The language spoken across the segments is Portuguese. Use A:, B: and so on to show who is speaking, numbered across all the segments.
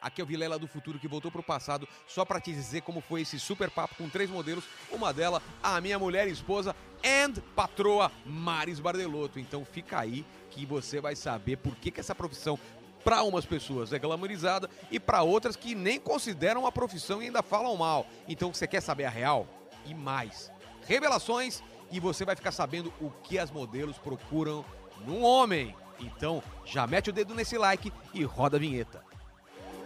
A: Aqui é o Vilela do Futuro que voltou pro passado só pra te dizer como foi esse super papo com três modelos. Uma dela, a minha mulher e esposa and patroa Maris Bardelotto. Então fica aí que você vai saber por que, que essa profissão para umas pessoas é glamorizada e para outras que nem consideram a profissão e ainda falam mal. Então você quer saber a real e mais. Revelações e você vai ficar sabendo o que as modelos procuram num homem. Então já mete o dedo nesse like e roda a vinheta.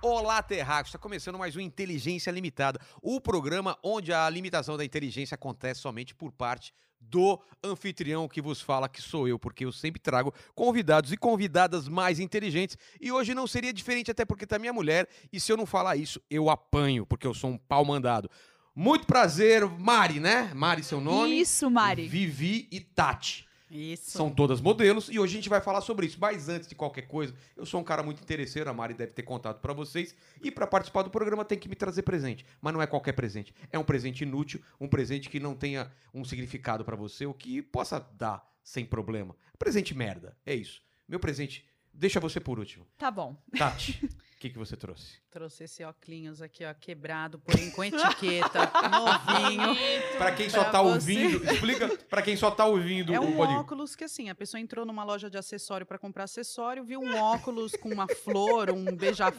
A: Olá, Terráqueos! Está começando mais um Inteligência Limitada, o programa onde a limitação da inteligência acontece somente por parte do anfitrião que vos fala, que sou eu, porque eu sempre trago convidados e convidadas mais inteligentes. E hoje não seria diferente, até porque tá minha mulher, e se eu não falar isso, eu apanho, porque eu sou um pau mandado. Muito prazer, Mari, né? Mari, seu nome?
B: Isso, Mari.
A: Vivi e Tati.
B: Isso.
A: São todas modelos e hoje a gente vai falar sobre isso. Mas antes de qualquer coisa, eu sou um cara muito interesseiro, a Mari deve ter contado pra vocês. E pra participar do programa tem que me trazer presente, mas não é qualquer presente. É um presente inútil, um presente que não tenha um significado pra você ou que possa dar sem problema. Presente merda, é isso. Meu presente, deixa você por último.
B: Tá bom.
A: Tati, o que, que você trouxe?
C: Trouxe esse óculos aqui, ó, quebrado, porém com etiqueta, novinho.
A: Pra quem só
C: Pra
A: tá
C: você.
A: ouvindo, explica pra quem só tá ouvindo
C: É
A: o
C: um
A: podcast.
C: óculos que, assim, a pessoa entrou numa loja de acessório pra comprar acessório, viu um óculos com uma flor, um beija-flor,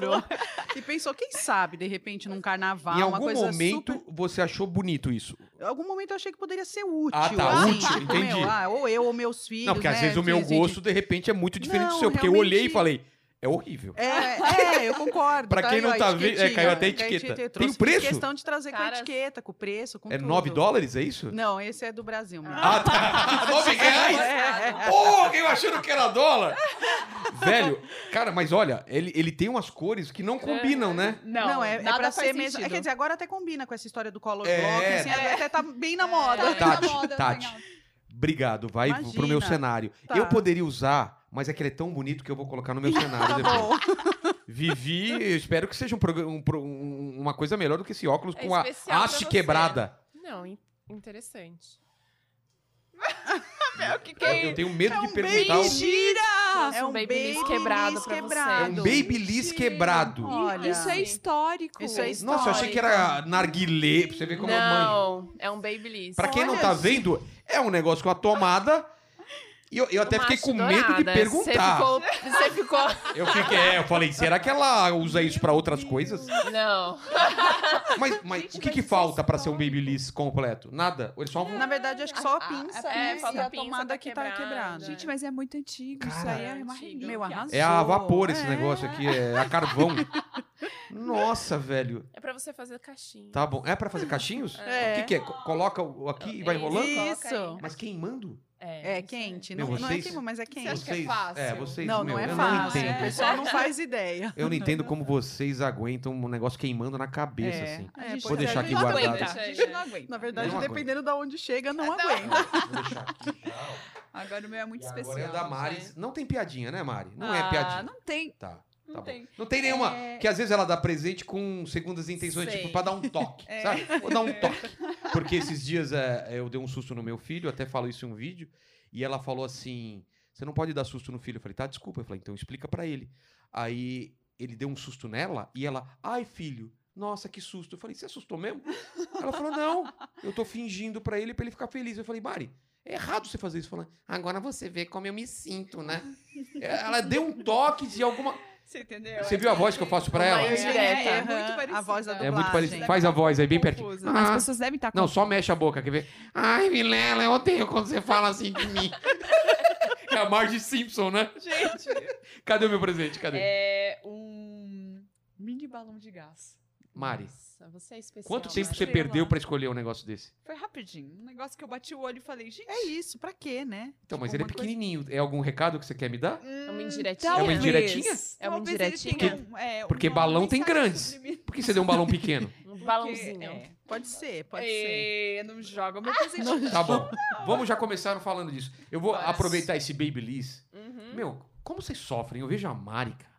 B: Beija-flor.
C: e pensou, quem sabe, de repente, num carnaval,
A: Em
C: uma
A: algum
C: coisa
A: momento
C: super...
A: você achou bonito isso.
C: Em algum momento eu achei que poderia ser útil.
A: Ah, tá,
C: assim,
A: útil,
C: tipo,
A: entendi.
C: meu, ah, ou eu ou meus filhos,
A: não, porque às
C: né,
A: vezes o meu
C: de- de-
A: gosto, de repente, é muito diferente do
C: Não,
A: seu. Porque eu
C: realmente-
A: olhei e falei, é horrível.
C: É, é, eu concordo.
A: Pra quem
C: aí,
A: não
C: ó,
A: tá vendo- é,
C: etiquetinha.
A: caiu até a
C: Eu
A: etiqueta.
C: eu
A: Tem o
C: trouxe
A: preço?
C: questão de trazer com
D: Caras-
C: a etiqueta, com o preço, com
A: É
C: tudo.
A: 9 dólares, é isso?
C: um Não, esse é do Brasil mesmo.
A: Ah, tá. 9 reais?
C: É.
A: Porra, eu achando que era dólar. Velho, cara, mas olha, ele, ele tem umas cores que não combinam, né?
D: Não,
C: Não, é, é
D: nada
C: pra
D: faz
C: ser mesmo.
D: sentido.
C: É, quer dizer, agora até combina com essa história do color
A: É.
C: block, assim, até tá bem na moda.
A: Tá, Tati,
D: na moda,
A: Tati.
D: legal.
A: Obrigado, vai
C: Imagina.
A: pro meu cenário.
C: Tá.
A: Eu poderia usar, mas é que ele é tão bonito que eu vou colocar no meu cenário
C: Tá
A: depois.
C: bom.
A: Vivi, eu espero que seja um progra- um pro- um- uma coisa melhor do que esse óculos
D: É
A: com a
D: especial pra
A: haste
D: você.
A: quebrada.
E: Não, in- interessante.
A: Eu, eu tenho medo de perguntar. o-
C: É um Mentira!
B: Nossa,
C: é
D: um Babyliss quebrado pra você.
A: É um babyliss quebrado.
C: Olha.
B: Isso é histórico.
C: Isso é
A: Nossa, eu achei que era narguilé, pra você ver como eu manjo.
E: não, é um Babyliss.
A: Pra quem não
C: Olha,
A: tá vendo, é um negócio com a tomada. E eu, eu até
E: Uma
A: fiquei com
E: haste
A: medo de
E: dourada.
A: perguntar.
E: Você ficou... Você
A: Eu fiquei, é, eu falei, será que ela usa isso pra outras coisas?
E: ficou... Não.
A: Mas, mas
D: Gente,
A: o que
D: mas isso
A: que
D: é
A: falta pra ser um
D: histórico.
A: babyliss completo? Nada? Ou ele só... um
C: Na verdade, acho que só a pinça
D: a
C: né,
D: pinça,
C: e a,
D: a pinça
C: tomada
E: tá
C: que tá
E: quebrada.
C: quebrada.
B: Gente, mas é muito antigo. Isso
A: Cara,
B: aí é uma
E: antigo.
B: relíquia.
C: meu, arrasou.
A: É a vapor esse
C: É.
A: negócio aqui, é a carvão. Nossa, velho.
E: É pra você fazer caixinha.
A: Tá bom. É pra fazer cachinhos?
C: É.
A: O que que é? Co- Coloca o aqui e vai
E: Isso.
A: enrolando?
C: Isso.
A: Mas queimando?
E: É,
C: É
E: isso aí.
C: quente.
A: Meu,
C: Não, não é
A: vocês-
C: queimou, mas é quente.
D: acha que é fácil?
A: É, vocês,
C: Não,
A: meu,
C: não é
A: eu
C: fácil.
A: não
C: o
A: entendo.
C: pessoal não faz ideia.
A: Eu não entendo como vocês aguentam um negócio queimando na cabeça,
C: É.
A: assim.
B: A gente
A: Vou
B: não
A: deixar
B: aguenta.
A: aqui guardado.
D: Aguenta.
B: A gente não aguenta.
C: Na verdade,
A: Não aguento.
C: dependendo de onde chega, não aguenta.
A: Vou deixar aqui já, ó.
B: Agora o meu é muito
A: E
B: especial.
A: Agora é o da Mari.
B: gente.
A: Não tem piadinha, né, Mari? Não é
B: Ah,
A: piadinha.
B: Não tem.
A: Tá. tá
B: não
A: bom.
B: tem.
A: Não tem nenhuma.
B: É.
A: Que às vezes ela dá presente com segundas intenções,
E: Sei.
A: tipo, pra dar um toque.
B: É.
A: Sabe? Vou dar um toque. Porque esses dias é, eu dei um susto no meu filho, até falo isso em um vídeo, e ela falou assim: Você não pode dar susto no filho. Eu falei, tá, desculpa. Eu falei, então explica pra ele. Aí ele deu um susto nela e ela, ai, filho. Nossa, que susto. Eu falei, você assustou mesmo? Ela falou, não, eu tô fingindo pra ele pra ele ficar feliz. Eu falei, Mari, é errado você fazer isso. Falando, agora você vê como eu me sinto, né? Ela deu um toque de alguma.
B: Você entendeu?
A: Você viu a voz que eu faço pra ela?
E: Uma
B: É,
E: indireta.
B: é
C: Aham,
B: muito parecida.
C: A voz da
A: É muito
C: dublagem.
A: parecido. Faz a voz aí,
E: Tá
A: bem pertinho.
B: Confusa. As
A: Ah.
B: pessoas devem
C: tá
B: estar
A: Não, só mexe a boca, quer ver? Ai, Vilela, eu odeio quando você fala assim de mim. É a Marge Simpson, né?
D: Gente,
A: Cadê o meu presente? Cadê?
D: é um mini balão de gás.
A: Mari,
E: Nossa, você é especial.
A: quanto tempo
E: Mari.
A: você
B: Sei
A: perdeu
B: lá.
A: pra escolher um negócio desse?
B: Foi rapidinho. Um negócio que eu bati o olho e falei, gente.
C: É isso, pra quê, né?
A: Então, mas
C: Tipo,
A: ele é
C: uma coisa-
A: pequenininho. É algum recado que você quer me dar?
E: É uma
B: hum,
E: indiretinha.
A: É uma indiretinha?
B: talvez.
E: É uma
B: Talvez ele
E: indiretinha?
B: tenha um- é,
A: porque
B: uma
A: balão tem
B: mensagem
A: grandes.
B: subliminar.
A: Por que você deu um balão pequeno?
E: Um Balãozinho.
B: É.
C: Pode ser, pode ser.
B: Ê, não joga meu presente.
A: Tá bom. Vamos já começar falando disso. Eu vou
E: Bora.
A: aproveitar esse Babyliss.
E: Uhum.
A: Meu, como vocês sofrem? Eu vejo a Mari, cara.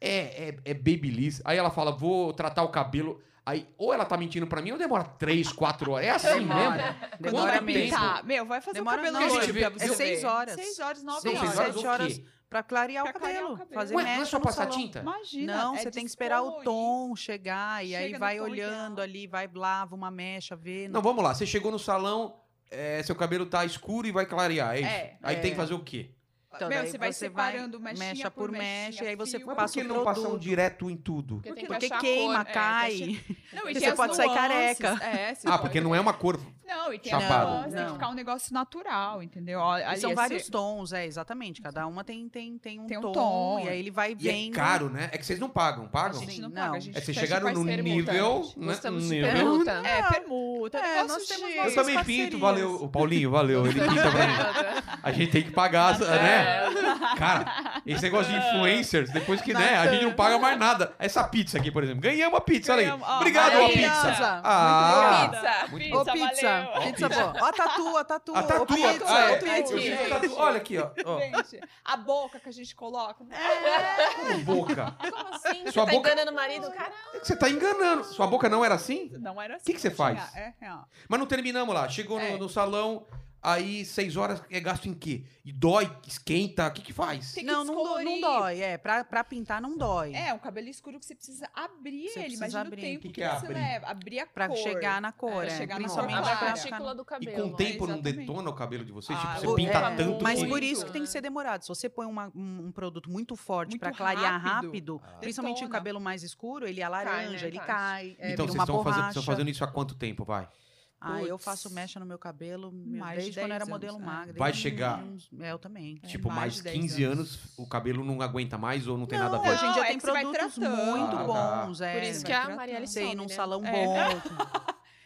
A: É, é, é Babyliss. Aí ela fala, vou tratar o cabelo. Aí, ou ela tá mentindo pra mim, ou demora 3, 4 horas. É assim
C: Demora.
A: mesmo?
B: Quando
A: Demora
B: vai
A: mesmo.
B: pintar. Tá, Meu, vai fazer
C: Demora
B: o cabelo
C: não,
B: hoje
A: gente,
B: pra
A: é
B: você
C: seis
B: ver.
C: horas.
B: Seis horas, nove
C: Não,
A: Seis
B: horas.
A: horas
C: sete
A: ou o
C: horas.
A: quê?
C: Pra clarear
B: Pra
C: o
B: clarear
C: cabelo.
B: o cabelo.
C: Fazer
A: Ué, não é
C: método
A: só
C: no
A: passar
C: salão.
A: tinta?
B: Imagina.
C: Não,
B: é
C: você tem que esperar o
B: descolorir.
C: tom chegar e aí
B: Chega no
C: vai
B: tom
C: olhando
B: ideal.
C: ali, vai lava uma mecha, vê.
A: Não, vamos lá. Você chegou no salão, é, seu cabelo tá escuro e vai clarear. É isso.
B: É,
A: Aí
C: é.
A: tem que fazer o quê?
C: Então,
B: Meu,
C: daí
B: você vai
C: você vai
B: separando mecha
C: mecha por mecha, e aí você
B: fio
A: Mas
B: por
A: por
C: passa
A: que
C: o
A: não passam
C: produto.
A: direto em tudo?
E: Porque, tem que
C: Porque
E: achar a
C: queima,
E: cor. É,
C: cai.
E: tem que
B: Não, e
E: Você
B: tem as
E: pode
C: sair
B: nuances,
C: careca.
B: É, você
A: Ah,
B: pode-
A: porque não é uma cor.
B: Não, e tem
A: Chapada.
B: as nuances, tem
C: Não.
B: que ficar um negócio natural, entendeu? Ó,
C: E
B: Ali,
C: são
B: esse-
C: vários tons, é, exatamente. Cada uma tem, tem, tem, um,
B: Tem um
C: tom,
B: tom.
C: e aí ele vai
A: E é
C: vendo.
A: caro, né? É que vocês não pagam,
B: A
A: pagam?
B: gente não,
C: Não.
B: paga, a
C: É,
B: gente
A: É, vocês
B: fecha
A: chegaram
B: com
A: num
B: as permutas.
A: nível. né?
E: Gostamos de
A: Nível.
E: permuta.
B: É, permuta.
C: É,
B: negócio
C: nós temos
B: de-
A: Eu
C: nossas
A: também pinto,
C: parcerias.
A: valeu. O Paulinho, valeu. Ele pinta pra mim. A gente tem que
C: Tá
A: pagar, né? Cara, esse negócio de influencers, depois que, né, a gente não paga mais nada. Essa pizza aqui, por exemplo. Ganhamos a pizza, olha aí.
B: Ganhamos, ó,
A: Obrigado, ó,
B: maravilhosa.
A: pizza.
C: Maravilhosa.
A: Ah,
E: Pizza,
A: muito
E: pizza,
C: Ô, pizza.
E: valeu.
C: Pizza boa. Ó, a tatu, a tatu.
A: a
C: Ô,
A: tatu.
C: pizza,
A: ah, é.
C: ô, pizza.
A: Eu fiz tatu. Olha aqui, ó. ó.
B: Gente, a boca que a gente coloca. é
A: Boca.
E: Como assim?
A: Sua
E: Sua tá
A: boca-
E: enganando o marido? Caralho.
A: É que Você tá enganando. Sua boca não era assim?
B: Não era assim.
A: que que você faz?
B: tinha- É, é, ó.
A: Mas não terminamos lá. Chegou no,
B: É.
A: no salão, aí seis horas é gasto em quê? E dói, esquenta, o que que faz?
B: Tem que
C: Não, não, dó- não
B: descolorir.
C: dói. É, pra, pra pintar não dói.
B: É, um cabelo escuro que você precisa abrir
C: Você precisa
B: ele. Imagina
C: abrir.
B: o tempo
A: Que
B: que,
A: que é
B: você
A: abrir?
B: leva. Abrir a
C: Pra
B: cor.
C: chegar na cor,
B: pra
C: é.
B: chegar na cor,
C: Principalmente
E: A
B: pra
C: pra
B: chegar-
C: ficar
E: partícula do
A: E
E: cabelo.
A: com o tempo não
B: exatamente.
A: detona o cabelo de vocês?
B: Ah,
A: tipo, você
B: eu-
A: pinta
E: é,
A: tanto
C: Mas
A: que...
C: por
E: Muito,
C: isso que tem que
E: né?
C: ser demorado. Se você põe uma- um, um produto muito forte
B: Muito
C: pra clarear
B: rápido,
C: rápido,
A: Ah.
C: principalmente o
B: detona.
C: cabelo mais escuro, ele alaranja,
E: né,
C: ele
E: cai.
C: cai, é,
A: Então,
C: vira
A: vocês
C: uma
A: estão
C: borracha.
A: fazendo, estão fazendo isso há quanto tempo, vai?
C: Ah, eu
B: Puts.
C: faço mecha no meu cabelo meu,
B: Mais de
C: desde quando
B: 10
C: era
B: anos,
C: modelo
B: é.
C: magra.
A: Vai
C: desde
A: chegar-
C: uns- É, eu também.
A: tipo,
B: mais
A: mais
B: de 10
A: 15 anos. o cabelo não aguenta mais ou não tem nada a
C: Não,
A: ver?
C: hoje em dia
B: Não, é
C: tem
B: que você vai
C: produtos
B: tratando.
C: muito
A: Ah, tá.
C: bons. É,
E: Por isso que
B: vai
E: a
B: tratando.
E: Maria
C: você ir num
E: né?
C: salão
B: É.
C: bom,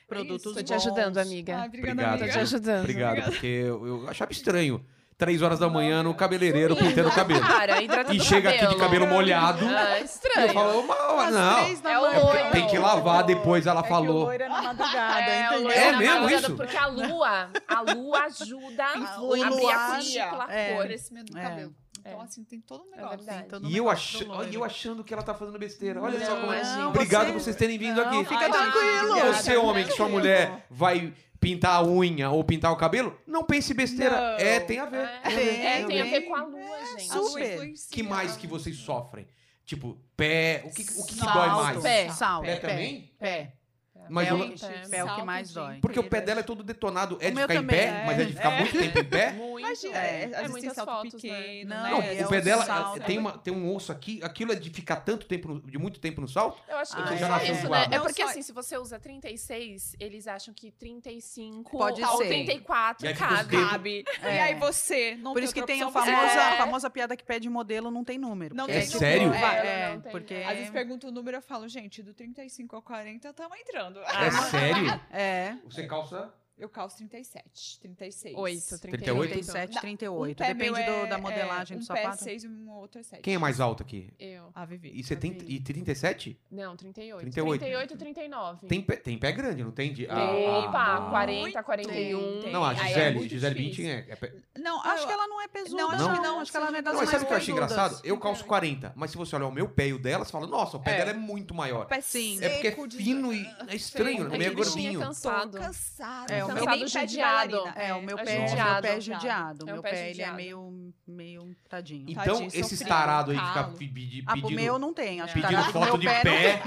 C: produtos
E: Tô
C: bons.
E: te ajudando, amiga.
B: Ai, Ah, obrigada,
A: Obrigado,
E: Tô
B: amiga. É
E: te ajudando.
A: Obrigado, porque eu, eu achava estranho. Três horas da manhã no cabeleireiro pintando o cabelo.
E: Cara, hidratando
A: E
E: o
A: chega aqui de cabelo molhado. E
E: Ah,
A: eu
E: estranho.
A: falo, "Ô, mas
B: Às
A: não.
B: três da
E: É o
B: manhã.
A: É porque tem que lavar depois, ela
C: É que o
A: falou.
C: loiro é na madrugada,
E: o
C: entendeu?
E: loiro
A: É
E: na
A: mesmo
E: madrugada,
A: isso?
E: tá Porque a lua, a lua ajuda a
C: Influi
E: abrir a
C: luar,
E: partícula, a
C: é.
E: cor.
B: Crescimento do
C: É.
B: cabelo. Então,
E: É.
B: assim, tem todo um
E: É
B: negócio.
E: verdade.
C: Todo
A: E eu,
C: negócio
A: ach...
C: do
A: e
C: loiro.
A: eu achando que ela tá fazendo besteira. Olha só
E: Não,
A: como é.
E: imagina.
A: Obrigado
E: você-
A: por vocês terem vindo
C: Não,
A: aqui.
C: Fica
E: Ai,
C: tranquilo.
E: gente,
A: Você, é homem, que sua
E: tranquilo.
A: mulher vai pintar a unha ou pintar o cabelo, não pense besteira.
B: Não.
A: É, tem a ver.
E: É,
C: Tem,
E: é, tem a ver
C: tem.
E: com a lua, gente.
B: A lua
C: Super.
B: influencia.
A: que mais que vocês sofrem? Tipo, pé, o que, o que, que
C: Salto,
A: dói mais?
C: Pé,
E: Pé.
C: salto.
A: Pé também?
C: Pé.
A: Mas
C: pé,
A: eu-
C: o-
E: gente,
C: pé é o que
B: salto,
C: mais
B: gente.
C: dói.
A: Porque o pé dela é todo detonado. É
C: O
A: de
C: meu
A: ficar em
C: também,
A: pé,
B: é.
A: mas é de ficar muito tempo em pé.
E: Muito.
B: Imagina,
C: É,
B: é, às
E: é
B: vezes tem
E: muitas
B: salto
E: fotos, né?
B: pequeno,
C: Não,
B: né?
A: Não,
C: é né?
A: o
C: o
A: pé dela
C: salto.
A: tem, uma, tem um osso aqui. Aquilo é de ficar tanto tempo, de muito tempo no salto.
E: Eu acho que
A: Ah,
E: não é
A: já
E: só
A: nasceu
E: isso, né?
A: suado.
E: É
B: Não
E: porque
B: só-
E: assim, se você usa 36, eles acham que 35
C: Pode
E: ou
C: ser.
E: 34
A: E aí fica os
E: cabe.
A: dedos.
B: Cabe.
C: É.
B: E aí você não
C: Por
B: tem
C: isso que
B: outra
C: tem a
B: opção, você-
C: famosa,
E: É.
C: a famosa piada que pede modelo não tem número.
B: Não
C: porque
A: tem
C: tipo,
A: É sério?
C: vai-
E: É,
C: É,
E: não tem,
C: porque...
E: né?
B: "Ah, Às vezes pergunta o número, eu falo, gente, do 35 ao 40 tamo entrando.
C: Ah.
B: Ah,
A: É sério?
C: É,
A: Você calça.
B: Eu calço 37, 36.
E: 8,
A: 38.
C: 37,
B: Não,
C: 38.
B: Um pé meu
C: Depende do-
B: é-
C: da modelagem
B: é, um
C: do
B: pé é
C: sapato. Ah,
B: 6 e um outro é 7.
A: Quem é mais alto aqui?
E: Eu.
B: A Vivi.
A: E, 70, e 37?
E: Não, 38.
A: 38.
E: 38 39.
A: Tem pé, tem pé grande, não tem? De, a- a-
E: Opa,
A: a-
E: 40,
B: Muito.
E: 41.
B: Tem.
A: Ah, Não, a
E: Aí é
A: Gisele,
E: muito
A: Gisele
E: difícil.
A: Bündchen é, é pé-
B: Não,
C: Acho que ela não é pesuda.
B: Não,
A: acho que
B: não,
C: Acho que ela não é das
A: Não, mas
C: mais
A: sabe o que eu achei
C: pesudas.
A: engraçado? Eu calço
B: 38.
A: 40, mas se você olhar o meu pé e o dela, você fala, nossa, o pé
B: É.
A: dela é muito maior.
B: pé
C: Sim.
A: É porque
B: seco
A: é
B: de-
A: fino e é estranho, né?
E: É
A: meio é
E: que bichinho
A: gordinho.
E: cansado.
B: Tô cansado.
C: É, o meu-
B: Que nem pé de
E: cansado judiado.
B: bailarina.
C: É, o meu
E: é
C: pé é
E: judiado.
C: meu pé é judiado.
E: É um
C: meu
E: pé
C: pé, ele é
E: judiado.
C: meio, meio tadinho.
A: Então,
B: Tadinho,
A: esses
B: sofrido,
A: tarados aí que ficam
B: calo.
A: pedindo,
C: Ah, pro meu não tem. Acho que
A: pedindo
C: tarado pro
A: foto
C: meu
A: de pé.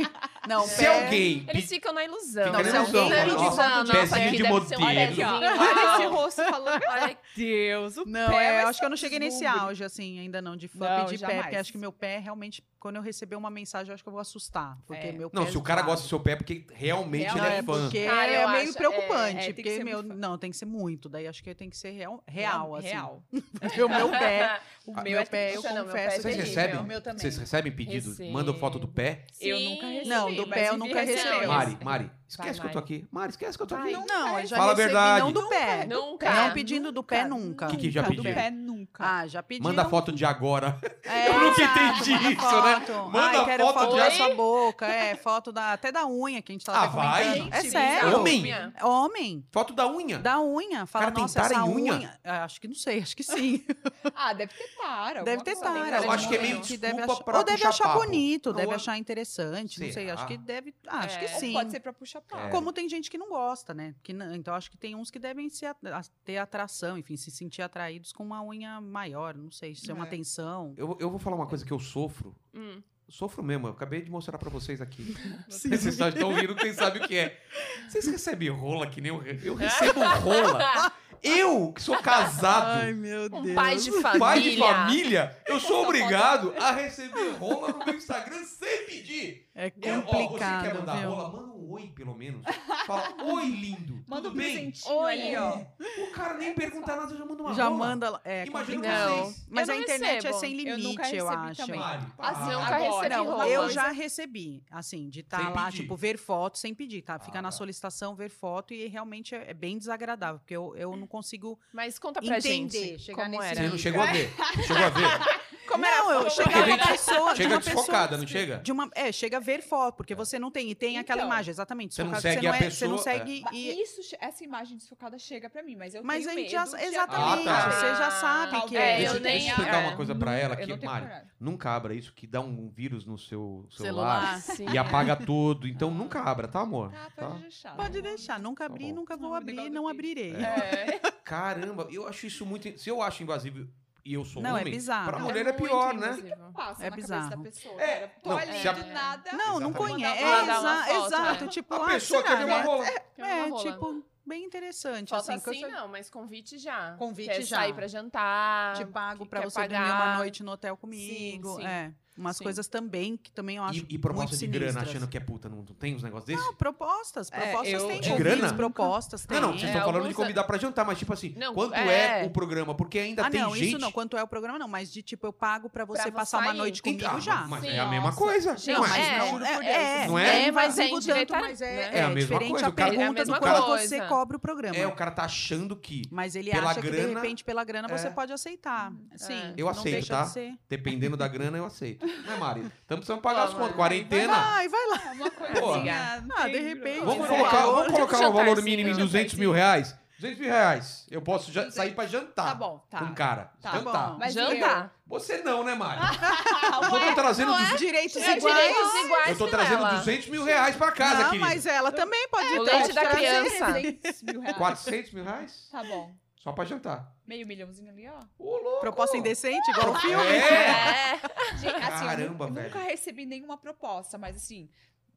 C: Não, não,
A: Se
C: pé-
A: alguém. pe-
E: Eles ficam na ilusão.
A: Fica
E: né?
A: na ilusão,
E: Eles
A: fala,
E: dizem,
A: ó,
E: "Não, nossa,
A: pezinho
E: aqui
A: de
E: deve ser um
A: modelo."
E: pezinho,
B: Olha
E: uau.
B: esse rosto falando.
E: Olha,
B: Deus, o
C: Não,
B: pé
C: é,
B: vai
C: acho que eu não
B: ser um
C: cheguei nesse
B: deslumbre.
C: auge, assim, ainda não, de fã
B: Não,
C: pedir pé.
B: jamais.
C: Porque acho que meu pé, realmente, quando eu receber uma mensagem, eu acho que eu vou assustar. Porque
B: É.
C: meu pé
A: Não,
C: é
A: se o cara
C: zoado.
A: gosta do seu pé, é porque realmente
B: Real-
A: ele é,
C: é
A: fã.
C: porque
E: Cara, eu
C: é meio
E: acho,
C: preocupante.
B: é, é, tem que
C: porque,
B: ser
C: meu,
B: muito fã.
C: não, tem que ser muito. Daí acho que tem que ser real, real assim.
B: Real.
C: Porque o meu pé, o
A: Ah,
C: meu
E: é
C: pé, eu
E: triste. Não, meu pé é
C: confesso
A: Vocês
E: terrível.
A: recebem?
B: O meu também.
A: Vocês recebem pedido?
E: Recebo.
A: Mandam foto do pé?
B: Eu nunca
E: Sim.
B: recebi.
C: Não, Não, do
E: mas
C: pé eu
E: enfim,
C: nunca
E: recebeu.
C: recebi.
A: Mari, Mari, esquece
E: Vai,
A: que eu tô aqui. Mari, esquece que eu tô
E: Vai.
A: aqui.
C: Não,
E: Não,
C: eu já
A: Fala a
C: recebi
A: verdade.
C: não é, do pé.
E: É, Nunca.
C: Não pedindo do pé nunca.
A: Que que já
B: Nunca,
A: pediu?
B: Do pé nunca.
C: Ah, já pedi.
A: Manda foto de agora.
C: É,
A: Eu nunca
C: exato,
A: entendi
C: manda
A: isso,
C: foto.
A: né? Manda
C: Ai, quero
A: foto
C: foto,
E: de-
C: da
E: Oi?
C: sua boca, é, foto da, até da unha que a gente tava
A: Ah, vai?
C: comentando. É
E: Gente,
C: sério.
E: bizarro.
A: Homem?
E: Minha.
C: É Homem.
A: Foto da unha.
C: Da unha. Fala,
A: Cara, tem
C: nossa,
A: tara
C: essa
A: em unha?
C: unha. Ah, Acho que não sei, acho que sim.
D: Ah, deve ter tara.
C: deve
D: alguma
C: ter
D: coisa dentro
C: tara.
E: Eu
A: Eu
E: acho
A: acho que é meio
E: que
A: desculpa
C: deve achar,
A: pra
C: Ou deve
A: puxar
C: achar
A: papo.
C: bonito,
A: Não
C: deve
A: é-
C: achar interessante, não sei, acho
A: Será?
C: que deve, ah, acho que
E: É. Ou
C: sim.
D: Ou pode ser pra puxar papo.
A: É.
C: Como tem gente que não gosta, né? Que não- então acho que tem uns que devem se a- a- ter atração, enfim, se sentir atraídos com uma unha maior, não sei, se é uma
D: É.
C: tensão.
A: Eu, eu vou falar uma coisa que eu sofro.
E: Hum.
A: Sofro mesmo, eu acabei de mostrar pra vocês aqui. Vocês só estão ouvindo, quem sabe o que é. Vocês recebem rola que nem eu. re- Eu recebo rola. Eu, que sou casado,
C: meu
E: Um pai de família.
A: pai de família, eu sou obrigado a receber rola no meu Instagram sem pedir.
C: É
A: Eu, ó, você quer
C: complicado,
A: mandar
C: viu?
A: rola? Manda um oi, pelo menos. Fala, oi, lindo.
D: Manda um
A: tudo bem?
D: presentinho
E: Oi.
D: ali, ó.
A: O cara nem pergunta nada, já manda uma
C: Já
A: rola.
C: manda lá. É,
A: Imagina
C: complicado.
E: Não.
A: vocês.
C: Mas
E: Eu
C: a
E: não
C: internet é
E: recebo.
C: sem
D: Eu
C: limite,
D: nunca
C: eu,
D: recebi
C: acho.
D: também.
A: Mari,
E: Assim,
A: para.
E: eu nunca
D: Agora,
E: recebi
D: não,
E: rola.
C: Eu
E: mas-
C: já recebi, assim, de estar
A: Sem
C: lá,
A: pedir.
C: tipo, ver foto sem pedir, tá? Ficar
A: Ah,
C: na
A: tá.
C: solicitação, ver foto e realmente é, é bem desagradável, porque eu, eu não consigo
E: Mas conta pra
C: entender,
E: gente.
C: chegar
E: como
C: nesse
E: era.
A: Você não chegou a
D: É.
A: ver. Chegou a ver.
E: Como
C: não,
E: era a
C: eu
E: foto?
C: chegava
A: Porque
C: uma pessoa, de
A: Chega
C: uma pessoa
A: desfocada, não chega?
C: de uma, é, chega a ver foto, porque você não tem e tem aquela
D: Então.
C: imagem, exatamente,
A: Você não
C: desfocado,
A: segue a
C: é- você não
A: pessoa, é.
C: segue
D: Mas
C: e
D: isso, che- essa imagem desfocada chega pra mim, mas eu
C: mas a
D: tenho
C: gente já
D: medo de
C: exatamente,
A: Ah, tá.
C: você já sabe que
E: É,
A: deixa,
E: eu nem-
A: deixa eu explicar
E: é.
A: uma coisa pra ela
D: Eu
A: aqui,
D: não tenho
A: Mari.
D: coragem.
A: Nunca abra isso que dá um vírus no seu celular,
C: Celular.
E: Ah, Sim.
A: e apaga tudo. Então
D: Ah.
A: nunca abra, tá, amor?
D: Tá,
A: Tá?
D: pode
B: Ah,
D: deixar.
C: Pode deixar, nunca abri,
A: bom.
C: nunca vou
D: Não,
C: abrir,
D: legal
C: não
D: do
C: abrirei.
E: É.
A: Caramba, eu acho isso muito. Se eu acho invasivo e eu sou
C: Não, é
A: homem,
C: bizarro.
A: pra
C: Não,
A: mulher
E: é
A: é pior,
E: muito
A: né?
E: invasivo.
D: Passa na
C: É
D: cabeça
C: bizarro.
D: da pessoa.
A: É,
D: cara. Tô
A: não,
D: ali
A: se a-
D: do nada.
C: Não, não
A: Exatamente.
C: conhece.
D: Mandar uma
C: É, exa-
E: foto,
C: exato,
E: né?
C: tipo,
A: A
C: ah,
A: pessoa
C: será,
A: quer ver uma
C: né?
A: rola.
E: Tem uma
C: É,
E: rola.
C: tipo, bem interessante
E: Foto
C: assim, que eu
E: assim,
C: sou-
E: não, mas convite já.
C: Convite
E: Quer
C: já.
E: sair pra jantar.
C: te pago
E: ah, que
C: pra
E: quer
C: você dormir
E: pagar.
C: uma noite no hotel comigo.
E: sim.
C: É, umas
E: Sim.
C: coisas também que também eu acho
A: E, e proposta
C: muito
A: de grana
C: sinistras.
A: achando que é puta, não, não tem uns negócios desses?
C: Não, propostas,
D: É,
C: propostas
D: eu-
C: tem.
A: De
C: convites,
A: grana? Ah,
C: Propostas tem.
A: Não, não, vocês
E: É,
A: estão falando de
E: alguns-
A: convidar pra jantar, mas tipo assim,
E: Não,
A: quanto é...
E: é.
A: o programa? Porque ainda
C: ah,
A: tem
C: não,
A: gente.
C: isso não. Quanto é o programa, não. Mas de tipo, eu pago pra você
E: Pra você
C: passar uma
E: sair.
C: noite comigo
A: Então,
C: já.
A: Mas
E: Sim,
A: é a mesma
E: nossa.
A: coisa.
E: Gente,
A: não
E: mas
A: é?
E: não.
C: juro
E: é-
C: por
E: é-
C: Deus,
A: não é?
E: é, mas é
C: invasivo
E: indireta-
C: mas é,
E: né?
A: É a mesma
C: diferente
A: coisa,
C: a
A: o cara-
E: É a
C: pergunta
E: mesma
C: do quanto
E: coisa.
C: você cobra o programa.
A: É, o cara tá achando que,
C: Mas ele
A: Pela
C: acha que, de
A: grana,
C: repente, pela grana, você
A: é.
C: pode aceitar. Sim.
E: É.
A: Eu
C: não
A: aceito,
C: deixa
A: tá?
C: De ser.
A: dependendo da grana, eu aceito. Né, Mari? Estamos precisando pagar
E: Ó,
A: as contas.
E: Mari,
A: Quarentena.
C: Vai, vai lá.
D: É uma coisa
A: Pô.
D: assim,
C: Ah, de
D: tem-
C: repente,
A: Vamos
C: Vai,
A: colocar,
C: vai.
A: vamos colocar
E: Tipo
A: o valor
E: jantarzinho,
A: mínimo em 200 mil reais. 200 mil reais. Eu posso ja- sair pra jantar
D: Tá bom,
A: com um
D: tá.
A: cara.
D: Tá
A: jantar.
C: bom.
D: Mas
E: Jantar.
A: Você não, né, Mari? eu tô trazendo, duze-
C: Direitos
E: É
C: iguais.
E: direitos iguais
A: eu tô
E: que
A: trazendo
E: ela.
A: 200 mil reais pra casa,
C: não,
A: querido.
C: Ah, mas ela também pode um
E: O
C: estar de
E: leite É. da
D: Tá,
C: traseiro.
E: criança.
D: 300 mil reais.
A: 400 mil reais?
D: Tá bom.
A: Só pra jantar.
D: Meio milhãozinho ali, ó.
A: Ô, louco.
C: Proposta indecente, igual o filme.
A: É.
D: Gente, assim,
A: Caramba,
D: eu nu-
A: velho.
D: nunca recebi nenhuma proposta, mas assim,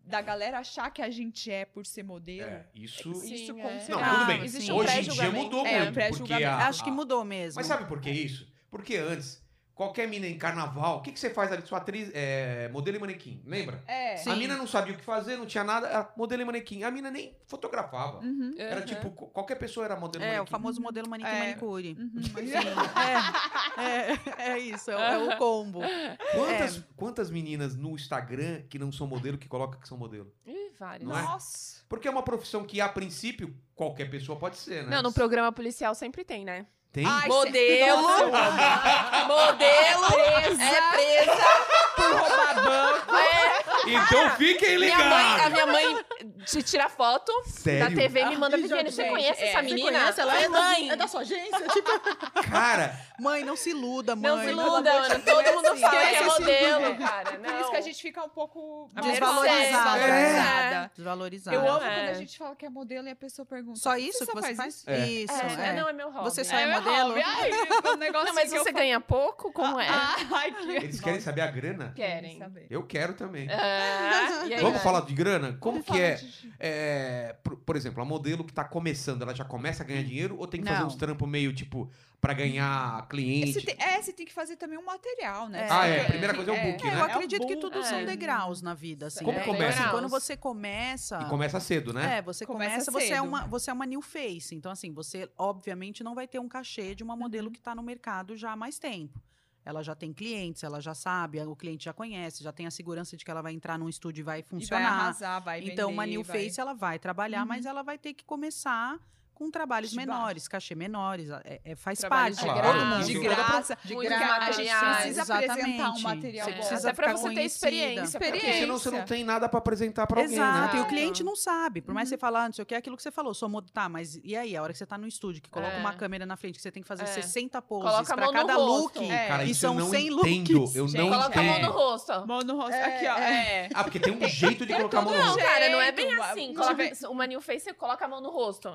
D: da galera achar que a gente é por ser modelo.
A: É, isso...
E: Sim,
D: Isso
E: é.
D: com
E: Não,
A: Não,
D: certeza.
A: tudo
C: Ah,
A: bem.
E: existe
C: um
A: Hoje em dia
E: pré-julgamento.
A: mudou
D: É, um
A: muito. porque
D: pré-julgamento.
A: a-
C: Acho que mudou mesmo.
A: Ah. Mas sabe por que isso? Porque antes, qualquer mina em carnaval, o que, que você faz ali? Sua atriz, é, modelo e manequim, lembra?
D: É.
C: Sim.
A: A mina não sabia o que fazer, não tinha nada, era modelo e manequim. A mina nem fotografava.
D: Uhum.
A: Era tipo, qu- qualquer pessoa era modelo e
C: É, o
A: manequim.
C: famoso modelo manequim
D: É.
C: manicure.
E: Hum.
D: Uhum.
C: É, é, é isso, é, o- é o combo. É.
A: Quantas, quantas meninas no Instagram que não são modelo que colocam que são modelo?
E: Ih, vários.
A: Não é?
D: Nossa.
A: Porque é uma profissão que, a princípio, qualquer pessoa pode ser, né?
E: Não, no programa policial sempre tem, né?
A: Tem?
D: Ai,
E: Modelo. Modelo. É presa por roubar banco. É.
A: então fiquem
E: Minha mãe, a
A: ligados!
E: minha mãe te tira foto tá da
A: Sério?
E: TV e me manda
D: Ah,
E: Viviane.
D: gente,
E: Você conhece
D: é.
E: essa
D: Você
E: menina?
C: mãe.
E: é mãe.
C: É da sua agência? Tipo,
A: Cara,
C: mãe, não se iluda, mãe.
E: Não se
C: pelo
E: iluda,
C: amor de
E: Ana. Todo
C: Deus.
E: mundo fala que é
C: Esquece esse
E: modelo,
C: iludo.
E: cara.
D: Tipo, Por isso
E: É, não.
D: que a gente fica um pouco mais
C: é Desvalorizada.
D: desvalorizada.
C: Desvalorizada.
D: Eu amo
E: É.
D: quando a gente fala que é modelo e a pessoa pergunta.
C: Só
D: "Por que
C: isso que você faz?
D: isso?"
A: É.
C: Isso,
E: É,
C: é.
E: não, é meu hobby.
C: Você só
D: É,
C: é
D: meu
C: modelo?
D: hobby. Ai, o negócio
E: Não, mas
D: que eu
E: você
D: falo.
E: ganha pouco? Como é?
D: Ai, que...
A: eles querem saber a grana?
E: Querem.
D: Saber.
A: Eu quero também.
E: Ah, e aí,
A: Vamos
E: vai?
A: falar de grana? Como que é?
D: Gente,
A: É, por, por exemplo, a modelo que tá começando, ela já começa a ganhar dinheiro ou tem que fazer
C: Não.
A: uns trampos meio tipo pra ganhar cliente?
D: Você tem, é, você tem que fazer também um material, né?
C: É.
D: Você
A: Ah, é.
D: tem
A: A primeira
D: que-
A: coisa é o book,
C: É, eu
A: né?
C: acredito que
D: bom-
C: tudo
E: é.
C: são degraus na vida, assim.
A: Como
C: né?
A: começa?
C: Então, assim, Quando
E: Degraus.
C: você começa...
A: E começa cedo, né?
C: É, você
D: Começa
C: começa, você é
D: cedo.
C: uma, você é uma new face. Uhum. Então assim, você obviamente não vai ter um cachê de uma modelo que tá no mercado já há mais tempo. Ela já tem clientes, ela já sabe, o cliente já conhece, já tem a segurança de que ela vai entrar num estúdio e vai
B: E vai
C: funcionar.
B: arrasar, vai
C: então, uma
B: vender,
C: new
B: vai-
C: face, ela vai trabalhar,
B: Uhum.
C: mas ela vai ter que começar com trabalhos
B: De baixo.
C: menores, cachê menores, a- é- é- faz
E: Trabalhos
C: parte.
A: de
C: todo
A: graça,
C: mundo.
A: de
B: de
A: Sim.
B: graça.
C: De
E: Muitos
C: graça,
B: A gente precisa
C: exatamente.
B: apresentar um material
C: Você
B: bom.
C: precisa
E: Até pra
C: ficar
E: você ter
C: conhecida.
E: é, experiência. pra
A: Porque senão você não tem nada pra apresentar pra alguém, né?
C: Exato, e o
E: Exato.
C: cliente não sabe. Por mais
B: Uhum.
C: que você falar, ah, não sei o que, é aquilo que você falou, sou modo. Tá, mas e aí? A hora que você tá no estúdio, que coloca
E: É.
C: uma câmera na frente, que você tem que fazer
E: É.
C: 60 poses
E: Coloca a
C: pra
E: mão no
C: cada
E: rosto.
C: look.
B: É.
A: Cara,
C: e
A: isso eu
C: são
A: não
C: 100
A: entendo.
C: looks.
A: Eu
C: Gente,
A: não
E: Coloca a mão
A: entendo.
E: no rosto, ó.
B: Mão no rosto.
C: É,
B: aqui, ó. É.
A: Ah, porque tem um jeito de colocar a mão no
E: Não,
A: rosto.
E: cara, não é
B: jeito,
E: bem
B: mas-
E: assim.
B: não
E: Coloca uma new face, você coloca a mão no rosto.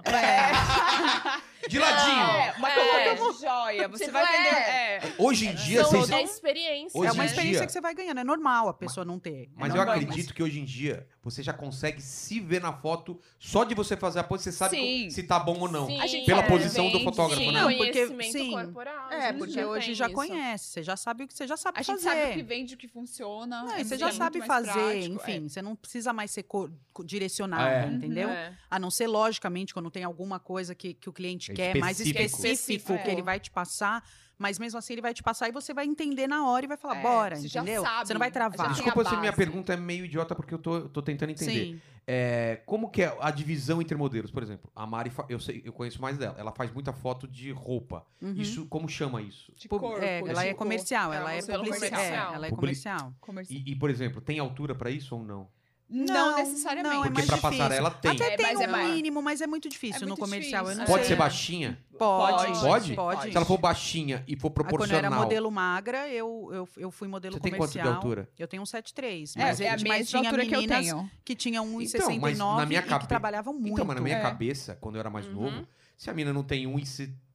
A: De ladinho.
B: É, uma
E: É.
B: coisa de joia. Você
E: Tipo,
B: vai vender.
E: é.
B: É.
A: Hoje em dia,
E: São
A: vocês...
E: é experiência.
A: Hoje
C: é uma
A: em
C: experiência
A: dia-
C: que você vai ganhando. É normal a pessoa não ter. é
A: Mas eu
C: normal.
A: acredito que hoje em dia você já consegue se ver na foto só de você fazer a pose, você sabe
B: Sim.
A: co- se tá bom ou não.
E: Sim.
B: A gente
A: Pela
B: é,
A: posição do
B: vende,
A: fotógrafo,
E: Sim,
A: né?
C: Não, porque-
E: conhecimento
C: sim.
E: corporal. assim,
C: É,
E: gente,
C: porque hoje
E: tem
C: já
E: isso.
C: conhece, você já sabe o que você já sabe
B: A gente
C: fazer.
B: sabe o que vende, o que funciona.
C: Não,
B: é
C: e você
B: muito-
C: já
B: é
C: sabe
B: muito mais
C: fazer,
B: prático, é.
C: enfim, você não precisa mais ser co- co- direcionado,
A: É.
C: entendeu?
E: É.
C: A não ser, logicamente, quando tem alguma coisa que, que o cliente
A: É
C: quer, mais
A: específico.
C: específico, que
E: É.
C: ele vai te passar, mas mesmo assim ele vai te passar e você vai entender na hora e vai falar,
B: É,
C: bora,
B: você já
C: entendeu?
B: sabe,
C: Você não vai
B: você já
C: travar.
B: tem
A: Desculpa
B: a
A: se minha
B: base.
A: pergunta é meio idiota, porque eu tô, eu tô tentando entender.
C: Sim.
A: É, como que é a divisão entre modelos? Por exemplo, a Mari, fa- eu, sei, eu conheço mais dela, ela faz muita foto de roupa.
C: Uhum.
A: Isso, como chama isso?
B: De
C: Pub-
B: corpo,
C: é, ela
B: de
C: é
B: cor.
C: comercial,
E: É
C: ela
E: um
C: é
E: modelo
C: publicitária.
E: comercial.
C: Ela é
A: Publi-
C: comercial.
B: Comercial.
A: E, e, por exemplo, tem altura pra isso ou não?
B: Não, necessariamente.
C: não, é
A: Porque
C: mais
A: pra
C: difícil.
A: passarela tem.
C: Até
B: É,
C: tem
B: mas
C: no
B: é mais-
C: mínimo, mas é muito difícil
B: É
C: no
B: muito
C: comercial. Eu
B: difícil,
C: não
B: é.
A: Pode
C: sei.
A: ser baixinha?
C: Pode.
A: Pode? Pode.
C: Pode.
A: Se ela for baixinha e for
C: Ah, Quando eu era
A: proporcional,
C: modelo magra, eu, eu, eu fui modelo
A: você tem
C: comercial.
A: quanto de altura?
C: Eu tenho 1,73.
B: É,
C: Mas,
B: é a
C: gente- mas
B: mesma
C: tinha
B: altura que eu
C: meninas
B: tenho.
C: que tinham 1,69
A: Então, mas na minha
C: e
A: cabe-
C: que trabalhavam muito.
A: Então, mas na minha
B: É.
A: cabeça, quando eu era mais
E: Uhum.
A: novo, se a mina não tem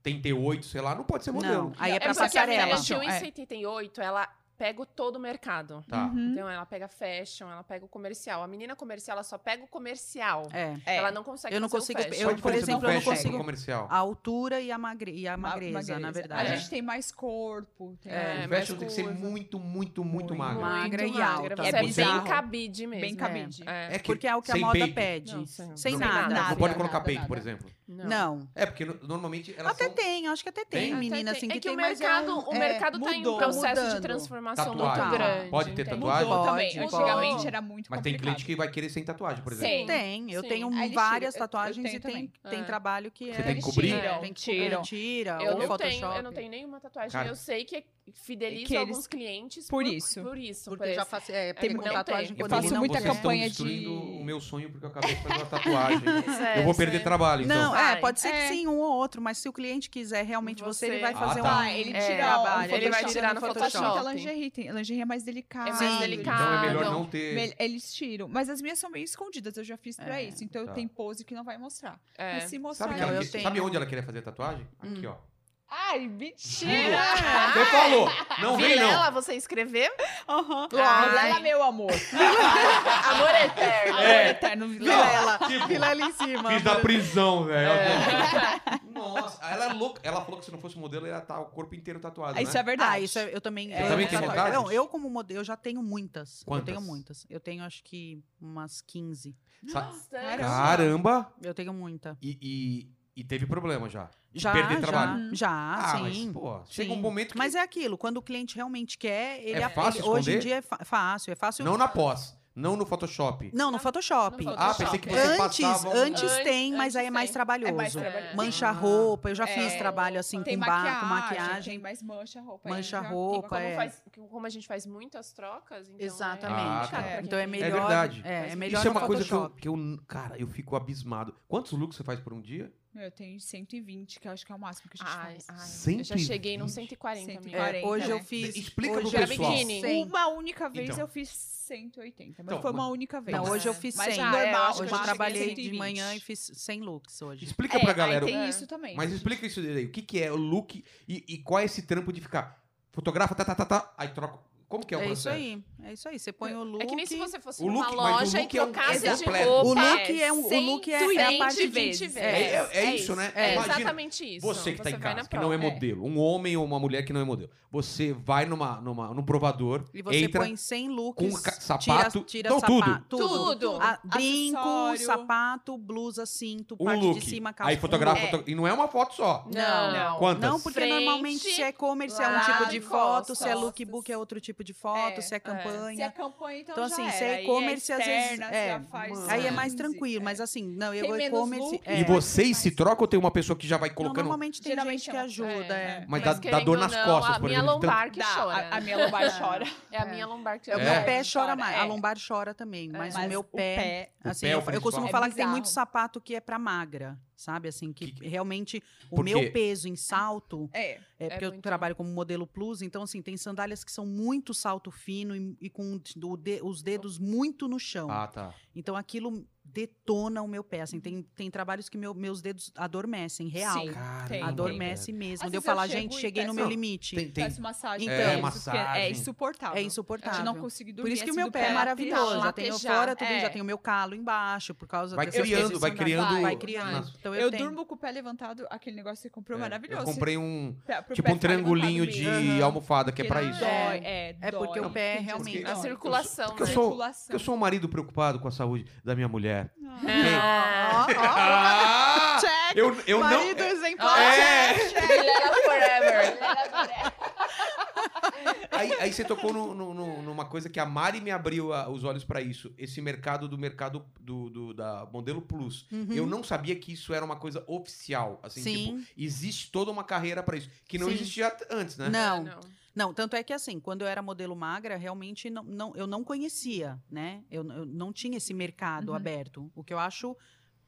A: 1,78, sei lá, não pode ser modelo.
C: Não, aí é
E: É
C: pra
E: porque a
C: passarela.
E: Fashion
B: É.
E: 188, ela pega o todo o mercado.
A: Tá.
B: Uhum.
E: Então ela pega fashion, ela pega o comercial. A menina comercial, ela só pega o comercial.
C: É.
B: É.
E: Ela não consegue
C: Eu não
E: fazer o
C: consigo-
E: fashion.
A: Qual a
C: eu, por
A: diferença do
C: exemplo, eu não
A: fashion pro
C: consigo- Ah,
A: comercial.
C: A altura e a, magre... e a
B: Ma-
C: magreza, na verdade.
B: A
E: É.
B: gente tem mais corpo. Tem
C: É,
A: o
E: mas
A: fashion tem que ser
E: curva.
A: muito, muito, muito
C: Muito
A: magro.
C: magro. magra e alta.
E: Você
A: É
E: é
A: bizarro.
E: bem cabide mesmo.
B: Bem cabide.
E: É.
A: É que
C: Porque é o que a
A: sem
C: moda
A: peito.
C: pede.
E: Não,
C: sem,
E: sem-
A: não tem-
C: nada.
A: Não
B: nada,
A: pode colocar
B: nada,
A: peito,
B: nada.
A: por exemplo.
C: Não.
A: É, porque no- normalmente elas
C: Até
A: são...
C: tem, acho que até tem,
A: Tem? Até
C: menina assim
E: é
C: que,
E: que
C: tem,
E: o
C: mas é
E: mercado,
C: um-
E: o
C: é,
E: mercado tá em
C: mudou,
E: um processo
C: mudando.
E: de transformação
A: Tatuagem.
E: muito grande.
A: Pode ter
E: entendeu?
A: Mudou tatuagem?
B: Mudou também.
C: Pode,
B: Antigamente
E: pode.
B: era muito
A: Mas tem
B: complicado.
A: cliente que vai querer sem tatuagem, por exemplo.
E: Sim.
C: Tem, eu
E: Sim.
C: tenho um
B: Aí eles
C: várias
B: tiram, eu- eu
C: tatuagens
B: tenho
C: e tem,
E: também.
C: tem
E: É.
C: trabalho que
A: Você
C: é...
A: tem que cobrir?
E: Tiram,
C: Tem que
B: tiram.
C: cobrir, tira,
E: Eu
C: ou
E: não
C: Photoshop.
E: tenho, eu não tenho nenhuma tatuagem.
A: Cara.
E: eu sei que fideliza
B: Que eles-
E: alguns clientes
B: por isso.
E: Por isso, por
C: Porque já
E: esse-
C: faço, é,
E: porque
C: tem
E: não
C: tatuagem
E: tem.
A: Eu
C: quando
A: falo, assim,
C: ele
B: faço
C: não
B: muita
A: vocês
C: quer.
B: campanha de-
A: estão destruindo o meu sonho porque eu acabei de fazer uma tatuagem.
E: Sério,
A: eu vou
E: sério.
A: perder trabalho, então.
C: É, Não, é,
E: Vai.
C: pode ser que
B: É.
C: sim, um ou outro, mas se o cliente quiser realmente você, ele
E: Você.
C: vai
E: Ah,
C: fazer
A: tá.
C: um
B: Ah, ele
E: É,
B: tira
E: trabalho,
B: o
E: ele vai
B: Photoshop.
E: tirar no
B: Photoshop.
E: Photoshop.
B: Muita lingerie, tem, lingerie é mais delicado.
E: É mais
C: Sim.
E: delicado.
A: Então é melhor
E: Ah,
A: não
B: Mel-
A: ter...
B: Eles tiram, mas as minhas são meio escondidas, eu já fiz pra isso, então
A: tá.
B: eu tenho pose que não vai mostrar.
E: É.
B: Mas se mostrar,
A: Sabe,
C: Não,
A: que ela
C: eu
A: que-
C: tenho.
A: sabe onde ela queria fazer tatuagem?
C: Hum.
A: Aqui, ó.
B: Ai, mentira!
E: Ah,
A: Você falou! Não vem, não!
E: Vilela, você escreveu?
B: Aham.
E: Ai.
B: Vilela, meu amor.
E: Amor eterno.
A: É.
B: Amor eterno, Vilela.
C: Vilela,
A: Tipo,
C: Vilela em cima.
A: Fiz da
C: amor.
A: prisão, velho. Nossa, ela é louca. Ela falou que se não fosse modelo, ela ia estar o corpo inteiro tatuado,
B: Isso
A: né?
B: é verdade.
C: Ah, isso é- eu também.
B: Você
C: eu
B: também
C: amo
B: tem
C: tatuagem.
A: vontade?
C: Não, eu como modelo, eu já tenho muitas. Eu tenho
A: Quantas?
C: muitas. Eu tenho acho que umas 15.
A: Sa-
E: Bastante.
A: Caramba!
C: Eu tenho muita.
A: E, e, e teve problema já.
C: Já,
A: perder
C: já,
A: trabalho.
C: já,
A: ah,
C: sim.
A: mas, pô, chega
C: sim.
A: um momento que
C: Mas é aquilo, quando o cliente realmente quer, ele
A: É fácil
C: ele- hoje em
A: esconder?
C: dia é fa- fácil, é fácil.
A: Não na pós, não no Photoshop.
C: Não, no Photoshop.
E: No
A: Ah, pensei que você
C: Antes,
A: passava um-
C: antes
E: An-
C: tem, mas
E: antes
C: aí é mais
E: tem.
C: trabalhoso.
B: É mais
E: É.
B: trabalhoso.
C: Mancha
A: Ah.
C: roupa, eu já fiz
B: É.
C: trabalho assim
B: Tem
C: com, ba- com
B: maquiagem,
C: maquiagem.
B: tem mais mancha roupa.
C: Mancha
B: aí já-
C: roupa,
E: Como,
C: é.
E: faz- como a gente faz muitas trocas, então.
C: Exatamente.
E: É
A: Ah,
E: complicado
A: tá.
E: pra quem
C: Então é
E: tem-
C: melhor.
A: verdade.
C: É, é
E: Isso
C: melhor
A: Isso é
C: no
A: uma coisa que eu,
C: Photoshop.
A: que eu. Cara, eu fico abismado. Quantos looks você faz por um dia?
B: Meu, eu tenho 120, que eu acho que é o máximo que a gente
E: Ai,
B: faz.
E: ai, eu já cheguei num
A: 120?
E: 140,
C: É,
E: amiga.
B: 40,
C: hoje eu
B: né?
C: fiz.
A: Explica
C: hoje
A: pro
C: eu
E: pessoal.
C: fiz
E: Biquíni.
C: cem.
B: Uma única vez
A: Então.
B: eu fiz 180, mas
A: Então,
B: foi uma
A: mas-
B: única vez.
C: Não,
E: Mas-
C: hoje eu fiz
B: Mas
C: 100.
E: já é,
B: normal,
E: acho
C: ah, Hoje
E: que
C: eu
E: eu
C: trabalhei
E: cheguei
C: de manhã e fiz 100 looks hoje.
A: Explica
B: É,
A: pra
B: aí
A: galera.
B: tem
E: É.
B: isso também.
A: Mas explica isso daí. O que, que é o look e, e qual é esse trampo de ficar? Fotografa, tá, tá, tá, tá. Aí troca. Como que é o
C: É isso
A: processo?
C: aí. É isso aí. Você põe o look.
E: É que nem se você fosse
A: O look-
E: numa
A: mas o
E: loja e
A: look é um- é
E: trocasse de
A: completo.
E: roupa.
C: O look é um- o
E: 100,
C: look é- é a parte
E: 20
C: vezes.
E: vezes.
A: É,
C: É,
A: é isso, né?
E: É,
A: Imagina,
E: exatamente isso.
A: Você que tá em
E: vai
A: casa,
E: na
A: que não é
E: prova.
A: modelo. Um homem ou uma mulher que não é modelo. Você vai numa, numa, num provador,
C: E você
A: entra
C: põe 100
A: com
C: looks.
A: ca- sapato.
C: Tira, tira
A: não, tudo.
C: sapato.
E: Tudo.
C: Ah, brinco,
D: Acessório.
C: sapato, blusa, cinto,
A: Um
C: parte
A: look.
C: de cima, calça.
A: Aí
C: um
A: fotografa.
E: look.
A: foto- E não é uma foto só.
E: Não.
C: Não.
A: Quantas?
C: Não, porque
E: Frente,
C: normalmente se é e-commerce é um
E: lado,
C: tipo de foto, se é
E: costas.
C: lookbook é outro tipo de foto,
D: É,
C: se é
D: Se é
C: campanha.
D: campanha, então,
C: Então,
D: já
C: assim,
D: era.
C: se é
D: Aí
C: e-commerce, às vezes,
D: externa,
C: é,
D: já faz
A: mano.
C: Aí é mais
D: 15,
C: tranquilo, mas assim, não, eu
D: Tem
C: vou
D: menos
C: e-commerce.
D: look,
C: é.
A: E vocês
D: Mas-
A: se trocam ou tem uma pessoa que já vai
C: Não,
A: colocando.
C: normalmente tem
D: Geralmente
C: gente que
D: ela-
C: ajuda,
E: é.
C: é.
A: Mas dá- dá
E: querendo
A: dor
E: ou
A: nas
E: não,
A: costas,
E: A
A: por
E: minha
A: exemplo, de
E: lombar que
D: Dá,
E: chora.
D: a, a
E: né?
D: minha lombar chora.
E: É a minha lombar que
A: É.
C: O
E: chora.
C: meu
A: É.
C: pé chora
D: Chora,
C: mais,
D: é.
C: a lombar chora também, mas, o
D: Mas
C: meu pé,
A: O
C: assim,
A: pé é o
C: eu, eu costumo
A: principal.
C: falar que tem
D: Bizarro.
C: muito sapato que é pra magra, sabe? Assim, que
A: Que-
C: realmente o
A: Por quê?
C: meu peso em salto
D: É.
C: É,
E: É
C: porque eu
E: muito.
C: trabalho como modelo plus, então, assim, tem sandálias que são muito salto fino e, e com o de- os dedos muito no chão.
A: Ah, tá.
C: Então, aquilo detona o meu pé. Assim, tem, tem trabalhos que meu- meus dedos adormecem, real.
D: Sim. Tem.
A: Caramba,
C: Adormece mesmo.
D: Às
C: De eu
D: vezes eu
C: falar,
D: chego
C: gente,
D: e
C: cheguei no
D: peço-
C: meu
D: Não,
C: limite.
A: Tem, tem,
D: Faz massagem.
C: Então, É,
D: isso, porque É
A: massagem.
D: insuportável.
C: É
D: A gente
C: insuportável.
D: não consegui dormir.
C: Por isso que o
D: assim,
C: meu
D: do
C: pé é
D: tá
C: maravilhoso.
E: latejar,
C: Já tenho fora, tudo,
E: é.
C: já tenho meu calo embaixo, por causa
A: Vai
C: dessas
A: criando,
C: coisas
A: vai
C: de
A: criando-
C: sandália. Vai
A: Vai.
C: criando. Então,
D: Eu,
C: tenho.
D: durmo com o pé levantado, aquele negócio que você comprou,
A: é,
D: maravilhoso.
A: Eu comprei um.
D: Pra- pro
A: Tipo
D: pé
A: um
D: ficar
A: triangulinho
D: levantado
A: de
D: mesmo.
A: almofada, que é
D: Porque
A: pra
D: não
A: isso.
D: Dói, é,
C: É porque
D: dói.
C: o pé
A: Não, porque-
C: realmente...
E: A circulação,
A: Porque eu
E: né?
A: sou-
D: Circulação.
A: Porque eu sou um marido preocupado com a saúde da minha mulher.
E: Ah.
C: Ó, ó,
A: Ah!
C: check!
A: Eu, eu não.
C: Marido exemplar!
A: É!
E: Vilela forever.
A: Aí, aí você tocou no- no- no- numa coisa que a Mari me abriu a- os olhos pra isso. Esse mercado do mercado do, do- da Modelo Plus.
C: Uhum.
A: Eu não sabia que isso era uma coisa oficial. Assim, tipo,
C: Sim.
A: existe toda uma carreira pra isso. Que não
C: Sim.
A: existia antes, né?
C: Não. não. tanto é que assim, quando eu era modelo magra, realmente não, não- eu não conhecia, né? Eu, eu não tinha esse mercado
D: Uhum.
C: aberto, o que eu acho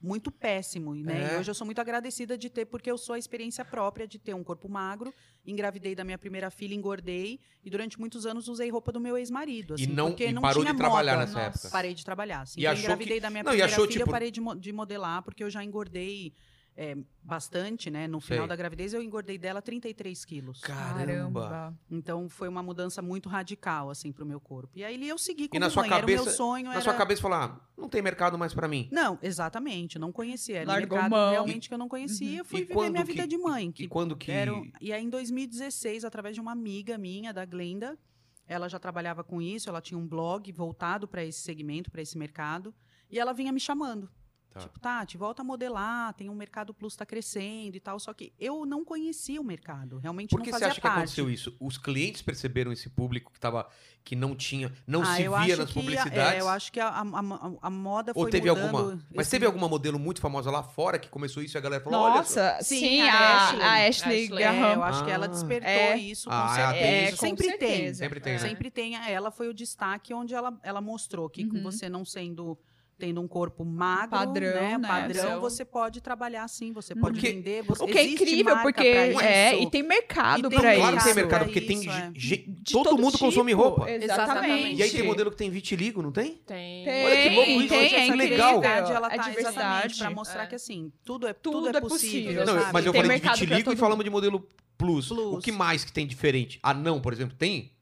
C: muito péssimo, né?
A: É.
C: E hoje eu sou muito agradecida de ter, porque eu sou a experiência própria de ter um corpo magro, engravidei da minha primeira filha, engordei e durante muitos anos usei roupa do meu ex-marido, assim,
A: e não,
C: porque
A: e
C: não
A: parou
C: tinha
A: de trabalhar
C: moda.
A: nessa época.
C: Parei de trabalhar. Assim.
A: E
C: Então,
A: achou
C: engravidei da minha
A: Não, e
C: primeira
A: achou,
C: filha,
A: tipo-
C: eu parei de, mo- de modelar, porque eu já engordei é, bastante, né? No final
A: Sei.
C: da gravidez, eu engordei dela 33 quilos.
A: Caramba.
C: Então foi uma mudança muito radical, assim, pro meu corpo. E aí eu segui como
A: na sua
C: mãe. era o meu
A: cabeça-
C: sonho.
A: Na
C: era...
A: sua cabeça falar, ah, não tem mercado mais pra mim.
C: Não, exatamente, não conhecia. Era um
D: Largou
C: mercado
D: mão.
C: realmente que eu não conhecia. Eu
A: Uhum.
C: Fui
A: E
C: viver
A: quando
C: minha
A: que-
C: vida de mãe.
A: E
C: Que
A: quando que.
C: era um- E aí em 2016, através de uma amiga minha, da Glenda, ela já trabalhava com isso, ela tinha um blog voltado para esse segmento, para esse mercado, e ela vinha me chamando.
A: Tá.
C: Tipo, Tati, volta a modelar, tem um mercado plus tá crescendo e tal, só que eu não conhecia o mercado, realmente
A: Por que
C: não
A: você
C: fazia
A: acha que
C: parte.
A: aconteceu isso? Os clientes perceberam esse público que tava, que não tinha, não
C: Ah,
A: Então se
C: eu
A: via
C: acho
A: nas
C: que a-
A: publicidades?
C: é, eu acho que a, a- a- a moda
A: Ou
C: foi
A: teve
C: mudando.
A: alguma? Mas
C: esse-
A: teve alguma modelo muito famosa lá fora que começou isso e a galera falou: olha. só.
D: Nossa,
C: Sim,
D: sim,
C: a
D: a,
C: Ashley.
D: a Ashley,
E: Ashley,
C: É,
D: Graham.
C: eu acho que
A: Ah.
C: ela despertou
D: É.
C: isso, com
A: Ah,
C: certeza.
A: tem
D: É,
A: isso.
C: sempre
D: com certeza.
A: Sempre tem,
D: É.
A: né?
C: Sempre tem. a- Ela foi o destaque onde ela, ela mostrou que com
D: Uhum.
C: você não sendo tendo um corpo magro,
D: Padrão,
C: né,
D: né?
C: padrão,
D: Então-
C: você pode trabalhar sim, você
D: Uhum.
C: pode
A: Porque-
C: vender, você
D: O que é
C: existe
D: incrível,
C: marca
D: porque
C: pra isso.
D: é, e tem mercado
C: E tem
A: Não,
D: pra
A: claro que tem
D: isso.
A: mercado, porque
C: Pra
A: tem
C: isso, é.
A: ge-
D: De
A: todo, mundo
D: tipo.
A: consome roupa.
E: Exatamente.
D: Exatamente.
A: E aí tem modelo que tem vitiligo, não tem?
E: Tem.
D: Tem,
A: Olha que louco isso,
D: tem,
A: olha que
D: é incrível.
A: legal.
C: Verdade, ela
D: É
C: tá exatamente
D: diversidade.
C: para mostrar que assim, tudo é tudo,
D: Tudo
C: é
D: é
C: possível,
D: possível,
A: Não,
C: sabe?
A: mas eu
D: Tem
A: falei de
D: mercado pra
A: vitiligo e
D: todo
A: falamos de modelo plus. O
C: Plus.
A: que mais que tem diferente? Anão, por exemplo, tem?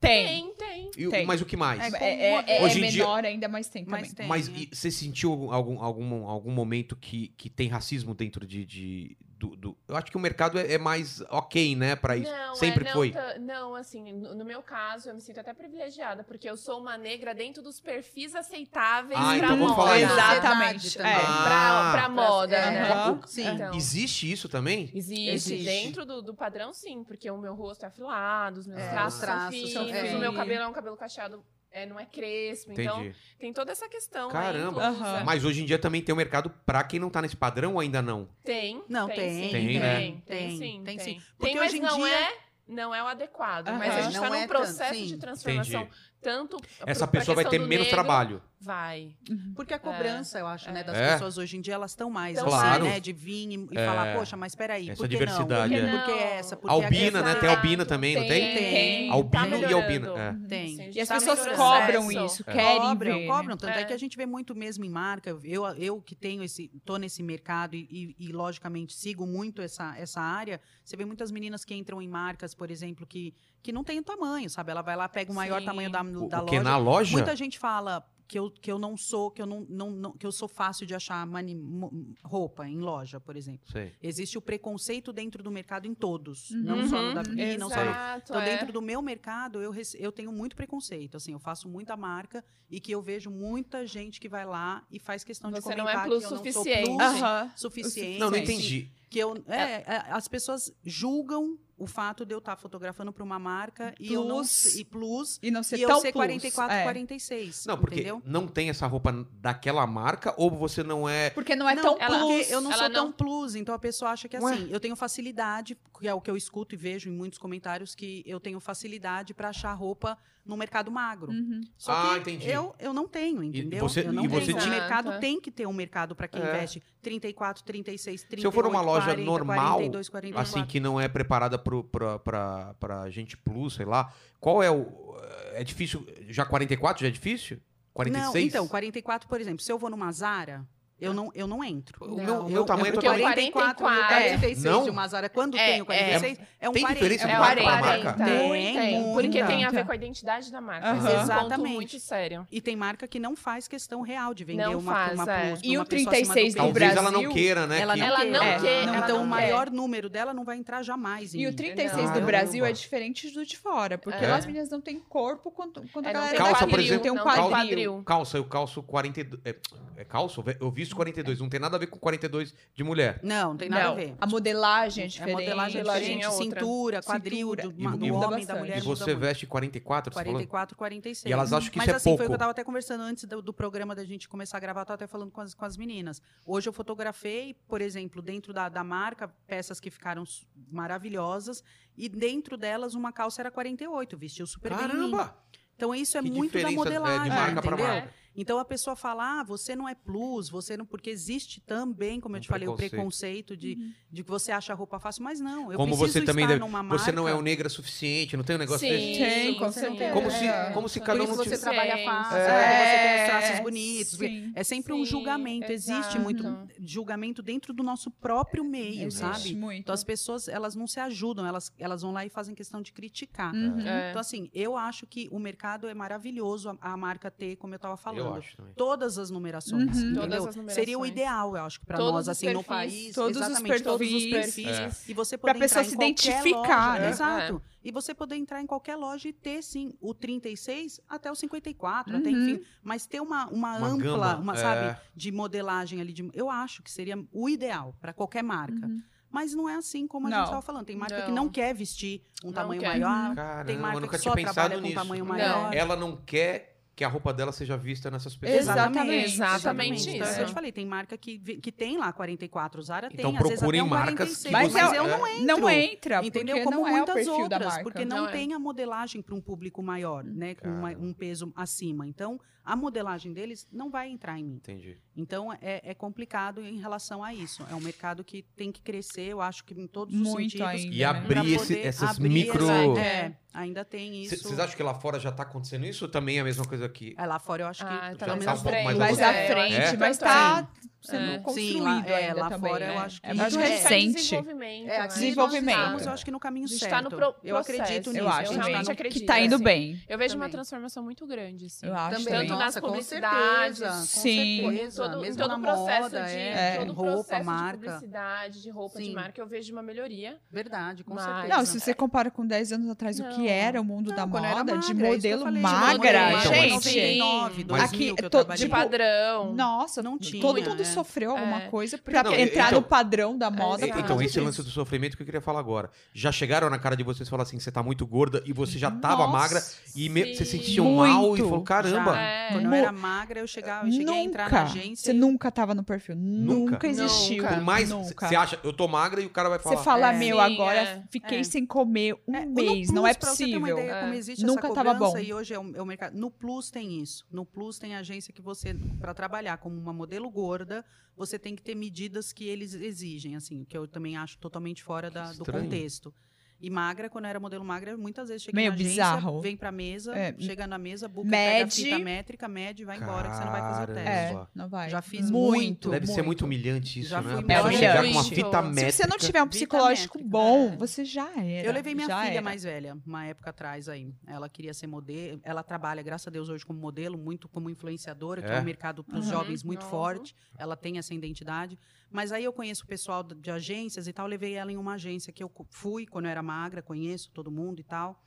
D: Tem.
E: Tem, tem.
A: E o-
D: Tem.
A: Mas o que mais?
D: É, é- é
A: Hoje em dia-
D: menor ainda, mas tem também.
C: Mas tem.
A: Mas
C: né?
A: e você sentiu algum, algum, algum, algum momento que, que tem racismo dentro de. de- do, do- Eu acho que o mercado é, é mais ok, né, pra isso.
E: Não,
A: Sempre
E: é, não,
A: foi.
E: tá- Não, assim, no, no meu caso, eu me sinto até privilegiada, porque eu sou uma negra dentro dos perfis aceitáveis
A: Ah,
E: pra
A: então vamos
E: moda.
A: falar isso.
D: Exatamente,
C: Também.
D: é.
A: Ah.
E: pra, pra moda,
D: É.
E: né?
D: Aham.
C: Sim.
E: Então,
A: Existe isso também?
E: Existe.
C: Existe.
E: Dentro do, do padrão, sim, porque o meu rosto é afilado, os meus
C: É,
E: traços,
C: os
E: são
C: traços
E: finos,
C: são
E: o meu
D: finos.
E: cabelo é um cabelo cacheado, é, não é crespo. Então, é.
A: Entendi.
E: tem toda essa questão.
A: Caramba.
E: Aí, inclusa.
D: Aham.
A: Mas hoje em dia também tem o mercado pra quem não tá nesse padrão ou ainda não.
E: Tem.
C: Não,
E: sim,
C: tem,
A: tem,
E: tem,
A: né?
E: tem,
C: tem,
E: sim.
C: tem
E: Tem,
C: sim.
E: tem,
C: Porque
E: mas
C: hoje em
E: não
C: dia-
E: é. Não é o adequado, mas
D: Aham.
E: a gente
C: Não
E: tá num
C: é tanto,
E: processo
C: sim.
E: de
A: Entendi.
E: transformação. Tanto
A: Essa
E: pro- pra
A: pessoa vai
E: questão
A: ter
E: do
A: menos
E: negro,
A: trabalho.
E: Vai.
C: Porque
D: É,
C: a cobrança, eu acho, né, das
A: É.
C: pessoas hoje em dia, elas estão mais
E: Tão
C: assim,
A: Claro. É.
C: né, de vir e, e falar, poxa, mas peraí,
A: Essa
C: por que
A: diversidade,
C: não?
E: é.
C: Por que essa? Por que
A: albina, né?
C: aquela?
A: Tem albina também, não tem?
C: Tem.
A: Albino
E: tá
A: e albina,
E: melhorando.
A: é.
C: Tem.
E: Sim,
D: Uhum. E as
E: tá
D: pessoas
E: melhorando.
D: cobram
E: Processo.
D: isso, querem
C: É. cobram,
D: ver, né?
C: cobram. Tanto é.
E: É.
C: que a gente vê muito mesmo em marca. Eu, eu que tenho esse, tô nesse mercado e, e- e, logicamente sigo muito essa, essa área. Você vê muitas meninas que entram em marcas, por exemplo, que, que não tem o tamanho, sabe? Ela vai lá, pega o maior
D: Sim.
C: tamanho da,
A: O,
C: da
A: o que né?
C: loja.
A: na loja?
C: Muita gente fala que eu, que eu não sou, que eu não, não, não- que eu sou fácil de achar mani- mo- roupa em loja, por exemplo.
A: Sei.
C: Existe o preconceito dentro do mercado em todos, não
E: Uhum,
C: só no da Bibi, não só no
E: Exato,
C: então,
E: é.
C: dentro do meu mercado, eu, rece- eu tenho muito preconceito. Assim, eu faço muita marca e que eu vejo muita gente que vai lá e faz questão de
E: Você
C: comentar
E: não é plus
C: que eu não
E: suficiente.
C: sou plus
D: Aham.
C: suficiente.
A: Não, não
E: Sim.
A: entendi.
C: Que eu, é, é, as pessoas julgam o fato de eu estar fotografando para uma marca e eu não
B: Plus.
C: se- e plus
B: E não ser
C: e eu
E: tá
B: tão
C: ser
B: plus.
C: 44,
B: É.
C: 46,
A: Não, porque
C: entendeu?
A: não tem essa roupa daquela marca ou você não é.
D: Porque não é
C: não,
D: tão
C: porque
D: plus.
C: eu não
E: Ela
C: sou
E: não-
C: tão plus, então a pessoa acha que
A: Ué.
C: assim, eu tenho facilidade, que é o que eu escuto e vejo em muitos comentários, que eu tenho facilidade para achar roupa no mercado magro.
D: Uhum.
C: Só
A: Ah,
C: que
A: entendi.
C: Eu, eu não tenho, entendeu?
A: você-
C: eu não
A: e você
C: tenho.
E: tinha-
C: O mercado
E: Exato.
C: tem que ter um mercado para quem
A: É.
C: investe 34, 36, 38,
A: eu for numa loja
C: 40,
A: normal,
C: 42, 44.
A: Assim, que não é preparada pro, pra, pra, pra gente plus, sei lá. Qual é o. É difícil. Já 44 já é difícil? 46?
C: Não, então, 44, por exemplo, se eu vou numa Zara, eu
D: Tá.
C: não, eu não entro.
A: O meu,
E: Não,
A: o meu tamanho é
E: porque eu
A: totalmente.
C: 44,
E: É.
C: 46
A: Não.
C: de uma Zara, quando
E: É,
C: tem o 46, é, um
A: Tem
C: 40.
A: diferença
E: É
A: de
E: o
A: marca pra
E: 40.
A: marca?
E: Tem,
C: Tem,
E: tem. é. Porque
C: muita.
E: tem a ver com a identidade da marca.
D: Aham.
E: Esse é um ponto
C: Exatamente.
E: muito
A: Um
E: sério.
C: E tem marca que não faz questão real de vender
E: Não
C: uma, pra uma
E: faz, é.
C: plus, pra
D: E
C: uma
D: o
C: pessoa acima
D: 36
C: do
D: do
C: peso.
A: Talvez ela não
D: Brasil,
A: queira, né?
C: Ela
A: que-
C: não
E: Ela
C: quer.
E: não
A: É.
E: quer, ela
C: então
E: não
C: o
E: quer.
C: maior número dela não vai entrar jamais. em
D: E o
C: mim.
D: 36 do
A: Caramba.
D: Brasil é diferente do de fora, porque
A: É.
D: lá as meninas não têm corpo quanto, quanto
E: É,
D: a
E: não
D: galera
E: tem
A: Calça,
D: daqui.
A: por
E: quadril,
A: exemplo,
D: tem um
E: não
D: quadril.
A: Calça, eu calço 42. É, é calça? Eu visto 42. Não tem nada a ver com 42 de mulher.
C: Não, não tem nada a
D: Não,
C: ver.
D: A modelagem é diferente.
C: É modelagem
E: modelagem
C: diferente,
E: é outra.
C: cintura, quadril,
D: Cintura.
C: de uma-
A: E
C: do
A: muda
C: homem, da
D: bastante.
C: mulher.
A: E
C: muda
A: você
C: muito.
A: veste 44, você falou?
C: 44, 46.
A: E elas acham que
C: Mas
A: isso é
C: assim, foi o que
A: pouco.
C: eu tava até conversando antes do, do programa da gente começar a gravar, eu tava até falando com as, com as meninas. Hoje eu fotografei, por exemplo, dentro da, da marca, peças que ficaram su- maravilhosas, e dentro delas uma calça era 48, vestiu super é bem. em mim.
A: Caramba!
C: Então isso é
A: que
C: muito da
A: diferença é,
C: modelagem,
A: de marca pra
C: entendeu?
A: marca.
C: Então a pessoa fala, ah, você não é plus, você não. Porque existe também, como eu
A: Um
C: te falei, o
A: preconceito.
C: preconceito de, de que você acha a roupa fácil, mas não. Eu
A: Como
C: preciso
A: você também
C: estar
A: deve-
C: numa
A: Você não é
C: marca-
A: um negra suficiente, não tem um negócio desse?
D: Tem, com
E: sim,
D: certeza.
A: Como
E: é.
A: se, como se cada
C: Por
A: um
C: isso você
A: tivesse.
C: trabalha
E: Sim.
C: fácil,
A: É.
C: né? você tem os traços bonitos.
D: Sim.
C: É sempre
E: Sim,
C: um julgamento. Existe
E: exato.
C: muito julgamento dentro do nosso próprio meio,
D: Existe
C: sabe?
D: muito.
C: Então as pessoas, elas não se ajudam, elas, elas vão lá e fazem questão de criticar.
D: Uhum.
E: É.
C: Então assim, eu acho que o mercado é maravilhoso a, a marca ter, como eu estava falando.
A: Eu acho também.
C: Todas as numerações,
D: Uhum.
C: entendeu?
E: Todas as
C: Seria o
E: numerações.
C: ideal, eu acho, para
E: Todos
C: nós
E: os
C: assim no
E: perfis,
C: país,
D: todos os
C: exatamente, todos os
D: perfis.
C: perfis.
A: É.
C: E você
D: Pra
C: poder
D: pessoa
C: entrar
D: se
C: em qualquer
D: identificar,
C: loja,
D: né?
C: Exato. E você poder entrar em qualquer loja e ter, sim, o 36 até o 54, até
D: Uhum.
C: enfim. Mas ter uma, uma,
A: Uma
C: ampla,
A: gama,
C: uma,
A: é.
C: sabe, de modelagem ali. De, eu acho que seria o ideal para qualquer
E: É.
C: marca.
D: Uhum.
C: Mas não é assim como a
D: Não.
C: gente estava falando. Tem marca que
E: Não.
C: não quer vestir um
E: Não
C: tamanho
E: quer.
D: Uhum.
C: maior. tem
A: Caramba, eu
C: marca
A: nunca
C: que
A: tinha
C: só
A: pensado
C: trabalha com
A: nisso.
C: tamanho
E: Não.
C: maior.
A: Ela não quer que a roupa dela seja vista nessas pessoas.
D: Exato. Exatamente,
E: exatamente
C: Então, é o
E: isso.
C: que eu te falei, tem marca que, ve- que tem lá 44, Zara
A: Então
C: tem, às vezes até
A: procurem
C: um
A: marcas
C: 46,
A: que
C: mas,
A: você-
C: eu, eu
A: é.
C: não entro.
D: Não entra,
C: Entendeu?
D: porque
C: Como
D: não é o
C: muitas
D: perfil da
C: outras,
D: marca.
C: porque
E: Não
C: não
E: é.
C: tem a modelagem para um público maior, né? Com uma-
A: Caramba.
C: um peso acima. Então, a modelagem deles não vai entrar em mim.
A: Entendi.
C: Então, é, é complicado em relação a isso. É um mercado que tem que crescer, eu acho que em todos os
D: Muito
C: sentidos.
D: ainda.
A: E
D: né?
A: abrir-
C: pra
A: esse-
C: poder
A: essas
C: abrir
A: micro-
C: essa- é, ainda tem isso.
A: Vocês acham que lá fora já tá acontecendo isso ou também é a mesma coisa aqui?
C: É, lá fora eu acho que
E: Ah,
A: tá
C: pelo
A: mais à
C: menos
A: frente.
C: tem.
A: Mais
D: Mais
A: à
D: à
A: É,
D: frente,
A: acho que
D: mas
E: tá entrando.
D: tá sendo
E: É.
D: construído
C: Sim, lá-
D: ainda
C: é, lá
D: também,
C: fora eu
D: né?
C: acho que
D: É muito
C: isso é-
D: recente.
E: Desenvolvimento,
C: É,
E: né?
C: aqui
D: Desenvolvimento.
C: Nós estamos, eu acho que no caminho
E: A gente
C: certo.
E: tá no pro-
C: eu acredito
E: processo,
C: nisso.
D: Eu acho
C: a gente tá
E: realmente
C: no-
E: acredito.
D: que tá indo
E: assim.
D: bem.
E: Eu vejo uma
C: Também.
E: transformação muito grande, assim.
D: Eu acho
C: Também,
E: Tanto
D: também.
E: nas
C: nossa, com
E: publicidades,
C: certeza, com
D: sim.
C: certeza,
E: Em todo, em
C: mesmo
E: todo
C: na
E: o processo
C: moda,
E: de,
C: é,
E: todo o
C: roupa,
E: processo
C: marca.
E: de publicidade, de roupa, de
C: Sim.
E: marca, eu vejo uma melhoria.
C: Verdade, com
E: Mas-
C: certeza.
D: Não, se você compara com 10 anos atrás o
E: Não.
D: que era o mundo
C: Não,
D: da
C: quando eu era
D: moda, de
C: magra, é isso que eu
D: modelo
C: falei, de
D: magra,
A: modelo magra,
D: gente.
C: 99,
A: Mas-
C: 2000
D: Aqui,
C: que
D: tô-
C: eu trabalhei.
E: De
D: Tipo,
E: padrão.
D: Nossa,
C: Não
D: todo
C: tinha,
D: mundo
C: né?
D: sofreu alguma
E: É.
D: coisa pra
A: Não,
D: entrar
A: então-
D: no padrão da moda.
A: É,
E: Exato.
D: por
A: então,
D: causa
A: esse
D: disso.
A: lance do sofrimento que eu queria falar agora. Já chegaram na cara de vocês e falaram assim: você tá muito gorda e você já tava
D: Nossa,
A: magra e me- você
E: sim.
A: sentiu mal e
D: Muito.
A: falou: caramba,
C: Já,
E: É.
C: Quando eu
D: Mo-
C: era magra, eu chegava, eu cheguei a entrar na
D: Nunca.
C: agência.
D: Você nunca tava no perfil.
A: Nunca.
D: Nunca,
A: Nunca.
D: existiu.
A: por mais.
D: Nunca.
A: Você acha, eu tô magra e o cara vai
D: Você
A: falar.
D: fala,
C: É.
D: meu,
E: Sim,
D: agora
E: é.
D: fiquei
C: É.
D: sem comer um
C: É, o no
D: mês. não
C: Plus,
D: é
C: pra você ter uma
D: possível.
C: ideia como
E: É.
C: existe
D: Nunca
C: essa
D: tava
C: cobrança
D: bom.
C: e hoje é o, é o mercado. No Plus tem isso. No Plus tem agência que você, para trabalhar como uma modelo gorda, você tem que ter medidas que eles exigem, assim, que eu também acho totalmente fora da- do
A: estranho.
C: contexto. E magra, quando eu era modelo magra, muitas vezes chega
D: Meio
C: na agência,
D: bizarro.
C: vem pra mesa,
D: É.
C: chega na mesa, buca, pega a
D: Mede.
C: fita métrica, mede e vai embora, que você não vai fazer o
A: Caramba.
C: teste.
D: É,
A: Caramba.
D: não vai.
C: Já fiz muito.
A: Deve ser muito humilhante isso,
C: Já
A: né?
C: fui
A: A
C: muito
A: pessoa chegar com uma
E: humilhante.
A: fita
B: Se
A: métrica.
B: você não tiver um
C: Fita
B: psicológico
C: métrica,
B: bom,
C: é.
B: você já era.
C: Eu levei minha
B: já
C: filha
B: era.
C: mais velha, uma época atrás aí. Ela queria ser modelo. Ela trabalha, graças a Deus, hoje como modelo, muito como influenciadora, que é
A: É?
C: um mercado para os
E: Uhum.
C: jovens muito
E: Novo.
C: forte. Ela tem essa identidade. Mas aí eu conheço o pessoal d- de agências e tal. eu Levei ela em uma agência que eu co- fui quando eu era magra, conheço todo mundo e tal.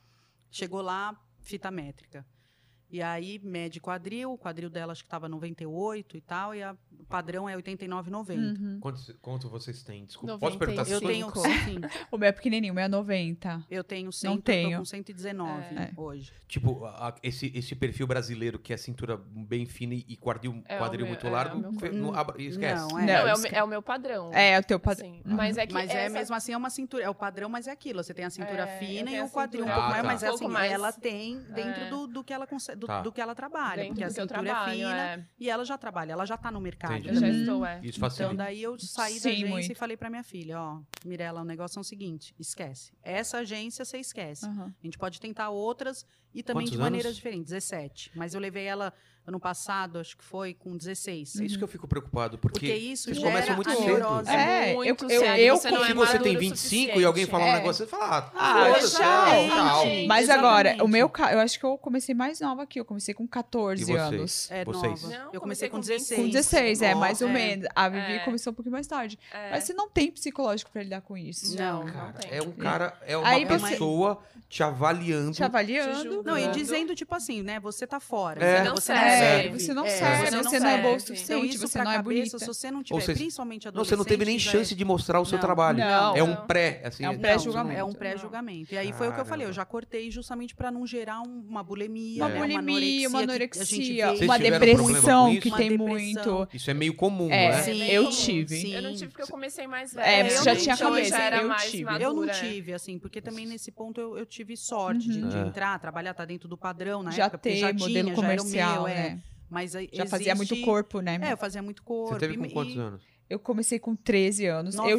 C: Chegou lá, fita métrica. E aí, mede quadril, o quadril dela acho que estava 98 e tal, e a- o padrão é 89,90.
B: Uhum.
A: Quantos- Quanto, vocês têm? Desculpa. Posso
B: Hum.
A: perguntar se
C: Eu
E: Cinco.
C: tenho, sim,
B: O meu é pequenininho, o meu é 90.
C: eu tenho 100, eu tô
B: tenho.
C: com 119
B: É.
C: hoje.
A: Tipo, a- a- esse, esse perfil brasileiro que é cintura bem fina e quadril,
E: É o
A: quadril
E: meu-
A: muito
E: é o
A: largo,
E: meu
A: fe-
C: quadril.
A: não abra- esquece.
C: Não,
A: Não,
C: é.
E: Não, é o,
B: esque-
E: é o meu padrão.
B: É, o teu padrão.
E: Assim, mas é que
C: Mas é
E: essa-
C: mesmo assim é uma cintura, é o padrão, mas é aquilo. Você tem a cintura
E: É, eu
C: fina e
E: tenho a
C: o quadril um
A: cintura
C: pouco
A: um
C: maior,
A: pouco
C: mas é assim,
E: mais-
C: ela tem dentro
E: É.
C: do, do que ela consegue, do,
A: Tá.
C: do que ela trabalha,
E: dentro
C: porque a
E: do que eu
C: cintura
E: trabalho,
C: é fina
E: é.
C: e ela já trabalha, ela já tá no mercado.
A: Entendi.
E: Eu já
C: também.
B: Uhum.
E: estou, é.
A: Isso
C: Então
A: facilita.
C: daí eu saí da
B: Sim,
C: agência
B: muito.
C: e falei pra minha filha, ó, Mirella, o negócio é o seguinte, esquece. Essa agência você esquece.
E: Ah.
B: Aham.
C: A gente pode tentar outras e também
A: Quantos
C: de maneiras
A: anos?
C: diferentes, 17. Mas eu levei ela ano passado, acho que foi com 16.
A: É isso que eu fico preocupado, porque,
C: Porque isso
A: vocês
C: gera
A: começam muito
C: a
A: cedo.
C: neurose.
B: É,
E: muito
B: eu- eu-
E: sério,
B: eu
E: você não
A: se você
E: é maduro
A: tem
E: o
A: 25
E: suficiente.
A: e alguém fala um
B: É.
A: negócio, você fala, ah,
B: Ah,
A: foda-se,
E: exatamente.
A: tchau, tchau.
E: Gente,
B: Mas agora, o
C: exatamente.
B: meu, ca- eu acho que eu comecei mais nova aqui, eu comecei com 14
A: E vocês?
B: anos.
C: É
A: Vocês?
C: nova.
E: Não,
C: eu comecei
E: comecei
C: com
E: com
C: 16.
E: Sim.
B: Com 16, é, mais ou
C: É.
B: menos. A Vivi
E: É.
B: começou um pouquinho mais tarde.
E: É.
B: Mas você não tem psicológico pra lidar com isso.
C: Não.
A: Cara,
E: tem.
A: é um cara, é uma
B: Aí
C: você-
A: pessoa te avaliando.
B: Te tá avaliando.
C: Não, e
E: Quando-
C: dizendo, tipo assim, né? Você tá fora.
A: É.
C: Você,
E: Não
C: você
E: serve.
B: É, você não
C: É,
B: serve,
E: você
B: você,
E: não
B: não, é boa o
E: serve.
C: Então,
B: suficiente,
C: isso
B: você
C: pra
B: não é
C: cabeça,
B: bonita.
C: se você não
A: Ou
C: tiver,
A: você-
C: principalmente
A: Não,
C: adolescente...
A: você não teve nem
C: já é-
A: chance de mostrar o seu
C: Não.
A: trabalho.
B: Não.
A: É um pré, assim.
B: É um
C: Não,
B: pré-julgamento.
C: É um pré-julgamento. E aí foi o que eu falei, eu já cortei justamente pra não gerar um- uma bulimia,
B: Uma
A: É.
C: né,
B: bulimia,
C: anorexia que a
B: uma anorexia,
C: gente vê.
A: Vocês
B: uma
A: tiveram problema com
B: depressão
A: isso?
B: que
C: Uma
B: tem
C: depressão.
B: muito.
A: Isso é meio comum,
B: É,
A: né?
E: sim.
B: eu
E: Sim.
B: tive.
E: Eu não tive porque eu comecei mais velha.
B: É,
C: você
E: eu
C: já
E: não
C: tinha
E: tive, eu
C: cabeça,
E: já era
B: eu
E: mais
B: tive.
E: madura.
C: Eu não tive, assim, porque também nesse ponto eu, eu tive sorte de, de
A: Uhum. É.
C: entrar, trabalhar, tá dentro do padrão na
B: Já
C: época, porque
B: tem
C: já tinha,
B: modelo
C: já era o
B: comercial,
C: meu, é.
B: né?
C: Mas aí
B: Já fazia muito
C: existe-
B: corpo, né?
C: É, eu fazia muito corpo.
A: Você teve
C: e-
A: com
C: e-
A: quantos anos?
B: Eu comecei com 13 anos.
C: Novinha,
B: eu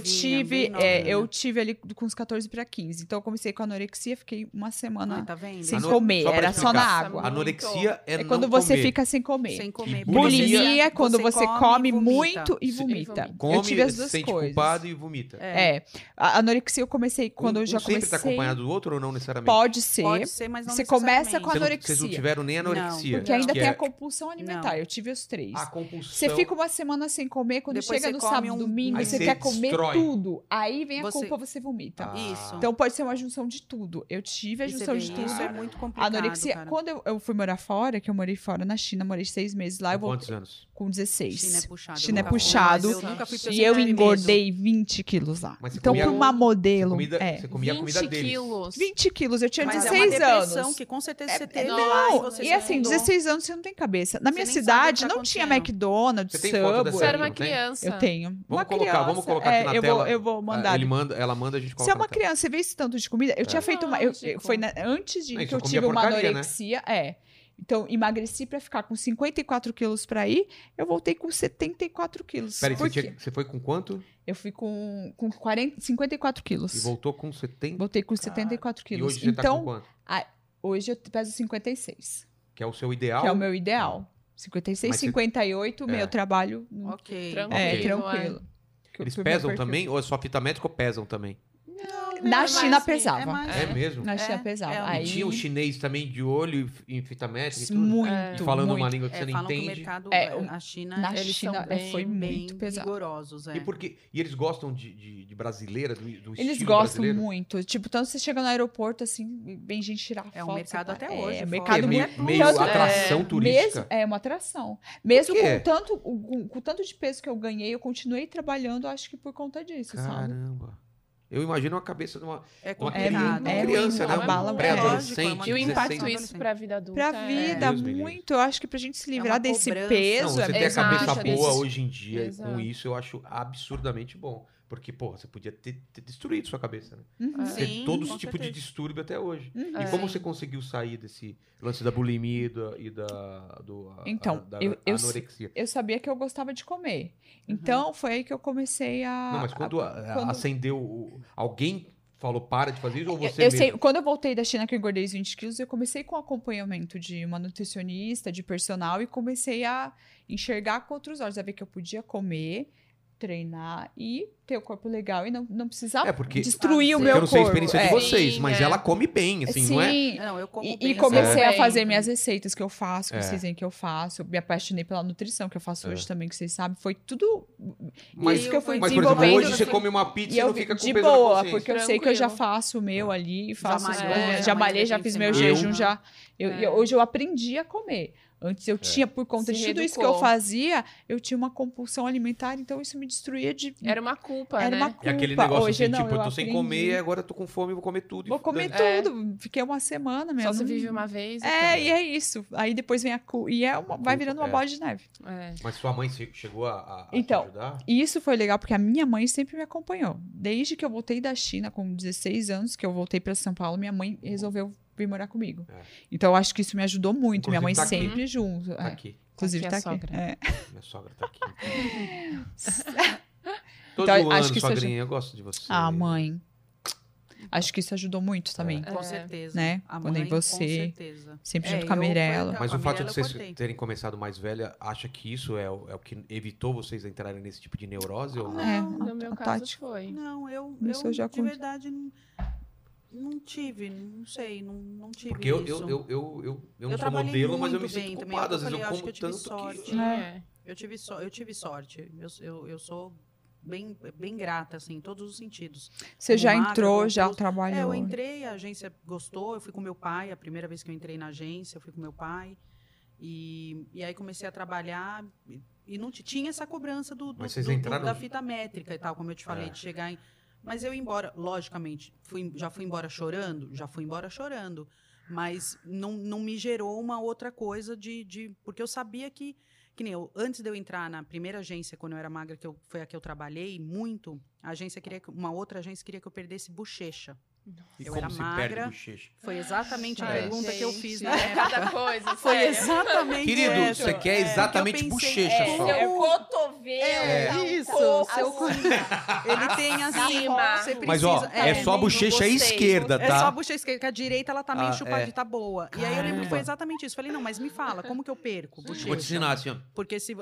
C: bem
B: tive,
C: né?
B: é,
C: novinha.
B: eu tive ali com uns 14 pra 15. Então eu comecei com anorexia, fiquei uma
C: Ai,
B: semana
C: tá vendo?
B: sem
A: Ano-
B: comer,
A: só pra
B: era só na
A: explicar.
B: água.
E: Ano-
A: Anorexia é,
B: É
A: não
B: quando você
A: comer.
B: fica sem comer.
C: Sem
A: Bulimia
C: comer. porque você-
B: Bulimia é quando você, come,
C: e vomita.
B: muito e
A: Se-
B: vomita.
A: Come,
B: eu tive as
A: se
B: duas
A: sente
B: coisas.
A: culpado e vomita.
B: É. A anorexia eu comecei quando
A: um,
B: eu já
A: um sempre
B: comecei.
A: tá acompanhado do outro ou não necessariamente?
B: Pode ser.
C: Pode ser, mas não
B: Você começa
C: necessariamente.
B: com
A: Vocês não-
B: anorexia.
A: Vocês não tiveram nem anorexia.
C: Não,
B: Porque ainda
A: que
B: tem
A: é
B: a compulsão alimentar. Eu tive os três.
A: a compulsão.
B: Você fica uma semana sem comer, quando
C: Depois
B: chega
C: você
B: no
C: come
B: sábado,
C: um-
B: domingo,
A: Aí
B: você
A: você
B: quer comer
A: destrói.
B: tudo. Aí vem a
C: Você-
B: culpa, você vomita.
A: Ah.
C: Isso.
B: Então pode ser uma junção de tudo. Eu tive a
C: E você
B: junção
C: vê,
B: de tudo.
C: Isso é
A: Cara.
C: muito complicado.
B: Anorexia. é
C: cara.
B: Quando eu, eu fui morar fora, que eu morei fora na China, morei seis meses lá, ah, eu
A: Com quantos
B: voltei
A: anos?
B: com 16.
C: China é puxado.
B: China é
C: nunca fui, mas
B: puxado.
C: eu nunca fui porque tá
B: E
C: sempre
B: eu
C: tive medo.
B: engordei 20 quilos lá.
A: Mas você
B: então,
A: comia-
B: pra uma modelo.
A: Comida,
B: é,
A: Você comia a comida
E: 20
A: deles. Ah,
E: quilos.
B: 20 quilos, eu tinha
C: Mas é uma
B: 16
C: depressão
B: anos. É,
C: que com certeza você teve
E: não,
C: lá.
B: Não,
C: você
B: e
C: se
B: assim,
C: mudou.
B: 16 anos você não tem cabeça. Na
C: Você
B: minha
C: nem sabe o
B: cidade
C: que tá
B: não tinha
C: acontecendo.
B: McDonald's,
A: Você tem foto dessa
E: Você era uma
A: Não tem?
E: criança.
B: Eu tenho. uma
A: Vamos colocar,
B: criança.
A: vamos colocar aqui
B: é,
A: na
B: eu
A: tela.
B: Vou, eu vou
A: Ah,
B: mandar.
A: ele manda, ela manda, a gente coloca
B: Se é uma
A: na tela.
B: criança, você vê esse tanto de comida. Eu tinha feito uma. Eu, eu- foi na- antes de
A: É. Não,
B: que
A: isso
B: eu
A: eu comia
B: tive uma
A: porcaria, né?
B: anorexia. É. Então, emagreci pra ficar com 54 quilos pra ir, eu voltei com 74 quilos.
A: Peraí,
B: Por
A: você,
B: quê?
A: tinha- você foi com quanto?
B: Eu fui com, com 40, 54 quilos.
A: E voltou com 70?
B: Voltei com
A: Cara,
B: 74
A: E
B: quilos.
A: hoje você tá com
B: então,
A: quanto?
B: hoje eu peso 56,
A: Que é o seu ideal?
B: que é o meu ideal.
A: Mas
B: 56,
A: você-
B: 58,
A: É.
B: meu trabalho hum,
C: Ok.
E: Tranquilo.
B: é
A: Ok.
B: tranquilo.
A: Eles
B: Pro meu
A: pesam
B: perfil.
A: também? Ou é só fita métrica ou pesam também?
B: Na
E: É
B: China
E: mais-
B: pesava.
C: É mais-
A: É, mesmo?
B: Na
C: É,
B: China
C: é.
B: pesava.
C: E
A: E
B: Aí,
A: tinha um chinês também de olho e f- em fita métrica e tudo?
B: muito,
A: E falando
B: muito.
A: uma língua que
C: É,
A: você não
C: falam que o
A: entende?
C: mercado,
B: É,
C: é,
B: o-
C: a China,
B: na
C: eles
B: China,
C: são
B: é,
C: bem,
B: foi
C: bem
B: muito pesado.
C: rigorosos, é.
A: E, porque, e eles gostam de, de, de brasileira, do, do
B: Eles
A: estilo
B: gostam
A: brasileiro?
B: muito. Tipo, tanto você chega no aeroporto, assim, vem gente tirar foto.
C: É um
B: você
C: mercado
B: tá-
C: até
B: é,
C: hoje,
B: É
C: fora.
B: um
A: Que é
B: mercado
A: meio,
B: muito...
A: meio
B: tanto-
A: atração
E: é,
A: turística.
B: Mesmo, é uma atração. Mesmo
A: quê?
B: com tanto, com, com tanto de peso que eu ganhei, eu continuei trabalhando, acho que por conta disso, sabe?
A: Caramba. Eu imagino a cabeça de uma,
C: É
A: uma
C: complicado.
A: uma
B: é
A: criança,
B: muito,
A: né?
B: abala
A: Um
B: muito. é
A: pré-adolescente.
E: E o impacto
B: assim.
A: 16.
E: isso pra vida adulta.
B: Pra
E: é-
B: vida,
A: Deus me livre.
B: muito. Eu acho que pra gente se
C: É
B: livrar
C: uma
B: desse
C: cobrança.
B: peso.
A: Não,
B: é
A: você
B: muito
A: ter a
E: Exato,
A: cabeça
E: desses-
A: boa hoje em dia com
E: Exato.
A: isso, eu acho absurdamente bom. Porque, pô, você podia ter, ter destruído sua cabeça, né?
B: Uhum.
E: É.
A: Ter
C: Sim,
A: todo
C: com
A: esse tipo de
C: certeza.
A: distúrbio até hoje.
B: Uhum.
A: E
E: É.
A: como você conseguiu sair desse lance da bulimia e da, e da, do, a-
B: Então,
A: a- da
B: eu- eu-
A: anorexia?
B: Eu sabia que eu gostava de
C: Uhum.
B: comer. Então, foi aí que eu comecei a.
A: Não, mas
B: a-
A: quando, a- a-
B: quando-
A: acendeu o- alguém falou para de fazer isso ou você
B: É, eu
A: mesmo?
B: sei, quando eu voltei da China que eu engordei os 20 quilos, eu comecei com acompanhamento de uma nutricionista, de personal, e comecei a enxergar com outros olhos, a ver que eu podia comer, treinar e ter o corpo legal e não, não precisar
A: É, porque-
B: destruir o
A: Porque
B: meu
A: eu não
B: corpo.
A: sei a experiência de
B: É.
A: vocês,
E: Sim,
A: mas
E: é.
A: ela come bem, assim,
B: Sim,
A: não é?
C: Não, eu como
B: E,
C: bem
B: e
C: essa
B: comecei
E: coisa.
B: a fazer minhas receitas que eu faço, que
A: É.
B: vocês veem que eu faço. Eu me apaixonei pela nutrição que eu faço
A: É.
B: hoje também, que vocês sabem. Foi tudo
A: Mas,
B: isso que eu fui
A: mas por exemplo,
B: desenvolvendo.
A: hoje você
E: assim,
A: come uma pizza e,
B: e eu
A: não fica com
B: de
A: peso na
B: boa,
A: consciência. É.
B: porque eu sei que eu já
E: Tranquilo.
B: faço o meu ali, faço
C: malhou,
B: as
E: já
B: coisas, já
C: malhou
B: malhei, já
C: desde
B: fiz
C: a
B: meu
A: semana.
B: jejum, já. eu-
E: É.
B: eu- hoje eu aprendi a comer. Antes
A: É.
B: eu tinha, por conta
E: Se
B: de tudo isso que
E: reeducou.
B: eu fazia, eu tinha uma compulsão alimentar, então isso me destruía de.
E: Era uma culpa,
B: era
E: né?
B: uma culpa.
A: É aquele negócio
B: hoje,
A: assim,
B: não,
A: tipo, eu tô sem
B: aprendi.
A: comer, agora eu tô com fome, vou comer tudo. e
B: Vou comer
A: dane-
E: É.
B: tudo. Fiquei uma semana mesmo.
E: Só se
B: não-
E: vive uma vez. e
B: É, e é isso. Aí depois vem a cu... E é uma-
A: Culpa,
B: vai virando uma
A: é.
B: bola de neve.
E: pronto. É.
A: Mas sua mãe che- chegou a, a- a
B: Então,
A: te ajudar?
B: E isso foi legal porque a minha mãe sempre me acompanhou. Desde que eu voltei da China, com 16 anos, que eu voltei para São Paulo, minha mãe resolveu vir morar comigo.
A: É.
B: Então eu acho que isso me ajudou
A: Inclusive,
B: muito. minha mãe
A: tá aqui.
B: sempre junto.
A: Tá
B: É,
A: aqui.
B: Inclusive
E: Aqui é
B: tá
E: a
B: aqui.
E: sogra.
B: É.
A: Minha sogra tá aqui. Tô
B: Então,
A: zoando,
B: acho que isso
A: sogrinha, eu gosto de você.
B: Ah, mãe. Acho que isso ajudou muito também.
C: Com
E: É.
C: certeza.
B: Né?
C: A
B: Quando é
C: mãe,
B: você,
C: Com certeza.
B: Sempre
C: É,
B: junto com a
C: eu-
B: Mirella.
A: Mas
C: Com
A: o
C: a
A: fato
C: Mirella
A: de
C: eu
A: vocês
C: cortei.
A: terem começado mais velha, acha que isso é, o é o que evitou vocês a entrarem nesse tipo de neurose? Ou não?
B: É,
E: No meu
B: a
E: caso
B: Tati.
E: foi.
C: Não, eu,
B: Não sei,
C: eu
B: já
C: de
B: conti-
C: verdade não, não tive, não sei, não, não tive
A: Porque eu,
C: isso.
A: eu, eu, eu, eu, eu não
C: Eu
A: sou
C: trabalhei
A: modelo, mas eu me
C: muito bem
A: sinto
C: também,
A: culpado.
C: eu
A: Às vezes eu
C: falei, eu acho
A: como
C: que eu tive
A: tanto
C: sorte.
A: que...
E: É.
C: Eu tive, so- eu tive sorte. Eu, eu, eu sou bem, bem grata, assim, em todos os sentidos.
B: Você já
C: magra,
B: entrou, já
C: gostoso. É,
B: trabalhou.
C: eu entrei, a agência gostou, eu fui com meu pai, a primeira vez que eu entrei na agência, eu fui com meu pai. E, e aí comecei a trabalhar e, e não ti- tinha essa cobrança do, do-
A: Mas vocês
C: do- do-
A: entraram-
C: da fita métrica e tal, como eu te falei,
A: É.
C: de chegar em. Mas eu ia embora, logicamente, fui, já fui embora chorando, já fui embora chorando. Mas não, não me gerou uma outra coisa de, de. Porque eu sabia que. Que nem eu, antes de eu entrar na primeira agência, quando eu era magra, que eu, foi a que eu trabalhei muito, a agência queria que, uma outra agência queria que eu perdesse bochecha.
A: E
C: Eu
A: como
C: era
A: se perde
C: magra.
A: bochecha?
C: Foi exatamente a
E: É.
A: Ai,
C: pergunta que eu fiz na
E: né?
C: época.
E: Cada coisa,
C: Foi
E: sério.
C: exatamente
A: Querido,
C: essa.
A: você quer
C: É,
A: exatamente
C: porque eu pensei,
A: bochecha
E: É,
A: só.
E: seu cotovelo.
A: É.
E: tá um
C: Isso,
E: pouco
C: seu co-
E: acima.
C: Ele tem assim,
E: Acima.
C: você precisa...
A: Mas ó, é, só a
E: não
A: bochecha
E: gostei.
A: esquerda, tá?
C: É só a bochecha esquerda, que a direita ela tá meio
A: Ah,
C: chupada
A: é.
C: e tá boa. E aí eu lembro
A: Caramba.
C: que foi exatamente isso. Falei, não, mas me fala, como que eu perco bochecha?
A: Vou te ensinar assim, ó.
C: Porque se...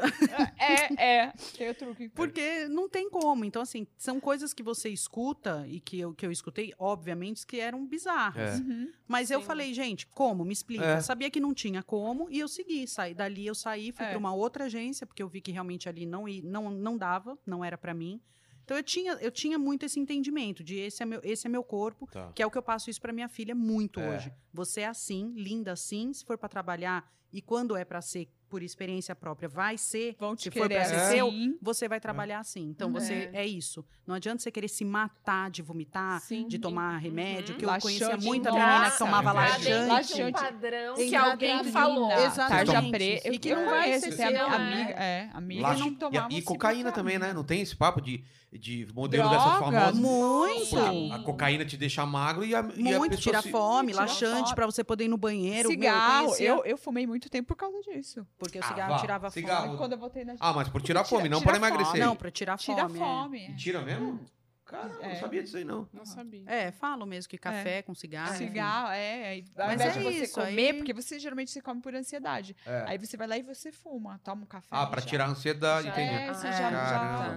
B: É, é. Tem o truque.
C: Porque não tem como. Então, assim, são coisas que você escuta e que eu, que eu escutei, obviamente, que eram bizarras.
A: É.
B: Uhum.
C: Mas eu
E: Sim.
C: falei, gente, como? Me explica.
A: É.
C: Sabia que não tinha como e eu segui. Saí dali, eu saí, fui
B: É.
C: para uma outra agência, porque eu vi que realmente ali não, i- não, não dava, não era para mim. Então eu tinha, eu tinha muito esse entendimento de esse é meu, esse é meu corpo,
A: Tá.
C: que é o que eu passo isso para minha filha muito
A: É.
C: hoje. Você é assim, linda assim, se for para trabalhar e quando é para ser por experiência própria, vai ser
B: Vão te
C: Se for
B: querer
C: pra
A: ser
B: assim.
C: você vai trabalhar assim. Então você é isso. Não adianta você querer se matar de vomitar,
E: Sim.
C: de tomar remédio, que eu
B: Uhum. Laxante,
C: conhecia muita
B: nossa.
C: menina que tomava
A: Entrar
E: Tá
A: dentro
C: laxante.
E: dentro de um
B: Laxante.
E: padrão que
C: Entrar
E: alguém
C: dentro
E: falou.
C: de um- Exato.
B: Tarja
C: Exatamente.
B: preta.
C: E que
B: eu
C: não vai
B: conheço,
E: ser
B: tem
E: seu,
B: am-
E: né?
B: amiga, é, amiga
A: Laxo-
B: não assim tomava
A: e, e cocaína também, né? Não tem esse papo de, de modelo dessas
B: Droga,
A: famosas.
C: Muito.
A: Porque a cocaína te deixa magro e a, e a
C: Muito,
A: pessoa
C: tira
A: se-
C: fome,
B: tira
C: laxante
B: fome.
C: pra você poder ir no banheiro. meu, eu
B: Cigarro,
C: conhecia-
B: eu, eu fumei muito tempo por causa disso.
C: Porque o
A: Ah,
C: cigarro
A: vá,
C: tirava
A: cigarro.
C: fome. Ah,
B: Quando eu voltei na
A: Ah, mas por tirar
B: Tira-
A: fome, não
B: tira
A: para emagrecer.
B: fome.
C: Não, pra tirar
B: tira a
C: fome. é.
B: fome.
A: E Tira mesmo? Cara, eu não
B: É.
A: sabia disso aí, não.
E: Não sabia.
C: É, falam mesmo que café com cigarro. enfim.
B: Cigarro, é. aí, Ao
A: Mas
B: invés
A: é
B: de você
C: isso,
B: comer,
C: aí-
B: porque você geralmente você come por ansiedade.
A: É.
B: Aí você vai lá e você fuma, toma um café.
A: Ah, pra
B: já.
A: tirar a ansiedade,
E: Já
A: entendi.
B: É, você
E: Ah,
B: já,
A: caramba.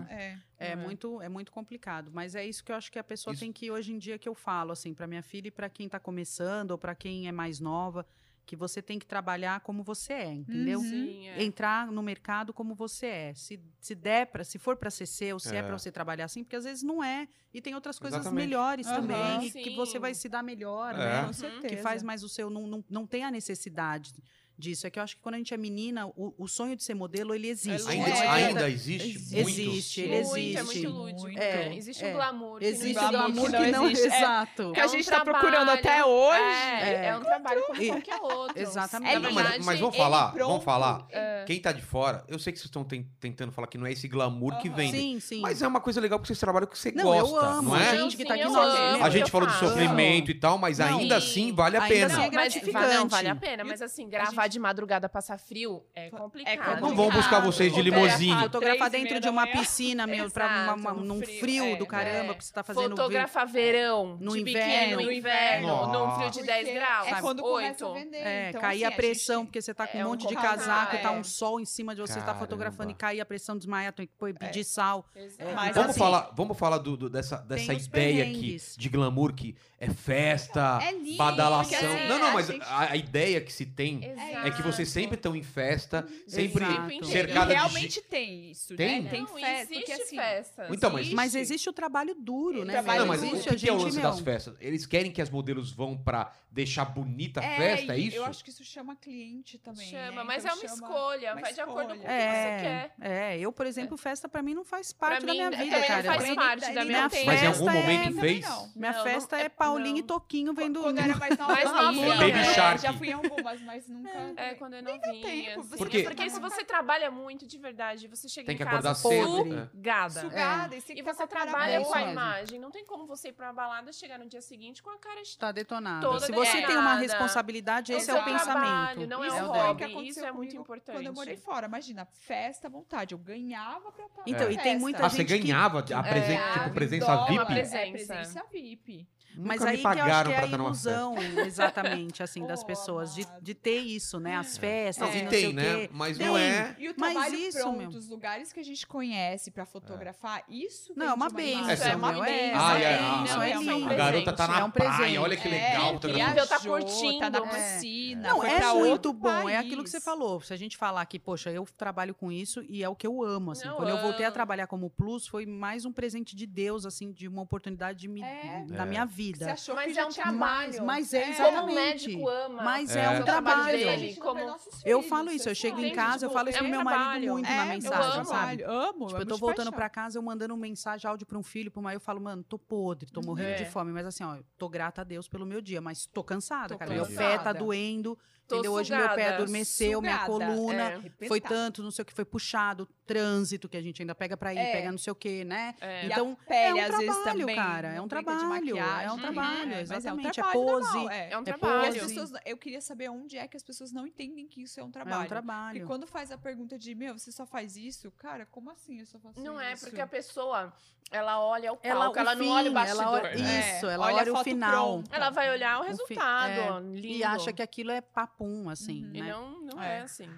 B: já é.
C: É,
E: Não é?
C: muito, é muito complicado, mas é isso que eu acho que a pessoa
A: Isso-
C: tem que hoje em dia que eu falo assim para minha filha e para quem tá começando ou para quem é mais nova, que você tem que trabalhar como você é, entendeu?
B: Uhum.
E: Sim, é.
C: Entrar no mercado como você é. Se, se der para, se for para ser seu, se é,
A: É.
C: para você trabalhar assim, porque às vezes não é e tem outras coisas
A: Exatamente.
C: melhores
B: Aham.
C: também e que
E: Sim.
C: você vai se dar melhor,
A: É.
C: né?
B: Com
E: Uhum.
B: certeza.
C: que faz mais o seu, não, não, não tem a necessidade disso. É que eu acho que quando a gente é menina, o, o sonho de ser modelo, ele existe.
A: Ainda,
E: É.
A: ainda existe?
C: Existe, ele
E: muito,
C: existe.
E: é muito lúdico.
B: Muito.
E: É, existe
C: é.
E: um glamour. que não
C: Existe
B: Glamour
C: o amor
B: que
C: que
B: não
C: não,
B: existe. É.
C: exato.
B: Que
E: É
B: a
E: um
B: gente tá
E: trabalho.
B: procurando até hoje.
E: É, é um trabalho como
C: E-
E: qualquer outro. É
C: Exatamente.
E: Na
A: Não,
E: verdade,
A: mas, mas vamos
E: ele
A: falar,
E: pronto-
A: vamos falar.
E: É.
A: Quem tá de fora, eu sei que vocês estão ten- tentando falar que não é esse glamour que
B: Aham.
A: vende.
C: Sim, sim.
A: Mas é uma coisa legal porque vocês trabalham com o que você
C: Não, eu
A: gosta,
C: amo,
A: não é?
C: gente. que tá
E: sim,
C: aqui,
E: eu
C: não
E: amo
C: tem, né?
E: o
A: A
E: que
A: gente
E: eu
A: falou de
E: faço.
A: sofrimento e tal, mas
C: Não.
A: ainda
E: Sim.
A: assim vale a
C: Ainda
A: pena.
C: assim é
E: mas-
C: gratificante.
E: Não, vale a pena, mas assim, gravar de madrugada passar frio é complicado.
B: complicado.
A: Não vão buscar vocês de
E: Fotografar-
A: limousine.
C: Fotografar
B: Três e meia
C: Ah, dentro
B: da
C: de uma
B: manhã.
C: piscina, meu, pra
E: é? Exato,
C: uma- uma-
E: no
C: num
E: frio,
C: frio
E: é,
C: do caramba,
E: é.
C: porque você tá fazendo ver-
E: Fotografar verão,
C: No
E: de
C: inverno.
E: biquíni,
B: No
E: no inverno,
A: inverno.
E: num frio de
B: Porque
E: 10 graus,
B: É quando começa a
E: 8.
B: vender.
C: É,
B: então,
C: cair
B: assim,
C: a pressão,
B: gente-
C: porque você tá com
E: é
C: um
E: um
C: monte de
E: complicado,
C: casaco, tá
E: é.
C: um sol em cima de você, tá fotografando e
A: Caramba.
C: cair a pressão, desmaiar, tem que
E: É.
C: pô- pedir sal.
E: Exato.
B: Mas
A: vamos,
B: assim-
A: falar, vamos falar do- do- dessa, dessa
C: os
A: ideia aqui
C: perrengues.
A: de glamour que é festa,
B: É lindo,
A: badalação.
E: porque assim,
A: não, não,
E: a
A: mas
B: gente-
A: a, a ideia que se tem
E: Exato.
A: é que vocês sempre estão em festa, sempre.
C: Exato.
A: cercada
B: E
A: de
B: realmente tem isso,
A: Tem?
B: né? Tem
E: Não,
B: festa. Porque
E: existe
B: assim.
E: festa.
A: Então, mas.
C: Mas existe o trabalho duro, né?
B: Trabalho
A: não,
C: meu?
A: mas
B: existe,
A: o que,
C: a
A: que é o
C: gente,
A: lance
C: meu,
A: das festas? Eles querem que as modelos vão pra deixar bonita a
B: é,
A: festa, é
B: e
A: isso?
B: Eu acho que isso chama cliente também.
E: Chama,
B: né?
E: mas é
B: Então
E: uma
B: chama-
E: escolha,
B: uma
E: vai de acordo com o que
B: escolha.
E: você quer.
C: É, eu, por exemplo, festa pra mim não faz
E: Pra
C: parte da
E: mim,
C: minha
E: também
C: vida,
E: não
C: cara.
E: É, faz
B: Ele-
E: parte
B: ele
E: da minha
B: não
C: vida.
B: tem.
A: Mas em
C: festa
A: algum momento
C: é-
A: fez?
B: Não.
C: Minha
E: Não, não-
C: festa é
E: é-
C: Paulinho e
E: não.
C: Toquinho vendo.
B: Quando era mais nova,
E: Mais
B: eu ia,
E: novinha,
A: Baby
B: né?
A: Shark.
B: Já fui em algumas, mas nunca.
E: É, quando é novinha.
B: tempo,
E: assim.
B: você
A: Porque-
E: porque se você trabalha muito de verdade, você chega
A: Tem
E: em
A: que
E: casa
A: acordar cedo, né?
E: sugada.
B: Sugada, e, você
E: É. E
B: fica com
E: você
B: a cara
E: trabalha
C: boa.
E: com a
C: Isso mesmo.
E: imagem. Não tem como você ir pra uma balada, chegar no dia seguinte com a cara de
C: Tá detonado.
E: Toda
C: Se você tem uma
E: detonada.
C: responsabilidade, esse é,
E: Esse
C: o
E: é o
C: pensamento.
E: trabalho, não é
C: Esse
E: o
C: dela.
E: hobby.
B: que
E: isso
B: aconteceu
E: é muito
B: comigo Quando eu
E: importante.
B: morei fora, imagina, festa à vontade. Eu ganhava pra estar.
C: Então,
B: na
C: e tem
B: festa.
C: muita
A: Ah, você
C: gente que-
A: ganhava a presen-
E: É,
A: tipo,
E: a
A: presença
B: dólar,
A: VIP?
E: uma presen-
B: É,
E: Presença.
B: presença VIP.
A: Nunca
C: Mas
A: me
C: aí que eu acho
A: pagaram
C: que é
A: pra
C: a
A: estar numa
C: ilusão, exatamente, assim, das
B: Oh,
C: pessoas, de,
B: amado.
C: de ter isso, né? As festas
A: É. Não,
C: e
A: e
C: não sei
A: tem,
C: o
A: né?
C: quê.
A: Mas
C: Tem.
A: não é.
B: E o
C: Mas
B: trabalho
C: isso,
B: pronto,
C: meu.
B: os lugares que a gente conhece pra fotografar, isso
C: Não, é
B: vende
C: uma
B: imagem.
C: benção,
A: Isso é
E: uma
C: meu,
E: benção,
A: Ah, é,
E: não,
A: ah,
E: isso é
C: é
E: um
C: lindo.
A: A garota tá
E: presente.
A: na
C: é um
A: praia,
C: presente.
A: olha que
B: É,
A: legal. fotografar.
E: viajou, tá
B: viajou, Tá
E: curtindo.
B: na
E: É.
B: piscina.
C: Não,
B: foi
C: é
B: pra
C: muito
B: outro
C: bom. É aquilo que
B: país.
C: você falou. Se a gente falar que, poxa, eu trabalho com isso e é o que eu amo, assim.
E: Eu
C: Quando eu voltei a
E: amo.
C: trabalhar como Plus, foi mais um presente de Deus, assim, de uma oportunidade de me,
B: É.
C: da
A: É.
C: minha
B: Você
C: vida.
B: achou
E: Mas
B: que já
E: é um
B: tinha
C: Mas,
E: trabalho.
C: mas é,
B: É.
E: Como
C: exatamente.
E: o médico ama.
C: Mas é,
A: É.
C: um
A: O
E: trabalho
C: trabalho.
E: dele.
B: gente não
E: como-
B: vê nossos
C: Eu
B: filhos,
C: falo isso, eu chego em
E: Entende?
C: casa, eu
E: Tipo,
C: falo isso
E: é
C: pro
E: um
C: meu marido
E: trabalho.
C: muito
B: É,
C: na
B: eu
C: mensagem,
E: amo.
C: sabe?
B: Amo,
C: Tipo, eu
B: amo
C: tô
B: de
C: voltando
B: paixão.
C: pra casa, eu mandando mensagem, áudio pra um filho, pro marido, eu falo, mano, tô podre, tô morrendo
E: É.
C: de fome. Mas assim, ó, eu tô grata a Deus pelo meu dia, mas tô cansada,
B: Tô
C: cara. Meu
E: cansada.
C: pé tá doendo,
E: Tô
C: entendeu? Hoje meu pé
E: sugada,
C: adormeceu, minha
B: sugada,
C: coluna. Foi
E: É,
B: Arrebentada.
C: tanto, não sei o que, foi puxado, trânsito que a gente ainda pega pra ir,
B: É.
C: pega não sei o que, né?
E: é.
B: E
C: Então,
B: a pele,
C: é um
B: às vezes,
C: trabalho,
B: também.
C: cara, é
B: não
C: um
B: brinca de
C: trabalho,
B: maquiagem,
C: é um
B: né?
C: trabalho,
B: É, mas
C: exatamente,
B: É,
C: é
B: um trabalho
C: pose,
B: normal, é.
E: É um
C: é
B: E
E: trabalho.
B: As
C: pose.
B: pessoas, eu queria saber onde é que as pessoas não entendem que isso é um
C: é
B: trabalho.
C: um
B: Porque
C: trabalho.
B: quando faz a pergunta de, meu, você só faz isso? Cara, como assim eu só faço isso?
E: Não é, porque a pessoa, ela olha o palco,
C: Ela,
E: ela,
C: o
E: não
C: fim,
E: olha o bastidor.
C: ela
E: Ela,
C: olha-
A: É.
C: Isso, ela
B: Olha a
C: olha o
B: foto
C: final.
B: pronta.
E: vai olhar o
C: O fi-
E: resultado,
C: é.
E: ó, lindo.
C: E acha que aquilo é papum, assim,
B: Uhum.
E: E
C: né?
E: não, não é.
B: É.
E: assim.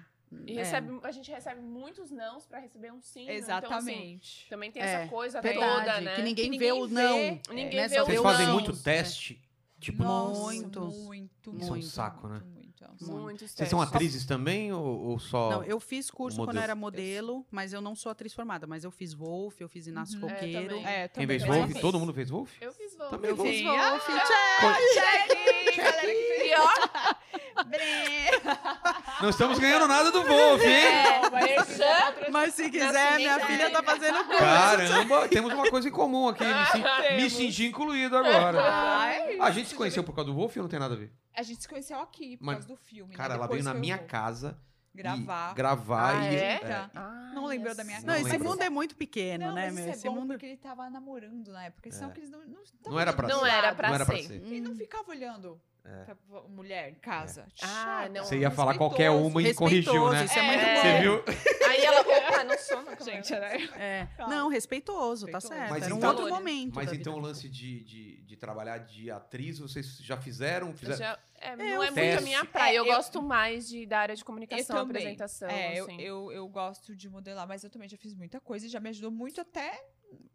E: E
C: É.
E: recebe, a gente recebe muitos nãos pra receber um sim. né? Então, assim,
B: Exatamente.
E: também tem
C: É,
E: essa coisa
C: Verdade,
E: toda, né?
C: que ninguém vê o não.
E: Ninguém
C: né?
E: vê
C: Só
E: o
A: Vocês
E: não.
A: fazem muito teste. Tipo,
B: Nossa,
C: muito.
B: muito, muito.
C: Isso é um
A: saco, né?
B: muito, muito, é um saco.
E: Muitos
A: vocês são
E: testes.
A: atrizes também ou, ou só.
C: Não, eu fiz curso quando eu
A: modelo.
C: era modelo, mas eu não sou atriz formada, mas eu fiz Wolf, eu fiz Inácio
B: Uhum.
E: É,
C: Coqueiro.
E: também.
B: É,
A: Quem
B: também.
A: fez
E: Mas
A: Wolf?
E: eu fiz.
A: Todo mundo fez Wolf?
E: Eu fiz voo.
A: Também Eu vou.
C: fiz
E: Sim.
C: Wolf,
E: Ah,
B: Check! Galera que
E: E ó,
A: Não estamos ganhando nada do Wolf,
E: É.
A: hein?
E: né?
B: fez- vai ter que dar outra-
C: Mas se quiser,
E: Nascimento
C: minha
E: é.
C: filha tá fazendo curso.
A: Caramba, temos uma coisa em comum aqui. Me, se- me
E: Temos.
A: senti incluído agora.
B: Ai,
A: A gente se conheceu por causa do Wolf ou não tem nada a ver?
B: A gente se conheceu aqui por
A: Mas,
B: causa do filme.
A: Cara,
B: né?
A: ela
B: Depois
A: veio na
B: que eu
A: minha
B: vou
A: casa. e
B: Gravar. Então.
A: Gravar
E: Ah,
A: e.
E: é?
B: Não lembrou da minha
C: Não,
A: Não
C: esse
A: lembro.
C: mundo é muito pequeno,
B: Não,
C: né,
B: mas
C: meu?
B: isso é
C: Esse
B: bom
C: mundo.
B: porque ele tava namorando na época. Senão que eles não... Não,
A: É. Não era pra
E: Não
A: ser.
E: era pra
A: não era pra
E: ser.
C: é
A: ser.
B: Ele não ficava olhando pra pra mulher em casa.
E: Ah,
B: Chata,
E: não.
A: É. Você ia falar qualquer
B: respeitoso.
A: uma e corrigiu, né?
C: Então, Isso é,
E: É.
C: muito
E: É.
C: bom.
A: Você viu?
E: Aí ela, opa, não sou na câmera.
B: Gente, né?
A: né?
B: era...
C: É.
B: Calma.
C: Não, respeitoso, tá
B: Respeitoso.
C: certo.
A: Mas
C: Era um
A: então-
C: outro momento.
A: Mas
C: da
A: então o
C: vida.
A: lance de, de, de trabalhar de atriz, vocês já fizeram?
E: Eu
A: fizeram...
E: já- é,
C: eu
E: não é muito a
A: fiz.
E: minha praia. Eu,
B: É, eu-
E: gosto mais de, da área de comunicação,
B: Eu também.
E: apresentação.
B: É, eu,
E: assim.
B: eu, eu gosto de modelar, mas eu também já fiz muita coisa e já me ajudou muito até.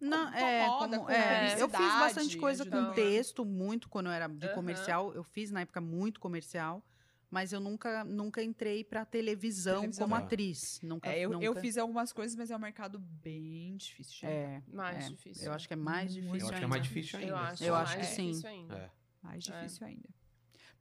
C: Não,
B: com
C: é,
B: moda,
C: como-
B: com
C: é, eu fiz
B: publicidade,
C: bastante coisa com
B: ajudou.
C: texto, muito quando eu era de
E: Aham.
C: comercial. Eu fiz na época muito comercial, mas eu nunca, nunca entrei pra televisão,
B: Televisão.
C: como
A: Ah.
C: atriz. Nunca,
B: É, eu,
C: nunca.
B: eu fiz algumas coisas, mas é um mercado bem difícil. de entrar.
C: É,
E: Mais
C: é,
E: difícil. né?
C: eu acho que é mais
B: Muito
C: difícil.
A: Eu acho que é
C: ainda.
A: mais difícil ainda.
E: Eu acho,
C: Eu acho
E: mais
C: que sim.
E: difícil ainda.
A: É.
B: Mais difícil ainda.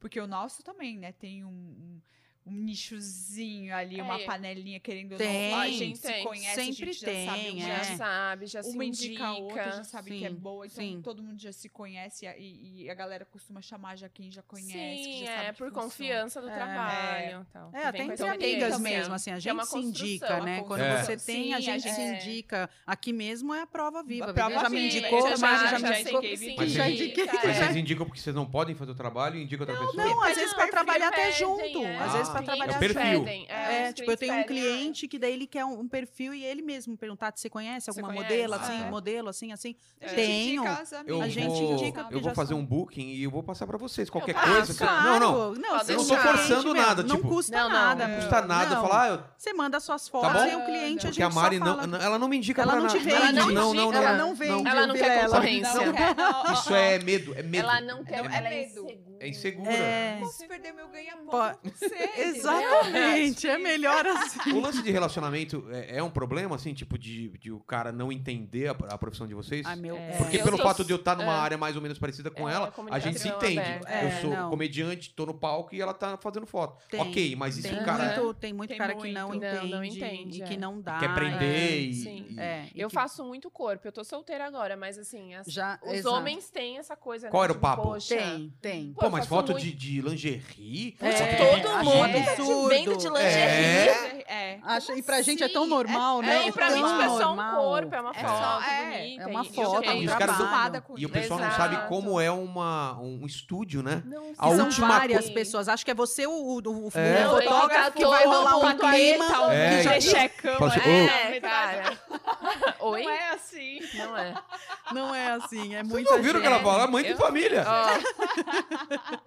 B: Porque o nosso também, né? Tem um, um, um nichozinho ali,
E: É.
B: uma panelinha querendo ou
C: Tem,
B: não. A gente
E: tem.
B: se conhece,
C: Sempre
B: a gente já sabe
C: tem,
B: uma,
E: Já
C: é.
E: sabe, já se
B: uma indica a outra, já
E: indica.
B: sabe que é
C: Sim,
B: boa, então
C: sim.
B: todo mundo já se conhece e, e a galera costuma chamar já quem já conhece. que
E: Sim,
B: já sabe
E: é
B: que
E: por
B: funciona.
E: confiança do
C: É.
E: trabalho. tal.
C: É,
E: Vem
C: até
E: com
C: entre
E: essa
C: amigas
E: confiança.
C: mesmo, assim, a
E: Que é
C: gente
E: uma
C: se
E: construção,
C: indica,
E: uma
C: né? Quando
A: construção.
C: você tem, a
B: Sim, a
C: gente se
B: gente-
E: é.
C: indica. Aqui mesmo é a prova viva.
B: A
C: Vivi
B: prova
C: já me
B: viva,
C: indicou,
B: já-
C: a Mari
B: já-
C: já
B: já
C: me
B: sei
C: indicou.
B: quem
E: se
A: Mas
C: já
A: vocês-
C: indiquei.
E: indica,
A: Mas
E: é.
A: vocês indicam porque vocês não podem fazer o trabalho e indica outra pessoa?
C: Não, às vezes pra
E: perfil
C: trabalhar até
E: pedem,
C: junto.
E: é.
C: Às vezes
A: Ah,
C: está
A: É o
C: trabalhando.
E: Clientes
A: perfil.
E: pedem,
C: É,
E: os
C: tipo, eu
E: clientes
C: tenho um
E: pedem,
C: cliente que daí ele quer um, um perfil e ele mesmo perguntar se você conhece
E: Você
C: alguma
E: conhece?
C: modelo, assim,
A: É.
C: modelo, assim, assim.
D: A gente
C: Tenho.
D: indica as amigas.
A: Eu
C: A gente
A: vou,
C: indica porque
A: eu vou
C: já
A: fazer
C: são.
A: um booking e eu vou passar pra vocês. Qualquer
E: passo,
A: coisa. você- Não,
C: Claro.
A: não.
C: Não, você
E: Pode deixar.
C: um
E: Eu não tô
C: cliente
A: forçando
C: mesmo,
A: nada,
C: Não
A: tipo-
C: custa
E: Não, não,
C: nada.
A: Não
E: É.
A: custa nada. Eu
C: Não.
A: falar, ah, eu-
C: Você manda suas fotos
A: bom?
C: e o cliente a gente
A: porque a Mari
C: só
A: não,
C: fala.
A: ela não me indica
C: Ela
A: pra
C: não te
A: nada.
C: vende.
A: Ela não, não,
E: Ela
A: não,
E: não
A: é. não.
E: te-
D: Ela não vende.
E: Ela não quer
D: Vilela.
E: concorrência.
D: Não quer, não.
A: Isso é medo, é medo.
E: Ela não quer,
A: É
E: ela é
D: medo.
E: insegura.
A: É insegura.
C: É,
D: Posso perder meu ganha-pão
C: Pode.
D: com você,
C: exatamente. É melhor assim.
A: O lance de relacionamento é, é um problema, assim, tipo, de, de o cara não entender a, a profissão de vocês?
C: Ah, meu,
E: É.
A: Porque
E: Eu
A: pelo
E: sou-
A: fato de eu estar numa
E: é.
A: área mais ou menos parecida com
E: É,
A: ela, a gente se
E: comunicação
A: entende.
E: aberta.
A: eu
C: É,
A: sou
C: não.
A: comediante, tô no palco e ela tá fazendo foto.
C: Tem,
A: ok, mas isso, um
C: tem,
A: cara,
C: muito, tem muito
D: Tem
C: cara que
D: muito.
C: não
E: Não,
C: entende,
E: não entende,
C: e
E: é.
C: que não dá.
A: quer prender
E: É,
A: e-
E: sim.
A: e-
C: É, e
E: Eu
C: que
E: faço muito corpo, eu tô solteira agora, mas assim, as-
C: já,
E: os
C: exato.
E: homens têm essa coisa. né,
A: Qual era o
E: de,
A: papo?
E: Poxa,
C: Tem, tem.
A: Pô,
E: eu
A: mas
E: faço
A: foto
E: muito-
A: de, de lingerie?
C: É,
A: Puta,
E: Todo
C: acho
E: mundo
C: um
E: tá te
C: absurdo.
E: vendo de lingerie.
A: É?
D: É.
C: Acha, e
D: Como
C: pra gente é tão
D: assim?
C: normal, né?
E: É, e pra
C: tão
E: mim, tipo, é só um
C: normal.
E: corpo, é uma
D: É
E: foto
D: só- é,
E: bonita.
C: é uma
E: e-
C: foto,
E: ok.
A: é um E os caras
C: trabalho.
D: acostumada com
A: E o pessoal não
E: Exato.
A: sabe como é uma, um estúdio, né?
E: Não,
A: A
E: sim.
C: são
A: última
C: várias
E: Sim.
C: pessoas. Acho que é você o, o, o- o
A: É.
E: Não,
C: fotógrafo
E: tá
C: que vai
E: todo
C: rolar um
E: mundo aí,
C: clima.
E: tá
A: É, e-
E: ouvindo.
D: Já checamos.
A: Fala assim,
E: É,
D: É,
E: cara. Oi?
D: Não é assim.
E: Não é.
C: Não é assim, é
A: Vocês
C: muito.
A: não ouviram o que ela
E: gente.
A: falou? Mãe de
E: Eu-
A: família.
E: Ó,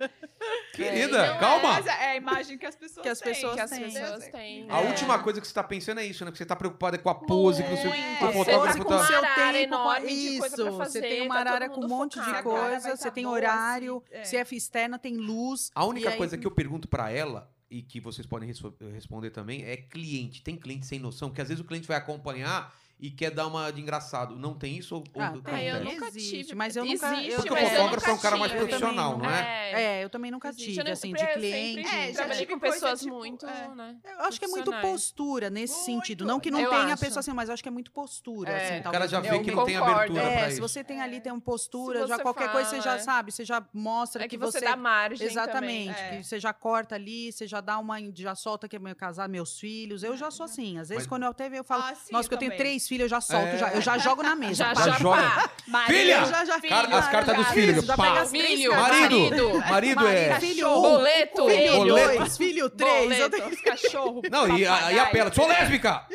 A: Querida,
E: não é,
A: calma.
D: Mas é a imagem que as pessoas
C: Que as
D: têm,
C: pessoas
E: que as
C: têm.
B: é.
E: pessoas têm.
A: A
E: né?
A: última coisa que você tá pensando é isso, né? Que você tá preocupada com a pose, com o seu.
D: Muito.
A: com O
D: Pose
A: fotógrafo
E: com
A: tá.
E: uma
C: É. seu
E: arara
C: tempo, com-
E: um enorme de coisa pra
C: isso, você
E: fazer,
C: tem uma
E: tá todo
C: arara com um
E: mundo
C: monte de
E: focado.
D: A cara
C: coisa,
D: vai
C: você
D: tá
C: tem um
D: boa,
C: horário,
D: assim, é.
C: se é externa, tem luz.
A: A única
C: E aí-
A: coisa que eu pergunto pra ela e que vocês podem reso- responder também é cliente. Tem cliente sem noção, que às vezes o cliente vai acompanhar e quer dar uma de engraçado. Não tem isso ou, ou
C: Ah,
A: acontece?
E: Ah,
C: tem.
E: eu
C: Não
E: nunca
C: existe,
E: tive.
C: mas eu nunca- eu
E: Existe,
C: nunca-
A: Porque o
E: mas eu
A: fotógrafo é um
E: nunca
A: cara mais
E: tive.
A: profissional,
C: também
A: não é?
C: É, eu também nunca
E: Existe.
C: tive,
E: Eu
C: assim, de
E: sempre-
C: cliente.
E: sempre
D: É, já
E: trabalhei
D: tive
E: com
D: coisa,
E: pessoas
D: tipo,
E: muito,
D: é.
E: né?
C: Eu acho que é muito
E: profissionais.
C: postura nesse
D: Muito.
C: sentido. Não que não
E: Eu
C: tenha a
E: acho.
C: pessoa assim, mas eu acho que é muito postura.
E: É.
C: assim,
A: O cara
C: talvez,
A: já
C: eu
A: vê que não tem
E: concordo.
A: abertura
E: É,
A: pra
C: É,
A: isso.
C: se você tem ali, tem uma
E: Se
C: postura, já
E: você
C: qualquer coisa você
E: fala,
C: já
E: é.
C: sabe, você já mostra
E: É
C: que,
E: que você dá margem
C: Exatamente,
D: também. É.
C: que você já corta ali, você já dá uma, já solta que é meu casar meus filhos. Eu já sou
E: Uhum.
C: assim, às vezes
A: Mas-
C: quando eu até eu falo,
D: Ah, sim,
C: nossa,
D: eu
C: que eu tenho
D: também.
C: três filhos, eu já solto,
A: É.
C: já, eu já jogo na mesa.
E: Já,
C: pá.
A: Já
E: já,
A: joga.
E: pá.
A: Filha!
C: já, já
A: Car-
C: filho,
A: as cartas dos
C: já-
A: filhos,
C: já
A: pá.
C: pega as três
E: Filho,
C: cartas.
A: Marido. Marido
D: Marido,
A: é.
C: filho um,
E: Boleto!
C: filho
A: Boleto.
C: dois, filho três. eu tenho-
D: os cachorros.
A: Não, e a- aí
D: papagaio.
A: apela, sou lésbica!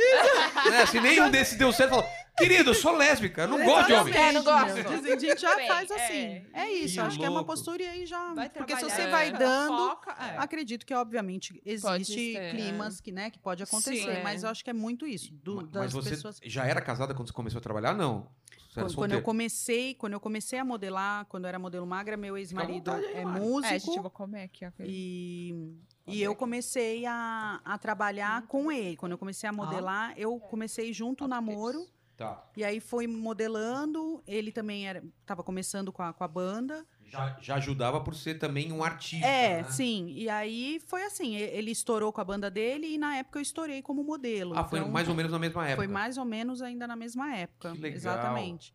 A: Né, Se nenhum desses deu certo, fala, querido, eu sou lésbica, eu não gosto de homem.
C: Exatamente,
E: É, não gosto.
C: meu. Dizem, A gente já
D: Bem,
C: faz
D: é.
C: assim. É, isso,
A: Que
C: eu acho que é uma
A: louco.
C: postura e aí já.
D: Vai
C: Porque se
D: trabalhar,
C: você vai
D: é.
C: dando,
D: Foca, é.
C: Acredito que, obviamente, existe
E: ser,
C: climas que, né, que pode acontecer,
E: Sim, é.
C: mas eu acho que é muito isso. do-
A: Ma-
C: das
A: Mas você
C: pessoas.
A: já era casada quando você começou a trabalhar? Não. Você era
C: Quando, quando eu
A: solteira.
C: comecei, quando eu comecei a modelar, quando eu era modelo magra, meu ex-marido
A: vontade Então tá aí,
C: é
A: Mari.
D: É, gente, eu
C: músico.
D: vou comer aqui. ó.
C: e, e eu comecei a, a trabalhar com ele. Quando eu
A: Ah.
C: comecei a modelar, eu comecei junto o namoro.
A: Tá.
C: E aí foi modelando. Ele também era, tava começando com a, com a banda.
A: Já, já ajudava por ser também um artista.
C: É,
A: né?
C: sim. E aí foi assim: e- ele estourou com a banda dele e na época eu estourei como modelo.
A: Ah, foi
C: Então,
A: mais ou menos na mesma época.
C: Foi mais ou menos ainda na mesma época.
A: Que legal.
C: Exatamente.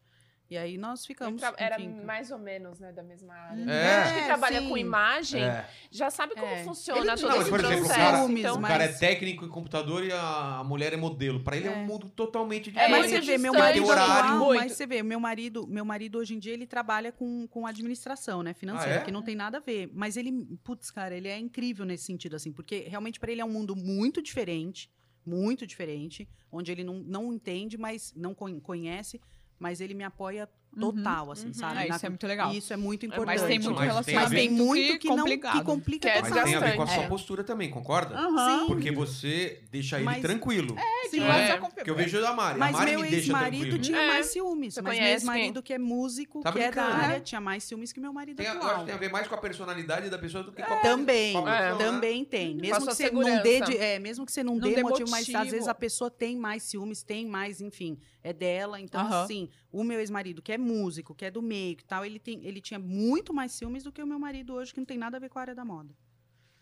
C: E aí nós
E: Eu
C: ficamos.
E: tra- Era
C: enfim,
E: mais ou menos, né, da mesma área.
A: É.
E: A gente que trabalha
C: sim.
E: com imagem
A: É.
E: já sabe como
D: É.
E: funciona todo
A: Não, mas,
E: esse
A: por exemplo, o
E: processo.
A: cara-
E: então,
A: O
C: Mas-
A: cara é técnico em computador e a a mulher é modelo. Pra ele é, um
C: É.
A: mundo totalmente
E: É,
A: diferente.
C: mas você
E: muito
C: vê, meu
E: distante,
C: marido
A: horário.
C: atual,
E: Muito.
C: mas você vê, meu marido, meu marido hoje em dia ele trabalha com, com administração, né, financeira,
A: Ah, é?
C: que não tem nada a ver. Mas ele, putz, cara, ele é incrível nesse sentido, assim, porque realmente para ele é um mundo muito diferente, muito diferente, onde ele não, não entende, mas não con- conhece, mas ele me apoia total, assim,
E: uhum.
C: sabe?
D: É,
C: Na-
D: isso é muito legal.
C: e isso é muito
E: mas tem
C: importante.
A: muito Mas tem
C: Mas
A: Mas
C: tem muito que, não, que
D: complicado.
C: complica
E: Que é
A: Mas tem a ver com a
E: Bastante.
A: sua
E: É.
A: postura também, concorda?
C: Sim,
A: Porque você deixa ele
C: Ah, Mas-
A: tranquilo.
C: sim.
E: É.
D: Mas eu
A: Porque eu
D: compro-
A: vejo assim, a Mari.
C: Mas
A: a Mari
C: meu
A: me deixa
C: ex-marido
A: tranquilo.
C: tinha
E: É.
C: mais ciúmes.
E: Você
C: mas meu
E: conhece
C: ex-marido, que é músico,
A: Tá
C: que é da
A: brincando.
C: área, tinha mais ciúmes que meu marido
A: Tem a, eu acho que
C: atual.
A: tem a ver mais com a personalidade da pessoa do que com a
C: Também,
A: com a
E: É.
A: profissão, né?
C: também tem.
E: Com a
C: Mesmo
E: sua
C: que, você não dê
E: segurança.
C: de- é, mesmo que você não,
D: Não
C: dê
D: dê
C: motivo, mas às
D: motivo.
C: vezes a pessoa tem mais ciúmes, tem mais, enfim, é dela. Então,
D: Aham.
C: assim, o meu ex-marido, que é músico, que é do meio e tal, ele, tem, ele tinha muito mais ciúmes do que o meu marido hoje, que não tem nada a ver com a área da moda.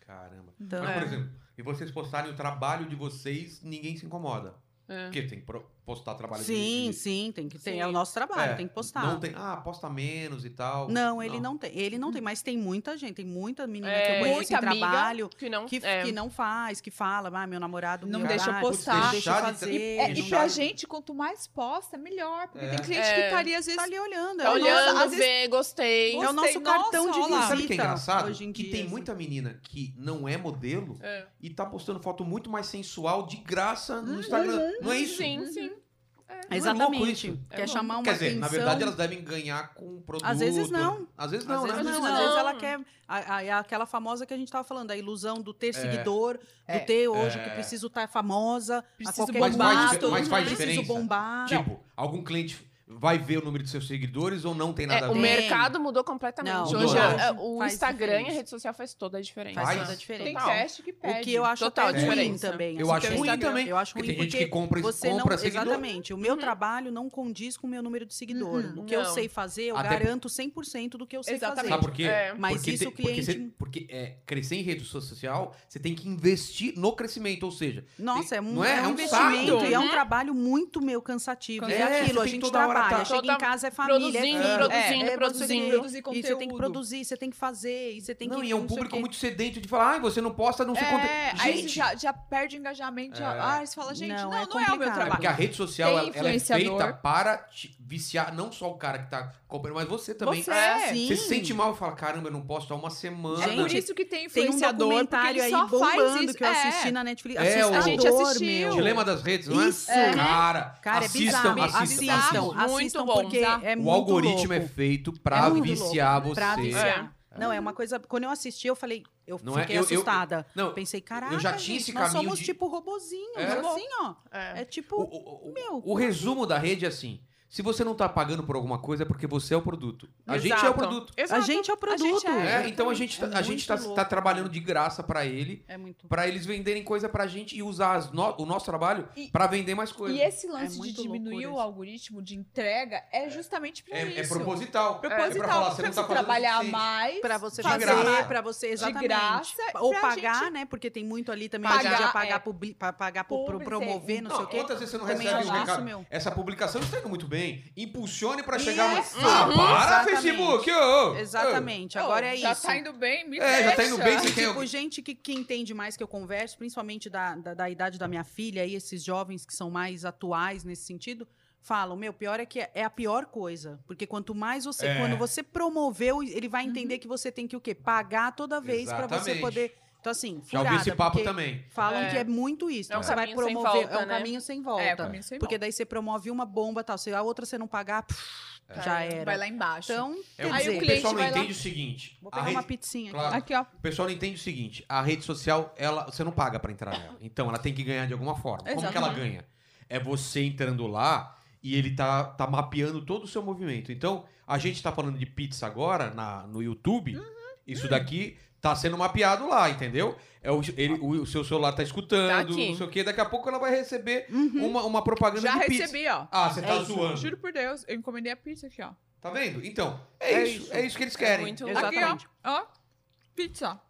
A: Caramba.
C: Então,
A: Mas, por
E: É.
A: exemplo, e vocês postarem o trabalho de vocês, ninguém se incomoda.
E: É.
A: Porque tem pro- postar trabalho de-
C: Sim,
A: de-
C: sim, tem que ter.
E: Sim.
C: É o nosso trabalho,
A: É,
C: tem que postar.
A: Não tem, ah, posta menos e tal.
C: Não, ele não. tem. Ele não tem, mas tem muita gente, tem muita menina que eu
E: É.
C: conheço
D: Muita
C: em
D: amiga.
C: trabalho
E: Que não,
C: que,
E: é,
C: que não faz, que fala, ah, meu namorado
D: Não
C: meu
D: deixa
C: horário,
D: eu postar.
C: não deixa eu
A: Deixar de-
C: fazer.
A: e-
D: É,
C: não
D: e
C: dá.
D: pra gente, quanto mais posta, melhor. Porque
A: É.
D: tem cliente
E: É.
D: que tá ali, às vezes.
C: tá ali olhando.
E: tá
C: é o nosso-
E: olhando,
D: às vezes-
E: vê, gostei.
C: É o nosso
D: Gostei, nossa,
C: cartão de
D: olha
A: E
D: lá.
C: visita
A: sabe o que é engraçado?
C: Então, hoje em
A: que
C: dia.
A: tem
C: assim.
A: muita menina que não é modelo
E: É.
A: e tá postando foto muito mais sensual de graça
C: Uhum.
A: no Instagram. Não é isso?
E: Sim, sim.
A: é louco
C: Exatamente.
A: isso?
E: É
C: Quer
E: louco.
C: chamar uma
A: Quer dizer,
C: atenção.
A: na verdade elas devem ganhar com o produto.
C: Às vezes não.
A: Às vezes
C: Às
A: não,
C: vezes
A: né?
C: não,
E: Às
C: às
E: vezes
C: vezes ela
E: não.
C: quer. a- a- É aquela famosa que a gente tava falando, a ilusão do ter
A: É.
C: seguidor,
D: É.
C: do ter hoje,
A: É.
C: que preciso estar famosa, a
D: Preciso
C: qualquer
D: bombar.
A: Mas faz-
C: custo,
A: mas faz
C: preciso
A: diferença?
C: bombar.
A: Tipo, algum cliente vai ver o número de seus seguidores ou não tem nada
E: É,
A: a
E: o
A: ver?
C: mer-
E: mercado mudou completamente.
C: Não,
E: Hoje
A: mudou.
E: a- a- o
C: Faz
E: Instagram e a
C: diferença.
E: rede social faz toda a diferença.
A: Faz
C: Faz
A: toda
C: toda
A: a
C: a
E: Tem
C: diferença.
E: Total.
D: teste que
C: O
D: pede.
C: que eu acho
E: Total
C: até ruim
E: diferença.
C: também.
A: Eu
C: assim,
A: acho
C: teu
A: ruim
C: Instagram.
A: também,
C: Eu acho
A: Porque
C: ruim
A: tem gente
C: porque
A: que compra,
C: você
A: compra
C: não,
A: seguidor.
C: exatamente. O meu trabalho não condiz com o meu número de seguidor.
D: Uhum.
C: O que eu
E: Não.
C: sei fazer, eu
A: Até
C: garanto 100% do que eu sei
D: Exatamente.
A: Sabe
C: fazer.
A: por quê?
E: É.
C: Mas
A: porque
C: isso
A: tem-
C: o cliente,
A: Porque, você- porque, é, crescer em rede social, você tem que investir no crescimento, ou seja,
C: nossa, é um,
A: não é?
C: é um
A: É um
C: investimento
E: saco.
C: e é um
E: Uhum.
C: trabalho muito meu cansativo. É,
A: É, você
C: aquilo, a
A: tem
C: gente
A: toda hora
C: trabalha,
A: tá-
C: chega
E: toda-
C: em casa é família, é
E: produzindo,
C: filho,
E: produzindo,
C: é, é
D: Produzir
C: E
E: produzindo.
C: você tem que
D: conteúdo.
C: produzir, você tem que fazer, e você tem
A: não,
C: que
A: e é um
C: não sei o
A: público
C: quê.
A: muito sedento de falar, ah, você não posta, não sei quanto.
D: É, aí
A: Gente,
D: você já, já perde o engajamento. já-
A: É.
D: ah, você fala, gente, não,
C: Não,
D: não
C: é
D: é, o meu
C: complicado.
A: É porque a
D: trabalho.
A: rede social
D: Tem
A: ela, ela é
D: influenciador.
A: feita para te viciar não só o cara que tá comprando, mas você também. Ah,
D: Você,
E: É,
D: é.
C: Sim.
A: Você se sente mal e fala: caramba, eu não posto há uma semana.
D: É por
C: Gente,
D: isso que tem
C: Tem um
D: influenciador, porque
C: documentário
D: ele
C: aí
D: só faz
C: bombando
D: isso.
C: que eu
D: É.
C: assisti na Netflix.
A: É, o-
C: Assustador,
A: A
D: gente assistiu.
C: meu.
A: Dilema das redes, não é?
C: Isso.
D: É.
A: Cara,
C: Cara, é
A: assistam,
C: bizarro.
A: assistam,
C: Assistam,
A: assistam.
C: assistam,
E: Muito bom.
C: porque é muito
A: O algoritmo
C: louco.
A: é feito pra
C: É muito
A: viciar você.
C: Pra viciar.
A: É.
C: Não, é uma coisa... Quando eu assisti, eu falei... Eu
A: Não é?
C: fiquei
A: Eu- eu-
C: assustada.
A: Não,
C: Pensei, caraca,
A: já tinha esse
C: gente, nós
A: caminho
C: somos
A: de-
C: tipo robozinhos,
A: É.
C: assim, ó.
E: É.
C: É
A: o,
C: tipo...
A: o- o-
C: meu,
A: o resumo da rede é assim: se você não tá pagando por alguma coisa, é porque você é o produto. A gente é o
E: Exato.
A: produto.
C: a
E: Exato.
C: gente é o produto.
A: É, então a gente, tá-
C: É
A: a gente
C: muito
A: tá,
C: louco,
A: tá
C: cara.
A: trabalhando de graça pra ele,
C: É muito...
A: pra eles venderem coisa pra gente e usar as no- o nosso trabalho
D: E-
A: pra vender mais coisa.
D: E esse lance de
C: É muito
D: diminuir
C: loucura
D: o
C: isso.
D: algoritmo de entrega é justamente pra
A: É,
D: isso.
A: é proposital.
D: Proposital,
A: É pra falar, você
D: pra
A: não tá
D: você
A: fazendo o
D: trabalhar
A: suficiente.
D: mais,
C: Pra você
A: De
C: fazer,
A: graça.
C: pra você, exatamente.
D: graça,
C: Ou
D: pra
C: pagar,
D: gente-
C: né? Porque tem muito ali também
D: Pagar,
C: hoje em dia pagar,
D: é.
C: publi- pa- pagar por, pro-
D: Publi-
C: promover, não, sei o quê.
A: Quantas vezes você não
C: Também
A: recebe um
C: acho
A: recado?
C: isso, meu.
A: Essa publicação está indo muito bem. Impulsione pra chegar mais.
C: Isso!
A: Ah,
C: Uhum.
A: para,
C: Exatamente.
A: Facebook! ô, ô.
C: Exatamente,
D: Oh,
C: agora é
D: já
C: isso.
D: tá indo bem, me
A: É, já tá indo
D: deixa.
A: bem, você
C: Tipo,
A: quer.
C: gente que, que entende mais que eu converso, principalmente da, da, da idade da minha filha e esses jovens que são mais atuais nesse sentido, falam, meu, pior é que é a pior coisa. Porque quanto mais você,
A: É.
C: quando você promoveu, ele vai entender que você tem que o quê? Pagar toda vez pra você
A: Exatamente.
C: poder... Então, assim,
A: Já ouvi esse
C: furada,
A: papo
C: porque
A: também.
C: Falam
E: É.
C: que é muito isso.
E: É um
C: você vai
E: caminho sem
C: promover, é
E: volta,
C: um
E: né?
C: caminho sem
D: É,
C: volta.
D: comigo sem
C: porque
D: volta.
C: daí você promove uma bomba tal, se a outra você não pagar, pff, já era.
D: Vai lá embaixo.
C: Então,
A: É,
C: quer
A: o-
D: Aí
C: dizer,
A: o
D: cliente
A: pessoal não
D: vai lá-
A: entende o seguinte.
C: vou
A: a
C: pegar
A: rede-
C: uma pizzinha aqui.
A: Claro.
D: Aqui, ó.
A: O pessoal não entende o seguinte: a rede social, ela, você não paga pra entrar nela. Então, ela tem que ganhar de alguma forma. Como que ela
D: Exatamente.
A: ganha? É você entrando lá e ele tá, tá mapeando todo o seu movimento. Então, a gente tá falando de pizza agora na, no YouTube. Isso daqui tá sendo mapeado lá, entendeu? É o, ele- o, o seu celular tá escutando,
E: Tá aqui.
A: não sei o quê. Daqui a pouco ela vai receber
C: Uhum.
A: uma, uma propaganda
D: Já
A: de pizza.
D: recebi, ó.
A: Ah, você tá
C: É isso.
A: zoando.
D: Juro por Deus, eu encomendei a pizza aqui, ó.
A: Tá vendo? Então, é,
C: É
A: isso,
C: isso.
A: É isso que eles querem.
E: muito louco.
D: Aqui,
C: Exatamente.
D: ó. Ó, pizza.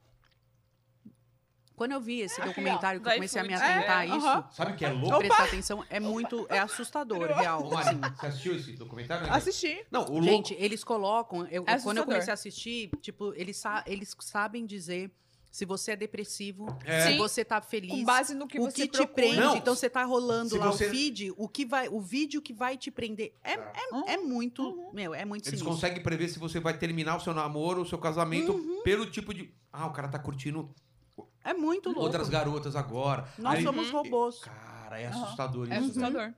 C: Quando eu vi esse
D: Aqui, ó,
C: documentário que eu
E: da
C: comecei a me
E: iFood.
C: atentar
D: É,
C: a isso,
D: aham.
A: Sabe o que é
C: de
A: louco?
C: prestar atenção, é muito, é assustador, real.
A: Ô, Mari,
C: assim.
A: você assistiu esse documentário? ainda?
D: Assisti.
A: Não, o louco.
C: Gente, eles colocam, eu-
D: É
C: quando eu
D: assustador.
C: comecei a assistir, tipo, eles, sa- eles sabem dizer se você é depressivo,
A: É.
C: se
D: Sim.
C: você tá feliz.
D: Com base no que
C: o
D: você
C: que te
D: procura.
C: prende,
A: Não,
C: então você tá rolando
A: se
C: lá
A: você-
C: o feed, o que vai, o vídeo que vai te prender é,
A: Tá. Uhum.
C: é, é muito, meu, é muito
A: Eles
C: sinistro.
A: conseguem prever se você vai terminar o seu namoro, o seu casamento,
C: Uhum.
A: pelo tipo de. Ah, o cara tá curtindo
C: É muito louco.
A: outras garotas agora.
C: Nós
A: Aí-
C: somos
E: Uhum.
C: robôs.
A: Cara, é
D: Aham.
A: assustador
D: É
A: isso. velho.
D: assustador.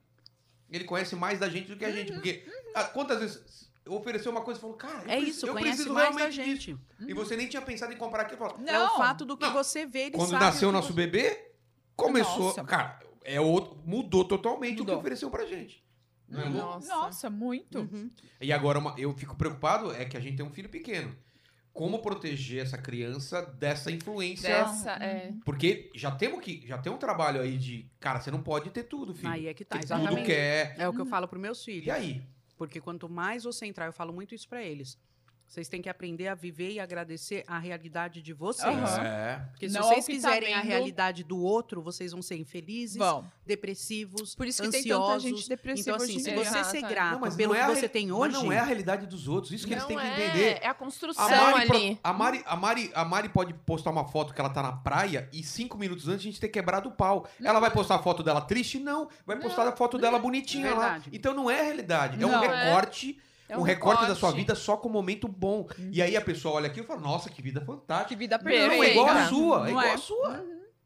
A: Ele conhece mais da gente do que a gente. Porque ah, quantas vezes ofereceu uma coisa e falou, cara, eu
C: Uhum, É
A: preciso-
C: isso,
A: eu
C: conhece
A: preciso
C: mais da
A: realmente disso.
C: gente.
A: E você nem tinha pensado em comprar aquilo. Falou,
C: É o
D: Não.
C: fato do que
A: Não.
C: você vê, ele
A: Quando
C: sabe
A: nasceu o
C: que
A: nosso
C: você-
A: bebê, começou.
D: Nossa.
A: Cara, é outro, mudou totalmente o que
D: Mudou.
A: ofereceu pra gente. Não é louco?
E: Nossa.
D: Nossa, muito.
C: Uhum.
A: E agora uma- eu fico preocupado é que a gente tem um filho pequeno. Como proteger essa criança dessa influência?
E: Dessa, é.
A: Porque já temos que já tem um trabalho aí de, cara, você não pode ter tudo, filho.
C: Aí é que tá,
A: Porque tudo Uhum.
C: exatamente.
A: quer.
C: É o que eu falo pros meus filhos.
A: E aí?
C: Porque quanto mais você entrar, eu falo muito isso pra eles. Vocês têm que aprender a viver e agradecer a realidade de vocês.
B: Aham.
A: É.
C: Porque se
B: Não
C: vocês
B: ao que tá
C: quiserem a
B: vendo.
C: realidade do outro, vocês vão ser infelizes,
B: Bom,
C: depressivos,
B: por isso que tem tanta
C: ansiosos.
B: gente depressiva
C: então, assim,
B: hoje
C: se
B: em
E: dia.
C: você ser
E: Exato, é.
C: grato
A: Não, mas
C: pelo
A: não é
C: que
A: a
C: você
A: re-
C: tem
A: Mas
C: hoje,
A: não é a realidade dos outros. Isso que eles
E: Não
A: têm que
E: é,
A: entender.
E: É a
A: A
E: construção
A: Mari, pro-
E: ali.
A: a, Mari, a, Mari, a Mari pode postar uma foto que ela tá na praia e cinco minutos antes a gente ter quebrado o pau. Ela vai postar a foto dela triste? Não. Vai postar a foto dela bonitinha
C: Verdade.
A: lá. Então não é a realidade. É um
B: Não.
A: recorte,
E: É
A: um, recorte, da sua vida só com um momento bom. E aí a pessoa olha aquilo e fala, nossa, que vida fantástica.
B: que vida
E: Perfeita.
A: Não, é
B: perfeita.
A: igual a sua. É
C: Não
A: igual
C: é?
A: a sua.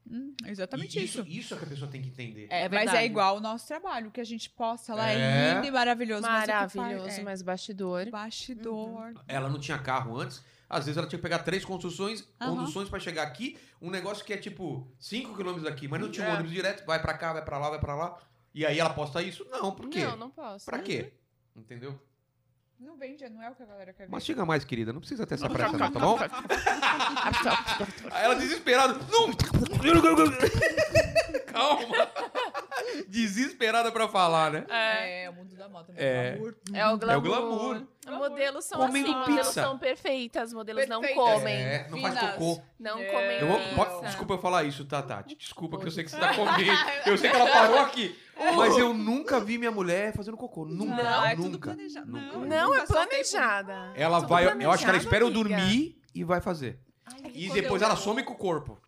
B: Hum, exatamente
A: E
B: isso.
A: Isso é que a pessoa tem que entender.
B: É,
C: É
B: mas é
C: verdade.
B: igual o nosso trabalho, o que a gente posta lá é,
A: É.
B: lindo e maravilhoso. mas, o que
E: Maravilhoso,
B: faz-
E: mas bastidor.
B: é, bastidor.
A: Ela não tinha carro antes. Às vezes ela tinha que pegar três construções,
B: Aham.
A: conduções pra chegar aqui. Um negócio que é tipo 5 quilômetros daqui, mas não tinha um
E: É.
A: ônibus direto, vai pra cá, vai pra lá, vai pra lá. E aí ela posta isso? Não, por quê?
E: Não, não posso.
A: Pra quê? Entendeu?
B: Não vende, não é o que a galera quer ver.
A: Mastiga mais, querida. Não precisa ter essa pressa,
C: um
A: não, tá bom? Aí ela desesperada. Não! Calma! Desesperada pra falar, né?
E: É.
B: É, o mundo da moda.
A: É.
B: É.
E: É o glamour.
A: É o glamour.
E: Modelos são
A: Comem
E: assim, modelos
A: pizza.
E: são perfeitas, modelos não
B: Perfeitas.
E: comem.
A: É, não faz
B: Finas.
A: cocô.
E: Não
B: É.
E: comem
A: Eu vou-
E: pizza.
A: pode- desculpa eu falar isso, tá, Tati? Desculpa, que eu sei que você tá comendo. Eu sei que ela parou aqui. Mas eu nunca vi minha mulher fazendo cocô. Nunca,
B: Não, é tudo
A: nunca.
B: planejado.
A: nunca.
B: Não,
E: Não, é
B: Nunca soltei
E: planejada.
A: Ela
E: Tudo
A: vai, eu acho que ela
E: planejado,
A: espera eu
E: amiga.
A: dormir e vai fazer.
E: Ai,
A: E
E: quando
A: depois
E: eu-
A: ela some com o corpo.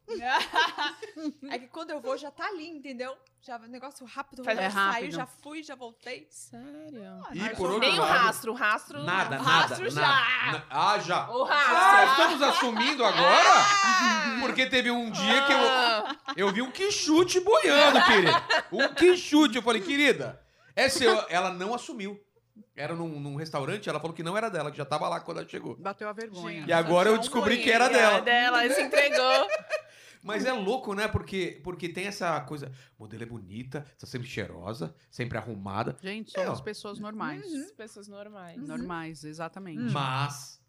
B: é que quando eu vou, já tá ali, entendeu? Já o negócio rápido,
C: Faz-
B: já
C: é rápido.
B: saiu, já fui, já voltei.
E: Sério?
A: E
B: Mas
A: por outro
E: Nem o
A: lado-
E: rastro, o rastro.
A: Nada,
E: o
A: nada, nada.
E: rastro já.
A: Na- Ah, já.
E: O
A: Ah,
E: rastro.
A: estamos assumindo agora? Porque teve um dia que eu, eu vi um quichute boiando, querida. Um quichute. Eu falei, querida, é seu. Ela não assumiu. Era num, num restaurante, ela falou que não era dela, que já tava lá quando ela chegou.
C: bateu a vergonha.
A: E agora eu descobri que era dela.
E: Ela se entregou.
A: Mas é louco, né? Porque, porque tem essa coisa. Modelo é bonita, tá sempre cheirosa, sempre arrumada.
C: Gente,
A: É, ó.
C: somos pessoas normais.
E: As pessoas normais.
C: Normais, exatamente.
A: Uhum. Mas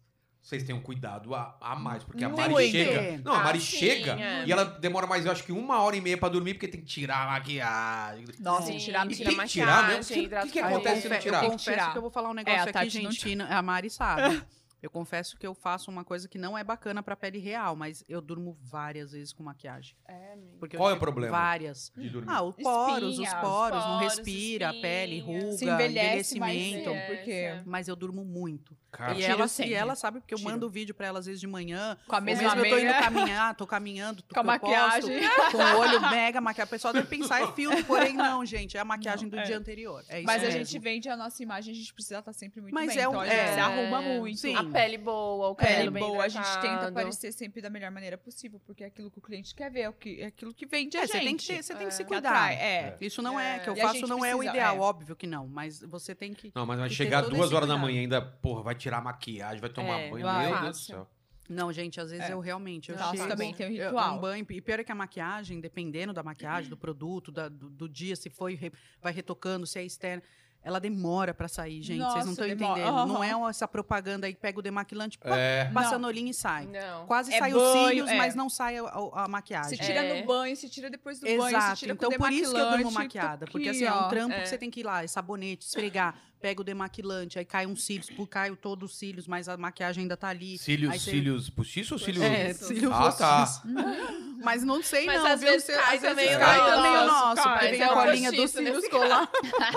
A: vocês tenham cuidado a, a mais, porque a
B: Muito.
A: Mari chega. Não, a
E: Ah,
A: Mari
E: sim,
A: chega
E: é.
A: e ela demora mais, eu acho que uma hora e meia pra dormir, porque tem que tirar a maquiagem.
B: Nossa,
E: Sim,
B: tirar-
A: E
E: tira
A: tem que tirar mesmo?
E: maquiagem,
A: O que-
E: hidrata
A: que que
E: o
C: Ah,
E: cabelo.
A: acontece
C: eu,
A: no tirar?
C: confe- eu
B: Tirar.
C: confesso que eu vou falar um negócio
B: É, a
C: aqui,
B: Tati não
C: gente. e A Mari sabe. Eu confesso que eu faço uma coisa que não é bacana pra pele real, mas eu durmo várias vezes com maquiagem.
E: É, amiga.
C: Porque eu
A: Qual é o
C: tive
A: problema?
C: Várias.
A: De dormir.
C: Ah, os poros, os
B: Espinhas,
C: poros, não
E: poros,
C: respira, a pele,
E: espinhas.
C: ruga,
B: Se envelhece é, mais
C: envelhecimento.
B: cedo, porque...
E: Envelhece.
C: Mas eu durmo muito.
A: Cara,
C: e, é
B: tiro
C: ela,
B: sempre.
C: e ela sabe, porque eu
B: Tiro.
C: mando vídeo pra ela às vezes de manhã.
B: Com a
C: Ou
B: mesma
C: mesmo eu tô indo
B: meia,
C: caminhar, tô caminhando, tô
B: com a maquiagem.
C: com o olho mega maquiado. O pessoal deve pensar, é filtro, porém não, gente. É a maquiagem do
B: é.
C: dia anterior. É isso
B: Mas a
C: mesmo.
B: gente vende a nossa imagem, a gente precisa estar sempre muito
C: Mas
B: bem.
C: é um-
B: então a gente
C: é.
B: se arruma muito.
C: Sim.
E: A pele boa, o cabelo
B: Pele
E: bem
B: boa, a gente tenta
E: hidratado.
B: aparecer sempre da melhor maneira possível, porque é aquilo que o cliente quer ver, é, o que, é aquilo que vende a
C: É,
B: gente.
C: você tem que, ter- você tem que se
B: Que
C: cuidar.
B: atrai, é.
C: Isso não é,
E: É.
C: que eu
B: E a
C: faço,
B: gente
C: não é o
B: precisa-
C: ideal,
B: é.
C: óbvio que não. Mas você tem que.
A: Não, mas vai
C: E tem
A: chegar
C: todo
A: duas
C: esse
A: horas da
C: cuidado.
A: manhã ainda, porra, vai tirar a maquiagem, vai tomar
C: É,
A: banho.
B: vai.
A: Meu Deus do
E: Fácil.
A: céu.
C: Não, gente, às vezes
B: É.
C: eu realmente. Eu
B: Nossa,
C: chego,
B: também tem o
C: eu-
B: ritual.
C: Um banho, e pior é que a maquiagem, dependendo da maquiagem, do produto, da- do, do dia, se foi, re- vai retocando, se é externa. Ela demora pra sair, gente. Vocês não
B: Nossa,
C: estão
B: demora.
C: entendendo. Não
B: Aham.
C: é uma- essa propaganda aí, pega o demaquilante, pá,
A: É.
C: passa a nolinha e sai.
E: Não.
C: Quase
B: É
C: sai os
B: banho,
C: cílios,
B: é.
C: mas não sai a, a- a
B: Se
C: maquiagem.
B: tira
E: É.
B: no banho, se tira depois do banho, se
C: Exato.
B: tira
C: Então
B: com
C: por isso que eu durmo
B: demaquilante,
C: maquiada.
B: tá
C: Porque
B: aqui,
C: assim, é um
B: ó.
C: trampo
E: É.
C: que você tem que ir lá, é sabonete, esfregar, pega o demaquilante, aí cai uns cílios, pô, cai todos os cílios, mas a maquiagem ainda tá ali.
A: Cílios,
C: Aí você-
A: cílios postiço ou cílios...
C: É,
E: Isso.
C: cílios
A: Ah, tá.
C: postiços. Mas não sei
E: Mas
C: não,
E: às
C: viu?
E: vezes
C: Você-
E: cai
C: às vezes
E: também
A: o
C: cai
A: nosso,
C: também o
E: nosso,
C: nosso,
E: cai.
C: porque vem
E: É
B: um
C: a
E: o
C: colinha dos
E: postiço
C: cílios
E: nesse
C: colar.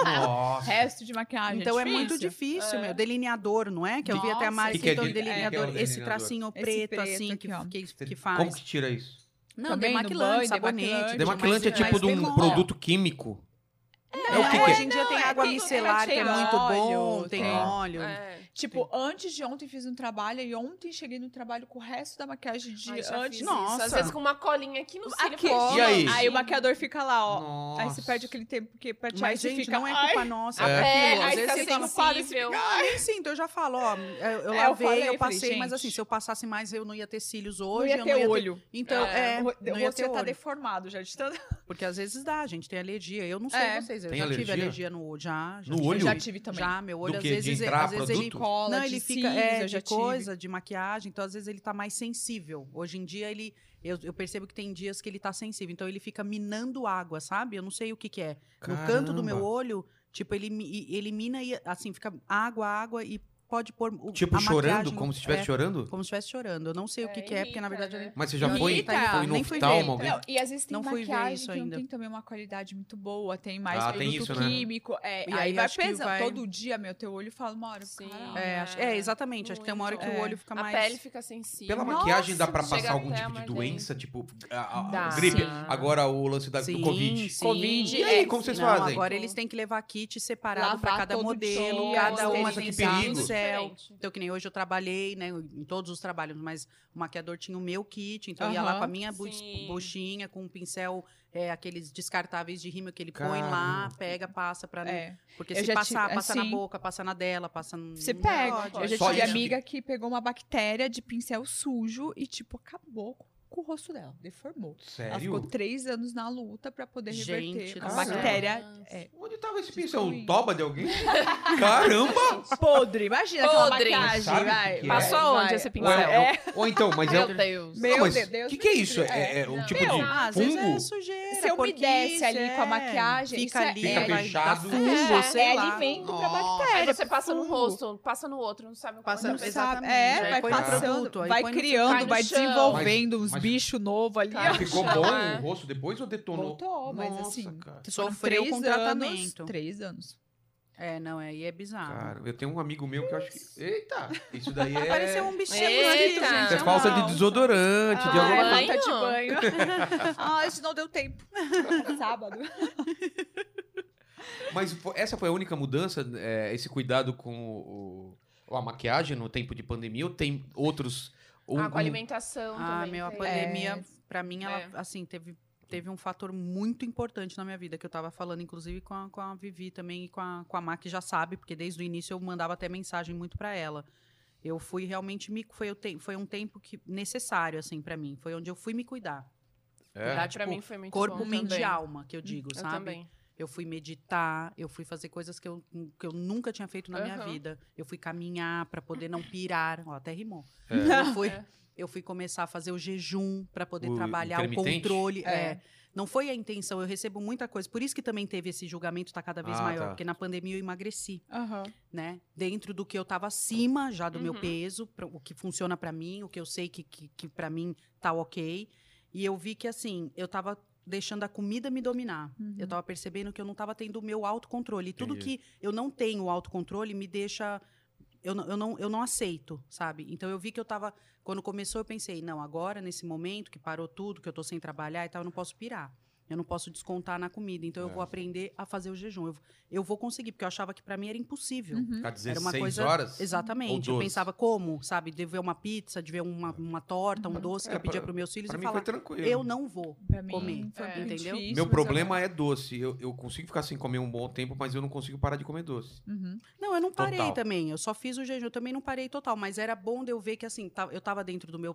A: Nossa.
C: é,
B: Resto de maquiagem.
C: Então é muito
B: difícil.
C: difícil, meu. Delineador, não é? Que eu vi até a
B: Nossa,
A: Que
C: Mari
A: que é
C: citou
A: de- que que é o
C: delineador. Esse
A: delineador?
C: tracinho
B: Esse
C: preto,
B: preto
C: assim, que,
B: aqui, ó.
C: que, que
A: Como
C: faz.
A: que tira isso?
C: Não,
B: Também no
C: demaquilante,
B: banho,
C: sabonete.
B: demaquilante.
A: Demaquilante é
E: mas-
A: tipo de
E: mas
A: um
E: tem-
A: produto químico.
C: É,
A: É o que que é?
C: hoje em dia tem
B: é
C: água
B: tudo,
C: micelar, que é
B: tem
C: muito bom,
B: óleo,
C: tem
A: tem-
C: óleo.
A: né?
E: É.
B: Tipo, antes de ontem fiz um trabalho e ontem cheguei no trabalho com o resto da maquiagem de
E: Ai, já
B: antes.
E: fiz
C: Nossa.
E: isso. Às vezes com uma colinha aqui no cílio.
B: Aqui.
E: fala,
A: E aí?
E: "Gente,
B: Aí o maquiador fica lá, ó.
A: Nossa.
B: Aí você perde aquele tempo que pra tirar
C: Mas,
B: você
C: gente,
B: fica.
C: não é
B: "Ai,
C: culpa nossa.
A: A
C: É.
E: pele,
C: aquilo, às
E: aí
C: vezes
E: tá
C: você fala,
E: sensível.
C: "Ah, nem sinto, eu já falo, ó, eu, eu
B: É, eu
C: lavei, eu,
B: falei, eu falei,
C: passei, mas
B: gente.
C: assim, se eu passasse mais, eu não ia ter cílios
B: não
C: hoje,
B: ia
C: eu
B: ter olho.
C: Então, é,
E: É,
B: O-
C: não
B: o
C: ia
B: rosto
C: ter
B: já tá
C: olho.
B: deformado já de tanto.
C: Porque às vezes dá, gente, tem alergia. Eu não sei
B: É.
C: vocês, eu
A: Tem
C: já tive
A: alergia?
C: alergia no olho. Já, já
A: No
C: tive.
A: olho?
B: Já tive também.
C: Já, meu olho,
A: Do
C: às
A: quê? De
C: vezes, é,
A: entrar
C: às vezes ele
A: produto?
B: Cola,
C: Não,
B: de
C: ele fica
B: cílios,
C: é,
B: eu já
C: de
B: tive.
C: coisa, de maquiagem, então às vezes ele tá mais sensível. Hoje em dia ele eu, eu percebo que tem dias que ele tá sensível, então ele fica minando água, sabe? Eu não sei o que que é. No canto do meu
A: Caramba.
C: olho, tipo, ele mi- e- elimina e assim, fica água, água e pode pôr. o-
A: Tipo,
C: a
A: chorando,
C: maquiagem-
A: como se estivesse
C: é,
A: chorando?
C: Como se estivesse chorando. Eu não sei o que, que é, porque na
E: Irrita,
C: verdade.
E: né?
C: eu
A: Mas você já
C: não-
A: foi,
C: Irrita,
A: foi no
C: nem fui
A: oftalmo,
C: ver.
A: alguém?
B: Não, e às vezes tem
C: Não fui ver
B: maquiagem
C: isso
B: que
C: ainda.
B: não tem também uma qualidade muito boa, tem mais
A: Ah, tem
B: produto
A: isso, né?
B: químico. É,
C: E
B: aí,
C: aí
B: vai
C: acho que
B: pesando.
C: vai-
B: Todo dia, meu, teu olho fala uma hora.
E: Sim.
B: caralho.
C: É, acho- é, exatamente. Acho que tem uma hora que o
B: Muito. é.
C: olho fica
E: A
C: mais.
E: pele fica sensível.
A: Pela maquiagem dá pra
E: Chega
A: passar algum
E: até
A: tipo
E: a
A: de
E: mordente.
A: doença, tipo a- a-
E: Dá.
A: gripe.
E: Sim.
A: Agora o lance da, do
C: Sim,
A: Covid.
C: sim.
B: Covid,
A: E aí,
B: é,
A: como vocês
C: não,
A: fazem?
C: agora eles têm que levar kit separado para
B: Lavar
C: cada
B: todo
C: modelo,
B: dia,
C: cada uma
A: esterilizar. Nossa,
C: tem
A: é que perigo.
C: um céu.
E: Diferente.
C: Então, que nem hoje eu trabalhei, né? Em todos os trabalhos, mas o maquiador tinha o meu kit, então eu ia lá
B: Aham.
C: com a minha bu-
E: Sim.
C: buchinha, com um pincel, é, aqueles descartáveis de rímel que ele põe lá,
A: Caramba.
C: pega, passa para
B: É.
C: Porque
B: Eu
C: se
B: já
C: passar,
B: tive-
C: passa na
B: assim,
C: boca, passa na dela, passa no.
B: Você
C: não
B: pega. Tipo
C: pode.
B: Eu já
A: Só
B: tive
A: isso.
B: amiga que pegou uma bactéria de pincel sujo e, tipo, acabou com, com o rosto dela. Deformou. Ela ficou
A: Sério?
B: três anos na luta pra poder
C: Gente
B: reverter
C: do
B: a
C: céu.
B: bactéria
A: Onde tava esse pincel?
B: Destruir.
A: Toba de alguém? Caramba!
B: podre. Imagina
E: Podre.
B: aquela maquiagem.
A: Sabe o que
B: vai,
A: que é?
B: vai,
E: Passou aonde
B: vai.
E: esse
A: Ou,
E: pincel?
A: é- ou então, mas é.
E: Meu Deus.
B: Meu
A: não, mas
B: Deus, Deus
A: que, que é isso?
B: me livre.
A: É, é um
E: Não.
A: tipo
B: Meu,
A: de
C: Ah, às vezes é
A: fungo?
C: sujeira.
B: Se eu me desse
C: porquice,
B: ali com a
C: é.
B: maquiagem,
C: fica
B: isso é-
C: ali,
A: Fica
C: vai dar
A: fechado.
C: fungo,
E: É,
C: sei
B: é
C: lá.
B: alimento pra
A: Nossa.
B: bactéria.
E: Aí você passa num
B: fungo.
E: rosto, passa no outro, não sabe
C: Passa-
E: qual
B: Não
E: é.
B: sabe.
C: Exatamente.
B: É,
C: Aí
B: vai
C: põe no
B: passando,
C: produto, aí
B: vai
C: põe no-
E: cai
B: criando,
E: no
B: vai
E: chão.
B: desenvolvendo uns
A: Mas-
B: bichos novos ali.
E: Tá.
B: ó.
A: Mas Ah, ficou
E: Chama.
A: bom o rosto depois ou detonou?
B: Voltou, mas
A: Nossa,
B: assim,
A: Cara.
B: Foram
C: Sofreu
B: três
C: com
B: anos,
C: tratamento.
B: Três anos.
C: É, não, é, e é bizarro.
A: Cara, eu tenho um amigo meu que eu acho que. Eita! Isso daí é.
C: Apareceu um bichinho
E: Eita!
C: bonito, gente. um
A: Isso é
E: Não.
A: falta de desodorante, de
E: Ah,
A: alguma
E: é.
A: coisa.
B: falta de
E: Banho?
B: banho. ah, isso não deu tempo. Sábado.
A: Mas fo- essa foi a única mudança, é, esse cuidado com o- o- a maquiagem no tempo de pandemia, ou tem outros. ou
E: Ah, com
A: um-
E: alimentação
C: Ah,
E: também.
C: meu, a
E: tem.
C: pandemia, pra mim, ela,
E: É.
C: assim, teve, teve um fator muito importante na minha vida, que eu tava falando, inclusive, com a, com a Vivi também e com a, com a Má, que já sabe, porque desde o início eu mandava até mensagem muito pra ela. Eu fui realmente me. Foi, o te- foi um tempo que necessário, assim, pra mim. Foi onde eu fui me cuidar.
A: é.
C: Cuidar,
E: Pra
C: tipo,
E: mim foi muito
C: corpo,
E: bom
C: mente e
E: também. Hum,
C: alma, que eu digo,
E: Eu
C: sabe?
E: também.
C: Eu fui meditar, eu fui fazer coisas que eu, que eu nunca tinha feito na minha
E: Aham.
C: vida. Eu fui caminhar pra poder não pirar. Ó, até rimou.
A: É.
C: Eu, fui,
E: É.
C: eu fui começar a fazer o jejum pra poder
A: O
C: trabalhar o
A: intermitente?
C: controle.
B: É.
C: É. Não foi a intenção, eu recebo muita coisa. Por isso que também teve esse julgamento, tá cada vez
A: Ah,
C: maior.
A: tá.
C: Porque na pandemia eu emagreci
B: Aham.
C: né? Dentro do que eu tava acima já do meu
E: Uhum.
C: peso, pra- o que funciona pra mim, o que eu sei que, que, que para mim tá ok. E eu vi que, assim, eu tava deixando a comida me dominar.
B: Uhum.
C: Eu tava percebendo que eu não tava tendo o meu autocontrole. E tudo
A: Entendi.
C: que eu não tenho autocontrole me deixa. Eu não, eu, não, eu não aceito, sabe? Então eu vi que eu tava. Quando começou, eu pensei, não, agora, nesse momento que parou tudo, que eu tô sem trabalhar e tal, eu não posso pirar. Eu não posso descontar na comida. Então eu
A: É.
C: vou aprender a fazer o jejum. Eu, eu vou conseguir, porque eu achava que pra mim era impossível.
B: Uhum.
A: Ficar 16
C: Era uma coisa-
A: horas?
C: Exatamente.
A: Ou
C: Eu
A: doce.
C: pensava como, sabe? De ver uma pizza, de ver uma, uma torta, um doce que
A: É,
C: eu pedia
A: pra-
C: para meus filhos
A: Pra
C: e
A: mim foi
C: falar,
A: tranquilo.
C: eu não vou.
B: Pra mim,
C: Comer,
B: foi
E: é,
B: muito
C: entendeu?
B: difícil,
A: Meu
B: mas
A: problema é doce. Eu, eu consigo ficar sem comer um bom tempo, mas eu não consigo parar de comer doce.
B: eu- Uhum.
C: Não, eu não parei
A: Total.
C: também. Eu só fiz o jejum, eu também não parei total, mas era bom de eu ver que assim, tá- eu tava dentro do meu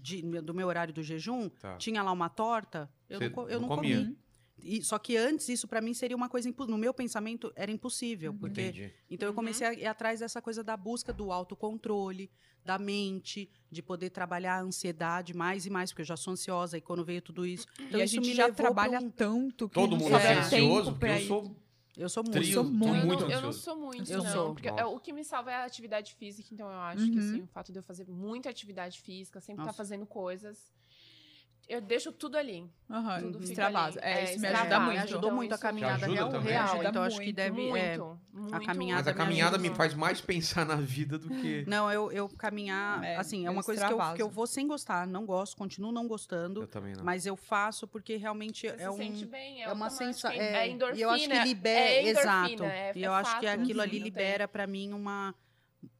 C: de- do meu horário do jejum,
A: Tá.
C: tinha lá uma torta, eu
A: Cê
C: não, co- eu
A: não
C: não
A: comia.
B: Uhum.
C: comi. E- só que antes isso pra mim seria uma coisa impo- no meu pensamento era impossível,
B: Uhum.
C: porque
A: Entendi.
C: Então eu
E: Uhum.
C: comecei a ir atrás dessa coisa da busca do autocontrole, da mente, de poder trabalhar a ansiedade mais e mais, porque eu já sou ansiosa e quando veio tudo isso. Então
B: e a
C: isso
B: gente
C: me
B: já
C: levou pra
B: trabalha
C: um-
B: tanto que
A: Todo
B: não
A: mundo é
B: sobra
E: tem
A: ansioso,
B: tempo
A: porque
B: pra
A: eu
B: ir.
A: sou um
C: Eu sou muito.
A: trio.
B: sou
A: tô
B: muito
E: eu, não, eu não
A: ansioso.
E: sou muito,
C: Eu
E: não.
C: sou.
E: Porque
A: Nossa.
E: é, o que me salva é a atividade física, então eu acho que
B: Uhum.
E: assim, o fato de eu fazer muita atividade física, sempre estar
C: Nossa.
E: fazendo coisas. Eu deixo tudo ali.
B: Aham,
E: Tudo fica
B: extravasa.
E: ali.
B: É,
E: É,
B: isso me
E: extravasa.
B: ajuda
C: Me
B: muito.
C: ajudou
E: Então,
C: muito a
E: isso te
C: caminhada
A: ajuda
C: real,
A: também?
C: real.
B: Ajuda
C: Então acho que
B: muito,
C: deve.
E: muito,
C: é.
E: muito.
C: caminhada
A: Mas a
C: Nada me
A: caminhada me
E: muito.
A: faz mais pensar na vida do que.
C: Não, eu, eu caminhar,
B: É,
C: assim, é
B: eu
C: uma coisa que eu, que eu
B: extravaso.
C: vou sem gostar, não gosto, continuo não gostando,
A: Eu também né? não.
C: mas eu faço porque realmente
E: Você
C: é
E: se sente
C: um.
E: bem, é,
C: É uma
E: automático,
C: sensação.
E: é, é
C: E eu acho
E: endorfina,
C: que libera.
E: é endorfina,
C: exato.
E: é-
C: e
E: é
C: eu acho que
E: fato,
C: aquilo ali
E: assim, não tem-
C: libera pra mim uma.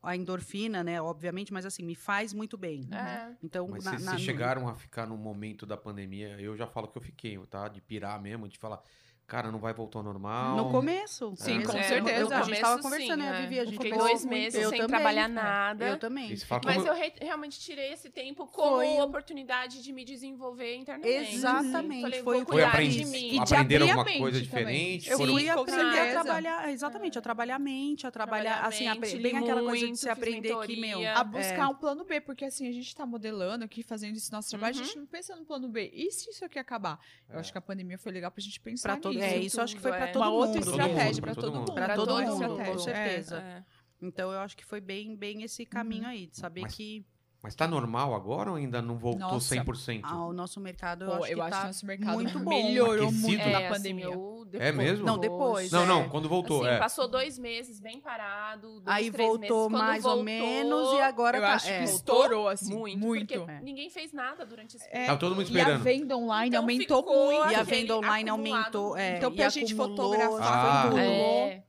C: A endorfina, né? Obviamente, mas assim, me faz muito bem.
E: É.
C: Então,
A: Mas
C: na-
A: vocês
C: na-
A: vocês
C: no-
A: chegaram a ficar no momento da pandemia, eu já falo que eu fiquei, tá? De pirar mesmo, de falar, cara, não vai voltar ao normal.
C: No começo.
A: Sim,
C: no
A: com
C: começo.
B: certeza.
C: Eu- a gente
E: Começo,
C: estava
E: sim,
C: conversando, né,
E: é.
C: Vivi? A
E: Eu
C: gente
E: fiquei
C: pensou
E: dois
C: muito.
E: meses
C: Eu
E: sem
C: também.
E: trabalhar nada.
C: Eu também.
A: E você fala, como
E: Mas
A: eu-
E: eu re- realmente tirei esse tempo como
C: Foi um-
E: oportunidade de me desenvolver internamente.
C: Exatamente,
E: Falei,
C: foi
E: vou
C: o que
A: Foi
E: cuidar
A: aprendiz-
E: de mim.
B: E de abrir
A: aprenderam
B: a
A: alguma
B: mente
A: coisa
B: também.
A: diferente?
C: Eu
B: Sim,
A: Foram-
C: fui
B: com
C: aprender a
B: certeza.
C: trabalhar, exatamente, a trabalhar a mente, a trabalhar,
E: É. Trabalhar a
C: assim,
E: mente,
C: apre-
E: li
C: bem aquela coisa de
E: muito,
C: se
E: fiz
C: aprender que, meu,
E: mentoria.
B: a buscar um plano B, porque assim, a gente tá modelando aqui, fazendo esse nosso trabalho,
E: Uhum.
B: a gente não pensa no plano B. E se isso aqui acabar? Eu
A: É.
B: acho que a pandemia foi legal pra gente pensar
C: pra todo
B: nisso.
C: É, isso acho que foi
E: tudo,
C: pra
E: é.
C: todo
B: Uma outra
C: mundo.
A: Todo
B: estratégia
A: mundo, pra
B: pra
A: todo
B: todo
A: mundo.
B: mundo.
C: Pra
B: pra
C: todo
B: toda a
C: mundo,
B: estratégia.
C: com
B: É.
C: certeza. Então eu acho que foi bem, bem esse caminho aí, de saber
A: Mas-
C: que
A: Mas tá normal agora ou ainda não voltou
B: Nossa.
A: 100%?
C: ah, o nosso mercado eu
B: Pô,
C: acho que
B: eu acho
C: tá
B: que nosso mercado
C: muito bom.
B: melhorou muito
A: Aquecido.
E: É,
B: na
E: assim,
B: pandemia.
E: eu
A: É mesmo?
C: Não, depois,
A: não,
C: é.
A: não, quando voltou,
E: Assim,
A: é.
E: Passou dois meses bem parado. dois,
C: Aí
E: três
C: voltou
E: meses. Quando
C: mais
E: voltou,
C: ou menos e agora
B: Eu
C: tá.
B: acho que
C: é.
B: estourou, assim,
E: muito.
B: muito.
E: Porque
C: É.
E: ninguém fez nada durante esse
B: É,
E: período.
A: Tava todo mundo
B: E a
A: esperando.
B: venda online
E: Então
B: aumentou
E: ficou
B: muito.
C: E a
E: aquele
C: venda online
E: acumulado.
C: aumentou. É,
B: Então,
C: e
B: pra gente
C: acumulou,
B: fotografar,
A: Ah.
C: foi tudo.
E: É,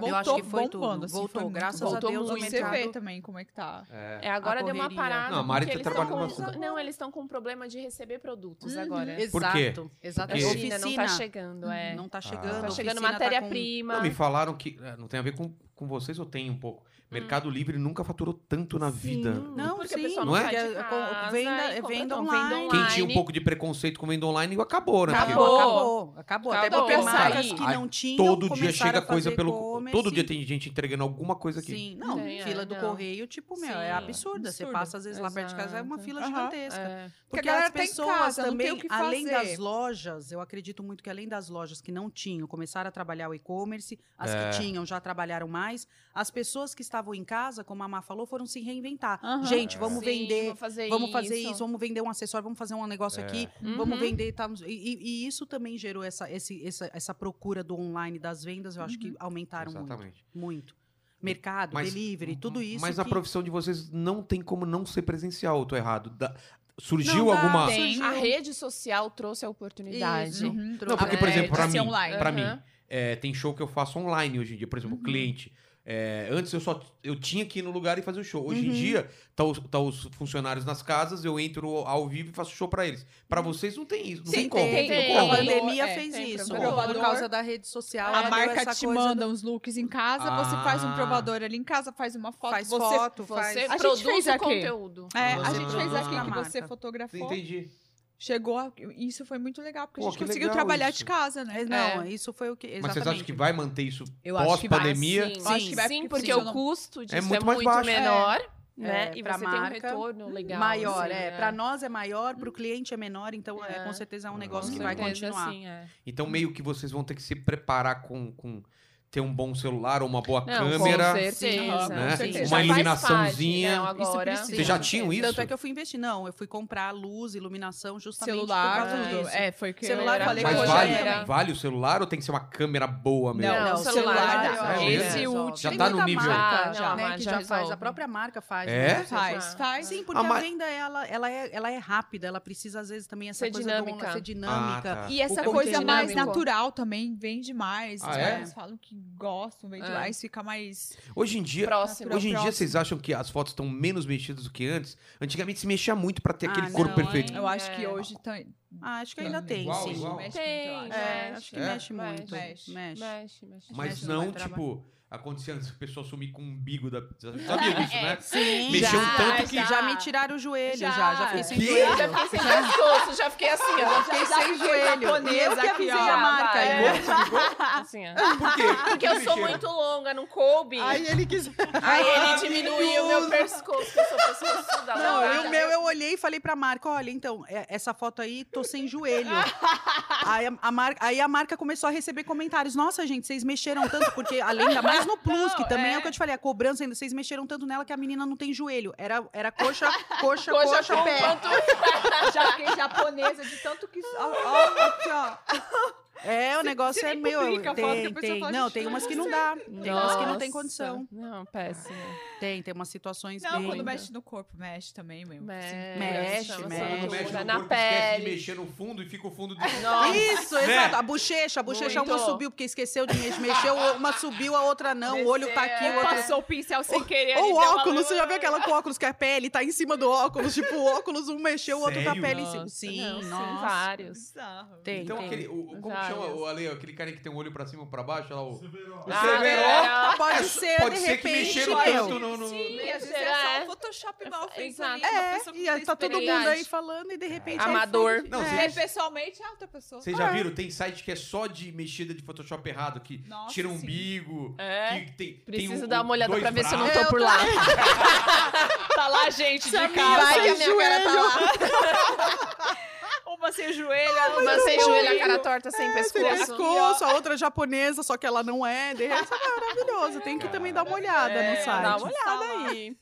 C: eu acho
B: Voltou
C: que foi tudo.
B: bombando, assim,
C: voltou,
B: foi muito
C: graças a
B: Voltou
C: Deus, o
B: muito. Você
C: mercado.
B: vê também como é que tá.
A: É.
E: é, agora deu uma
C: correria.
E: parada.
A: Não, a Mari
E: porque
A: tá
E: eles tão
A: trabalhando
E: com-
A: bastante.
E: Não, eles estão com problema de receber produtos
B: Uhum.
E: agora.
A: Por quê?
F: Exato,
E: A
A: Porque-
F: exatamente.
E: China não tá
C: É. Oficina.
E: chegando, é.
C: Não tá
A: Ah.
C: chegando.
E: Tá
A: a
E: chegando
C: oficina tá
E: matéria-prima.
A: Não, me falaram que. é, Não tem a ver com, com vocês ou tem um pouco. Mercado Livre nunca faturou tanto na vida.
E: Sim.
C: com- Não, porque
E: Porque o
C: sim,
E: pessoal
A: não
E: não
A: é?
E: sai de
C: Porque é
E: casa
C: venda-
E: e compra,
C: venda
E: então,
C: online.
A: Quem tinha um pouco de preconceito com venda online acabou, né? Porque
C: Acabou,
E: Acabou.
C: acabou. Acabou. Até
E: Acabou.
C: porque
E: Acabou.
C: marcas
E: Aí,
C: que não tinham.
A: Todo dia
C: começaram
A: chega
C: a
A: coisa
C: fazer
A: pelo.
C: e-commerce.
A: Todo dia tem gente entregando alguma coisa aqui.
C: Sim, não,
E: Tem, é,
C: fila do
E: não.
C: correio, tipo, meu,
E: Sim.
C: é absurda. Você
B: Absurdo.
C: passa, às vezes, lá perto de casa, é uma
E: Exato.
C: fila
B: Aham.
C: gigantesca.
E: É.
B: Porque a
C: Porque
B: galera
C: as
B: tá em
C: pessoas
B: casa, não tem
C: também,
B: o que
C: além
B: fazer.
C: das lojas, eu acredito muito que além das lojas que não tinham, começaram a trabalhar o e-commerce, as
A: É.
C: que tinham já trabalharam mais, as pessoas que estavam em casa, como a Má falou, foram se reinventar.
B: Aham.
C: Gente, vamos
E: Sim,
C: vender,
E: vamos fazer
C: vamos fazer
E: isso.
C: isso. vamos vender um acessório, vamos fazer um negócio
A: É.
C: aqui,
E: Uhum.
C: vamos vender. Tá, e, e- e isso também gerou essa, esse- essa, essa procura do online das vendas, eu acho
B: Uhum.
C: que aumentaram
A: Exatamente.
C: muito. Muito. Mercado,
A: Mas- Uhum.
C: delivery, tudo isso.
A: Mas a
C: que-
A: profissão de vocês não tem como não ser presencial, eu tô errado. Da-
C: Não
A: Surgiu
C: dá,
A: alguma.
B: Ah, tem.
C: surgiu.
B: uhum,
E: A rede social trouxe a oportunidade.
C: Isso.
A: Não, porque, por
E: É,
A: exemplo, pra
B: de ser
A: mim,
B: online.
A: pra
E: Aham.
A: mim é, tem show que eu faço online hoje em dia. Por
C: Uhum.
A: exemplo, cliente. é, antes eu só eu tinha que ir no lugar e fazer o show. Hoje
C: Uhum.
A: em dia, tá os, tá os funcionários nas casas, eu entro ao vivo e faço show pra eles. Pra
C: Uhum.
A: vocês não tem isso. Não tem,
B: Sim,
A: como.
B: tem,
A: não
B: tem.
C: A
A: como.
B: Tem.
C: pandemia
B: É,
C: fez
E: tem
C: isso.
B: provador.
C: Por causa da rede social.
B: A
C: ela deu
B: marca
C: essa
B: te
C: coisa
B: manda
C: do-
B: uns looks em casa, você
A: Ah.
B: faz um provador ali em casa, faz uma foto,
C: Faz
B: você
C: foto, faz...
E: Você
B: A gente
E: produz
B: fez
E: o
B: aqui.
E: conteúdo.
B: É,
A: Você
B: a gente
A: produz
B: fez aqui
C: pra
B: que
C: marca.
B: você fotografou.
A: Entendi.
B: Chegou a... Isso foi muito legal, porque
A: Pô,
B: a gente
A: que
B: conseguiu
A: legal
B: trabalhar
A: isso.
B: de casa, né?
C: É, Não, isso foi o que... Exatamente.
A: Mas vocês acham que vai manter isso
B: Eu acho que vai,
A: pós-pandemia?
E: sim,
B: Eu acho que vai
E: sim,
B: porque
E: porque
B: funcionou.
E: o custo disso é
A: muito
E: muito,
A: mais baixo.
E: menor, né?
C: É,
E: e
C: pra
E: você
C: marca,
E: tem um retorno legal.
C: Maior,
E: assim,
C: é.
E: né?
C: Para nós é maior, para o cliente é menor, então é,
E: É.
C: com certeza é um
A: Com
C: negócio que
E: Com
C: vai
E: certeza,
C: continuar.
E: sim, é.
A: Então, meio que vocês vão ter que se preparar com, com ter um bom celular ou uma boa
E: Não,
A: câmera.
E: com certeza.
B: Sim,
A: né?
E: com certeza.
B: Uma
E: Já faz
A: iluminaçãozinha.
E: parte, Não,
C: Isso
E: agora,
C: precisa.
A: Vocês já tinham isso?
C: Tanto é que eu fui investir. Não, eu fui comprar luz, iluminação, justamente
B: Celular,
C: por causa
B: tudo.
C: disso.
B: É, foi que
C: Celular,
B: eu
C: eu
B: falei
C: falei
A: Mas
B: que
C: hoje
A: vale,
E: era.
A: vale o celular ou tem que ser uma câmera boa mesmo?
B: Não,
E: Não,
B: o
E: o
B: celular,
E: celular
B: dá.
A: é,
B: esse
E: resolve.
B: último.
A: Já
C: Tem
A: tá no
C: muita
A: nível.
C: marca,
E: Ah, Já, não, a
C: né,
E: marca
C: que
E: já
C: já faz,
E: resolve.
C: a própria marca faz.
A: É?
C: né?
B: Faz, faz.
C: Sim,
A: A
C: porque a,
A: mar-
C: venda ela, ela, é, ela é rápida, ela precisa às vezes também essa
E: Ser
C: coisa do
E: dinâmica.
C: ser dinâmica.
A: tá.
B: E essa
C: conteúdo
B: coisa é mais
E: dinâmico.
B: natural também vende mais.
A: Ah,
B: As
A: é?
B: marcas falam que gostam, vende
E: É.
B: mais, fica mais.
A: Hoje em dia,
E: Próximo.
A: hoje em dia
B: próximo.
A: vocês acham que as fotos estão menos mexidas do que antes? Antigamente se mexia muito pra ter
C: Ah,
A: aquele
C: não,
A: corpo
C: hein?
A: perfeito.
B: Eu acho que
E: É.
B: hoje tá.
C: Ah, acho que ainda tem,
A: Igual,
C: sim.
A: igual.
B: Mexe
E: Tem,
B: muito, eu acho.
C: É, acho que
A: É?
C: mexe muito.
B: Mexe.
C: Mexe.
E: Mexe, mexe.
A: Mas
C: mexe, não
A: não,
C: vai trabalhar.
A: tipo, acontecia antes, o pessoal sumir com o umbigo da. Sabia disso, né?
C: Sim,
A: Mexeu
E: já,
A: tanto que.
E: já.
C: Já me tiraram o joelho, já. Já, fiquei sem
A: quê?
C: joelho.
E: Já fiquei sem pescoço, já fiquei assim, ó.
C: Fiquei sem joelho. E eu que
B: japonesa
C: avisei
B: aqui, ó.
C: a marca.
B: é.
E: Vai,
C: ainda.
E: Assim, ó.
A: Por quê? Por
E: É. Porque
A: que
E: eu sou
A: mexeram? Ah,
E: muito longa, não coube. Aí
B: ele quis.
E: ele diminuiu o meu pescoço, que eu sou pescoçuda.
C: Não,
E: largada.
C: e o meu eu olhei e falei pra marca: olha, então, é- essa foto aí, tô sem joelho. aí, a, a marca, aí a marca começou a receber comentários. Nossa, gente, vocês mexeram tanto, porque além da mais no plus, que também é. o que eu te falei, a cobrança ainda, vocês mexeram tanto nela que a menina não tem joelho. Era, era coxa, coxa,
E: Coxa
C: coxa,
E: com
C: pé.
B: Já fiquei japonesa de tanto que.
C: Ó, ó, aqui, ó. É, o negócio
B: você
C: é
B: nem
C: meu.
B: publica a foto,
C: tem,
B: depois você
C: tem.
B: fala,
C: não,
B: gente,
C: tem
B: eu
C: umas
B: não
C: que não dá. Tem umas que não tem condição.
E: Não, péssimo.
C: Tem, tem umas situações
B: Não,
C: bem.
B: quando mexe no corpo, mexe também, meu.
E: Mexe,
C: mexe,
E: chama
C: mexe.
E: essa
A: Quando mexe
E: loucura
A: no
E: É, na
A: corpo, esquece de
E: pele.
A: mexer no fundo e fica o fundo do.
C: Isso,
A: Né?
C: exato. A bochecha, a bochecha
E: Muito.
C: uma subiu porque esqueceu de mexer, mexeu, uma subiu, a outra não, o olho tá aqui, o
E: Desceu,
C: outro...
B: Passou o pincel sem querer. ali,
C: Ou o
B: deu uma
C: óculos, você já viu
B: luz.
C: aquela com óculos que a pele tá em cima do óculos, tipo, o óculos um mexeu, o outro com a
A: Sério?
C: pele em cima.
E: Nossa,
C: Sim,
E: não, sim,
C: nossa.
E: vários.
B: Bizarro.
C: Tem,
A: Então,
C: tem.
A: aquele. o- o- como que
E: Várias.
A: chama o Ale? Aquele cara que tem um olho pra cima ou pra baixo? Olha lá, o. Severo. O
E: Ah,
A: Severo.
E: Severo.
C: Pode ser,
A: É, Pode
C: de
A: ser que
C: repente,
A: mexeram
C: meu.
A: tanto no. no-
B: Sim, às vezes
E: Será,
B: é
E: é?
B: só um Photoshop mal feito.
E: Exato.
B: ali, uma pessoa com
C: É, e tá todo mundo aí
E: experiência.
C: falando e de repente... aí
E: Amador.
C: foi-
A: Não,
C: É.
A: você-
B: Vê pessoalmente, é outra pessoa.
A: Vocês
E: Ah.
A: já viram? Tem site que é só de mexida de Photoshop errado, que
B: Nossa,
A: tira um
B: sim.
A: umbigo.
E: É.
A: Que tem,
E: Preciso
A: tem um-
E: dar uma olhada
A: dois
E: pra ver se É, eu não
A: braços.
E: tô por lá.
B: Tá lá, gente, de
E: Vai que a minha cara tá lá.
B: Uma uma sem joelho, a outra
E: Mas sem
B: com
E: joelho, a
B: umbigo.
E: cara torta, sem
C: Sem
E: pescoço.
C: pescoço, a outra é japonesa, só que ela não é. De resto, é maravilhoso. Tem que também dar uma olhada no
E: É,
C: site.
E: dá uma olhada aí.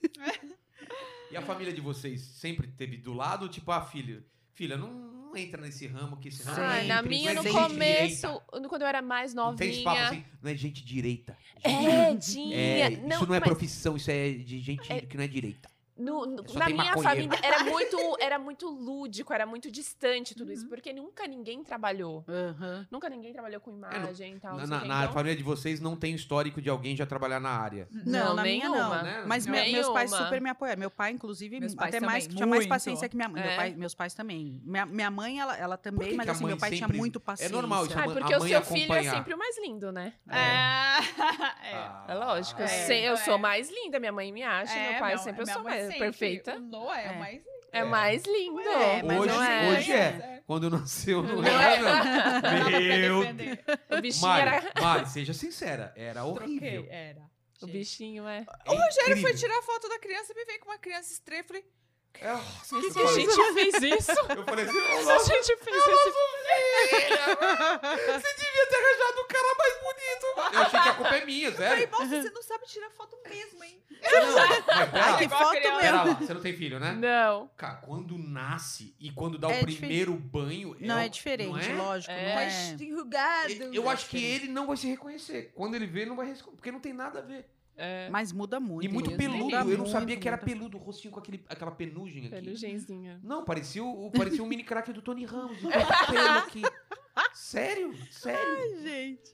A: E a família de vocês sempre teve do lado, tipo, a filha, filha, não, não entra nesse ramo, que esse ramo
E: Ah,
A: é
E: na
A: entre-
E: minha,
A: não
E: no
A: é gente
E: começo,
A: direita.
E: no- quando eu era mais
A: Não tem esse papo
E: novinha.
A: assim, não é gente direita.
E: É,
A: É,
E: tinha.
A: isso não é
E: mas
A: profissão, isso é de gente que não é direita.
E: no- no-
A: Só
E: na
A: tem
E: minha
A: maconheiro.
E: família era muito, era muito lúdico, era muito distante tudo isso, porque nunca ninguém trabalhou.
C: Aham.
E: Nunca ninguém trabalhou com imagem e tal.
A: É, Na,
E: não
A: na-
E: sei o quê.
A: na
E: Então,
A: família de vocês não tem histórico de alguém já trabalhar na área.
C: Não, na minha não.
E: nenhuma.
C: Mas
A: Não.
C: me- meus pais
E: Nenhuma.
C: super me apoiaram. Meu pai, inclusive,
B: Meus pais
C: até mais,
B: também,
C: tinha mais
B: muito.
C: paciência que minha mãe. Meu
E: É.
C: pai- meus pais também. Minha, minha mãe, ela, ela também,
A: que
C: mas
A: que a
C: assim,
A: mãe
C: meu pai tinha
A: sempre- É
C: muito paciência.
A: normal isso,
E: Ah,
A: a mãe-
E: porque
A: a
E: o
A: mãe
E: seu filho é
A: acompanhar.
E: sempre o mais lindo, né?
B: É. é.
A: Ah.
E: É lógico. Eu,
B: É,
E: sei- eu
B: é.
E: sou mais linda, minha mãe me acha, meu pai
B: minha-
E: sempre eu
B: É, minha
E: sou
B: mãe
E: mais
B: sempre,
E: perfeita.
B: O Noah é,
C: É.
B: o mais
E: É,
A: É.
E: mais lindo.
C: É, mas
A: hoje,
E: não é.
A: hoje é. Quando nasceu, não,
E: Não
A: era,
E: é.
A: não. Meu Deus.
E: O bichinho era.
A: Mari, Mari, seja sincera, era horrível.
B: Troquei, era.
E: O bichinho é.
A: O
B: Rogério foi tirar foto da criança e me vem com uma criança estranha. Eu falei,
A: É,
E: Por que a gente fez isso?
A: Eu falei assim,
E: Por
A: "Ô,
E: que a gente fez esse
A: devia ter arranjado um cara mais bonito. Eu achei que a culpa é minha, sério.
B: nossa, você não sabe tirar foto mesmo, hein?
A: Não, mas pera
C: Ai,
A: lá,
C: que
B: igual a
C: foto
B: criança.
A: pera
C: mesmo.
A: lá, você não tem filho, né?
E: Não.
A: Cara, quando nasce e quando dá
C: É
A: o primeiro banho...
C: Não,
A: o-
C: é diferente,
A: não é?
C: lógico.
E: É.
C: Não
B: Tá
C: é.
B: enrugado.
A: Eu- Eu acho que ele não vai se reconhecer. Quando ele vê, ele não vai reconhecer. Porque não tem nada a ver.
E: É.
C: Mas muda muito.
A: e muito
C: Deus me
A: peludo.
C: livre.
A: Eu não
C: Muito,
A: sabia que era
C: muito.
A: peludo. O rostinho com aquele, aquela penugem aqui.
E: é Pelugenzinha.
A: Não, parecia, o, parecia um mini craque do Tony Ramos. um pelo aqui. Sério? Sério?
C: Gente.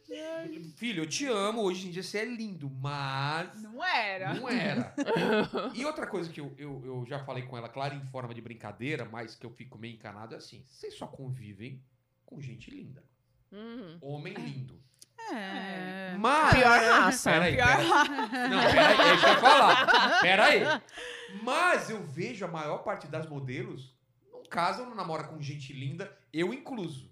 A: Filho, eu te amo. Hoje em dia você é lindo, mas...
B: Não era.
A: Não era. E outra coisa que eu, eu, eu já falei com ela, claro, em forma de brincadeira, mas que eu fico meio encanado, é assim. Vocês só convivem com gente linda.
E: Hum.
A: Homem lindo.
C: É.
A: Mas...
E: raça.
A: Peraí,
B: Pior.
A: peraí. Não, peraí, deixa eu falar. Peraí. Mas eu vejo a maior parte das modelos não casam, não namora com gente linda, eu incluso.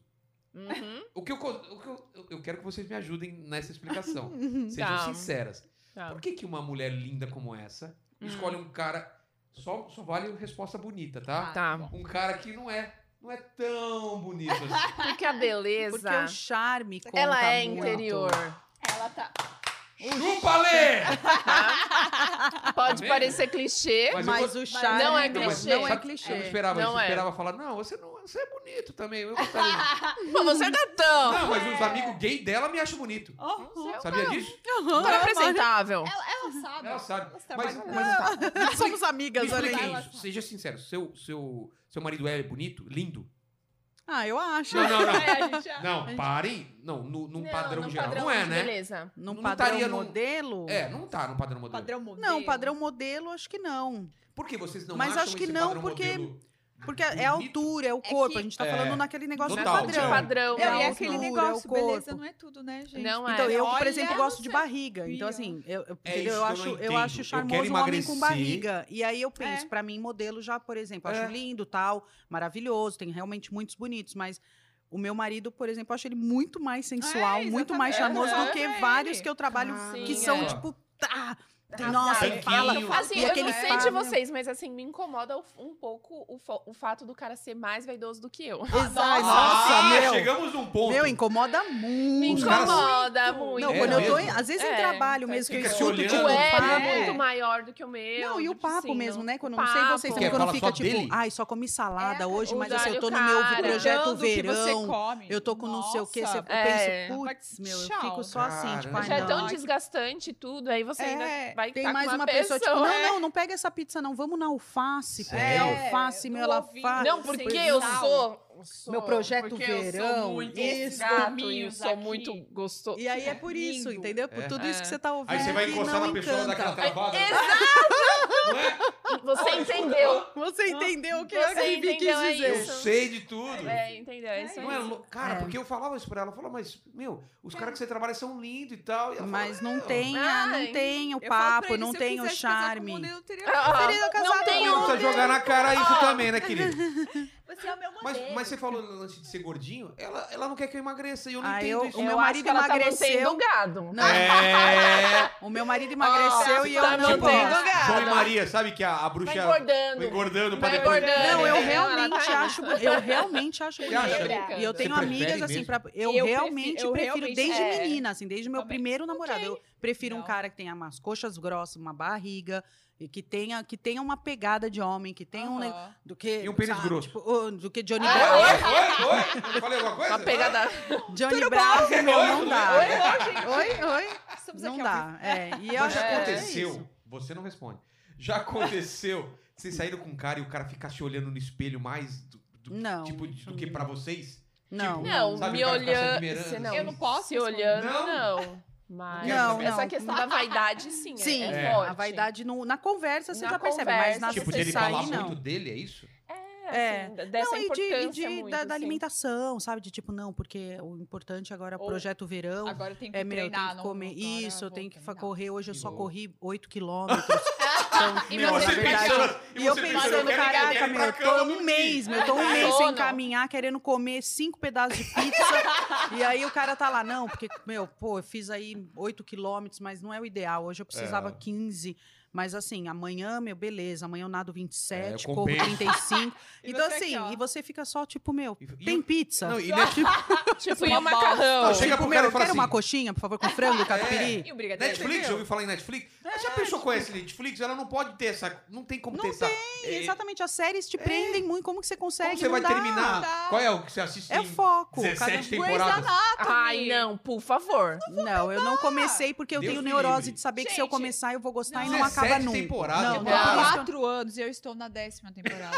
E: Uhum.
A: O que eu, co- o que eu, eu- eu quero que vocês me ajudem nessa explicação.
C: Uhum.
A: Sejam
E: Tá.
A: sinceras.
E: Tá.
A: Por que, que uma mulher linda como essa
E: Hum.
A: escolhe um cara. Só, só vale resposta bonita, tá?
E: Tá.
A: Um cara que não é. Não é tão bonito assim.
E: Porque a beleza.
C: Porque o charme conta
E: Ela é
C: muito.
E: interior.
B: Ela tá.
A: Chupa, Lê!
E: Pode Tá?
A: vendo?
E: parecer clichê.
A: Mas eu
C: Mas
A: gosto-
C: o charme
E: não é
A: Não, mas-
C: Não
E: clichê.
C: é
A: sabe- Eu não
C: clichê.
A: esperava
E: Não
A: isso. Eu
E: é.
A: esperava falar, não, você não você é bonito também. Eu gostaria.
E: Mas você não é tão.
A: Não, mas os amigos gay dela me acham bonito. Sabia disso?
E: Não é apresentável.
B: Ela
C: Tá
B: sabe.
A: Ela sabe.
B: Elas
A: Mas,
B: trabalham-
A: mas tá.
C: Nós somos
A: Me
C: amigas, olha
A: explica
C: aí.
B: ela
A: isso.
B: sabe.
A: Seja sincero. Seu, seu, seu marido é bonito? Lindo?
C: Ah, eu acho.
A: Não, não, não.
B: É, a gente já-
A: Não, parem. Não, no,
C: um
A: num padrão
E: num
A: geral.
E: padrão
A: não é,
E: de
A: né?
E: Beleza.
C: Num
A: Não
C: padrão
A: estaria num-
C: modelo?
A: É, não tá no padrão modelo.
B: Padrão modelo.
C: Não, padrão modelo, acho que não.
A: Por que vocês não
C: Mas
A: acham
C: acho que
A: esse
C: não,
A: padrão
C: porque-
A: modelo?
C: Porque é a
A: Bonito?
C: altura, é o corpo.
B: que-
C: A gente tá
A: É.
C: falando naquele negócio do
A: Total, É.
E: Nada de
C: padrão.
E: padrão.
B: Não, e
C: a
E: Não,
B: aquele
C: altura,
B: negócio,
C: o corpo.
B: beleza não é tudo, né, gente?
E: Não é.
B: Mas
C: Então, eu, por
B: olha,
C: exemplo, gosto de
B: você-
C: barriga. Então,
B: Ih, ó.
C: assim, eu, eu,
A: É isso
C: entendeu? eu,
A: que eu
C: acho,
A: não
C: eu
A: entendo.
C: acho
A: Eu
C: charmoso
A: quero
C: um homem com
A: emagrecer.
C: barriga. E aí eu penso,
B: É.
C: pra mim, modelo já, por exemplo, eu acho
A: É.
C: lindo, tal, maravilhoso, tem realmente muitos bonitos, mas. O meu marido, por exemplo, eu acho ele muito mais sensual, muito mais
B: É, exatamente.
C: charmoso do
B: É,
C: que
B: é
C: vários
B: ele.
C: que eu trabalho
E: Sim,
C: que são,
E: é.
C: tipo, tá, nossa,
A: Tem
C: ele fala.
A: quinho.
E: Assim,
C: e
E: eu
C: aquele
E: não sei
C: fala-
E: de vocês, mas assim, me incomoda o- um pouco o, fo- o fato do cara ser mais vaidoso do que eu.
C: Exato, nossa,
A: Ah,
C: meu.
A: chegamos num ponto.
C: Meu, incomoda muito.
E: Me
A: Os caras-
E: incomoda muito.
C: Não,
A: É
C: quando eu tô.
A: mesmo?
C: em- Às vezes em
E: É,
C: trabalho
B: tá
C: mesmo, que eu
A: Fica se
C: escuto tipo,
E: O
A: olhando,
E: ego
C: papo.
E: é
B: É.
E: muito maior do que o meu.
C: Não, e o
E: tipo
C: papo
E: assim,
C: mesmo,
E: não-
C: né? Quando
E: o
C: não sei vocês
E: papo.
C: também,
A: Quer
C: quando
A: falar
C: fica
A: só
C: tipo,
A: dele?
C: ai, só comi salada
B: É,
C: hoje,
E: o
C: mas assim, eu tô no
E: Dário
C: meu
E: Cara.
C: projeto
B: Olhando o que você
C: verão.
B: come.
C: Eu tô com não sei o que,
B: Nossa.
C: eu
E: É.
C: penso, putz, meu, eu fico só assim, tipo,
A: Caramba.
C: ai,
E: Já é tão
C: não.
E: desgastante tudo, aí você ainda
B: É,
E: vai
C: Tem
E: ficar
C: mais
E: com
C: uma
E: uma
C: pessoa, tipo,
E: pessoa. né?
C: não, não, não pega essa pizza, não. Vamos na alface, porque
A: É.
C: a alface, Tipo,
B: No
C: meu, ela
B: ovinho.
C: faz.
E: Não,
B: Por
E: porque eu
B: exemplo.
E: sou, eu sou-
C: Meu projeto
E: porque eu
C: verão,
E: sou muito
C: esses
E: gato, eu
B: caminhos
E: sou
B: aqui.
E: muito gostoso.
C: E aí é por isso,
B: Lindo.
C: entendeu? Por
A: É.
C: tudo isso que você tá ouvindo.
A: Aí você vai
C: que
A: encostar
C: não
A: na pessoa
C: encanta. É
A: daquela travada. né? Ah, Não é?
E: Você entendeu?
C: Você entendeu o que
E: Você
C: a Vivi quis
E: entendeu, é
C: dizer?
A: Eu
E: Isso.
A: sei de tudo.
E: É, entendeu? É isso aí.
A: Não é lou- Cara,
C: É.
A: porque eu falava isso pra ela. Eu falava, mas, meu, os caras que você trabalha são lindos e tal. E ela
C: Mas
A: fala,
C: não
A: "Meu,
C: tem, a- não
E: Ai.
C: tem o
B: Eu falo pra
C: papo,
B: ele,
C: não
B: se eu
C: tem o
B: quisesse casar com
C: charme.
B: um modelo, eu teria-
E: Ah,
C: Querido, casado
E: não tem
C: com Ah.
A: Não precisa jogar na cara isso também, né, querido?
B: Você é o meu
A: Mas,
E: dele.
A: mas você falou no lance de ser gordinho, ela, ela não quer que eu emagreça e eu não
C: Ah,
A: entendo
C: eu-
A: isso.
C: o meu
E: acho
C: marido
E: que ela tá
C: emagreceu.
E: mantendo o gado.
C: Não,
A: É.
C: o meu marido emagreceu
E: Ah,
C: e eu
E: tá
C: não
E: mantendo
C: posso.
E: o
A: João e
E: gado.
A: Maria, sabe que a, a bruxa
E: Vai engordando.
A: vai engordando pra
E: Vai
A: depois.
E: engordando.
C: Não, eu
E: Ela
C: realmente
E: tá-
C: acho, bo- eu realmente acho
A: Você acha?
C: bonito. E eu
A: Você
C: tenho
A: prefere
C: amigas assim
A: mesmo?
C: pra. eu,
B: Eu
C: realmente
B: prefiro- eu
C: prefiro
B: realmente-
C: desde
B: é.
C: menina, assim, desde o meu
B: Também.
C: primeiro namorado. Eu prefiro um
B: Legal.
C: cara que tenha umas coxas grossas, uma barriga, e que tenha que tenha uma pegada de homem, que tenha um ne-
B: Aham. Ah,
C: do que
A: E um pênis grosso.
C: tipo, ô, do que Johnny
A: Oi,
C: Bravo.
A: oi, oi, oi. Falei alguma coisa? Ah,
E: Uma pegada.
C: Johnny Bravo, meu, não dá.
B: Oi, oi, gente.
C: Oi, oi.
B: Estamos
C: Não
B: Ah, aqui ao vivo.
C: dá. É, e eu
A: Mas
C: acho
A: já
C: que é
A: aconteceu.
C: isso.
A: você não responde. Já aconteceu. vocês saíram com um cara e o cara ficar se olhando no espelho mais do, do-
C: Não.
A: tipo, de- do que pra vocês?
C: Não.
E: Não,
A: Sabe
E: me
A: o cara ficar se
E: olhando.
A: admirando,
E: se
A: assim?
E: não,
B: Eu não posso
E: Se
B: responder.
E: olhando,
A: Não?
E: não. Mas
C: Não,
E: essa
C: não.
E: questão da vaidade, sim. é-
C: Sim,
E: é,
A: É.
E: forte.
C: a vaidade no- na conversa você
E: Na
C: já percebe, mas
E: conversa,
C: na
E: se
A: tipo,
E: você
A: de ele
E: sair,
A: falar
C: não.
A: muito dele, é isso?
E: É,
C: É.
E: assim, dessa
C: não, e de-
E: importância
C: e de,
E: muito,
C: da, da
E: assim.
C: alimentação, sabe? De tipo, não, porque o importante agora é o
B: Ou
C: projeto verão.
B: Agora tem que
C: é meu, eu
B: treinar.
C: tenho que
B: não-
C: comer
B: agora
C: isso, eu
B: vou
C: tenho que fa-
B: treinar.
C: correr. Hoje eu só
A: Que
C: corri 8 quilômetros. Então,
E: E
C: meu,
E: você
C: na verdade.
E: pensando-
C: E eu pensando, caraca, meu, eu tô um mês, meu, eu tô um mês sem
E: Sono.
C: caminhar, querendo comer cinco pedaços de pizza. e aí o cara tá lá, não, porque, meu, pô, eu fiz aí 8 quilômetros, mas não é o ideal. Hoje eu precisava
A: É.
C: 15. Mas assim, amanhã, meu, beleza, amanhã eu nado 27,
A: É,
C: corro
A: compensa.
C: 35.
B: E
C: então,
B: você aqui,
C: assim,
B: ó.
C: e você fica só, tipo, meu,
A: E- e
C: tem
A: o-
C: pizza.
A: Não, é e nesse-
E: Tipo, e o
B: Uma
E: macarrão.
A: Não, chega
C: tipo,
A: pro
C: meu,
A: cara
C: eu
A: e fala
C: quero uma
A: assim. é.
C: coxinha, por favor, com frango, catupiry.
B: E o brigadeiro?
A: Netflix, já
B: entendeu?
A: ouviu falar em Netflix? Mas já pensou com essa Netflix? Ela não pode ter essa. Não tem como
C: É, tipo Não
A: ter essa.
C: E,
A: é,
C: Exatamente, as séries te prendem muito. Como que você consegue?
A: Como você
C: Não
A: vai
C: dá.
A: terminar?
B: dá.
A: Qual é o que você assiste?
C: É
A: em
C: foco.
A: 17
C: cada-
A: temporadas.
E: é, Ai, não, por favor.
C: Não, eu não comecei porque eu
A: Deus
C: tenho
A: me
C: neurose
A: livre.
C: de saber que se eu
B: Gente,
C: começar eu vou gostar e
B: não.
C: não acaba
A: 17
C: nunca.
A: temporadas.
C: Não, não,
E: Não,
C: por isso que eu-
B: Quatro anos e eu estou na décima temporada.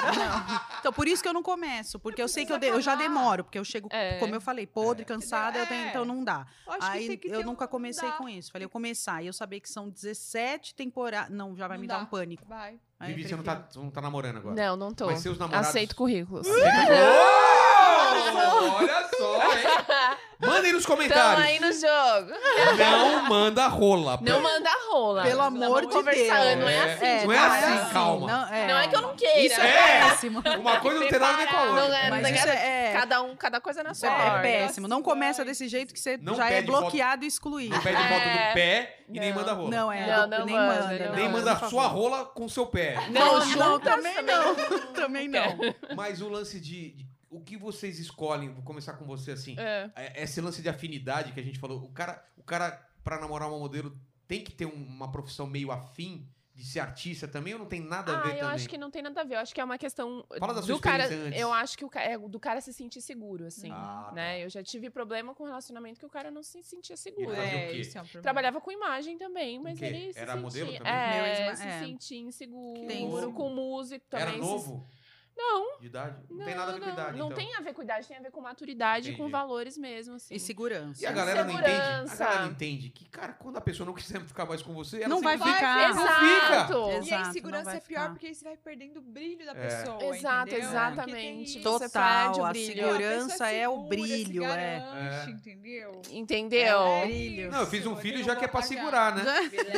C: Então, por isso que eu não começo, porque eu sei que eu, de-
B: precisa
C: eu já
B: acabar.
C: demoro, porque eu chego,
E: É.
C: como eu falei, podre, cansada, eu tenho-
B: É.
C: então não dá.
B: Eu acho que
C: Aí
B: tem que
C: eu
B: ter um-
C: nunca comecei
B: dá.
C: com isso. Falei, eu começar e eu saber que são 17 temporadas. Não, já vai
B: Não
C: me dar
B: dá.
C: um pânico.
B: Vai.
C: Aí eu
A: Vivi, você não tá, você não tá namorando agora.
E: Não, não tô.
A: Mas seus namorados.
E: Aceito currículos.
A: Oh, Olha só, hein? Mandem nos
E: Tamo
A: comentários.
E: aí no jogo.
A: Não manda rola.
E: Não manda rola.
C: Pelo
E: Vamos
C: amor de
E: conversar,
C: Deus.
E: Não é assim.
A: É, não é assim, calma.
C: Não é,
E: Não é que eu não queira.
C: Isso é,
A: É.
C: péssimo.
A: Uma coisa não tem nada a ver com a
E: Não
A: outra.
E: é-
C: Mas
E: Não
C: isso é, é,
E: Cada um, cada coisa na
C: isso
E: sua
C: é
E: ordem.
C: péssimo. Não
B: Nossa,
C: começa
B: mãe.
C: desse jeito que você
A: Não
C: já é
A: pede foto-
C: bloqueado e excluído.
A: Não pede foto do
E: É.
A: pé e nem
E: Não.
A: manda rola.
C: Não é,
E: Não,
C: do-
E: não
C: nem
E: manda,
C: manda.
E: não
A: Nem
E: Não,
A: manda
C: por
A: sua
C: favor.
A: rola com seu pé.
E: Não,
C: Não,
E: juntas
C: também não. Também não.
A: Mas o lance de, de- O que vocês escolhem, vou começar com você assim.
E: É.
A: é- Esse lance de afinidade que a gente falou. O cara, o cara pra namorar uma modelo, tem que ter um- uma profissão meio afim de ser artista também ou não tem nada a
E: Ah,
A: ver
E: eu
A: também?
E: acho que não tem nada a ver. Eu acho que é uma questão
A: Fala da sua
E: do cara.
A: experiência antes.
E: Eu acho que o ca- é do cara se sentir seguro, assim.
A: Ah, tá.
E: né? Eu já tive problema com relacionamento que o cara não se sentia seguro.
A: Ele fazia o
B: É,
A: quê?
B: isso é um problema.
E: Trabalhava com imagem também, mas
A: quê?
E: ele se
A: Era
E: sentia,
A: modelo também?
C: Meu
E: É,
C: ex-ma-
E: se
C: é.
E: sentia inseguro,
C: tenso.
E: com músico também.
A: Era
E: se-
A: novo
E: Não,
A: de idade? Não,
E: não,
A: tem nada a ver com
E: não,
A: idade.
E: não
A: então.
E: tem a ver com idade, tem a ver com maturidade e com
A: Entendi.
E: valores mesmo, assim.
C: E segurança.
A: E a galera não entende. A
E: Segurança.
A: galera não entende que, cara, quando a pessoa não quiser ficar mais com você, ela
C: Não vai
A: simplesmente-
C: ficar.
A: Não fica.
E: Exato.
C: Exato,
B: E a
C: não
B: insegurança
C: vai
B: é pior
C: ficar.
B: porque aí você vai perdendo o brilho
A: É.
B: da pessoa.
E: Exato,
B: entendeu?
E: exatamente.
B: Porque tem
C: Total,
E: Você
B: isso.
E: perde o
C: a
E: brilho.
B: Entendeu? A pessoa
C: segurança é o
B: segura, se
C: brilho, é.
B: garante,
A: É.
B: Entendeu?
E: Entendeu?
B: É
C: Brilho.
B: isso,
A: Não, eu fiz um filho
B: eu
A: já
B: não
A: que é pra
B: vou pagar.
A: segurar, né?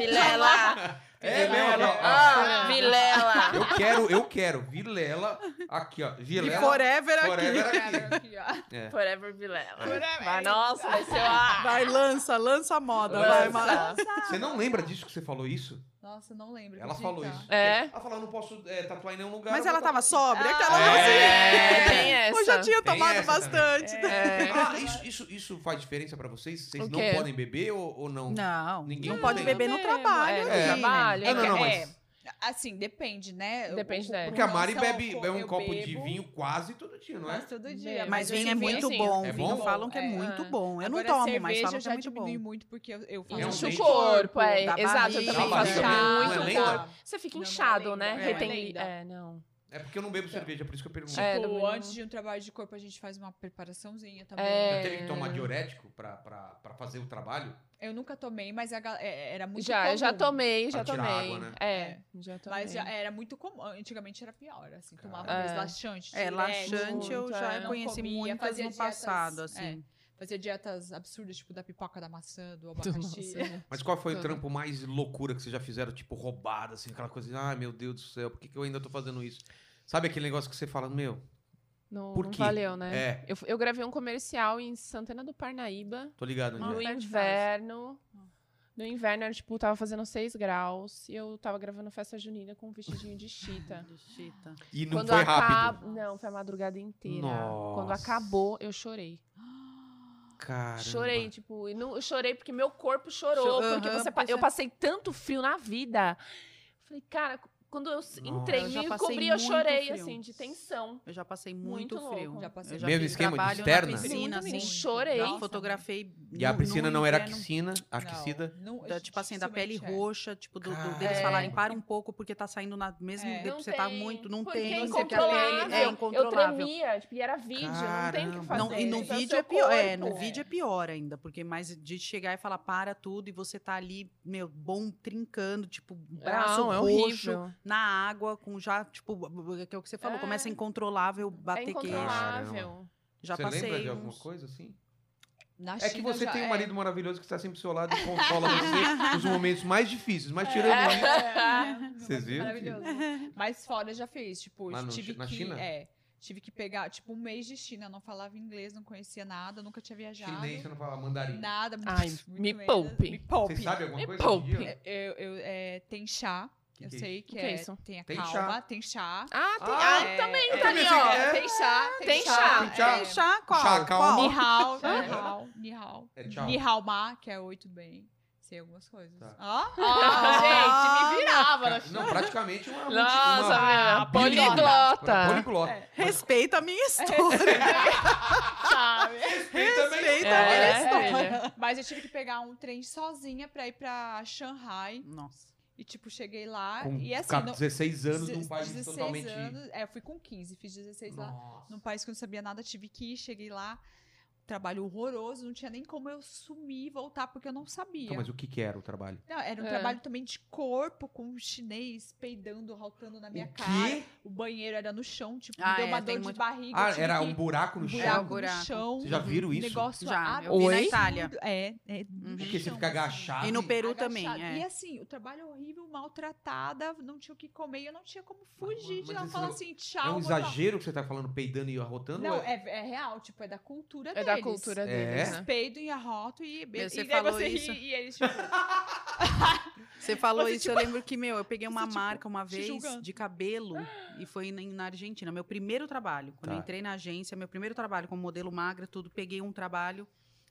E: é. Vilela.
A: É mesmo.
E: Vilela.
A: ó.
E: Ah, Vilela.
A: Eu quero, eu quero. Vilela, aqui, ó.
C: E
A: Vilela.
C: forever aqui.
A: é forever aqui.
B: Cara, aqui, ó.
A: É.
E: Forever Vilela.
B: Forever.
E: Vai, nossa, vai ser uma...
C: Vai, lança, lança a moda. Vai,
E: Lança.
C: Mara.
A: Você não lembra disso que você falou isso?
B: Nossa, não lembro. tá.
A: Ela falou
B: acredita?
A: isso.
E: É.
A: Ela falou, não posso é, tatuar em nenhum lugar.
C: Então. Mas
A: eu
C: ela
A: vou
C: tava sóbria, aquela
E: É, tem
C: assim.
E: essa.
C: Eu já tinha
A: Tem
C: tomado
A: essa também.
C: bastante.
E: É.
A: tatuar. Ah, isso, isso, isso faz diferença pra vocês? Vocês
E: O
A: não
E: quê?
A: podem beber ou, ou não?
C: Não,
A: Ninguém
C: não pode
A: tem.
C: beber no trabalho.
E: É, no
C: aqui, né?
E: trabalho.
A: É, não, não,
B: É,
A: mas...
B: Assim, depende, né? Eu-
E: Depende, né?
A: Porque a Mari
B: não são
A: bebe,
B: co-
A: bebe um
B: eu
A: copo de
B: bebo,
A: vinho quase todo dia, não é?
B: Mas todo dia.
E: Mas
C: Mas
E: esse
C: vinho é
E: vinho,
C: muito
E: sim.
C: bom.
A: É
C: vinho
A: bom?
C: falam que é,
B: É.
C: muito bom. Eu
B: assim, Agora,
C: não tomo, mas
B: cerveja
C: falam
B: eu
C: que é
B: já
C: muito bom.
B: diminui muito porque eu, eu faço
E: Enche
A: Realmente.
E: o corpo, é.
C: Da
E: Exato, eu
C: barriga.
E: também
A: Da
E: faço
A: barriga mesmo,
E: muito
A: né?
E: o
A: Lembra?
E: corpo. Você fica
B: Não, não
E: inchado, né?
B: lembra.
E: É,
B: É,
E: Retém...
B: lembra.
E: É, não.
A: É porque eu não bebo cerveja, por isso que eu pergunto.
B: Tipo,
E: É, dominou.
B: antes de um trabalho de corpo, a gente faz uma preparaçãozinha também.
E: É.
A: Já teve que tomar diurético pra, pra, pra fazer o trabalho?
B: Eu nunca tomei, mas a gal- é- era muito
E: Já,
B: comum.
E: eu já tomei, já
A: Pra tirar
E: tomei.
A: água, né?
E: É, já tomei.
B: Mas já era muito comum. Antigamente era pior, assim. Tomava
E: Cara.
B: mais
E: É.
B: laxante.
C: É,
B: diurético,
C: laxante eu
E: muito, é.
C: já
E: Não
C: conheci
B: comia,
C: muitas
B: fazia
C: no
B: dietas,
C: passado,
B: é.
C: assim.
B: Fazia dietas absurdas, tipo da pipoca da maçã, do abacaxi.
A: Mas qual foi o
E: Tudo.
A: trampo mais loucura que vocês já fizeram, tipo, roubada, assim, aquela coisa de, ai meu Deus do céu, por que, que eu ainda tô fazendo isso? Sabe aquele negócio que você fala, meu,
E: Não,
G: Por
E: não
G: quê?
E: valeu, né?
G: É,
E: Eu, eu gravei um comercial em Santana do Parnaíba.
G: tô ligado.
E: No
G: Onde é.
C: perto de
E: inverno. No inverno, era, tipo, tava fazendo 6 graus e eu tava gravando festa junina com um vestidinho de chita.
C: Chita.
G: E não foi rápido.
E: acaba- Não, foi a madrugada inteira. Quando
G: Nossa.
E: acabou, eu chorei.
G: Caramba.
E: Chorei, tipo, e não, eu chorei porque meu corpo chorou.
C: Cho-
E: porque
C: Aham, é.
E: você pa-
C: porque
E: eu
C: você-
E: passei tanto frio na vida. Falei, cara, quando eu s-
G: Nossa.
E: entrei
C: Eu
E: e
C: já
E: me
C: passei
E: cobri, eu
C: muito
E: chorei,
C: frio.
E: assim, de tensão.
C: Eu já passei
E: Muito
C: muito,
E: louco.
C: frio.
B: Já passei
C: Eu já
G: Mesmo
C: fiz
G: esquema de
C: trabalho
G: externa?
C: Na piscina,
E: Muito, menino,
B: tipo,
C: assim,
E: chorei.
C: já fotografei.
G: E a
C: no-
G: piscina
C: no
G: não era
C: inverno.
G: aquecina, aquecida.
B: Não, não,
C: Da, tipo assim, da pele
B: dificilmente é.
C: roxa, tipo, do, do- deles
G: Caramba.
C: falarem, para um pouco, porque tá saindo na mesmo.
B: É.
C: de-
E: É. Não
C: você tá
E: tem,
C: muito, não
E: porque
C: tem.
E: É
C: você quer ver,
E: incontrolável.
C: É
E: Eu
C: incontrolável.
E: tremia, tipo, e era vídeo, não tem o
G: Caramba.
E: que fazer.
C: Não, e no
E: isso é o
C: vídeo
E: seu
C: é pior. É, no
E: corpo.
C: vídeo é pior ainda, porque mais de chegar e falar para tudo e você tá ali, meu, bom, trincando, tipo, braço
E: Não, é
C: roxo
E: horrível.
C: na água, com já, tipo, b- b- que é o que você falou,
E: É.
C: começa incontrolável
E: É
C: bater queixo.
E: incontrolável.
C: Já
G: Você
C: passei.
G: lembra de alguma
C: uns-
G: coisa assim?
B: Na
G: É que
B: China
G: você
B: já
G: tem um
B: é.
G: marido maravilhoso que está sempre do seu lado e consola você nos momentos mais difíceis. Mas tirando isso, Vocês viram?
B: É. Maravilhoso. É. Mas fora já fez, tipo,
G: Lá no
B: tive
G: Chi- na
B: que,
G: China?
B: é, tive que pegar, tipo, um mês de China, não falava inglês, não conhecia nada, nunca tinha viajado.
G: chinês, você não fala mandarim.
B: Nada, muito,
E: Ai,
B: muito
E: me
B: merda.
E: poupe.
B: Me poupe.
G: Você sabe alguma
E: É
G: coisa? hoje em
E: poupe.
G: dia?
B: Eu, eu, é, tem chá,
G: Que
B: eu
G: que é
B: sei
E: O
B: que,
E: que é
B: é,
E: isso?
B: tem a
G: Tem
B: calma,
G: chá.
B: tem chá.
E: Ah, tem,
G: Ah,
E: ah,
B: é.
E: também
B: Eu
E: tá
G: também
E: ali, ó.
G: sei que é.
B: Tem chá, tem,
E: Tem
B: chá.
E: chá.
G: Tem chá?
B: é,
C: Tem chá, qual?
G: Chá, calma.
B: Ni
C: Qual?
B: hao,
G: É.
B: ni hao, ni hao.
G: É tchau.
B: Ni hao ma, que é oi, tudo bem. Sei algumas coisas.
G: Tá.
E: Ah,
B: Ó,
E: gente, me virava.
G: Cara,
E: né?
B: assim.
G: Não, praticamente uma. multi-
E: Nossa,
G: uma-
B: é,
E: velho,
G: Pra-
E: poliglota.
G: Poliglota.
C: Respeita a minha história.
E: Sabe?
G: Respeita também.
C: Respeita a minha
E: É,
C: história.
E: filha.
B: Mas eu tive que pegar um trem sozinha pra ir pra Shanghai.
C: Nossa.
B: E, tipo, cheguei lá.
G: Com
B: e assim.
G: ca-
B: não-
G: 16 anos num
B: deze-
G: país
B: 16
G: totalmente.
B: anos. É, eu fui com 15, fiz 16 lá.
G: Nossa. Então,
B: Num país que eu não sabia nada, tive que ir, cheguei lá. Trabalho horroroso, não tinha nem como eu sumir e voltar, porque eu não sabia.
G: Então, mas o que, que era o trabalho?
B: Não, era um
E: É.
B: trabalho também de corpo, com um chinês peidando, raltando na minha
G: o
B: cara.
G: quê?
B: O banheiro era no chão, tipo,
C: Ah,
B: me deu
C: é,
B: uma
C: tem
B: dor de
C: muito-
B: barriga. eu
G: Ah,
B: tive
G: era
B: que-
G: um buraco no
B: buraco, um
G: chão?
B: no
C: Buraco.
B: chão.
G: Vocês já viram isso?
B: Negócio
C: Já, eu
B: absurdo.
C: vi na
E: Oi?
C: Itália.
B: É, é. no
C: Uhum.
G: É que você
B: chão,
G: fica
B: assim.
G: agachado.
C: E no Peru
B: Agachado.
C: também, é.
B: E assim, o trabalho horrível, maltratada, não tinha o que comer, e eu não tinha como fugir
G: mas
B: de lá
G: esse
B: falar
G: não-
B: assim, tchau.
G: É um
B: vou embora.
G: exagero que você tá falando, peidando e arrotando?
B: Não,
G: ou
B: é, é real, tipo, é da cultura
E: É
B: deles.
E: da cultura deles,
G: É?
E: né?
B: Eles peidam e arrotam e...
C: Meu,
B: e
C: você
B: daí
C: falou
B: você ri,
C: isso.
B: e eles, tipo...
C: Você falou
B: Você,
C: isso, eu lembro que, meu, eu peguei uma
B: você, tipo,
C: marca uma
B: te
C: vez
B: julgando.
C: de cabelo e foi na, na Argentina. Meu primeiro trabalho. Quando
G: Tá.
C: eu entrei na agência, meu primeiro trabalho como modelo magra, tudo, peguei um trabalho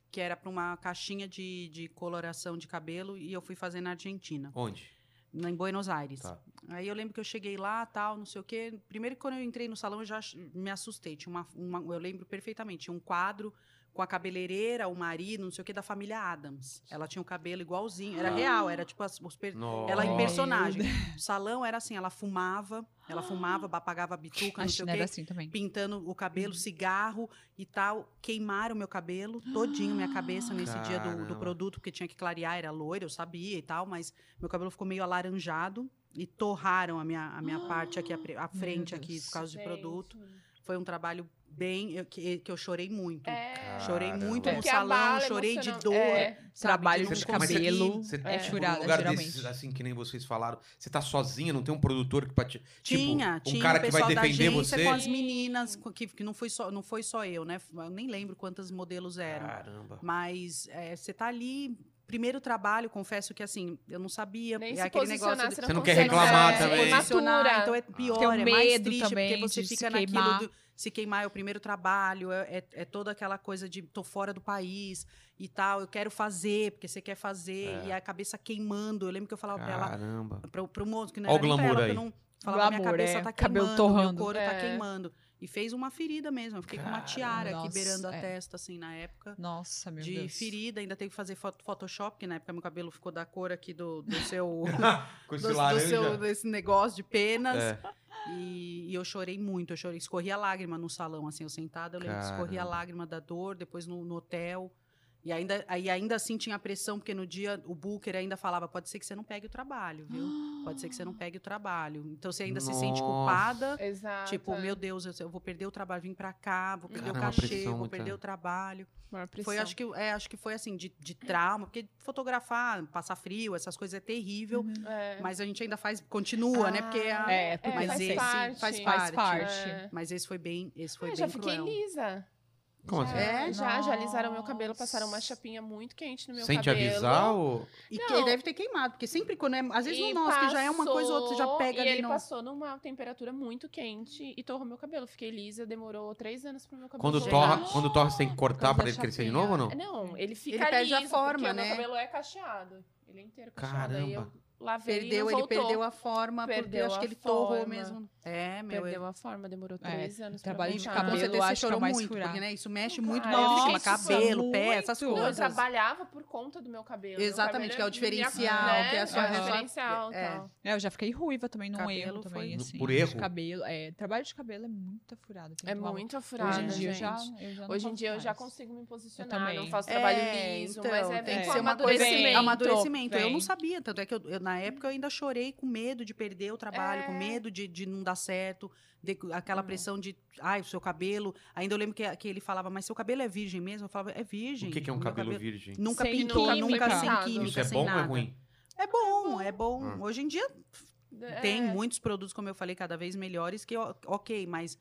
C: que era para uma caixinha de, de coloração de cabelo e eu fui fazer na Argentina,
G: Onde?
C: na- em Buenos Aires.
G: Tá.
C: Aí eu lembro que eu cheguei lá, tal, não sei o quê. Primeiro que quando eu entrei no salão, eu já ach- me assustei. Tinha uma, uma- eu lembro perfeitamente, tinha um quadro com a cabeleireira, o marido, não sei o quê, da família Adams. Ela tinha o cabelo igualzinho, era
G: Ah.
C: real, era tipo as, os, per-
G: Nossa.
C: ela em
B: Meu
C: personagem. O salão era assim, ela fumava, ela fumava, ba- pagava bituca,
B: A
C: não sei o
B: China
C: quê,
B: era assim também.
C: pintando o
G: Uhum.
C: cabelo, cigarro e tal. Queimaram meu cabelo todinho, minha cabeça nesse dia do,
G: Caramba.
C: do produto, porque tinha que clarear, era loira, eu sabia e tal, mas meu cabelo ficou meio alaranjado. E torraram a minha, a minha parte aqui, a, pre- a frente aqui,
B: Deus.
C: por causa de
E: Gente.
C: produto. Foi um trabalho bem... eu- que, que eu chorei muito.
E: É.
C: Chorei
G: Caramba.
C: muito no
E: Porque a
C: salão,
E: bala
C: chorei de
E: emociona-
C: dor.
E: É.
C: sabe, de
B: Trabalho
C: não
B: de
G: mas
C: conseguir.
B: cabelo.
G: Você
B: É
G: tipo,
B: furada,
G: num lugar
B: geralmente.
G: desses, assim, que nem vocês falaram, você tá sozinha, não tem um produtor que pra te...
C: Tinha,
G: tipo, um
C: tinha
G: cara
C: o
G: que vai
C: pessoal
G: defender
C: da agência
G: você.
C: com as meninas, com- que, que não, foi só, não foi só eu, né? Eu nem lembro quantas modelos eram.
G: Caramba.
C: Mas é, você tá ali, primeiro trabalho, confesso que assim, eu não sabia.
E: Nem
C: é
E: se
C: aquele
E: posicionar,
C: negócio de-
E: você
G: Você não
E: consegue
G: quer reclamar
E: se
G: também.
E: posicionar,
C: Então é pior,
B: Tem o
C: é mais
B: medo
C: triste,
B: também
C: porque você
B: de se
C: fica naquilo
B: queimar.
C: do se queimar é o primeiro trabalho, é, é- é toda aquela coisa de tô fora do país e tal, eu quero fazer, porque você quer fazer,
G: É.
C: e a cabeça queimando. Eu lembro que eu falava pra ela,
G: Caramba.
C: pro, pro moço, que não
G: Ó
C: era
G: o
C: nem pra ela,
G: glamour
C: que eu
G: aí.
C: não falava, minha
B: Glamour,
C: cabeça
B: é.
C: tá
B: Cabelo
C: queimando,
B: torrando.
C: meu couro tá
E: É.
C: queimando. E fez uma ferida mesmo, eu fiquei com uma
G: Caramba.
C: tiara aqui
B: Nossa,
C: beirando a
B: é.
C: testa, assim, na época.
B: Nossa, meu
C: de
B: Deus.
C: ferida, ainda teve que fazer foto, Photoshop, que na época meu cabelo ficou da cor aqui do, do seu...
G: Com
C: do,
G: esse
C: do
G: laranja.
C: seu desse negócio de penas.
G: É.
C: E, e eu chorei muito, eu chorei, escorri a lágrima no salão, assim, eu sentada, eu lembro que escorri a
G: Caramba.
C: lágrima da dor, depois no, no hotel. E ainda, aí ainda assim tinha pressão, porque no dia o Booker ainda falava: pode ser que você não pegue o trabalho, viu? Pode ser que você não pegue o trabalho. Então você ainda se sente
G: Nossa.
C: culpada.
E: Exato.
C: Tipo,
E: é.
C: meu Deus, eu, eu vou perder o trabalho, vim pra cá, vou perder
G: Caramba,
C: o cachê,
G: pressão
C: vou
G: muita.
C: perder o trabalho.
E: Maior
C: Foi,
E: pressão.
C: acho que, é, acho que foi assim, de, de trauma, porque fotografar, passar frio, essas coisas é terrível,
E: É.
C: mas a gente ainda faz, continua, né? Porque a-
E: Ah,
B: É, porque
C: mas
E: faz
C: esse
E: parte.
C: faz
B: Faz
C: parte.
B: parte.
E: É.
C: Mas esse foi bem, esse foi
E: Ah,
C: bem
E: já fiquei
C: cruel.
E: lisa.
G: Como
E: já,
G: assim?
C: É?
E: já, já alisaram meu cabelo,
B: Nossa.
E: passaram uma chapinha muito quente no meu
G: Sem te
E: cabelo.
G: avisar ou...
C: E
E: Não.
C: que deve ter queimado, porque sempre quando é. Às vezes
E: E
C: no nosso, que já é uma coisa ou outra, você já
E: passou,
C: pega
E: e
C: ali
E: ele
C: no.
E: passou numa temperatura muito quente e torrou meu cabelo. Fiquei lisa, demorou três anos pro meu cabelo
G: Quando
E: chegar. É,
G: torra, quando torra, você tem que cortar
B: causa
G: pra
B: da
G: ele crescer de
B: chapinha.
G: novo ou não?
C: É,
E: Não, ele fica
C: Ele perde a
E: liso, porque
C: forma,
E: o meu
C: né?
E: cabelo é cacheado. Ele é inteiro cacheado. Aí eu
G: Caramba.
E: lavei e
C: Perdeu,
E: não
C: ele
E: voltou.
C: perdeu a forma, porque
E: Perdeu
C: eu acho
E: a
C: que ele torrou
E: forma.
C: mesmo. É, meu.
E: Perdeu a forma, demorou
B: É,
E: três anos pra
B: trabalho de
E: voltar.
C: Com
B: cabelo,
C: certeza
B: eu
C: você
B: acho que é o
C: chorou
B: mais
C: muito,
B: furado.
C: porque né, isso mexe
E: Não,
C: muito
E: cara,
C: mal autoestima,
B: nossa,
C: cabelo, pé, essas
B: muito.
E: é Não, eu
C: coisas.
E: trabalhava por conta do meu cabelo. Meu
C: Exatamente,
E: cabelo
C: que é o diferencial,
E: minha-
C: que é a sua-
E: É o
C: é.
E: diferencial e
C: É.
E: tal.
B: É, eu já fiquei ruiva também num
C: Cabelo
B: erro também,
C: foi-
B: assim.
G: Por
B: de
G: erro?
B: Cabelo, é, trabalho de cabelo é muita furada. tem
E: É
B: que tomar-
E: muito
B: Hoje
E: furada,
B: em dia eu
E: gente.
B: já, eu já não
E: Hoje em
B: faço
E: dia eu já
B: mais.
E: consigo me
B: Eu
E: posicionar,
B: também.
E: não faço
C: É,
E: trabalho liso,
C: então,
E: mas é
C: tem
E: bem
C: que
E: com
C: ser uma coisa assim,
E: amadurecimento.
B: Vem,
C: amadurecimento. Eu
B: vem.
C: não sabia, tanto é que eu, eu, na época eu ainda chorei com medo de perder o trabalho, com
E: É.
C: medo de, de não dar certo, de- aquela
E: Hum.
C: pressão de, ai, o seu cabelo. Ainda eu lembro que, que ele falava, mas seu cabelo é virgem mesmo? Eu falava, é virgem.
G: O que, que é um
C: meu
G: cabelo, virgem?
C: Nunca
B: Sem
C: pintou,
B: química.
C: nunca sem
E: Isso é
C: química,
G: Isso é
C: sem
G: bom ou
C: nada.
G: é ruim?
C: É bom, é bom.
G: Ah.
C: Hoje em dia
E: É.
C: tem muitos produtos, como eu falei, cada vez melhores, que ó- ok, mas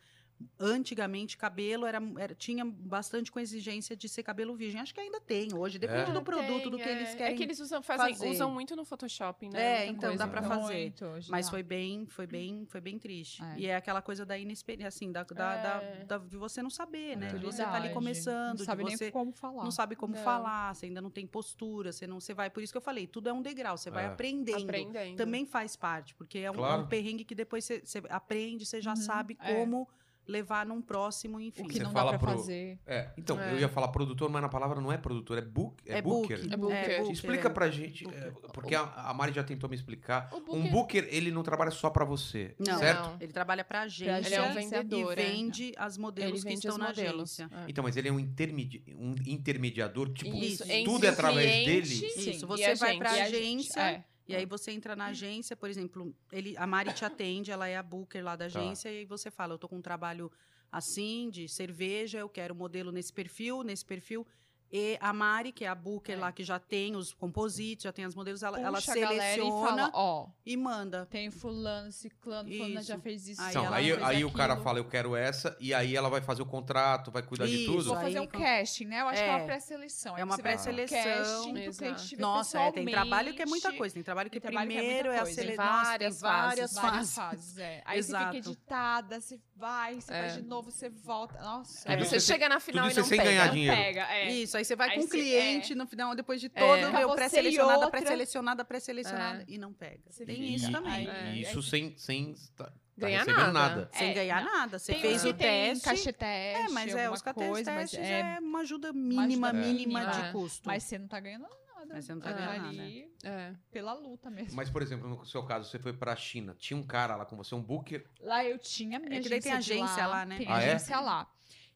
C: antigamente cabelo era, era- tinha bastante com exigência de ser cabelo virgem. Acho que ainda tem hoje, depende
E: Ah,
C: do produto,
E: tem,
C: do que
E: é.
C: eles querem.
E: É que eles usam, fazem-
C: fazer.
E: usam muito no Photoshop,
C: É,
E: né? Muita
C: então,
E: coisa.
C: dá pra
E: Então,
C: fazer.
B: Muito, hoje
C: Mas
B: dá.
C: foi bem, foi bem, foi bem triste.
B: É.
C: E é aquela coisa da inexperiência, assim, da, da- da-
E: É.
C: da- de você não saber, né? De
B: Maturidade.
C: você tá ali começando,
B: Não sabe
C: de
B: nem
C: você
B: como falar.
C: não sabe como
E: Não.
C: falar, você ainda não tem postura, você não, você vai, por isso que eu falei, tudo é um degrau, você vai
G: É.
C: aprendendo.
E: Aprendendo.
C: Também faz parte, porque é um,
G: Claro.
C: um perrengue que depois você, você aprende, você já
B: Uhum,
C: sabe
B: é.
C: como levar num próximo, enfim.
B: O que
G: Você
B: não dá
G: fala
B: pra
G: pro-
B: fazer.
G: É, então,
E: É.
G: eu ia falar produtor, mas na palavra não é produtor, é, book, é, booker.
E: É booker.
G: Explica pra gente, é, porque a, a Mari já tentou me explicar.
E: O é
G: Um booker, ele não trabalha só pra você,
C: Não.
G: certo?
E: Não.
C: Ele trabalha pra gente.
E: Ele é um
B: agência e
E: vendedor.
C: e
E: é.
C: vende as
E: Ele
C: modelos que
E: vende
C: estão
E: os
C: na
E: modelos.
C: agência.
E: É.
G: Então, mas ele é um, intermedi- um intermediador, tipo,
E: Isso,
C: tudo
E: entre
G: é
E: o
G: através
E: cliente
G: dele?
B: Sim,
C: Isso,
E: e
C: você
E: a
C: vai
E: gente.
C: pra
E: E a
C: agência
B: É.
C: e aí você entra na agência, por exemplo, ele, a Mari te atende, ela é a booker lá da
G: Tá.
C: agência, e aí você fala, eu tô com um trabalho assim, de cerveja, eu quero um modelo nesse perfil, nesse perfil. E a Mari, que é a booker
B: É.
C: lá, que já tem os compositos, já tem as modelos, ela, ela
B: Puxa a galera e
C: seleciona
B: fala, ó,
C: e, manda.
B: tem fulano, ciclano, fulano já
C: Isso.
B: fez isso.
C: Aí
G: Então,
C: ela
G: aí,
C: fez
G: aí o cara fala, eu quero essa, e aí ela vai fazer o contrato, vai cuidar de
C: Isso,
B: Vou
G: tudo.
C: aí
B: fazer um
C: com-
B: casting, né? Eu acho que é
C: É.
B: uma pré-seleção.
C: É uma
B: Aí você vai pro
C: pré-seleção.
B: casting pro cliente
E: Exato.
B: te ver
C: Nossa, é, tem trabalho que é muita
B: pessoalmente.
C: coisa. Tem trabalho que
B: Tem trabalho que é muita
C: primeiro é, a
B: coisa, tem
C: seleção. Nossa, tem
E: várias fases,
C: várias fases.
B: várias fases, é. Aí você fica
C: Exato.
B: editada, você vai, você
E: É.
B: faz de novo, você volta. Nossa,
E: É,
G: Tudo
E: você
G: sem-
E: chega na final
G: tudo
E: e
G: sem-
E: não
G: sem
E: pega.
G: ganhar dinheiro.
B: pega, é.
C: Isso, aí você vai
B: Aí
C: com o
B: você-
C: cliente no final, depois de todo
E: É.
C: meu
B: Você e
C: pré-selecionada,
B: outra. É.
C: pré-selecionada, pré-selecionada e não pega.
B: Você
C: Tem
B: fica-
C: isso também.
B: aí-
E: É.
G: E isso sem, sem tá, tá
E: Ganhar
G: recebendo
E: nada.
G: nada.
C: Sem
B: É,
C: ganhar
B: não.
C: nada. Você
B: Tem
C: fez
B: uns
C: o
B: que tem
C: teste.
B: Caixa teste,
C: é, mas é, os
B: alguma coisa,
C: coisa,
B: mas
C: testes
B: é,
C: é uma ajuda mínima,
B: ajuda
C: mínima
E: mínima, é.
C: de custo.
B: Mas você não tá ganhando nada.
C: Mas você não tá
B: Tá
C: ganhando
B: ali
E: É.
B: pela luta mesmo.
G: Mas, por exemplo, no seu caso, você foi pra China, tinha um cara lá com você, um booker.
B: Lá eu tinha a minha
C: É que
B: agência
C: daí tem
B: de
C: agência lá, né?
B: Tem
G: Ah, é?
B: agência lá.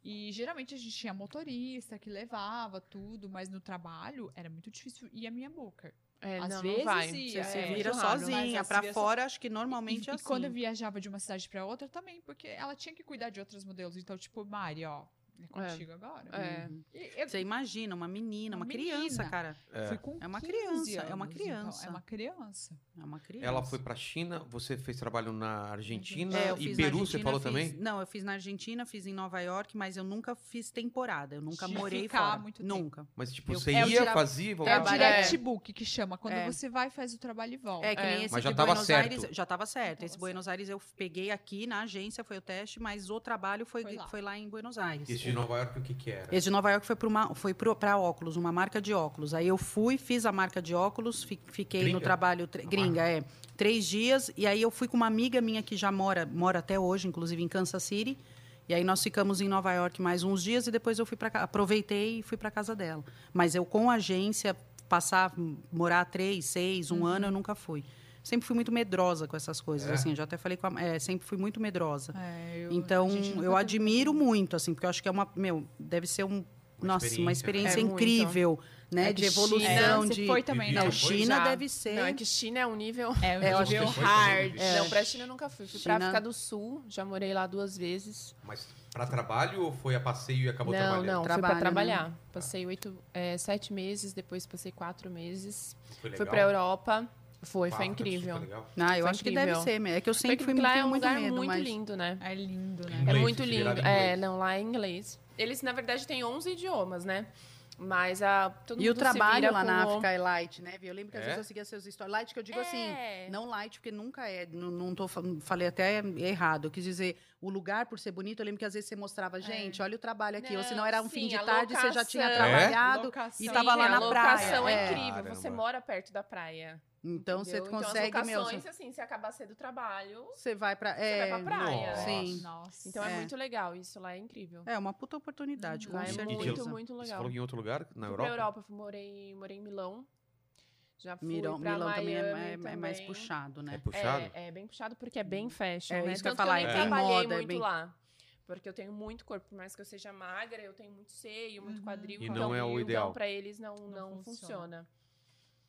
B: E geralmente a gente tinha motorista que levava tudo, mas no trabalho era muito difícil ir a minha boca.
E: É,
B: Às
E: não,
B: vezes
E: não vai.
B: ia,
E: Você se
B: é,
E: vira
C: vira
B: muito raro,
C: sozinha,
B: mas
C: pra
B: vira so-
C: fora, acho que
B: E,
C: normalmente é
B: e
C: assim.
B: quando eu viajava de uma cidade pra outra também, porque ela tinha que cuidar de outros modelos. Então, tipo, Mari, ó, é contigo agora.
E: É.
B: E eu
C: Você imagina, uma menina, uma,
B: Uma
C: criança,
B: menina.
C: cara.
G: É.
B: fui com
C: É uma
B: 15
C: criança, é uma
B: anos, então,
C: criança.
B: é uma criança.
C: É uma criança.
G: Ela foi pra China, você fez trabalho na Argentina
C: É, eu
G: e
C: fiz na
G: Peru, você
C: Argentina,
G: falou
C: fiz-
G: também?
C: Não, eu fiz na Argentina, fiz em Nova York, mas eu nunca fiz temporada. Eu nunca
B: De
C: morei
B: ficar
C: fora.
B: muito tempo.
C: nunca.
G: Mas, tipo,
C: Eu-
G: você
B: é o
G: ia,
B: tira-
G: fazia e
B: É o
G: voltava.
E: trabalho-
B: direct book que chama. Quando
C: É.
B: você vai, faz o trabalho e volta.
C: É, que nem
E: É.
C: esse
G: Mas já
C: de
G: tava
C: Buenos
G: certo.
C: Aires. Já tava certo.
B: tava
C: Esse
B: certo.
C: Buenos Aires eu peguei aqui na agência, foi o teste, mas o trabalho foi,
B: Foi
C: foi,
B: lá.
C: lá. em Buenos Aires.
G: Esse de Nova York, o que que era?
B: É.
C: Esse de Nova York foi para uma foi pro- pra óculos, uma marca de óculos. Aí eu fui, fiz a marca de óculos, fi- fiquei
G: Gringa?
C: no trabalho tre-
G: A
C: gringa, é, três dias. E aí eu fui com uma amiga minha que já mora mora até hoje, inclusive em Kansas City. E aí nós ficamos em Nova York mais uns dias e depois eu fui para aproveitei e fui para casa dela. Mas eu com a agência passar m- morar três, seis,
B: Uhum.
C: um ano eu nunca fui. Sempre fui muito medrosa com essas coisas,
G: É?
C: assim. Já até falei com a, é, sempre fui muito medrosa.
B: É, eu- a
C: Então,
B: gente nunca
C: eu
B: teve-
C: admiro muito, assim, porque eu acho que é uma. Meu, deve ser um Nossa,
A: né?
C: uma experiência
E: É muito.
C: incrível, né?
B: É
C: de
B: que
C: evolução,
B: China,
C: de...
B: Você foi também,
C: Não,
B: né?
A: Foi?
C: China
E: Já.
C: deve ser... Ah,
E: Não, é que China é um nível.
B: É,
C: É, eu
B: eu
C: acho
E: nível
A: que foi
E: hard.
A: também. É.
E: Não, pra China eu nunca fui. Fui
C: China-
E: pra África do Sul, já morei lá duas vezes.
A: Mas pra trabalho ou foi a passeio e acabou
E: não,
A: trabalhando?
E: não, fui
C: Trabalho, né?
E: pra trabalhar. Passei oito, é, sete meses, depois passei quatro meses.
A: Foi legal.
E: Fui pra Europa. Foi,
A: Pra
E: foi
A: África,
E: incrível.
A: super legal.
C: Ah, eu
E: Foi
C: acho que
E: incrível.
C: deve ser. mesmo. É que eu sempre
E: Porque
C: fui muito,
E: lá é um
C: muito
E: lugar
C: medo,
E: muito
C: mas...
E: lindo, né?
B: É lindo, né?
E: É
A: Inglês,
E: muito
A: se
E: lindo.
A: virava em
E: É,
A: inglês.
E: não, lá é inglês. Eles, na verdade, têm 11 idiomas, né? Mas a, todo
C: E
E: mundo
C: o trabalho
E: se vira
C: lá na
E: com o-
C: África é light, né? Vi? Eu lembro que às
A: É?
C: vezes eu seguia seus stories. Light que eu digo assim,
E: É.
C: não light, porque nunca é. Não, não tô fa- falei até errado. Eu quis dizer, o lugar por ser bonito, eu lembro que às vezes você mostrava, gente, olha o trabalho aqui. Ou se não era um fim
E: É. Sim,
C: de
E: a
C: tarde, você já tinha
E: locação.
C: trabalhado.
B: Locação.
C: E tava
E: Sim,
C: lá na
E: a locação
C: praia, é.
E: é incrível. Você
A: Caramba.
E: mora perto da praia.
C: Então você
E: entendeu?
C: consegue,
E: então, as
C: meu.
E: locações, assim, se acabar cedo o trabalho,
C: Você vai pra.
E: você
C: É,
E: vai pra praia.
A: Nossa.
C: Sim.
B: Nossa.
E: Então é.
C: É.
E: muito legal, isso lá é incrível.
C: É uma puta oportunidade, com
E: lá é
C: certeza.
E: muito, muito
A: Você
E: legal.
A: falou em outro lugar, na
E: fui pra
A: Europa?
E: Europa, fui- morei, morei em Milão. Já fui
C: Milão,
E: pra
C: Milão também
E: Miami
C: é, é- é
E: também.
C: mais puxado,
A: É
C: né?
A: puxado?
E: É, é bem puxado porque é bem fashion,
C: É
E: né?
C: isso que eu ia
E: Tanto que eu,
C: falar,
E: nem
A: é bem
E: trabalhei
C: moda, é
E: muito
C: bem-
E: lá. Porque eu tenho muito corpo, por mais que eu seja magra, eu tenho muito seio, muito
B: Uhum.
E: quadril.
A: E
E: então-
A: não é o ideal.
E: Então, pra eles, não, não,
B: Não funciona.
E: funciona.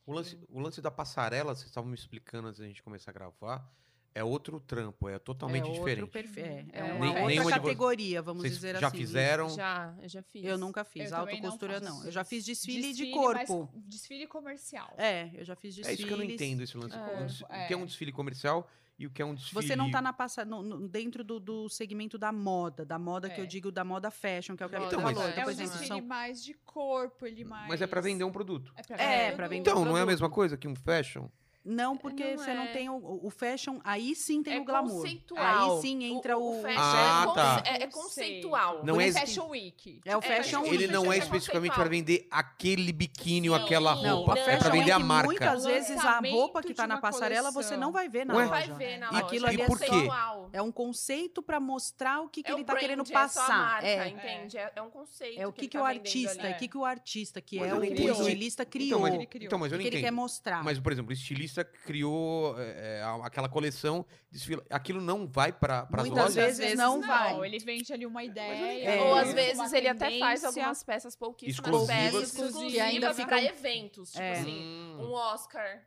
A: O lance, o lance da passarela, vocês estavam me explicando antes da gente começar a gravar, é outro trampo, é totalmente
C: é
A: diferente.
C: Outro perfil, é, é
E: É.
C: uma
E: Nem-
C: outra
A: nenhuma de vo-
C: categoria, vamos
A: Vocês
C: dizer
A: já
C: assim.
A: fizeram?
E: Já, eu já fiz.
C: Eu nunca fiz.
B: Eu também não
C: Autocostura não,
B: faço.
C: Eu já fiz desfile, de
B: mas
C: corpo.
B: desfile comercial.
C: É, eu já fiz
A: É
C: desfiles.
A: isso que eu não entendo, esse lance.
E: É,
A: O des- O
B: é.
A: que é um desfile comercial e o que é um desfile...
C: Você não tá na passa, no- no- dentro do, do segmento da moda, da moda que eu
B: É.
C: digo da moda fashion, que é o que a
E: Moda
C: Vitor
A: Então, mas-
C: falou.
B: É
C: Então, por
B: um
E: Pois é,
B: desfile
C: exemplo, são-
B: mais de corpo, ele mais...
A: Mas é pra vender um produto.
B: É pra
C: É,
B: vender.
C: pra
B: produto.
C: vender
A: Então, não é a
E: produto.
A: mesma coisa que um fashion?
C: Não, porque
E: não
C: você não
E: é.
C: tem o, o fashion, aí sim tem
E: É
C: o glamour.
E: conceitual.
C: Aí sim entra o.
E: fashion
A: Ah,
E: é con-
A: tá.
E: é, é conceitual.
A: Não
B: Não
A: é
B: é
A: esse-
B: Fashion Week.
C: É o
E: É,
C: fashion
E: mas
C: week.
A: Ele não é
E: Fashion
A: especificamente
E: conceitual.
A: pra vender aquele biquíni ou
E: Sim.
A: aquela
E: Não,
A: roupa.
E: a
A: É pra
E: fashion
A: vender
C: é
A: a
C: que
A: marca.
C: Muitas vezes a
B: Lançamento
C: roupa que
B: de
C: está na
B: uma
C: passarela
B: coleção.
C: você não vai ver na
A: Ué?
E: Não vai
C: loja.
E: ver na
A: E
E: loja.
C: aquilo
E: é
C: ali é só-
E: conceitual.
C: É um conceito para mostrar o que, que
E: É
C: ele
E: o
C: está querendo
E: brand, é só a
C: passar.
E: marca,
C: É,
E: entende? É, é um conceito.
C: é o que, que,
E: ele
C: o
E: tá vendendo
C: artista, é
E: ali.
C: o que, que o artista, que
A: Mas
C: é
A: eu
C: o
A: não entendo.
C: estilista,
A: Então,
C: criou.
A: mas,
C: o
B: criou.
A: então, mas eu
C: que
A: não
C: ele quer
A: entendo.
C: mostrar.
A: Mas, por exemplo, o estilista criou é, é, a- aquela coleção, desfila. Aquilo não vai pra, pras
C: Muitas
A: lojas?
C: vezes, não,
E: não.
C: vai.
B: Ele vende ali uma ideia.
C: É.
E: Ou às
C: Uma
E: vezes ele até faz
B: tendência.
E: algumas peças pouquíssimas
A: Exclusivas.
E: peças
B: Exclusivas.
E: exclusivas
B: Que ainda
E: pra
C: ficam-
E: eventos, tipo
C: É.
E: assim,
A: um Hum.
E: um Oscar.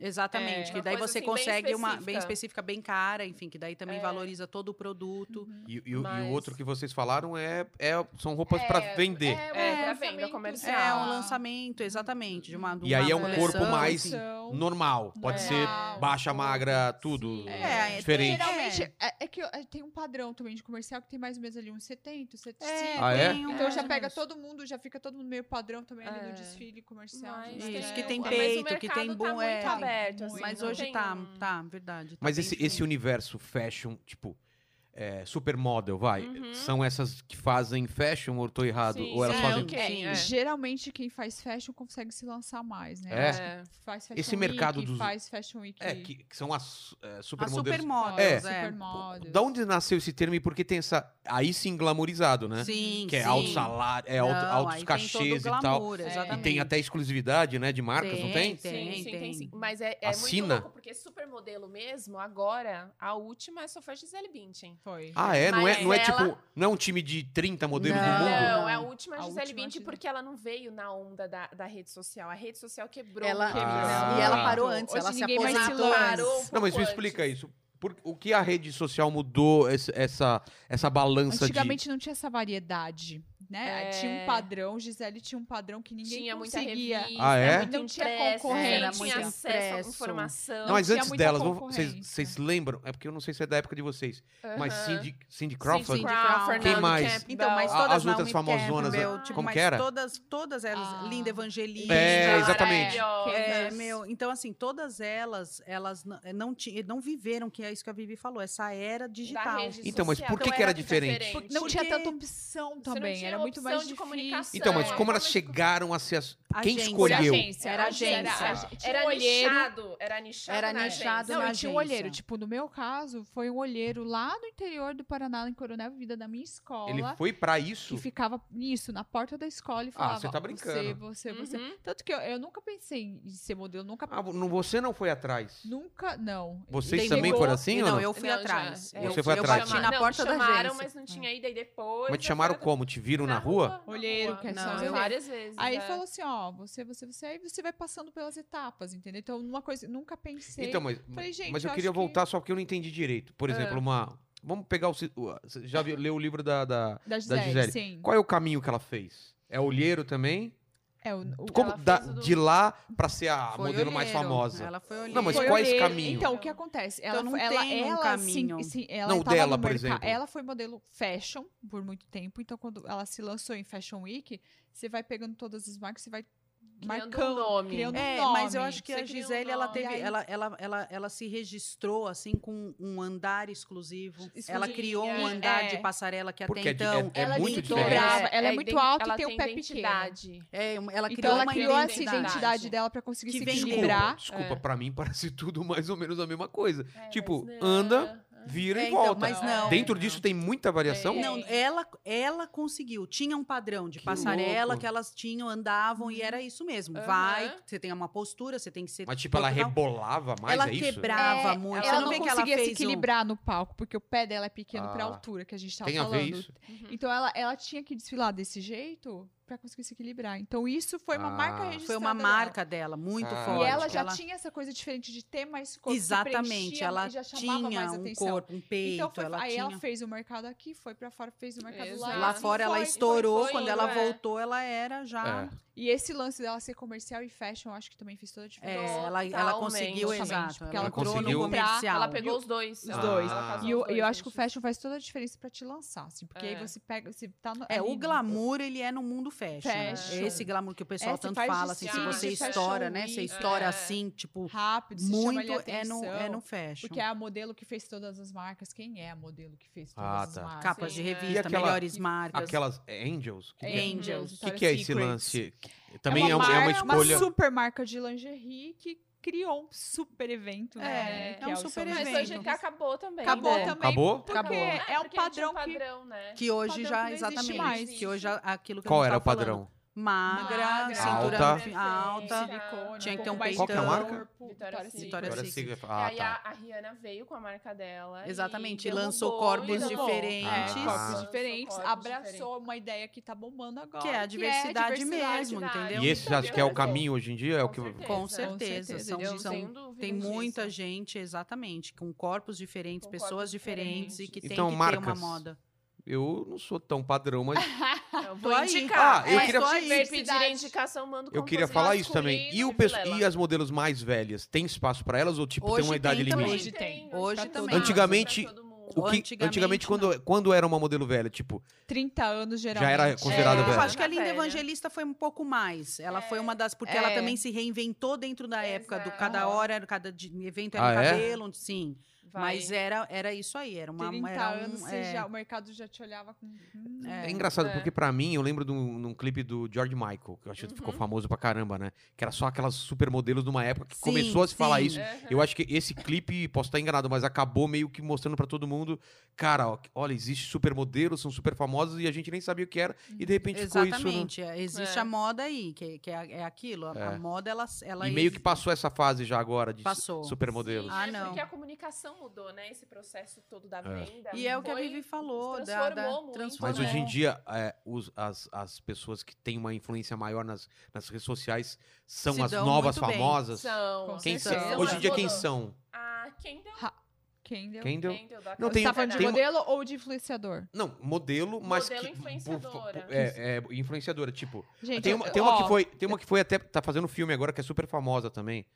C: Exatamente,
B: É.
C: que
E: Uma
C: daí
E: coisa,
C: você
E: assim, bem
C: consegue uma
E: específica.
C: bem específica, bem cara, enfim, que daí também
E: É. Uhum.
C: valoriza todo o produto.
A: E, e o- e o
E: Mas-
A: outro que vocês falaram é, é- são roupas pra vender.
E: É,
B: É,
E: pra venda
B: lançamento.
E: comercial.
C: É um
B: Ah.
C: lançamento, exatamente, de uma de
A: E aí
C: uma
A: é um
C: coleção, assim.
A: corpo mais-
C: enfim.
B: Então,
A: Normal. Pode
E: É.
A: ser baixa, magra, tudo.
B: Sim.
C: É,
A: diferente.
B: Geralmente, é, é que é, tem um padrão também de comercial que tem mais ou menos ali uns 70, 75.
C: É,
A: Ah, é?
C: tem um-
B: Então
C: mais
B: já
C: ou
B: pega
C: menos.
B: todo mundo, já fica todo mundo meio padrão também ali
E: É.
B: no desfile comercial.
E: Mas
B: né?
C: Isso, que tem
E: mas o
C: peito, que tem
E: mercado
C: bom-
E: Tá
C: é,
E: muito aberto,
B: muito.
E: assim,
C: Mas
E: não
C: hoje
E: tem
C: tá,
E: um-
C: tá, verdade. tá
A: Mas
C: bem
A: esse,
C: diferente.
A: esse universo fashion, tipo, é, supermodel, vai.
E: Uhum.
A: São essas que fazem fashion ou eu tô errado?
E: Sim,
A: ou elas
E: sim,
A: fazem.
E: ok, é.
B: Geralmente quem faz fashion consegue se lançar mais, né?
A: É.
B: Acho que Faz fashion
A: Esse mercado
B: week,
A: dos-
B: faz fashion week.
A: É, que, que são as é,
C: a
A: supermodelos.
C: supermodels,
A: É.
C: é.
B: supermodels.
A: da onde nasceu esse termo e por que tem essa. Aí sim, glamorizado, né?
C: Sim,
A: que é
C: sim.
A: alto salário, é
C: Não,
A: alto,
C: aí
A: altos
C: tem
A: cachês
C: todo o
A: e tal.
C: glamour,
B: E
A: E
C: exatamente.
A: tem até exclusividade, né? De marcas, não tem?
C: Tem,
E: sim, sim, tem sim.
C: tem.
E: Mas é, é muito
A: Assina.
E: louco, porque supermodelo mesmo, agora, a última é só foi Gisele Bündchen.
B: Foi.
A: Ah, é? Não é, não é
E: Mas
A: tipo.
E: ela-
A: Não é um time de 30 modelos
C: Não.
A: do mundo?
E: Não, é a última
B: A
E: Gisele
B: última
E: Bündchen,
B: Gisele.
E: porque ela não veio na onda da, da rede social. A rede social quebrou.
C: Ela,
E: muito
A: Ah.
E: isso.
C: E ela
A: Ah.
C: parou antes,
B: Hoje
C: ela se
B: ninguém mais se
C: aposentou
B: lança.
C: antes.
E: Parou.
A: Não, mas me
E: Antes.
A: explica isso. Por, o que a rede social mudou esse- essa, essa balança
B: Antigamente não tinha essa variedade, né?
E: É.
B: Tinha um padrão, Gisele tinha um padrão que ninguém
E: tinha muita
B: conseguia.
E: revista,
A: Ah, é?
E: muita
B: Não tinha
E: impressa,
B: concorrência,
E: é, não
C: muito
E: tinha acesso
C: impresso.
E: à informação.
A: de. Não, mas
B: tinha
A: antes
B: muita
A: delas, vamos- vocês,
B: concorrência.
A: vocês lembram? É porque eu não sei se é da época de vocês.
E: Aham.
A: Mas Cindy, Cindy Crawford.
C: Cindy
E: Crawford,
A: Quem
E: Nando
A: mais?
E: Campbell.
C: Então, mas
A: A-
C: todas
A: as outras
C: Naomi
A: famosonas, né?
C: Campbell,
E: ah,
C: tipo,
A: como
C: mas
A: que era?
C: todas, todas elas,
B: Ah.
C: Linda Evangelista.
A: É, exatamente.
C: É,
E: Maravilhosas.
C: meu, então assim, todas elas, elas n- eh, não, ti- não viveram, que é isso que a Vivi falou, essa era
E: Da
C: digital.
E: rede
A: Então, mas
E: social.
A: por que que era diferente?
B: Porque não
C: Porque
B: tinha tanta opção
E: não
B: também,
E: tinha
B: era muito
E: opção
B: mais
E: de
B: difícil.
E: comunicação.
A: Então, mas
E: É,
A: como elas
E: realmente ficou-
A: chegaram a se, ass- Quem
C: Agência.
B: Por
A: escolheu?
B: agência.
E: Era
C: agência.
E: Era,
B: Tinha
E: era
B: um olheiro.
E: nichado. Era nichado.
C: Era
E: na
C: nichado
E: agência.
B: Não,
C: na
B: e tinha um
C: agência.
B: olheiro. Tipo, no meu caso, foi um olheiro lá no interior do Paraná, em Coronel Vida, da minha escola.
A: Ele foi pra
B: que
A: isso?
B: ficava nisso, na porta da escola e falava:
A: você tá
B: Você,
A: brincando."
B: você,
E: Uhum.
B: você. Tanto que eu, eu nunca pensei em ser modelo, nunca.
A: Ah, vo- não, você não foi atrás.
B: Nunca, não.
A: Vocês
B: Tem-
A: também
B: demorou-
A: foram assim? ou
C: Não,
A: não?
C: eu fui
E: Não, já.
C: atrás.
E: É,
C: Eu-
A: Você foi
C: eu
A: atrás.
C: bati na
E: Não,
C: porta
E: chamaram,
C: da agência.
E: mas não tinha ida. E depois...
A: Mas te
E: eu
A: chamaram
E: fui
A: como? Te viram na rua?
E: na
B: Olheiro,
E: rua.
B: que é só
C: Não,
E: Não,
C: eu-
E: várias vezes.
B: Aí
E: é.
B: falou assim: Ó, você, você, você. Aí você vai passando pelas etapas, entendeu? Então, uma coisa, nunca pensei.
A: Então, mas,
B: Falei, gente,
A: mas eu
B: eu
A: queria
B: acho que-
A: voltar só porque eu não entendi direito. Por exemplo, uma. Vamos pegar o. ci- o- Você já viu- leu o livro da, da-
B: da Gisele,
A: Gisele.
B: sim.
A: Qual é o caminho que ela fez? É olheiro também?
B: É, o, o-
A: Como
E: fez
A: da-
E: o do-
A: de lá pra ser a
C: Foi
A: modelo mais
C: olheiro.
A: famosa?
C: Ela foi olheiro.
A: Não, mas
B: Foi
A: quais
B: olheiro.
A: caminhos?
B: Então, o que acontece? Ela,
C: não
B: foi- ela,
C: tem um
B: ela
C: caminho.
B: Sim, sim, ela
A: Não, o
B: tava
A: dela,
B: no
A: por
B: merca-
A: exemplo.
B: Ela foi modelo fashion por muito tempo. Então, quando ela se lançou em Fashion Week, você vai pegando todas as marcas, você vai marcando.
E: um nome.
B: Criando um
C: É,
B: nome.
C: mas eu acho que
E: Você
C: a
E: cria um
C: Gisele, ela
E: nome.
C: teve,
B: E aí-
C: ela, ela, ela, ela se registrou assim com um andar exclusivo.
B: Exclusivo,
C: Ela criou um andar
B: é.
C: de passarela que até
A: Porque é de-
C: então.
A: é
B: ela
A: muito
B: dobrava,
A: diferente.
B: Ela é, muito
E: ident-
B: alta
E: ela
B: e tem o pé pequeno.
E: identidade.
C: É, um- ela criou
B: Então, ela
C: uma
B: criou essa
E: identidade.
B: identidade dela pra conseguir
C: Que
B: se
C: vem de
A: Desculpa,
B: equilibrar.
A: desculpa pra mim parece tudo mais ou menos a mesma coisa.
E: É,
A: Tipo,
E: mas não.
A: anda, vira
C: É,
A: e
C: então,
A: volta.
C: mas não.
A: Dentro disso tem muita variação?
E: É.
C: Não, ela, ela conseguiu. Tinha um padrão de
A: Que
C: passarela
A: louco.
C: que elas tinham, andavam e
B: Uhum.
C: era isso mesmo.
E: Aham.
C: Vai, você tem uma postura, você tem que ser.
A: Mas tipo, ela
C: total-
A: rebolava mais,
C: Ela
A: é isso?
C: quebrava
B: É,
C: muito.
B: Ela
C: você
B: não,
C: vê que ela
B: conseguia
C: fez
B: se
C: um-
B: equilibrar no palco, porque o pé dela é pequeno pra
A: Ah.
B: altura que a gente tava
A: Tem a
B: falando.
A: ver isso?
E: Uhum.
B: Então ela, ela tinha que desfilar desse jeito pra conseguir se equilibrar. Então isso foi uma
A: Ah.
B: marca
A: Foi uma
B: registrada.
C: Foi uma
B: dela.
C: marca dela, muito
A: Ah.
C: forte.
B: E ela
C: que
B: já tinha essa coisa diferente de ter mais corpo. que
C: Exatamente,
B: preenchia
C: ela
B: e já chamava
C: tinha
B: mais
C: um
B: atenção.
C: corpo, um peito,
B: então foi,
C: ela
B: aí
C: tinha.
B: ela fez o mercado aqui, foi pra fora, fez o mercado lá.
E: Exato.
C: Lá
B: e
C: fora ela
B: foi,
C: estourou,
B: foi, foi,
C: quando
E: indo,
C: ela
E: é.
C: voltou ela era já.
A: É.
B: E esse lance dela ser comercial e fashion, eu acho que também fez toda a
C: É,
B: diferença.
C: ela, ela
E: Totalmente.
C: conseguiu,
B: Totalmente,
C: exato. Ela,
B: porque
A: ela
C: entrou no
A: conseguiu comprar,
C: comercial.
E: Ela pegou os dois.
A: Os
E: Ah,
A: dois.
E: ela casou
B: E eu,
E: os dois,
B: eu acho que o
E: gente.
B: fashion faz toda a diferença pra te lançar, assim. Porque
E: É.
B: aí você pega, você tá no,
C: É,
B: ali
C: o
B: no-
C: glamour, ele é no mundo fashion. né?
B: Fashion.
C: Esse glamour que o pessoal
B: É, você
C: tanto
B: faz
C: fala, assim, se
E: desfile,
C: você
E: fashion
C: estoura, né? Você
B: week,
C: estoura
E: é.
C: assim, tipo,
B: rápido, você chama
C: muito
B: ali a
C: é no,
B: atenção.
C: é no fashion.
B: Porque é a modelo que fez todas as marcas. Quem é a modelo que fez todas
A: Ah,
B: as
A: tá.
B: marcas?
C: Capas de
E: Sim, é.
C: revista,
A: E aquela-
C: melhores marcas.
A: Aquelas é, Angels? Que que é?
C: Angels,
B: Uhum.
A: O que, que é esse lance? Que- Também
B: uma
A: é, um- é uma
B: marca,
A: escolha.
B: Uma super marca de lingerie que criou um super evento, né?
E: É,
B: que
C: é um
B: o
C: super
B: São
E: Mas
B: Vicente.
E: hoje acabou também.
B: Acabou
E: né?
B: também.
A: Acabou?
B: Porque
C: Acabou.
E: Ah,
B: é um
E: porque não tinha
B: padrão,
E: um padrão né?
C: Que hoje
B: Padrão
C: já,
B: que não existe
C: exatamente.
B: mais.
C: Que hoje a- aquilo que
A: Qual
C: a gente
A: era o
C: tava tá falando.
A: padrão?
C: Magra,
B: Magra,
C: cintura
A: alta.
C: fi-
B: que
C: alta.
B: silicone,
C: Tinha que ter um
B: pouco mais de
A: Qual que é a marca?
B: corpo,
E: Vitória
B: Vitória
E: Secret.
B: Secret.
C: Vitória
A: Agora
C: Secret.
A: você- Ah,
E: e aí a,
A: tá.
E: a Rihanna veio com a marca dela. e
C: Exatamente,
E: derrubou,
C: lançou corpos
E: e derrubou.
C: diferentes.
B: É, corpos
A: Ah.
B: diferentes,
E: Lançou corpos
B: abraçou
E: diferentes.
B: uma ideia que tá bombando agora.
C: Que é a diversidade
B: diversidade.
C: mesmo, né? entendeu?
A: E esse já que é o caminho hoje em dia? É o que...
C: Com
E: Com
C: certeza.
B: certeza,
C: são-
B: eu
E: não
C: são-
E: tenho dúvida
C: tem
E: disso. Então,
C: muita gente, exatamente, com corpos diferentes,
E: Com
C: pessoas
E: corpos
C: diferentes,
E: diferentes.
C: e que
A: Então,
C: tem que ter uma
A: marcas.
C: moda.
A: Eu não sou tão padrão, mas
E: Eu
C: Tô
E: vou
C: aí.
E: indicar.
A: Ah, eu
E: É,
A: queria-
E: se
C: Tô aí.
E: vocês pedirem indicação, mando
A: eu queria
E: compositor
A: falar isso também. E,
E: masculino
A: o pesso-
E: Vilela.
A: e as modelos mais velhas, tem espaço pra elas ou tipo tem
C: Hoje
A: uma idade
C: tem também.
A: limite?
B: Hoje tem.
C: Hoje
B: Pra todo
C: também.
B: mundo.
A: Antigamente-
E: Pra todo mundo.
A: O que- antigamente,
C: Antigamente,
A: quando, quando era uma modelo velha, tipo,
B: 30 anos, geralmente.
A: já era considerada
E: É,
C: Eu
A: velha.
C: acho que a Linda
E: Velha.
C: Evangelista foi um pouco mais. Ela foi uma das. Porque ela
B: É.
C: também se reinventou dentro da época do
E: Exato.
C: cada hora, era- cada de- evento era
A: Ah,
C: um
A: é?
C: cabelo, sim.
E: Vai.
C: Mas era, era isso aí, era uma.
B: 30
C: era um,
B: anos, você
C: é,
B: já- o mercado já te olhava com... Hum,
A: É
C: é,
A: engraçado,
E: É.
A: porque pra mim, eu lembro de um, de um clipe do George Michael, que eu acho que ficou
E: Uhum.
A: famoso pra caramba, né? Que era só aquelas supermodelos numa época que
C: Sim,
A: começou a se falar
C: sim.
A: isso.
E: Aham.
A: Eu acho que esse clipe, posso estar enganado, mas acabou meio que mostrando pra todo mundo, cara, ó, olha, existe supermodelos, são super famosos e a gente nem sabia o que era, e de repente ficou isso. né?
C: Exatamente. é, Existe
E: É.
C: a moda aí, que, que é, é aquilo. A, a
A: É.
C: moda, ela. ela
A: E meio
C: exi-
A: que passou essa fase já agora de
C: Passou.
A: supermodelos.
E: Sim,
C: Ah,
E: é
C: não.
E: Porque a comunicação mudou, né? Esse processo todo da venda.
C: E é o que a
E: foi-
C: Vivi falou, da,
E: transformou
C: da
E: muito,
C: transformou.
A: Mas hoje em dia, é, os- as, as pessoas que têm uma influência maior nas, nas redes sociais são
C: Se
A: as
C: dão
A: novas
C: muito bem.
A: famosas.
E: São.
A: Quem
B: São
A: são-
B: as
A: Hoje em dia, quem
E: Mudou.
A: são?
E: Ah, quem deu?
B: Quem deu?
A: Quem deu?
E: Quem deu da
A: Não,
E: Cláudia
A: tem-
B: Você tá falando de
E: Carvalho.
B: modelo ou de influenciador?
A: Não, modelo, mas.
E: Modelo
A: que-
E: influenciadora.
A: É, é, influenciadora, tipo.
B: Gente,
A: tem
B: eu-
A: uma, tem uma
B: ó,
A: que foi, tem uma que foi até. Tá fazendo filme agora que é super famosa também.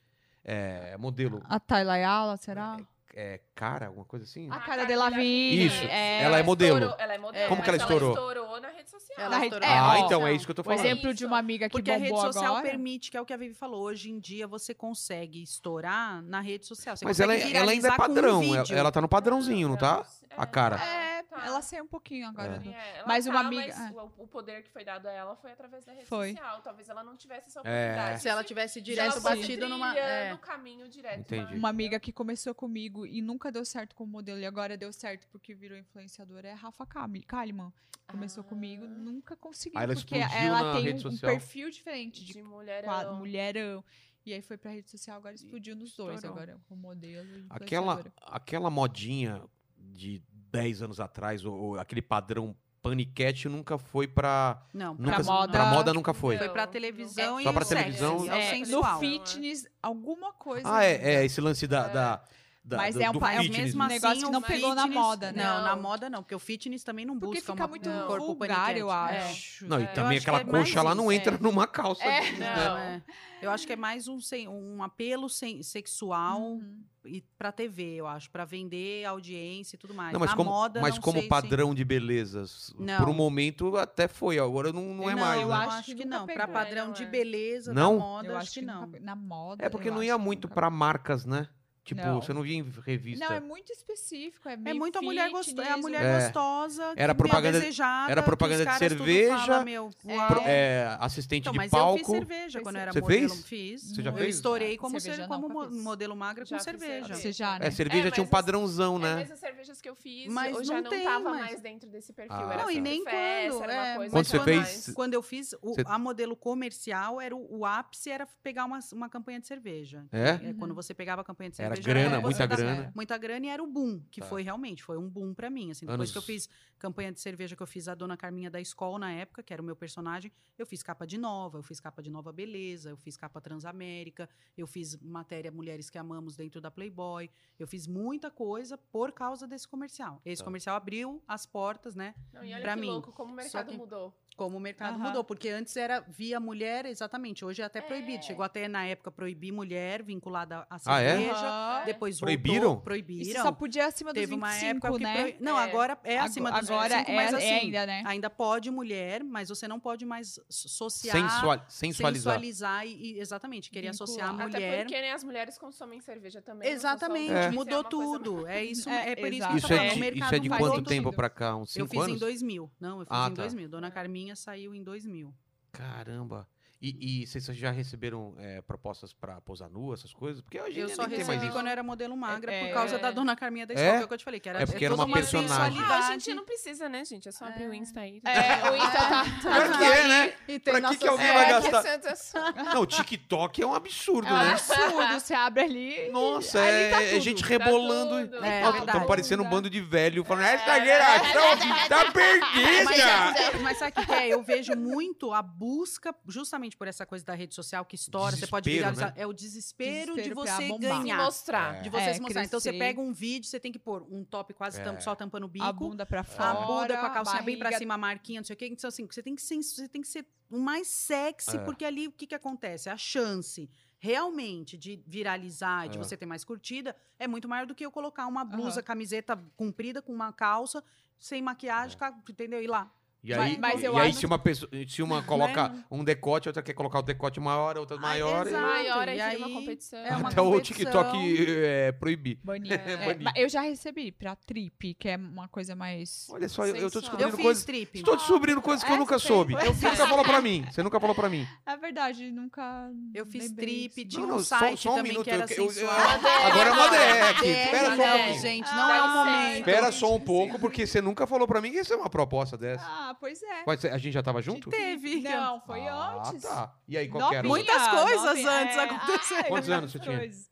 A: É, modelo.
B: A Tayla Ayala, será?
A: É, cara, alguma coisa assim?
B: A
E: Ah, Cara
B: Cara Delevingne.
A: Isso,
B: É,
A: ela é modelo.
E: estourou- Ela é modelo.
A: Como que ela
E: mas
A: estourou?
E: estourou na rede social.
C: Ela
B: Na
C: estourou.
B: rede- é,
A: ah,
B: ó,
A: então é isso que é eu tô
B: O
E: Por
A: falando.
B: exemplo de uma amiga que
C: Porque a rede
B: bombou
C: social
B: agora.
C: permite, que é o que a Vivi falou, hoje em dia você consegue estourar na rede social. Você
A: mas ela,
C: consegue
A: ela ainda é
C: viralizar com um
A: padrão. ela,
C: vídeo.
A: ela tá no padrãozinho, não tá?
E: É,
A: A cara.
B: É,
E: tá.
B: ela passei um pouquinho agora.
A: É.
B: do-
E: É, ela
B: Mas
E: tá,
B: uma amiga-
E: Mas
C: é.
E: o, o poder que foi dado a ela foi através da rede
B: Foi.
E: social. Talvez ela não tivesse
A: É.
E: essa oportunidade.
C: Se ela tivesse
E: Se ela
C: direto
E: fosse
C: batido numa.
E: trilhando
C: é.
E: o caminho direto.
A: Entendi.
B: Uma amiga que começou comigo e nunca deu certo como modelo e agora deu certo porque virou influenciadora é a Rafa Kami- Kalimann. Começou
E: Ah.
B: comigo, nunca conseguiu.
A: Ah, ela
B: porque
A: explodiu na
B: ela tem
A: rede
B: um, um
A: social.
B: perfil diferente de
E: de mulher.
B: quadro, mulherão. E aí foi pra rede social, agora explodiu nos dois.
C: estourou.
B: Agora com modelo e
A: Aquela,
B: influenciadora.
A: aquela modinha de 10 anos atrás, ou, ou aquele padrão paniquete, nunca foi pra.
C: Não,
A: Nunca,
B: Pra moda.
A: pra moda nunca foi.
C: Foi pra televisão
A: e Só pra televisão?
C: é o
B: É, no
C: sensual.
B: fitness, alguma coisa.
A: Ah, é, é, esse lance da.
E: É.
A: da, da-
B: né? Mas
A: do,
B: é um
A: do
B: pa- é o
A: fitness,
B: mesmo
A: né?
B: assim, negócio que não
C: o
B: pegou na moda, né?
C: Não, na
E: Não.
C: moda não, porque o fitness também não
B: Porque
C: busca
B: fica
C: uma-
B: muito
C: um
E: não.
C: corpo
B: vulgar, eu
C: paniquete.
B: acho.
A: Não, e
E: É.
A: também
C: Eu acho
A: aquela
C: que é mais
A: coxa lá não
E: isso,
A: entra
E: é.
A: numa calça.
B: É.
A: jeans, né?
E: Não.
C: É. Eu acho que é mais um, sen- um apelo sen- sexual
B: Uhum.
C: e pra TV, eu acho, pra vender audiência e tudo mais.
A: Não, mas
C: na
A: como,
C: moda,
A: mas
C: não
A: como
C: sei se-
A: padrão de belezas,
C: Não.
A: por um momento até foi, agora não, não é
B: Não,
A: mais.
B: eu
A: né?
C: Eu
B: acho
C: acho,
B: que
C: que,
B: nunca
C: não. Pra
B: pegou.
C: padrão
E: Não
C: de
E: é.
C: beleza,
A: Não?
C: da moda,
B: Eu
C: acho que, não.
B: nunca- Na moda.
A: É porque
B: eu
A: não
B: acho
A: ia
B: que
A: muito
B: nunca-
A: pra marcas, né? Tipo,
B: Não.
A: você não via em revista.
B: Não, é muito específico. É,
C: É
B: meio
C: muito a mulher,
B: fitness,
C: gosto, é a mulher
A: É.
C: gostosa,
A: Era
C: que-
A: propaganda-
C: desejada,
A: era
C: que os
A: propaganda de
C: caras tudo
A: cerveja,
C: fala, meu, uau.
A: Pro- é, assistente
C: Então,
A: de
C: mas eu fiz
A: palco.
C: cerveja quando eu era
A: Você
C: modelo.
A: fez?
C: Fiz.
A: Você já
C: eu
A: fez?
C: estourei como,
B: Cerveja
C: ser,
B: não,
C: como
B: nunca
C: mo-
B: fiz.
C: modelo magra
E: Já
C: com
E: fiz
C: cerveja.
E: cerveja.
B: Você já, né?
A: É, cerveja
E: É,
A: tinha um
E: mas
A: padrãozão,
E: É,
A: né?
E: mas as cervejas que eu fiz,
C: Mas
E: eu já
C: não
E: não,
C: tem
E: tava
C: mais.
E: mais dentro desse perfil.
A: Ah.
E: era
A: Não, e
E: sempre
C: nem
E: festa,
C: quando,
E: Era uma
C: é,
E: coisa
A: Quando você
E: mais-
A: fez-
C: Quando eu fiz, o-
A: Você-
C: a modelo comercial, era o, o ápice era pegar uma, uma campanha de cerveja.
A: É?
B: Uhum.
C: Quando você pegava a campanha de
A: Era
C: cerveja...
A: grana,
C: você
A: muita
C: dava-
A: grana.
C: Muita grana e era o boom, que
A: Tá.
C: foi realmente, foi um boom pra mim. Assim, depois que eu
A: Anos-
C: fiz campanha de cerveja, que eu fiz a Dona Carminha da escola na época, que era o meu personagem, eu fiz capa de Nova, eu fiz capa de Nova Beleza, eu fiz capa Transamérica, eu fiz matéria Mulheres que Amamos dentro da Playboy, eu fiz muita coisa por causa desse comercial. Esse
A: Tá.
C: comercial abriu as portas, né?
E: Não, e olha
C: Pra
E: que
C: mim.
E: louco como o mercado
C: que-
E: mudou.
C: Como o mercado
B: Aham.
C: mudou, porque antes era via mulher, exatamente, hoje é até
E: É.
C: proibido. Chegou até na época proibir mulher vinculada à
A: Ah, é?
C: cerveja.
B: Aham.
C: Depois
A: Proibiram?
C: voltou, proibiram.
B: Isso só podia acima dos
C: Teve uma
B: 25,
C: época que
B: né?
C: proib- não,
E: É.
C: agora é
B: Ago-
C: acima dos
B: Agora
C: 25, mas
B: é,
C: assim,
B: é ainda, né?
C: ainda pode mulher, mas você não pode mais so- associar,
A: Sensual, sensualizar.
C: sensualizar e, e- exatamente, querer
B: Vincular.
C: associar a
E: Até
C: mulher.
E: porque né, as mulheres consomem cerveja também. não
C: Exatamente,
E: consomem,
A: É.
E: isso é
C: mudou
E: uma coisa
C: tudo. É isso, é,
B: É,
C: por isso que
B: exato.
C: eu
A: Isso
C: tô
A: é
C: falando, o
A: de, isso
C: mercado
A: é de quanto
C: faz
B: faz
C: todo
B: sentido.
A: tempo
C: sentido.
A: pra cá? Uns
C: Eu
A: 5
C: fiz
A: anos?
C: em 2000. Não, eu fiz
A: Ah,
C: em
A: tá.
C: 2000. Dona Carminha saiu em 2000.
A: Caramba. E, e vocês já receberam é, propostas pra posar nua, essas coisas? Porque hoje
C: Eu
A: nem
C: só
A: tem mais
C: recebi
A: isso.
C: quando eu era modelo magra
B: É,
C: por causa
E: é.
C: da Dona Carminha da
A: É?
C: escola, que é o que eu te falei, que era
A: É porque era
C: toda
A: uma personagem.
E: Ah, a
C: sensualidade.
E: gente não precisa, né, gente? É só abrir o Insta aí.
B: É, o Insta tá.
A: Pior que é, né?
C: E tem
A: Pra que,
C: nossas-
A: que alguém
E: É,
A: vai
E: que
A: gastar?
E: Santos-
A: Não, o TikTok é um absurdo,
B: É um
A: né?
B: absurdo. Você abre ali.
A: Nossa,
B: ali
A: é,
B: tá
A: é
B: tudo.
A: gente rebolando.
E: Tá tudo.
C: É,
A: Nossa,
C: verdade.
A: tão parecendo um bando de velho falando,
E: É.
A: essa geração tá
C: Mas,
A: perdida!
C: sabe- mas sabe o que que é? Eu vejo muito a busca, justamente por essa coisa da rede social que estoura, você pode
A: Desespero, né?
C: viralizar. É o desespero, de
B: Desespero pra
C: você
B: bombar.
E: Se
C: ganhar.
E: mostrar.
A: É.
C: De você
B: É,
C: se mostrar. Então você
B: crescer.
C: pega um vídeo, você tem que pôr um top quase
A: É.
C: tam- só tampando o bico.
B: A bunda pra fora.
C: a bunda com a calcinha bem pra
B: barriga-
C: cima, a marquinha, não sei o quê. Então, assim, você tem que ser, você tem que ser o mais sexy,
A: É.
C: porque ali o que, que acontece? A chance realmente de viralizar, de
A: É.
C: você ter mais curtida, é muito maior do que eu colocar uma blusa,
B: Aham.
C: camiseta comprida, com uma calça, sem maquiagem,
A: É.
C: com a- entendeu? E lá.
A: E aí,
B: Mas- mas eu
A: e aí
B: acho-
A: se uma pessoa, se uma coloca um decote, a outra quer colocar o decote maior, a outra maior, e
C: exato.
E: Maior
C: E
E: aí vira
C: aí-
E: uma competição.
C: é uma
A: até o
C: competição.
A: TikTok é, proibir.
B: Bonito.
E: É,
B: É,
A: bonito.
B: mas eu já recebi pra trip, que é uma coisa mais.
A: Olha só, eu, eu tô
E: Sensual.
C: Eu
A: descobrindo
C: fiz
A: coisas.
C: strip.
A: Estou descobrindo coisas que eu
B: Essa
A: nunca
B: tem
A: soube.
B: coisa.
A: Eu você nunca falou pra mim. Você nunca falou pra mim.
B: É verdade, nunca.
C: Eu fiz
B: lembrei
C: strip,
B: disso.
C: tinha
A: Não, não,
C: um
A: só-
C: site
A: só um
C: também
A: minuto,
C: que era assim,
A: eu que- eu- eu-
C: sensual.
A: Agora é uma DR aqui.
C: DR,
A: Espera só um
E: né,
A: pouquinho.
C: gente, não é o
E: Dá licença.
C: momento.
A: Espera só um pouco, porque você nunca falou pra mim que isso é uma proposta dessa.
B: Ah, pois é.
A: Mas A gente já tava junto?
C: Teve.
B: Não, foi
A: ah,
B: antes.
A: tá. E aí, qual que era?
C: Novinha. Muitas coisas antes acontecendo.
B: ai,
A: Quantos anos
B: muitas
A: você tinha?
B: coisas.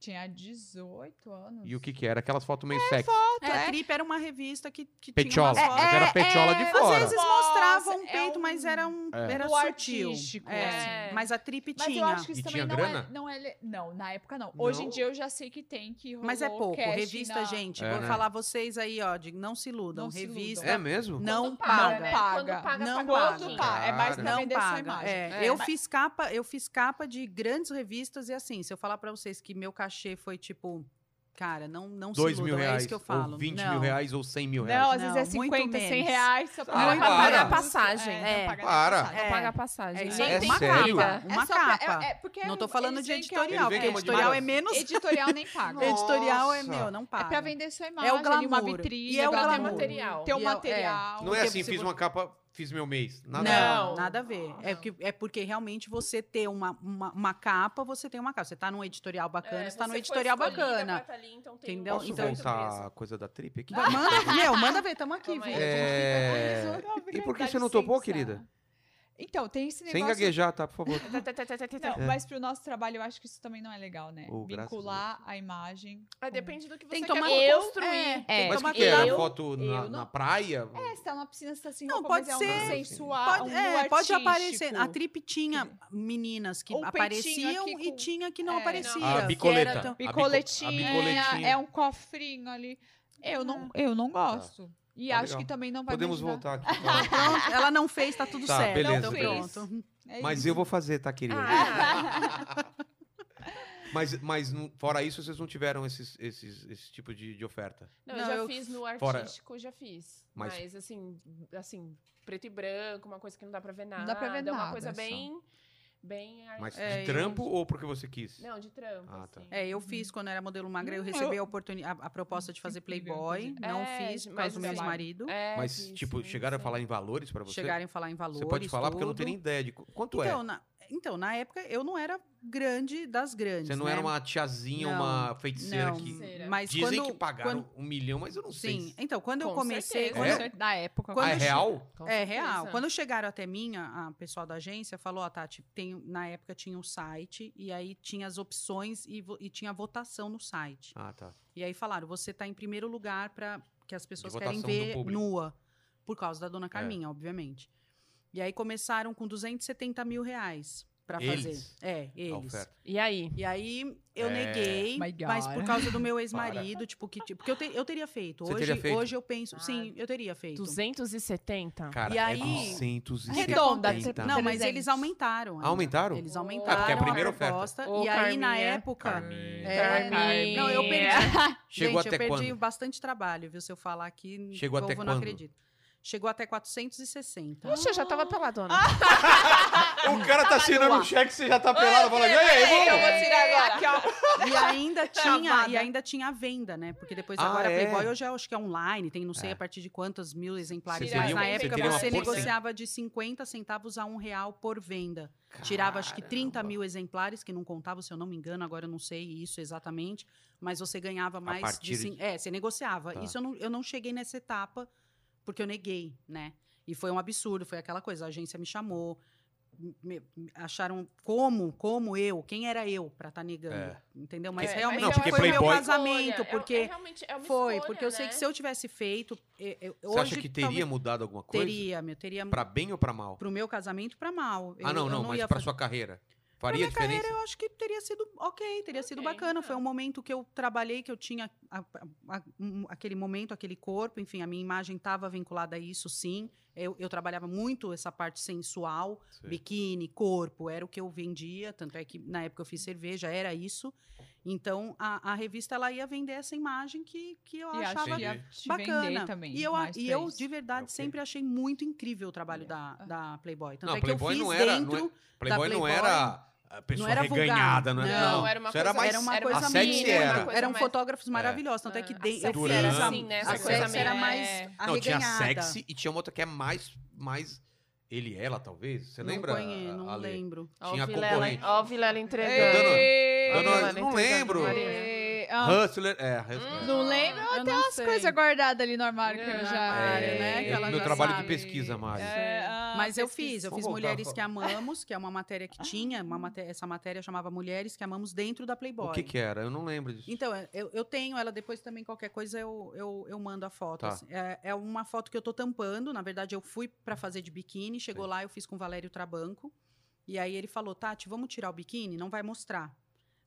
B: Tinha 18 anos.
A: E o que que era? Aquelas fotos meio sexy.
B: Foto,
C: É,
B: é.
C: Trip era uma revista que, que tinha
A: Petiola.
C: umas fotos.
A: Mas É, era petiola de
C: é, Às
A: fora.
C: vezes
B: Nossa,
C: mostrava um
B: é
C: peito,
B: um-
C: mas era um
A: É.
C: era
B: O
C: sutil.
B: artístico, né?
C: É,
E: assim.
C: Mas a trip
B: Mas
C: tinha.
B: eu acho que isso
A: E
B: também
A: tinha
B: não
A: grana?
B: é, não é. le- Não, na época não. Hoje
A: Não?
B: em dia eu já sei que tem que rolou
C: Mas é pouco.
B: cash
C: Revista,
B: na-
C: gente,
A: É,
C: vou
A: né?
C: falar vocês aí, ó, de não se iludam.
B: Não se
C: revista
A: É mesmo?
C: não
E: Quando paga,
C: paga.
E: né?
B: paga.
E: Quando paga,
C: Não
E: paga
C: paga.
E: pouquinho.
B: Quando pá, é mais
A: Cara.
B: pra
C: Não
B: vender sua
C: paga.
B: imagem.
C: É,
E: É,
C: Eu
E: mas-
C: fiz capa, eu fiz capa de grandes revistas e assim, se eu falar pra vocês que meu cachê foi tipo Cara, não, não
A: Dois
C: se
A: mil
C: iludam, é
A: reais,
C: isso que eu
A: ou
C: falo.
A: 20
C: não.
A: mil reais, ou 100 mil reais.
B: Não, às vezes é
C: Não, muito
B: 50, 100
C: menos.
B: reais. Só
A: Ah,
B: paga
E: não
B: a
E: paga
B: passagem.
E: a passagem.
B: É,
E: É,
B: não paga a
A: para.
B: passagem.
E: Não
C: É.
E: paga a passagem.
C: É isso
E: Não
C: aí,
A: é
E: tem
C: uma
A: sério?
E: briga.
C: capa. Uma
B: É só pra-
C: capa.
B: é- é porque
C: não tô
B: eles
C: falando de
B: veem que é-
C: editorial,
A: Ele vem
C: porque
A: com uma de
C: editorial
A: marca.
C: é menos.
B: Editorial nem paga.
A: Nossa.
C: Editorial é meu, não
B: É
C: paga.
B: pra vender sua imagem,
C: É o
B: ali, uma
C: glamour.
B: vitrine.
C: E é o
B: pra ter
C: glamour.
E: material.
B: Ter um
C: E é o- é.
B: material.
A: Não é
C: Porque
A: assim,
C: se
A: fiz
C: vo-
A: uma capa, fiz meu mês. Nada. a ver.
C: não,
E: Não.
C: nada a ver. É, que, é porque realmente você ter uma, uma, uma capa, você tem uma capa. Você tá num editorial bacana,
E: É,
C: você tá num
E: você foi
C: editorial
E: escolhida pra
C: bacana.
E: tá ali, então tem
C: Entendeu?
E: um
A: Posso
C: Então-
A: voltar a coisa da trip aqui?
C: Manda, meu, manda ver, tamo aqui,
E: Calma aí.
C: viu?
A: É... E por que você não topou, querida?
B: Então, tem esse negócio...
A: Sem gaguejar, tá? Por favor.
B: Não,
A: É.
B: mas pro nosso trabalho eu acho que isso também não é legal, né?
A: Oh, graças
B: Vincular a imagem.
E: Ah, depende do que você
C: Tem que
E: quer
C: tomar
E: eu,
C: construir.
E: construir.
C: É,
E: Tem
A: Mas o
C: tomar
A: que, um que era?
E: cuidado.
A: Foto na,
B: eu não-
A: na praia?
B: É, você tá numa piscina, você tá assim,
C: Não,
B: roupa,
C: pode
B: mas é um
C: ser-
B: sensual,
C: Pode,
B: um
C: é, pode
B: artístico.
C: aparecer. A trip tinha meninas que
B: Ou peitinho
C: apareciam
B: aqui
C: e
B: com-
C: tinha que não
B: É, não.
C: aparecia.
A: A
C: que
A: Ah, bicoleta.
C: era tão-
A: A bico- a
B: Bicoletinha,
A: bicoletinha.
B: é um cofrinho ali. Eu não, eu não gosto. E
A: Tá
B: acho
A: legal.
B: que também não vai me
A: Podemos
B: ajudar.
A: voltar aqui. tá?
C: Pronto, ela não fez, tá tudo
A: Tá,
C: certo.
A: beleza,
C: então,
B: beleza.
C: pronto.
B: É
A: Mas
B: isso.
A: eu vou fazer, tá, querida?
C: é.
E: Ah,
A: Mas, mas não- fora isso, vocês não tiveram esses, esses, esse tipo de, de oferta.
E: não, eu
C: Não,
E: já
C: eu-
E: fiz no
A: Fora-
E: artístico, já fiz.
A: Mas-
E: Mas... assim, assim, preto e branco, uma coisa que não dá pra ver nada.
B: Não dá pra ver
E: É uma
B: nada,
E: coisa
B: só.
E: bem. bem ar-
A: Mas
C: É,
A: de
C: eu-
A: trampo ou porque você quis?
E: Não, de trampo.
A: Ah, tá.
E: assim.
C: É, eu fiz quando era modelo magra, eu
B: Hum,
C: recebi a, oportuni- a, a proposta de fazer
B: Incrível,
C: Playboy.
B: inclusive.
C: Não
E: É,
C: fiz por
E: mas
C: causa do meu
E: assim,
C: ex-marido.
E: É,
A: Mas,
E: fiz,
A: tipo,
E: sim,
A: chegaram a
E: sim.
A: falar em valores pra você?
C: Chegaram a falar em valores.
A: Você pode falar porque eu não
C: tudo.
A: tenho nem ideia de qu- quanto
C: Então,
A: é.
C: na, então, na época, eu não era grande das grandes.
A: Você não
C: né?
A: era uma tiazinha,
C: Não,
A: uma feiticeira
C: não,
A: que
E: Feiticeira.
C: Mas
A: dizem
C: quando,
A: que pagaram
C: quando-
A: um milhão, mas eu não sei.
C: sim,
A: se-
C: então, quando eu
E: Com
C: comecei.
E: certeza.
B: Com
C: quando eu-
A: É?
B: certeza, Na época.
C: Quando
A: ah, é
C: eu
A: real?
E: Com
C: É
E: certeza.
C: real. Quando chegaram até mim, a, a pessoal da agência falou: Ó, Tati, tem, na época tinha um site e aí tinha as opções e, vo- e tinha votação no site.
A: Ah, tá.
C: E aí falaram: você tá em primeiro lugar para que as pessoas
A: De
C: querem
A: votação do
C: ver
A: público. É.
C: nua. Por causa da dona Carminha, obviamente. E aí começaram com 270 mil reais pra fazer.
A: Eles?
C: É,
A: A
C: eles.
A: oferta.
E: E aí?
C: E aí eu
A: É.
C: neguei,
B: My God.
C: mas por causa do meu ex-marido, tipo, que tipo, porque eu, te- eu teria feito.
A: Você
C: Hoje,
A: teria feito?
C: hoje eu
E: Ah,
C: penso, sim, eu teria feito.
E: 270?
A: Cara,
C: E
A: é
C: aí-
A: 270.
B: Redonda, você-
A: Tá.
C: Não, mas
B: 300.
C: eles aumentaram. ainda.
A: Aumentaram?
C: Eles
E: Ah,
C: aumentaram.
E: porque é a
A: primeira
C: a proposta,
E: oferta.
C: E
E: Ô,
C: aí, na
E: Carminha.
C: época.
A: Carminha.
C: É,
E: Carminha.
C: não, eu
E: É.
C: perdi.
A: Chegou
C: gente,
A: até
C: eu perdi
A: quando?
C: bastante trabalho, viu? Se eu falar aqui,
A: Chegou
C: o povo
A: até
C: não
A: quando?
C: acredita. Chegou até 460.
E: Puxa, eu já tava peladona.
C: Ah,
A: O cara tá assinando um cheque, você já tá pelado, fala, e
B: Ei, eu
A: aí,
B: vou tirar agora. Aqui, ó.
C: E ainda tinha,
B: Travada.
C: e ainda tinha a venda, né? Porque depois
A: Ah,
C: agora a
A: é?
C: Playboy hoje eu acho que é online, tem não sei
A: É.
C: a partir de quantos mil exemplares.
E: Você
C: mas
E: teria um-
C: na
E: você
C: época
E: teria uma
C: você
E: porcent-
C: negociava de 50 centavos a um real por venda. Tirava acho que 30 mil exemplares, que não contava, se eu não me engano, agora eu não sei isso exatamente, mas você ganhava mais
A: partir
C: de. cin- É, você negociava.
A: Tá.
C: Isso eu não, eu não cheguei nessa etapa, porque eu neguei, né? E foi um absurdo, foi aquela coisa, a agência me chamou, me- me acharam como, como eu, quem era eu pra estar negando,
A: É.
C: entendeu? Mas
E: É,
C: realmente
A: Não, porque
C: foi o meu
A: Playboy-
C: casamento,
E: Escolha. É-
C: porque
E: é realmente- é uma
C: foi,
E: escolha,
C: porque eu sei
E: né?
C: que se eu tivesse feito, eu, eu-
A: Você
C: hoje
A: acha que teria
C: talvez-
A: mudado alguma coisa?
C: teria, meu, teria
A: Pra bem ou pra mal?
C: pro meu casamento pra mal.
A: ah,
C: Eu-
A: não,
C: eu
A: não, mas
C: ia
A: pra
C: fazer-
A: sua carreira. Faria
C: minha carreira,
A: diferença? então.
C: eu acho que teria sido ok, teria sido
E: Ok,
C: bacana.
E: ah.
C: Foi um momento que eu trabalhei, que eu tinha a- a- a- um- aquele momento, aquele corpo, enfim, a minha imagem estava vinculada a isso, sim. Eu, eu trabalhava muito essa parte sensual,
A: Sim.
C: biquíni, corpo, era o que eu vendia, tanto é que na época eu fiz cerveja, era isso. Então, a, a revista, ela ia vender essa imagem que, que eu
B: E acho
C: achava
B: que
A: Entendi.
B: ia te
C: bacana.
B: vender também.
C: e eu, a-
B: mais
C: e
B: pra
C: eu
B: isso.
C: de verdade,
A: É, ok.
C: sempre achei muito incrível o trabalho da, da Playboy. Tanto
A: Ah. Não,
C: é que
A: Playboy
C: eu fiz
A: não era- não
C: dentro...
A: é- Playboy, não
C: Playboy
A: era a pessoa
C: não era vulgar.
A: reganhada, não, é?
C: Não,
E: era uma
A: Isso era
E: coisa-
A: mais
C: era uma
E: era
C: coisa
A: a sexy
C: mínima,
A: era.
E: uma coisa
C: Eram
E: mais-
C: fotógrafos maravilhosos, tanto é que
E: Ah,
C: de-
E: a
C: eu
E: sexy
C: fiz
A: era
C: a-
E: assim, né?
C: a
E: Essa
C: sexy
E: coisa
C: era
E: meio-
C: mais
E: é.
A: Não, tinha
C: arreganhada.
A: sexy e tinha uma outra que é mais, mais ele, ela, talvez. Você lembra?
C: Não, conhe-
A: a-
C: não
A: Ale?
C: lembro.
E: Ó,
A: Tinha
E: o Vilela,
A: concorrente.
E: ó o Vilela entregando.
A: Dona-
B: Ei,
A: Dona-
E: Olha lá,
A: não
E: entregando
A: lembro.
E: a Marina.
B: ei, ah,
A: Hustler, é, Hustler.
B: Não lembro?
C: Eu
B: Eu tenho
C: Hum, não
B: umas
C: sei.
B: coisas guardadas ali no armário que eu
E: No
B: já...
E: armário,
A: É,
E: né, que
A: eu-
E: ela
A: meu
E: já
A: trabalho tá de
E: sabe.
A: pesquisa, Mari.
B: É, ah,
C: Mas eu
B: pesquisa.
C: fiz, eu
A: Vamos
C: fiz
A: voltar,
C: Mulheres
A: vamos.
C: que Amamos, que é uma matéria que tinha, uma maté- essa matéria chamava Mulheres que Amamos dentro da Playboy.
A: O que que era? Eu não lembro disso.
C: Então, é, eu, eu tenho ela depois também, qualquer coisa eu, eu, eu mando a foto.
A: Tá.
C: assim. É, é uma foto que eu tô tampando, na verdade eu fui pra fazer de biquíni, chegou
A: Sim.
C: lá, eu fiz com o Valério Trabanco, e aí ele falou, Tati, vamos tirar o biquíni? Não vai mostrar,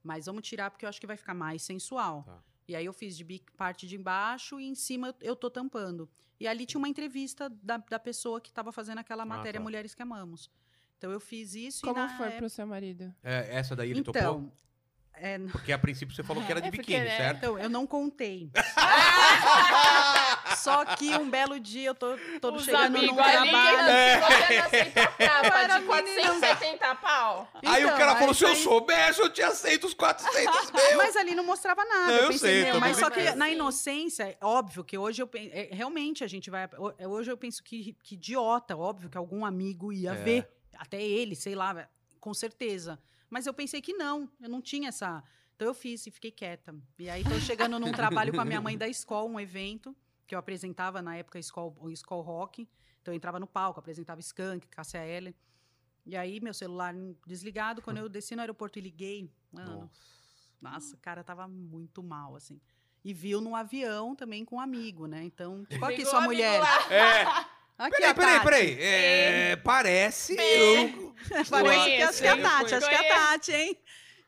C: mas vamos tirar porque eu acho que vai ficar mais sensual.
A: Tá.
C: E aí eu fiz de bi- parte de embaixo e em cima eu, eu tô tampando. E ali tinha uma entrevista da, da pessoa que estava fazendo aquela matéria
A: tá.
C: Mulheres que Amamos. Então eu fiz isso e
E: Como
C: na
E: foi
C: época-
E: pro seu marido?
A: É, essa daí ele topou?
C: então, É, não-
A: Porque a princípio você falou que era de
E: É, porque,
A: biquíni,
E: né?
A: certo?
C: então, eu não contei. Só que um belo dia eu tô todo
E: Os
C: chegando no
E: amigos ali, né?
C: trabalho.
A: É.
E: você não aceita a
C: Para
E: capa de
C: meninas.
E: 470 pau.
A: aí o
C: Então,
A: cara falou: se eu
C: aí- Ah,
A: soubesse, eu tinha aceito os 400 mil.
C: Mas ali não mostrava nada.
A: Não, eu
C: eu pensei,
A: sei,
C: meu,
A: tô
C: mas só
E: brincando.
C: que na
E: Sim.
C: inocência, é óbvio que hoje eu pen- é, realmente a gente vai. ho- é, Hoje eu penso que, que idiota, óbvio que algum amigo ia
A: É.
C: ver. Até ele, sei lá, com certeza. Mas eu pensei que não, eu não tinha essa. Então eu fiz e fiquei quieta. E aí tô chegando num trabalho com a minha mãe da escola, um evento que eu apresentava na época escola, o School Rock. Então eu entrava no palco, apresentava Skank, Cássia Eller. E aí meu celular desligado, quando eu desci no aeroporto e liguei, mano, nossa, o cara tava muito mal, assim. E viu num avião também com um amigo, né? Então, qual aqui
E: Pegou
C: sua
E: o amigo
C: mulher?
E: lá.
A: É.
C: Aqui,
A: Peraí,
C: Ah, a
A: peraí,
C: Tati.
A: peraí. É, parece. eu-
C: Parece que
E: Conheço,
C: acho que é a
E: hein?
C: Tati, acho que é a
E: Conheço.
C: Tati, hein?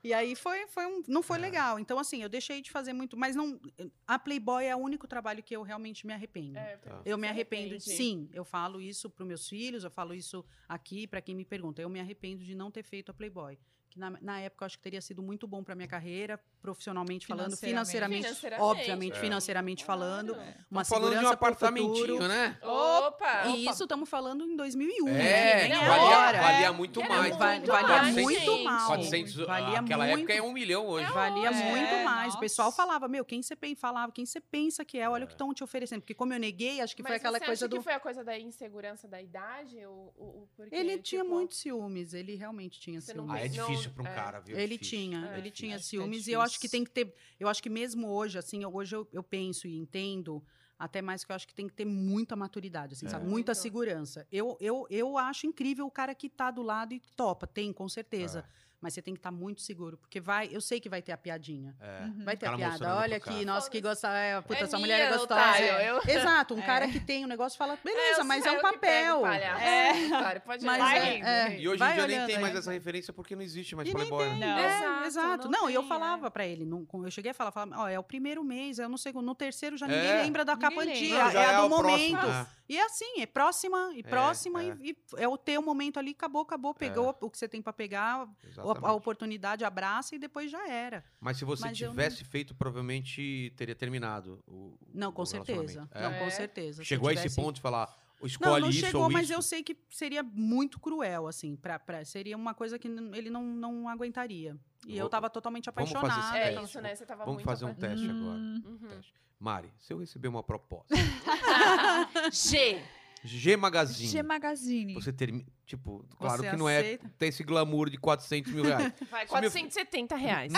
C: E aí foi, foi um, não foi
A: É.
C: legal. Então, assim, eu deixei de fazer muito. Mas não. A Playboy é o único trabalho que eu realmente me arrependo.
E: É,
A: Tá.
C: Eu me
E: se
C: arrependo, de-
E: arrepende.
C: sim. Eu falo isso para meus filhos, eu falo isso aqui para quem me pergunta. Eu me arrependo de não ter feito a Playboy. Que na, na época eu acho que teria sido muito bom para minha carreira, profissionalmente falando, financeiramente,
B: Financeiramente.
E: Financeiramente,
C: obviamente,
A: é.
C: financeiramente falando,
E: Claro.
C: uma
A: falando de um
C: segurança pro futuro.
A: apartamentinho, né?
E: Ah, Opa!
C: E isso estamos falando em 2001.
A: É,
C: né?
E: Não,
A: que
C: Nem
A: valia,
C: agora.
A: valia muito
E: Era
A: mais.
E: muito
C: Va-
E: mais,
C: valia
A: gente.
C: muito ah, mal.
A: 400,
C: valia
A: aquela
C: muito,
A: época é um milhão hoje.
C: Valia
B: É,
C: muito mais.
B: nossa.
C: O pessoal falava, meu, quem você pen- falava, quem você pensa que é, olha o que estão te oferecendo. Porque como eu neguei, acho que foi
E: Mas
C: aquela
E: você
C: coisa
E: acha
C: do.
E: que foi a coisa da insegurança da idade? Ou, ou- ou porque,
C: Ele tinha
E: tipo,
C: muitos ciúmes, ele realmente tinha
E: Você não
C: ciúmes.
A: Ah, é
E: Não,
A: difícil pra um
E: é.
A: cara, viu?
C: Ele
A: Difícil.
C: tinha,
E: É.
C: ele tinha
B: Acho que é
C: ciúmes e eu acho que tem
B: difícil.
C: que ter, eu acho que mesmo hoje, assim, eu- hoje eu, eu penso e entendo até mais que eu acho que tem que ter muita maturidade, assim,
A: É.
C: sabe? Muita
E: Muito.
C: segurança. Eu, eu, eu acho incrível o cara que tá do lado e topa, tem, com certeza.
A: É.
C: Mas você tem que estar muito seguro, porque vai, eu sei que vai ter a piadinha.
A: É.
B: Uhum.
C: Vai ter
A: Cara
C: a piada.
A: mostrando
C: Olha
A: pro cara.
C: aqui, nossa, que gostosa. É, puta,
E: É
C: essa mulher é
E: minha,
C: gostosa.
E: otário,
C: É.
E: eu-
C: Exato, um
B: É.
C: cara que tem um negócio fala,
E: É,
C: beleza,
E: eu-
C: mas
E: é
C: é
E: eu
C: um
E: que pego,
C: papel.
E: palhaço.
C: É.
E: Otário, pode
C: Mas
E: Vai
B: é-
E: rindo,
C: é.
E: rindo.
A: E hoje
C: Vai
A: em dia nem
C: olhando
A: tem
C: aí.
A: mais essa referência porque não existe mais
C: E nem
A: Playboy, né?
B: Não.
C: É,
E: Exato,
C: exato.
E: não
C: Não, e eu
E: tem,
C: falava pra ele, não, eu cheguei a falar, falava, ó, é o primeiro mês, é no segundo, no terceiro já ninguém
A: É.
C: lembra da
B: Ninguém
C: capa
B: lembra.
C: de,
B: Não,
C: é,
A: já
C: a do
A: o próximo,
C: momento.
A: né?
C: E é assim, é próxima e
A: É,
C: próxima
A: é.
C: E, e é o teu momento ali, acabou, acabou, pegou o que você tem pra pegar,
A: Exatamente.
C: a, a oportunidade, abraça e depois já era.
A: Mas se você
C: Mas eu não-
A: tivesse feito, provavelmente teria terminado o
C: Não,
A: o
C: com
A: relacionamento.
C: certeza.
A: É.
C: Não,
E: É.
C: com certeza. Se
A: Chegou a esse
C: tivesse-
A: ponto de falar, escolhe
C: Não, não
A: isso
C: chegou,
A: ou
C: mas
A: isso.
C: eu sei que seria muito cruel, assim, pra, pra- seria uma coisa que n- ele não, não aguentaria. E
A: Vou-
C: eu tava totalmente
A: vamos fazer esse
C: apaixonada.
E: É
A: teste.
E: isso, né? Você tava
A: Vamos
E: muito
A: fazer um
E: apaixonada.
A: teste agora.
B: Hum,
E: Uhum.
A: Teste. Mari, se eu receber uma proposta,
E: G.
A: G Magazine,
B: G Magazine.
A: você termina, tipo, claro
C: Você
A: que não é,
C: aceita?
A: tem esse glamour de 400 mil reais.
E: Vai,
A: Se meu-
E: 470 reais.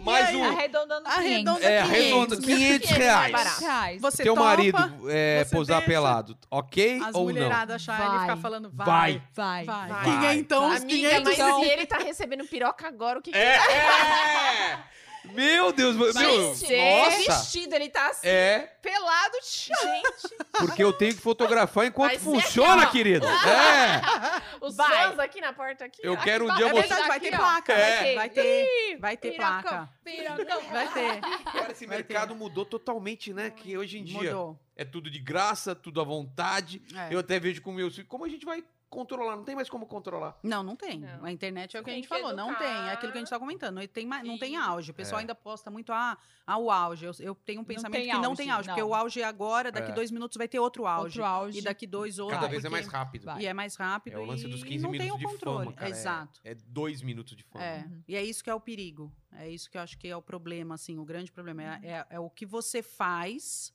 A: Mais um.
B: Arredondando
C: Arredonda
A: é,
C: 500.
A: arredonda, 500 reais.
E: mais barato.
B: reais.
C: Você
A: Teu
C: topa,
A: marido é,
C: você
A: posar
C: deixa
A: pelado, ok
C: as
A: ou não?
C: mulheradas acharem ele
B: Vai.
C: ficar falando, vai.
A: Vai. é
B: Vai.
C: Vai. é
E: Vai.
C: Quinhentão, os
E: Amiga, mas
B: Então-
E: se ele tá recebendo piroca agora, o que que
A: É, é! Meu Deus, meu,
E: Gente,
A: nossa.
E: vestido, ele tá assim,
A: É,
E: pelado. Gente,
A: porque eu tenho que fotografar enquanto
E: Vai ser
A: funciona,
E: aqui, ó.
A: querido. É.
E: os
B: Vai.
E: fãs aqui na porta. aqui.
A: Eu
E: ó,
A: quero um
E: aqui,
A: dia
E: ó,
C: É
A: você-
C: verdade, vai ter
E: aqui, ó.
C: placa.
A: É.
C: Vai ter, vai ter placa.
B: um
E: Pirocão.
C: Vai ter.
A: Cara, esse
C: Vai ter.
A: mercado mudou totalmente, né? Que hoje em dia
C: Mudou.
A: é tudo de graça, tudo à vontade.
C: É.
A: Eu até vejo com meus filhos, como a gente vai controlar? Não tem mais como controlar.
C: Não, não tem.
E: Não.
C: A internet é o que
E: Tem
C: a gente
E: que
C: falou, não tem. É aquilo que a gente
E: educar.
C: está comentando. Não tem, ma- não tem
E: Sim.
C: auge. O pessoal
A: É.
C: ainda posta muito, ah, ah, o auge. Eu, eu tenho um pensamento
B: tem
C: que não
B: auge,
C: tem auge, porque
B: não.
C: o auge é agora, daqui
A: É.
C: dois minutos vai ter outro auge.
B: Outro auge.
C: E daqui dois, outro.
A: Cada vez é
C: porque-
A: mais rápido.
B: Vai.
C: E é mais rápido.
A: É o lance dos
C: e
A: 15
C: não tem
A: minutos
C: o
A: de
C: controle.
A: fama, cara. É-
C: Exato.
A: É dois minutos de fama.
C: É, e é isso que é o perigo. É isso que eu acho que é o problema, assim, o grande problema.
A: Uhum.
C: É, é- é o que você faz,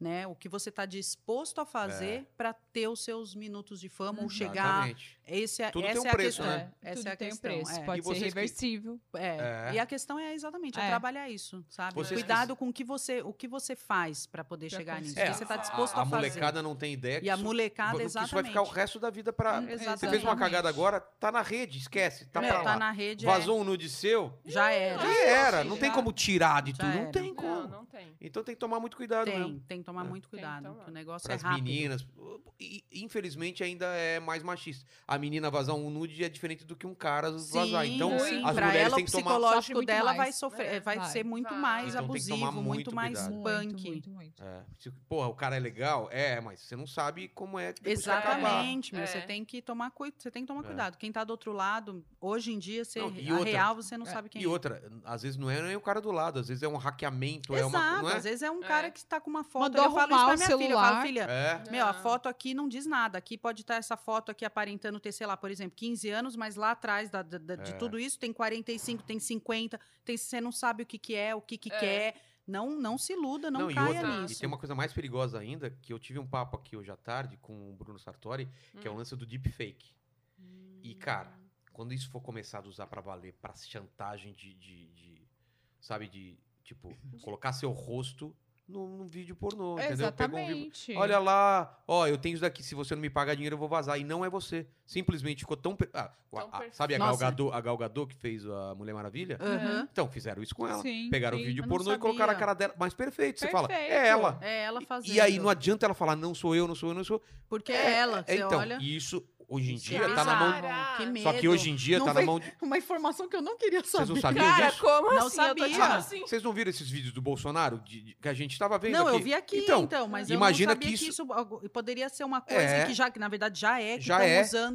C: né? O que você está disposto a fazer para ter os seus minutos de fama ou
A: É. Uhum.
C: chegar.
A: Exatamente.
C: Esse é,
A: Tudo tem
C: essa
A: um
C: é a
A: preço,
C: questão.
A: né?
C: Essa
B: Tudo
C: é a
B: tem um
C: questão.
B: preço.
C: é.
B: Pode
A: E
B: ser
A: vocês que-
B: reversível.
C: É,
A: É.
C: E a questão é exatamente é
B: É.
C: trabalhar isso, sabe?
A: Vocês que-
C: Cuidado com o que você, o que você faz para poder
B: Pra
C: chegar nisso.
B: conseguir.
C: O
A: É,
C: que você está
E: a-
C: disposto
A: a
C: a, fazer.
A: molecada não tem ideia. que
C: E a
A: isso-
C: molecada,
A: que
C: exatamente.
A: Isso vai ficar o resto da vida pra...
B: Hum,
A: Você fez uma
B: exatamente.
A: cagada agora, tá na rede, esquece, tá
C: Meu,
A: pra lá.
C: tá na rede. é-
A: Vazou um nude seu,
C: Já era.
A: já era. Não
E: já-
A: tem como tirar de
C: já
A: tudo, não
C: era.
A: tem como.
E: Não, não tem.
A: Então tem que tomar muito cuidado mesmo.
C: Tem, tem que tomar
A: É.
C: muito
E: Tem que
C: cuidado.
E: tomar.
C: que o negócio é
A: Pras
C: rápido.
A: meninas. E, Infelizmente ainda é mais machista. A menina vazar um nude é diferente do que um cara vazar.
C: Sim,
A: Então,
E: sim.
A: as
C: pra
A: mulheres
C: ela,
A: têm
C: o
A: que tomar.
B: Sofre
C: psicológico
B: muito
C: dela
B: mais.
C: vai sofrer,
E: É,
C: vai,
B: vai,
C: ser muito
E: vai.
C: mais
A: Então tem que
C: abusivo,
A: tomar
C: muito,
A: muito
C: mais
A: cuidado.
C: punk.
B: Muito, muito, muito.
A: É, tipo, porra, o cara é legal? É, mas você não sabe como é que depois que acabar.
C: Exatamente, meu,
E: É.
C: você tem que tomar cuidado, você tem que tomar
A: É.
C: cuidado. Quem tá do outro lado, hoje em dia, você,
A: Não, e
C: a
A: outra-
C: real, você não
A: É,
C: sabe quem
A: E outra, às vezes não é nem o cara do lado, às vezes é um hackeamento,
C: é.
A: é uma.
C: Exato,
A: Não é?
C: às vezes é um
E: É.
C: cara que tá com uma foto,
B: Mandou
C: eu falo isso
B: arrumar
C: pra
B: o
C: minha filha, eu falo,
B: celular.
C: filha,
A: É.
C: Meu, a
E: Não.
C: foto aqui não diz nada. Aqui pode estar essa foto aqui aparentando ter, sei lá, por exemplo, 15 anos, mas lá atrás da- da- da- de
A: É.
C: tudo isso tem 45, tem 50, tem, você não sabe o que, que é, o que, que
E: É.
C: quer. Não, não se iluda, não,
A: e,
C: caia
A: outra, e
C: nisso.
A: tem uma coisa mais perigosa ainda, que eu tive um papo aqui hoje à tarde com o Bruno Sartori, que é o
E: Hum.
A: lance do deepfake. E, cara, quando isso for começado a usar pra valer, pra chantagem de, de- de- sabe, de, tipo, colocar seu rosto num, num vídeo pornô, entendeu? Pegou um vídeo-
B: Exatamente.
A: Olha lá, ó, eu tenho isso daqui, se você não me pagar dinheiro eu vou vazar. E não é você. Simplesmente ficou tão... per- Ah,
E: Tão
A: a- a-
E: perfeito.
A: sabe a
C: Nossa.
A: Galgador, a Galgador que fez a Mulher Maravilha?
C: Aham.
A: Então, fizeram isso com ela.
B: Sim,
A: Pegaram o
B: sim.
A: vídeo
C: Eu não
A: pornô e colocaram a
C: sabia.
A: cara dela. Mas perfeito, você fala, é
B: Perfeito.
A: ela.
C: É ela
A: E-
C: fazendo.
A: E aí não adianta ela falar, não sou eu, não sou eu, não sou eu.
C: Porque é ela,
A: É,
C: você
A: então,
C: olha.
A: e isso hoje em
C: Isso
E: é
A: dia tá na mão.
E: bizarro.
C: bizarro, Que medo.
A: Só que hoje em dia
C: Não
A: tá na
C: foi-
A: mão de.
C: Uma informação que eu não queria
A: Vocês não
C: saber.
A: sabiam
E: Cara,
A: disso?
E: como
C: Não
E: assim? Eu tô
C: sabia.
E: tipo assim.
A: Vocês não viram esses vídeos do Bolsonaro de- de- que a gente tava vendo?
C: Não,
A: aqui?
C: eu vi aqui,
A: Então,
C: então, mas
A: imagina
C: eu não sabia
A: que
C: que
A: isso-
C: isso... algo- poderia ser uma coisa
A: É.
C: que já, que na verdade já é, que
A: Já
C: estão
A: é.
C: usando.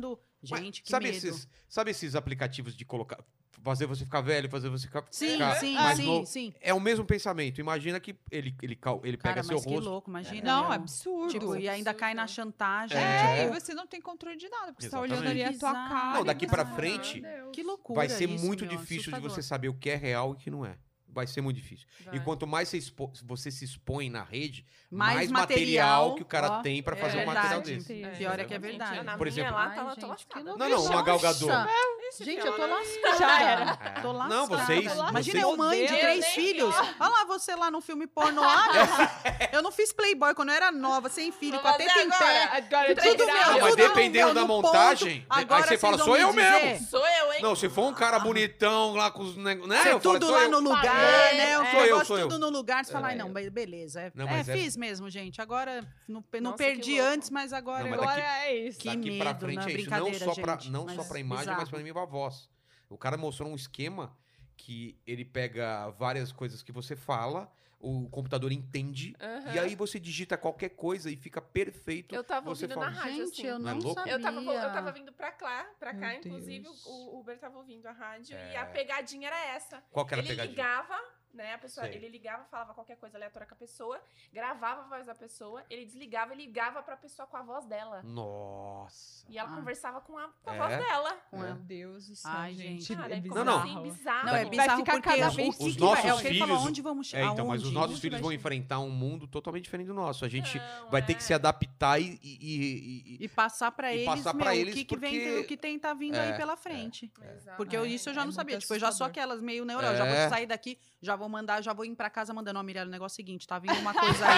A: Ué,
C: Gente, que
A: sabe
C: medo.
A: Esses, sabe esses aplicativos de colocar. Fazer você ficar velho, fazer você ficar.
C: Sim,
A: ficar
C: sim,
A: mais
C: sim,
A: novo?
C: sim.
A: É o mesmo pensamento. Imagina que ele, ele, cal- ele pega
C: Cara,
A: seu
C: mas que
A: rosto.
C: louco, imagina.
B: Não, é
C: meu.
B: absurdo.
C: Tipo, e ainda cai na chantagem.
B: É,
A: É.
B: e você não tem controle de nada, porque você tá olhando
A: Exatamente.
B: ali a tua
C: Bizarro.
B: cara.
A: Não,
B: e
A: daqui
B: você
A: pra
B: fala,
A: frente,
C: tipo, Que loucura.
A: Vai ser
C: isso,
A: muito
C: meu,
A: difícil de
C: assustador.
A: você saber o que é real e o que não é. Vai ser muito difícil. E quanto mais você, expo- você se expõe na rede, mais, material que o cara
C: ó.
A: tem pra
E: é
A: fazer um
C: verdade.
A: material desse.
B: Sim.
C: Pior é que é verdade.
E: Gente, a
A: Por
E: minha
A: exemplo-
E: lá tá,
C: Ai,
E: lá,
C: gente,
E: tô
C: que
E: lascada.
C: loucura.
A: Não, não, uma galgador.
C: É,
E: Esse
C: Gente,
E: filme
C: eu tô
E: lá-
C: lascada.
B: Já era.
A: É.
C: Tô lascada.
A: Não, vocês.
C: Imagina,
A: vocês-
C: eu mãe de
E: Eu
C: três
E: nem-
C: filhos. Olha lá você lá no filme pornô. Ah, não, eu não fiz Playboy quando eu era nova, sem filho,
E: Vou
C: com a teta
E: fazer
C: em
E: agora.
C: pé.
E: Agora eu
C: Tudo
E: tenho que
C: meu,
E: dar-
A: Não, mas
C: tudo no
A: dependendo
C: meu,
A: da
C: no
A: montagem,
C: ponto.
A: aí
C: Agora
A: você fala,
C: vocês
A: sou
C: vão
A: eu
C: me dizer?
A: mesmo.
E: Sou eu, hein?
A: Não, se for um cara bonitão lá com os negócios. Né,
C: Você
A: eu falo,
C: tudo
A: sou
C: lá
A: eu.
C: no lugar,
E: Parei,
C: né?
E: é.
C: O
E: Sou
A: eu,
C: negócio
A: sou eu.
C: tudo no lugar. Você fala,
A: É.
C: ai, não, be- beleza. É,
A: Não,
C: é,
A: mas é-
C: fiz mesmo, gente. Agora, não, pe- não
E: Nossa, que
C: perdi
E: louco.
C: antes, mas agora...
A: Não, mas
C: eu-
A: daqui-
B: Agora é isso.
C: Que
A: Daqui pra
C: medo,
A: frente
C: né?
A: é isso. Não
C: Brincadeira,
A: só pra,
C: gente,
A: não só
C: mas
A: pra imagem, mas
C: bizarro.
A: pra mim pra voz. O cara mostrou um esquema que ele pega várias coisas que você fala, o computador entende,
E: Aham.
A: e aí você digita qualquer coisa e fica perfeito.
E: Eu tava
A: Você
E: ouvindo
A: fala,
E: na rádio,
C: Gente,
E: assim.
C: eu
A: Não é
C: não,
A: louco?
C: sabia.
E: Eu tava, vo- eu tava vindo pra cá, pra cá,
B: Meu
E: inclusive
B: Deus.
E: o o Uber tava ouvindo a rádio
A: É.
E: e a pegadinha era essa.
A: Qual que era a
E: ele
A: pegadinha?
E: ligava, né? A pessoa,
A: Sei.
E: ele ligava, falava qualquer coisa aleatória com a pessoa, gravava a voz da pessoa, ele desligava e ligava pra pessoa com a voz dela.
A: Nossa.
E: E ela
C: Ah.
E: conversava com a, com a
A: É?
E: voz dela.
A: É.
B: Meu Deus do céu,
C: Ai,
B: gente.
C: gente,
E: Cara,
B: é
E: é
B: bizarro.
E: como
A: Não,
E: assim, bizarro.
C: Não, é
B: Vai
C: bizarro
B: ficar
C: porque
B: cada
C: os-
B: vez
C: o
A: os
C: que vai- é o
A: nossos
C: que ele fala,
A: filhos-
C: onde vamos
A: É, então, mas os
C: aonde?
A: nossos
E: Muito
A: filhos vão
E: baixinho.
A: enfrentar um mundo totalmente diferente do nosso. A gente
E: Não,
A: vai ter
E: é.
A: que se adaptar e. e- e- e-
C: E passar pra
A: E
C: eles,
A: passar
C: meu,
A: pra eles
C: o que, que
A: porque-
C: vem, o que tem tá vindo
A: É,
C: aí pela frente.
E: Exato.
C: Porque eu- isso eu já
B: é
C: não
B: muito
C: sabia. Tipo, eu já sou
B: assustador.
C: aquelas meio neurônio. Já
A: É.
C: vou sair daqui, já vou mandar, já vou ir pra casa mandando. Ó, Mirella, o negócio é o seguinte, tá vindo uma coisa aí.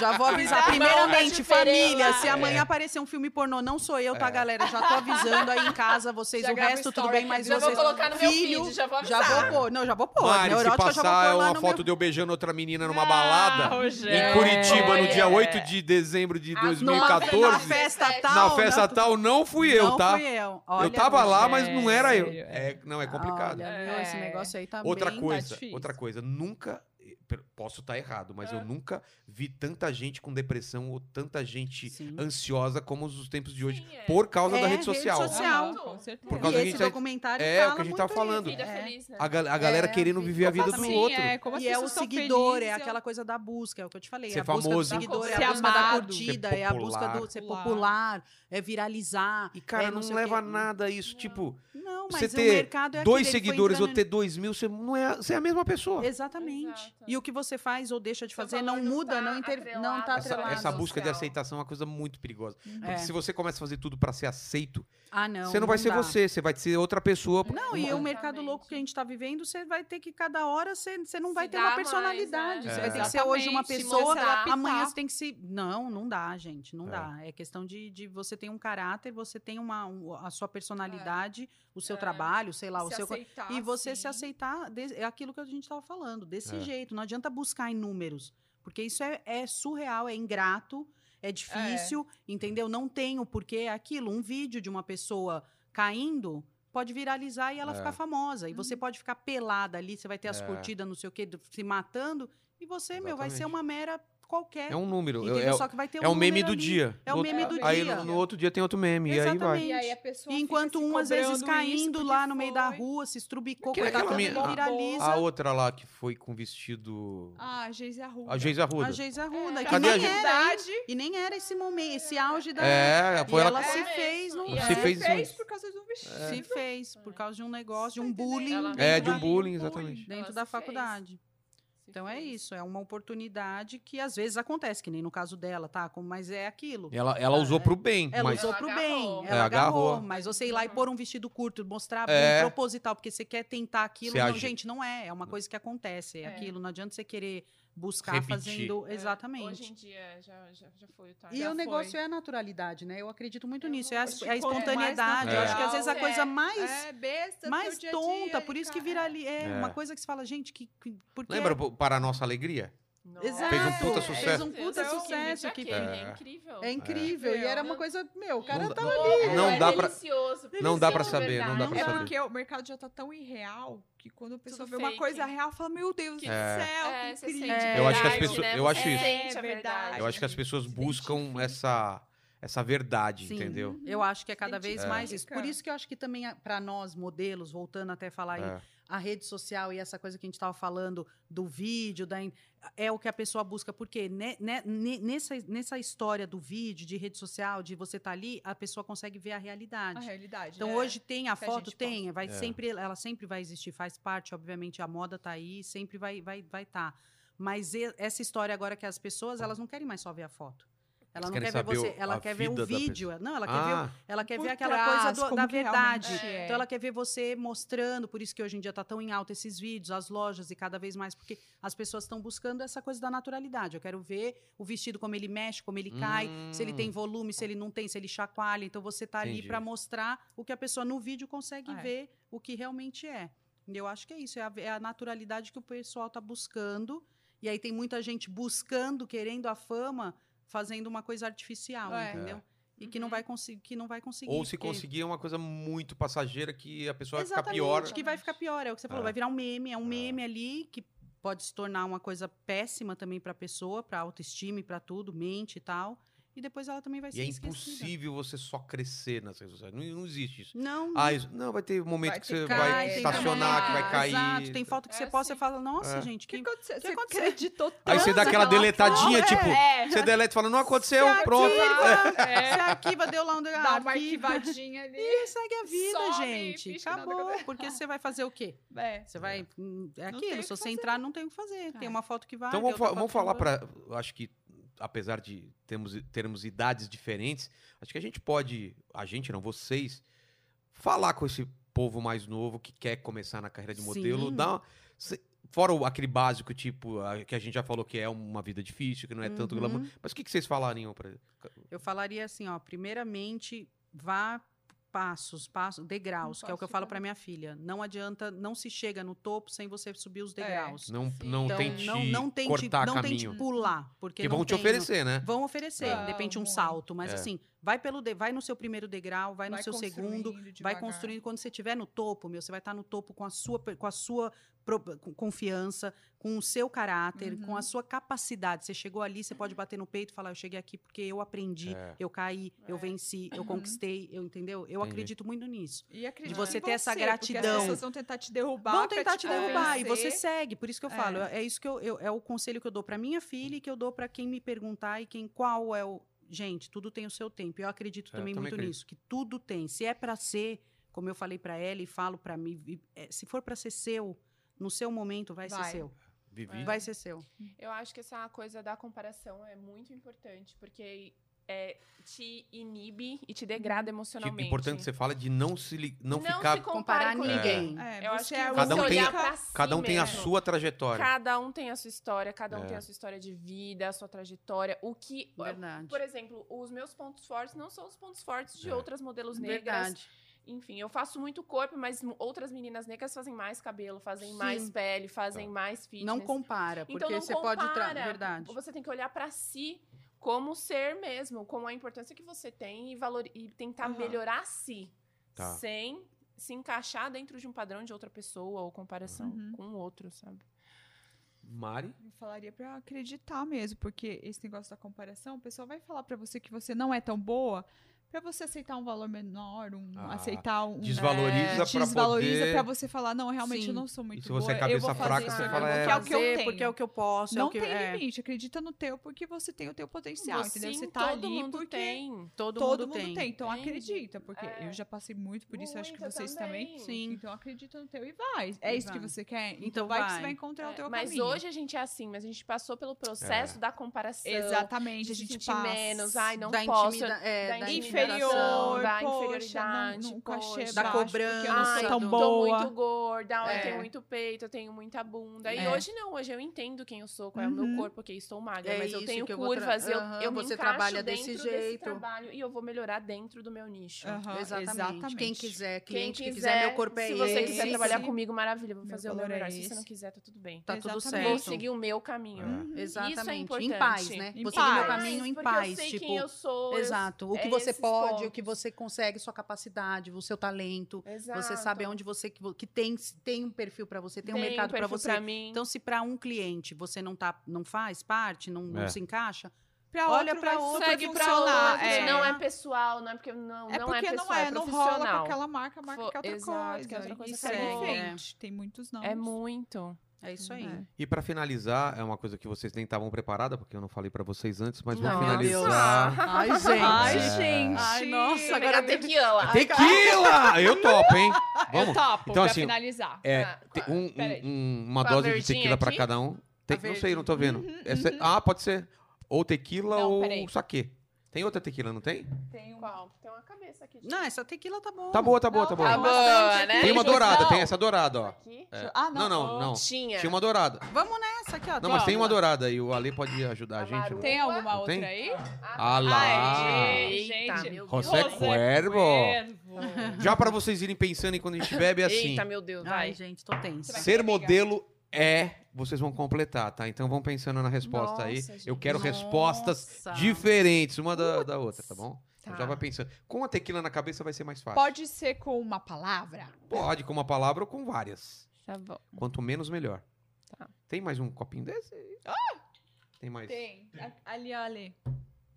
C: já vou avisar.
E: Cuidado,
C: Primeiramente,
E: tá diferente
C: família,
E: lá.
C: se
A: É.
C: amanhã aparecer um filme pornô, não sou eu, tá, galera? Já tô avisando aí em casa, vocês,
B: Já
C: o
B: grava
C: resto tudo
B: story
C: bem, mas
E: Já vou
C: vocês...
E: colocar no meu feed, já vou
C: já
E: avisar.
C: vou pôr. Não, já vou pôr.
A: Mari, se
C: Neurótico, eu já vou
A: passar é
C: pôr lá
A: uma
C: no
A: foto
C: meu...
A: de eu beijando outra menina numa balada,
C: É.
A: em Curitiba, no dia 8 de dezembro de
E: Ah, numa-
C: Numa- Na
A: 2014,
C: festa tal.
A: na festa
C: né?
A: tal, não fui eu,
C: Não
A: tá?
C: fui eu.
A: Eu
C: Olha,
A: tava lá, mas não era eu.
B: sério,
A: É, não, é complicado.
C: Olha, meu, esse
B: É.
C: negócio aí tá
A: outra
C: bem
A: coisa,
B: difícil.
A: outra coisa, nunca eh, per- posso estar errado, mas eu
E: Ah.
A: nunca vi tanta gente com depressão ou tanta gente
C: Sim.
A: ansiosa como os tempos de hoje
E: Sim, é. Tá
A: por causa
C: É,
A: da rede
C: rede
A: social.
C: social.
B: Aham, com certeza.
A: Por
C: E
A: causa que a
C: esse
A: gente tá-
C: documentário
A: é, o
C: fala
A: que a gente tava
C: muito
A: falando.
E: Vida
C: É.
E: feliz, né?
A: A, gal- a galera
C: É,
A: querendo
C: sim,
A: viver a vida do
C: completamente.
A: outro.
B: É, como as
C: e é o
B: pessoas são
C: seguidor, é
B: felizes,
C: aquela coisa da busca, é o que eu te falei.
A: Ser
C: é a busca
A: famoso.
C: do seguidor, é
B: Ser
C: a busca
B: amado.
C: da curtida, é a busca
A: popular.
C: do ser popular, é viralizar.
A: E, cara,
C: é
A: não,
C: sei o
A: leva a
C: quê.
A: nada isso. Tipo,
C: Não, mas
A: você
C: o
A: ter
C: mercado é
A: dois
C: aquele, ele foi
A: seguidores ou
C: entrando
A: ter dois mil, você, não é, você é a mesma pessoa.
C: em- Exatamente.
E: Exato.
C: E o que você faz ou deixa de
E: Seu
C: fazer
E: valor
C: não
E: não
C: muda,
E: tá
C: não, inter... não tá
A: Essa,
C: atrelado.
E: atrelado.
A: essa busca de
E: Social.
A: aceitação é uma coisa muito perigosa. Porque
C: É.
A: se você começa a fazer tudo pra ser aceito,
C: Ah, não.
A: você não vai ser
C: dá.
A: você, você vai ser outra pessoa.
C: Não, e o
E: Exatamente.
C: mercado louco que a gente tá vivendo, você vai ter que, cada hora, você, você não
E: Se
C: vai ter
E: dar
C: uma
E: mais,
C: personalidade.
E: né?
C: Você
A: É.
C: vai ter que ser hoje uma
B: Exatamente,
C: pessoa,
B: se adaptar.
C: amanhã você tem que se... Não, não dá, gente, não
A: É.
C: dá. É questão de, de você ter um caráter, você tem uma, um- a sua personalidade, o seu
E: É.
C: trabalho, sei lá, o
B: Se
C: seu...
B: aceitar,
H: Ah,
C: E você se
B: sim.
C: aceitar, de- é aquilo que a gente estava falando, desse
A: É.
C: jeito. Não adianta buscar em números. Porque isso é, é surreal, é ingrato, é difícil, entendeu? Não tenho porque é aquilo. Um vídeo de uma pessoa caindo pode viralizar e ela
A: É.
C: ficar famosa. E
H: Uhum.
C: você pode ficar pelada ali, você vai ter as
A: É.
C: curtidas, não sei o quê, do- se matando. E você, meu, vai ser
A: Exatamente.
C: uma mera qualquer.
A: É um número.
C: entendeu?
A: É, é,
C: Só que vai ter um
A: é o meme
C: número
A: do
C: ali.
A: dia.
C: É o
A: No
C: meme
A: outro-
C: do
A: aí
C: dia.
A: no- no outro dia tem outro meme. E aí vai.
C: Exatamente.
H: E aí a pessoa
C: E
H: fica
C: enquanto
H: se
C: um, às vezes,
H: cobrando isso
C: caindo
H: porque
C: lá no meio da
H: foi. é
C: rua, se estrubicou,
A: Aquela-
C: coitado,
A: aquela
H: Tá
A: menina-
C: viraliza.
A: A outra lá que foi com vestido.
B: Ah, Geise Arruda.
A: A Geise Arruda.
C: A Geisa Arruda. que
A: Cadê a
C: nem
A: Geisa?
C: era, hein?
B: é Verdade.
C: E nem era esse momento, esse auge da...
A: É, foi
C: e
A: ela.
C: ela
E: que-
C: tá se
E: É
C: fez,
E: mesmo,
C: não
E: e
A: Se
E: ela
A: fez
E: fez
A: isso.
B: por causa de um vestido.
C: Se fez, por causa de um negócio, de
B: Tá
C: um
B: entendendo?
C: bullying
E: Ela
A: É,
E: fez
A: de um
E: bullying,
A: bullying, exatamente.
E: Ela
C: dentro
E: se
C: da
E: fez.
C: faculdade. Então é isso, é uma oportunidade que às vezes acontece, que nem no caso dela, tá? Como- Mas é aquilo.
A: Ela, ela usou pro bem,
C: É. Ela
A: mas.
C: usou
E: Ela
C: pro
E: agarrou.
C: bem,
A: É,
C: ela agarrou,
A: agarrou.
C: Mas você ir lá e pôr um vestido curto, mostrar
A: É.
C: bem proposital, porque você quer tentar aquilo.
A: Você
C: não,
A: age-
C: gente, não é. É uma coisa que acontece. É,
E: É.
C: aquilo. Não adianta você querer buscar
A: Repetir.
C: fazendo.
E: É,
C: Exatamente.
E: Hoje em dia já, já, já foi o time.
C: E
E: Ah, Já
C: o
E: foi.
C: negócio é a naturalidade, né? Eu acredito muito
E: Eu
C: nisso.
E: não-
C: É a, é
E: eu te
C: a
E: conto, mais
C: espontaneidade. Eu acho que às vezes a
E: natural,
C: coisa
E: é.
C: mais,
B: É, besta.
C: mais
B: do seu dia a dia,
C: tonta, por
B: ele
C: isso que
B: cai.
C: virali. É,
A: É.
C: uma coisa que você fala, gente, que. que porque
A: Lembra pô, para a nossa alegria?
E: Nossa.
C: Exato.
A: Fez um puta
C: Fez
A: sucesso.
C: um puta
E: Então,
C: sucesso. Que,
E: aquele,
A: É.
E: É incrível.
C: é incrível. E
E: Meu,
C: era uma
E: não-
C: coisa. Meu, o cara tá
A: dá-
C: tava
E: Pô,
C: ali.
A: Não
E: é
A: dá pra-
E: delicioso,
A: não dá pra
E: delicioso,
A: saber, não dá
E: verdade.
A: pra
B: É
A: saber.
B: porque o mercado já tá tão irreal que quando a pessoa
E: Tudo
B: vê uma
E: fake.
B: coisa real, fala, meu Deus do céu,
E: É,
B: que
E: você sente
B: incrível.
E: a
A: Eu acho que as
E: verdade,
A: pessoas-
E: né?
A: eu
E: Você
A: acho isso.
E: sente a
B: É verdade.
E: verdade.
A: Eu acho que as pessoas
B: se
A: buscam essa, essa verdade,
C: Sim.
A: entendeu?
C: Eu acho que é cada vez
B: Identifica.
C: mais isso. Por isso que eu acho que também, para nós, modelos, voltando até falar aí,
A: É.
C: a rede social e essa coisa que a gente estava falando do vídeo, da, in- é o que a pessoa busca. Porque ne- ne- ne- nessa, nessa história do vídeo, de rede social, de você estar ali, a pessoa consegue ver a realidade.
B: A realidade.
C: Então
B: né?
C: hoje tem a
B: que a
C: foto,
B: gente
C: tem, vai
A: É.
C: sempre, ela sempre vai existir, faz parte, obviamente a moda tá aí, sempre vai vai vai tá. Mas e- essa história agora que as pessoas, elas não querem mais só ver a foto. Ela
A: Elas
C: não
A: querem
C: quer
A: saber
C: ver você,
A: o-
C: ela
A: a
C: quer ver
A: vida
C: o
A: da
C: vídeo. Não, ela quer ver, o-
A: Ah,
C: ela quer
B: Por
C: ver aquela
B: trás,
C: coisa do-
B: como
C: da
B: que realmente
C: verdade.
B: é.
C: Então ela quer ver você mostrando, por isso que hoje em dia tá tão em alta esses vídeos, as lojas e cada vez mais, porque as pessoas estão buscando essa coisa da naturalidade. Eu quero ver o vestido como ele mexe, como ele cai, se ele
A: Hum.
C: tem volume, se ele não tem, se ele chacoalha. Então você tá ali
A: Entendi.
C: para mostrar o que a pessoa no vídeo consegue
B: Ah, é.
C: ver, o que realmente é. E eu acho que é isso, é a, é a naturalidade que o pessoal tá buscando. E aí tem muita gente buscando, querendo a fama, fazendo uma coisa artificial,
B: É.
C: entendeu? E que não
E: Uhum.
C: vai conseguir, que não vai conseguir.
A: ou se
C: porque-
A: conseguir é uma coisa muito passageira que a pessoa Então vai ficar
C: Exatamente,
A: pior.
C: que vai ficar pior. É o que você falou,
A: É.
C: vai virar um meme. É um
A: É.
C: meme ali que pode se tornar uma coisa péssima também pra pessoa, pra autoestima, e pra tudo, mente e tal. E depois ela também vai
A: E
C: ser
A: é
C: esquecida.
A: impossível você só crescer nas redes sociais. Não, não existe isso.
C: Não,
A: Ah, isso- não, vai ter momento
B: Vai
A: que
B: ter
A: você
B: cai,
A: vai
B: tem
A: estacionar, que vai
E: cai,
A: cair.
C: Exato, tem foto que
E: É
C: você posta e
E: assim.
C: fala, nossa,
A: É.
C: gente,
B: O que
C: que...
B: aconteceu? Você
C: aconteceu?
B: acreditou tanto.
A: Aí você dá aquela
E: Aquela
A: deletadinha,
C: foto,
A: tipo,
E: É.
A: você deleta e fala, não aconteceu,
C: Se
A: pronto.
C: arquiva,
E: É.
C: Você arquiva, deu lá um
B: Dá uma
C: arquiva,
B: arquivadinha ali.
C: E segue a vida,
E: Some,
C: gente.
E: finge que nada
C: Acabou. Porque você vai fazer o quê?
B: É.
C: Você vai. hum, É
B: Não tem o
C: aquilo.
B: que
C: Se você
B: fazer.
C: entrar, não tem o que fazer. Tem
B: É.
C: uma foto que vai.
A: Então
C: tem
A: vamos,
C: outra
A: fa- vamos
C: foto que
A: falar
C: não vai.
A: para, acho que apesar de termos termos idades diferentes, acho que a gente pode, a gente não, vocês falar com esse povo mais novo que quer começar na carreira de modelo,
C: Sim.
A: dar uma- se- fora o- aquele básico tipo a- que a gente já falou que é uma vida difícil, que não é tanto glamour,
C: Uhum.
A: mas o que, que vocês falariam para
C: Eu falaria assim, ó. Primeiramente, vá passos, passos, degraus, que é o que eu
B: Um passo de
C: falo
B: cada
C: pra minha filha. Não adianta, não se chega no topo sem você subir
B: É.
C: os degraus.
A: não
B: Sim.
A: não
C: Então,
A: tente
C: não, não tente,
A: cortar
C: não
A: caminho,
C: tente pular, porque
A: que
C: não
A: vão te
C: tem-
A: oferecer, né?
C: Vão oferecer,
B: Vão,
C: de repente um
B: vão.
C: salto, mas
A: É.
C: assim, vai pelo de- vai no seu primeiro degrau, vai, no seu segundo,
B: construindo
C: vai
B: devagar.
C: construindo quando você estiver no topo, meu, você vai estar no topo com a sua pe- com a sua pro- com confiança, com o seu caráter,
B: Uhum.
C: com a sua capacidade. Você chegou ali, você pode bater no peito e falar, eu cheguei aqui porque eu aprendi,
A: É.
C: eu caí, eu
E: É.
C: venci, eu
B: Uhum.
C: conquistei, eu entendeu? Eu
A: Entendi.
C: acredito muito nisso.
B: E acredito
C: de você
B: em
C: ter essa
B: porque
C: gratidão.
B: As pessoas vão tentar te derrubar.
C: Vão
B: pra
C: tentar te derrubar e você
B: convencer.
C: segue. Por isso que eu
B: É.
C: falo, é, isso que eu, eu- é o conselho que eu dou para minha filha e que eu dou para quem me perguntar e quem qual é o gente, tudo tem o seu tempo. Eu acredito
A: É, eu
C: também
A: também
C: muito
A: acredito.
C: nisso, que tudo tem. Se é para ser, como eu falei para ela e falo para mim, e- é, se for para ser seu, no seu momento vai, ser
B: Vai.
C: seu.
A: Vivi.
C: Vai ser seu.
E: Eu acho que essa coisa da comparação é muito importante, porque é, te inibe e te degrada
A: Que
E: emocionalmente.
A: importante que você fala de não se li- não,
E: Não
A: ficar
E: se comparar com ninguém.
B: É,
E: Eu
B: você
E: acho que
B: é a
A: Cada um
E: você
A: tem
E: olhar
A: a-
E: pra si
A: cada um tem a
E: mesmo.
A: sua trajetória.
E: Cada um tem a sua história, cada um
A: É.
E: tem a sua história de vida, a sua trajetória. O que.
C: Verdade.
E: Por exemplo, os meus pontos fortes não são os pontos fortes de
A: É.
E: outras modelos negras.
C: Verdade.
E: Enfim, eu faço muito corpo, mas m- outras meninas negras fazem mais cabelo, fazem
C: Sim.
E: mais pele, fazem mais fitness.
C: Não compara, porque
E: Então não
C: você pode... Tra...
E: compara.
C: Verdade.
E: Você tem que olhar pra si como ser mesmo, como a importância que você tem e, valor... e tentar
C: Aham.
E: melhorar a si.
A: Tá.
E: Sem se encaixar dentro de um padrão de outra pessoa ou comparação
B: Uhum.
E: com o outro, sabe?
A: Mari?
B: Eu falaria pra acreditar mesmo, porque esse negócio da comparação, o pessoal vai falar pra você que você não é tão boa, pra você aceitar um valor menor, um
A: Ah,
B: aceitar um
A: Desvaloriza pra
B: desvaloriza
A: poder...
B: pra você falar, não, realmente
C: Sim.
B: eu não sou muito
A: se você
B: boa,
A: é cabeça
B: eu vou fazer
A: fraca,
B: isso,
A: você
B: eu
A: fala,
B: vou-
A: é,
B: que é o que eu
C: Fazer,
B: tenho.
C: Porque é o que eu posso, é
B: não
C: o que...
B: tem
C: é,
B: limite, acredita no teu, porque você tem o teu potencial, entendeu? Você
E: Sim,
B: tá
E: todo
B: ali
E: mundo
B: porque
E: tem.
C: Todo,
B: todo
C: mundo tem.
B: então
E: Entende?
B: acredita, porque
E: É.
B: eu já passei muito por isso, acho que
E: Muito
B: vocês também.
C: Sim.
B: Então acredita no teu e vai. É
C: E
B: isso que
C: vai.
B: você quer? Então,
C: Então
B: vai, que
C: vai.
B: você vai encontrar o
E: É,
B: teu
E: mas
B: caminho.
E: hoje a gente é assim, mas a gente passou pelo processo da comparação.
B: Exatamente,
E: de
B: a
E: se
B: gente
E: sentir
B: passa.
E: menos, ai, não
C: da
E: posso,
C: intimida- é,
E: da
C: da
E: intimidação,
B: inferior,
E: da
B: poxa, não,
E: inferioridade,
B: não, cachê
E: poxa.
C: Da
B: baixo, porque eu não
C: cobrança,
B: sou
E: Ai,
B: tão
E: tô
B: boa.
E: muito gorda, ai, eu
C: É.
E: tenho muito peito, eu tenho muita bunda. E
C: É.
E: hoje não, hoje eu entendo quem eu sou, qual é o
B: Uhum.
E: meu corpo, que estou magra,
C: É
E: mas eu
C: isso
E: tenho
C: que eu vou tra-
E: curvas, eu,
C: Aham,
E: eu me
C: você
E: encaixo
C: trabalha
E: dentro
C: desse
E: desse
C: jeito.
E: trabalho e eu vou melhorar dentro do meu nicho.
B: Aham,
C: Exatamente. Quem quiser,
E: Quem
C: cliente que quiser, meu corpo é
E: se
C: esse.
E: você quiser
B: esse.
E: trabalhar comigo, maravilha, vou
B: Meu
E: fazer o meu
B: valor é
E: melhor. se
B: esse.
E: você não quiser, tá tudo bem.
C: Tá tudo
B: Exatamente.
C: certo.
E: Vou seguir o meu caminho.
B: Uhum.
A: É.
C: Exatamente. em
E: importante.
C: paz, né?
B: Em
C: Vou seguir meu
B: paz,
C: caminho em
E: porque eu
C: paz.
E: sei
C: tipo,
E: quem eu sou. eu-
C: Exato. O
E: é
C: que você
E: esses
C: pode,
E: pontos.
C: o que você consegue, sua capacidade, o seu talento.
E: Exato.
C: Você sabe onde você que, vo- que tem tem um perfil para você, tem, um mercado para
E: perfil
C: você.
E: pra mim.
C: Então, se para um cliente você não tá, não faz parte, não, não
A: É.
C: se encaixa,
B: Pra
C: Olha
B: outro
C: pra
B: vai
C: outro,
B: super
E: segue
C: vai
E: pra
B: funcionar,
E: outro,
B: é.
E: não é pessoal, não é porque não,
B: É
E: não é
B: porque
E: pessoal,
B: não é, não rola com
E: profissional.
B: aquela marca, a marca
E: Fo-
B: que é outra
E: exato,
B: coisa.
E: que é outra coisa
B: e
E: que
B: segue em
C: acabou.
B: frente. Tem muitos não.
E: É muito.
C: é isso aí.
B: É.
A: E pra finalizar, é uma coisa que vocês nem estavam preparada, porque eu não falei pra vocês antes, mas
C: Não,
A: vamos
C: meu Deus.
A: finalizar.
C: Ai,
B: Ai,
E: É.
C: gente.
B: gente.
C: Ai, nossa,
E: Agora
C: agora
E: a tequila.
A: Tequila! Eu topo, hein?
B: Ah, Eu
A: Vamos.
B: topo
A: Então,
B: pra
A: assim,
B: finalizar.
A: É,
E: Ah,
A: te-
E: com a-
A: um- um-
B: peraí.
A: um- uma
E: Com a
A: dose de
E: verdinha
A: tequila pra
E: aqui?
A: cada um. Te-
C: A
A: não sei,
C: verdinha.
A: não tô vendo. Essa- Ah, pode ser. Ou tequila
B: Não, peraí.
A: ou saquê. Tem outra tequila, não tem?
B: Tem uma-
E: Qual? Tem uma cabeça aqui.
C: Não, essa tequila tá boa.
A: Tá boa, tá boa, tá
B: Não,
A: boa.
B: tá
E: boa,
B: bastante
E: né?
B: aqui.
A: Tem uma
E: João.
A: dourada, tem essa dourada, ó.
E: Aqui.
A: Não,
B: Ah, não. Tá
A: não, não.
E: Tinha.
A: Tinha uma dourada.
C: Vamos nessa aqui, ó.
A: Não, mas
C: Ó,
A: tem uma dourada e o Ale pode ajudar a
E: A
A: gente.
E: Maru.
A: né?
B: Tem alguma
A: Não
B: outra
A: tem?
B: aí?
A: Ah lá!
B: Ai, gente,
E: Eita,
B: gente.
E: meu Deus.
A: José
B: José
A: Cuervo.
B: Cuervo.
A: Já pra vocês irem pensando em quando a gente bebe é assim.
E: Eita, meu Deus,
C: Ai,
E: vai.
C: gente, tô tensa.
B: vai
A: Ser
B: querer
A: modelo é, vocês vão completar, tá? Então vão pensando na resposta aí.
E: Nossa, gente.
A: Eu quero
C: Nossa.
A: respostas diferentes uma da, da outra, tá bom? Então
E: Tá.
A: já vai pensando. Com a tequila na cabeça vai ser mais fácil.
B: Pode ser com uma palavra?
A: Pode, com uma palavra ou com várias.
E: Tá bom.
A: Quanto menos, melhor.
E: Tá.
A: Tem mais um copinho desse? Tem mais.
B: Tem. Ali, ali.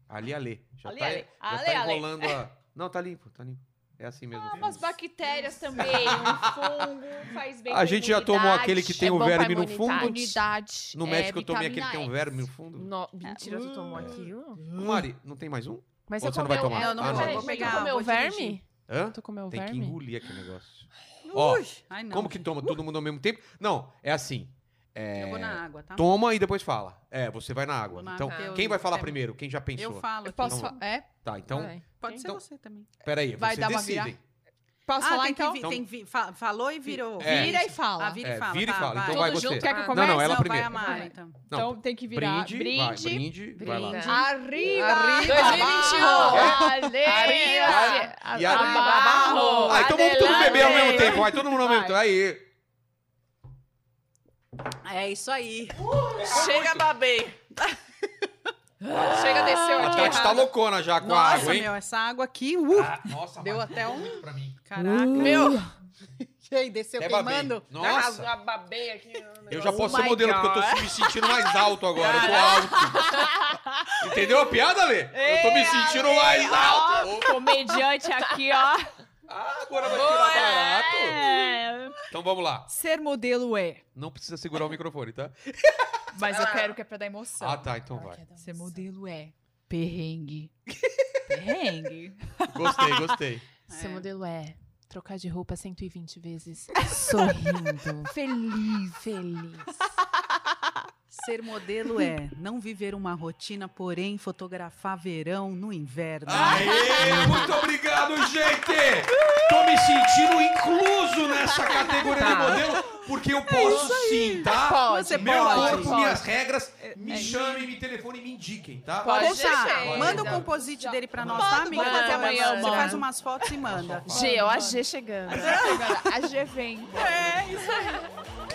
A: Ali, ali. Já
B: Ali,
A: tá,
B: ali.
A: já
B: Ali,
A: tá
B: ali.
A: enrolando a... Não, tá limpo, tá limpo. É assim mesmo.
B: Umas bactérias também, um fungo, faz bem
A: A
B: pra
A: gente já tomou
B: imunidade.
A: aquele que tem
E: é
A: o
E: bom pra
A: verme no
E: imunidade.
A: fundo.
B: Imunidade,
A: Ah, No
B: é,
A: México eu tomei aquele
B: vitamina
A: que tem um
B: S.
A: verme no fundo.
E: No, mentira, tu tomou aquilo?
A: Mari, não tem mais um?
E: Mas
A: Ou você não vai
E: comeu-
A: tomar?
E: Não, não
A: Ah, não,
E: peraí,
A: vou
E: tu
C: pegar,
E: comeu
C: vou
E: verme?
C: dirigir.
A: Hã?
E: Tu comeu
A: Tem que
E: verme?
A: engolir aquele negócio. Ó,
C: Ai, não.
A: como que toma todo mundo ao mesmo tempo? Não, é assim. É,
C: Eu vou na água, tá?
A: Toma e depois fala. É, você vai na água.
C: Vou na
A: então,
C: água.
A: quem vai falar
C: Eu-
A: primeiro? Quem já pensou?
C: Eu falo.
B: Eu
C: aqui.
B: posso
A: Então-
B: fa- é?
A: Tá, então,
E: Vai.
C: Pode ser
A: Então-
C: você também.
A: peraí,
B: Vai
A: vocês
B: dar uma
A: decidem.
B: Posso
C: ah,
B: falar
C: tem
B: então?
C: que vi- tem vi- fa- falou e virou.
A: É.
B: Vira e fala.
C: Ah, vira
A: É,
C: e fala.
A: vira e
C: tá,
A: fala, então
E: Tudo
A: vai você.
E: junto?
B: Quer que eu
E: Ah,
B: comece?
A: Não, não, ela
C: vai
A: primeiro.
C: a Mara, então.
A: Não,
B: Então tem que virar.
A: brinde, vai,
B: brinde.
A: brinde, vai lá.
E: Brinde.
B: Arriba!
C: Arriba!
E: 2021!
B: Ale!
A: E a-
E: Abarro!
A: Ah, então vamos tudo
E: Adelante!
A: beber ao mesmo tempo. Vai, todo mundo ao mesmo
B: Vai.
A: tempo. Aí.
C: É isso aí.
E: Chega, babei! Chega, desceu
A: A
E: aqui.
A: Tati tá loucona já com a
C: Nossa,
A: água, hein?
C: meu, essa água aqui, uh,
A: Ah, nossa,
C: deu
A: bateu
C: até um...
A: muito pra mim.
C: Caraca.
E: Meu!
C: E aí, desceu
A: Até babei.
C: queimando?
A: Nossa,
E: Ah, babei aqui.
A: eu já posso
E: Oh
A: ser
E: my
A: modelo, porque eu tô me sentindo mais alto agora. Eu tô alto. Entendeu a piada, Lê? Eu tô me sentindo mais alto.
B: Comediante aqui, ó.
A: Ah, agora vai tirar barato.
B: É.
A: Então vamos lá.
B: Ser modelo é,
A: Não precisa segurar o microfone, tá?
B: mas eu quero que é pra dar emoção.
A: Ah, tá, então vai.
B: Ser modelo é perrengue. perrengue.
A: Gostei, gostei.
E: Seu modelo é trocar de roupa 120 vezes, sorrindo, feliz, feliz.
C: Ser modelo é não viver uma rotina, porém fotografar verão no inverno.
A: Aê, muito obrigado, gente! Tô me sentindo incluso nessa categoria de modelo, porque eu posso sim, tá?
C: Você
A: Meu
C: pode.
A: corpo, minhas regras, Me
I: É.
A: chamem, me telefonem, me indiquem, tá?
B: Pode
C: Poxa,
B: deixar.
C: manda o
A: Pode.
C: composite
I: Já.
C: dele pra nós,
I: Manda,
C: tá, amiga?
B: vamos fazer amanhã,
C: Você
B: mano.
C: faz umas fotos e manda.
B: G, ó, a G chegando.
I: Agora, a G vem.
J: É, isso aí.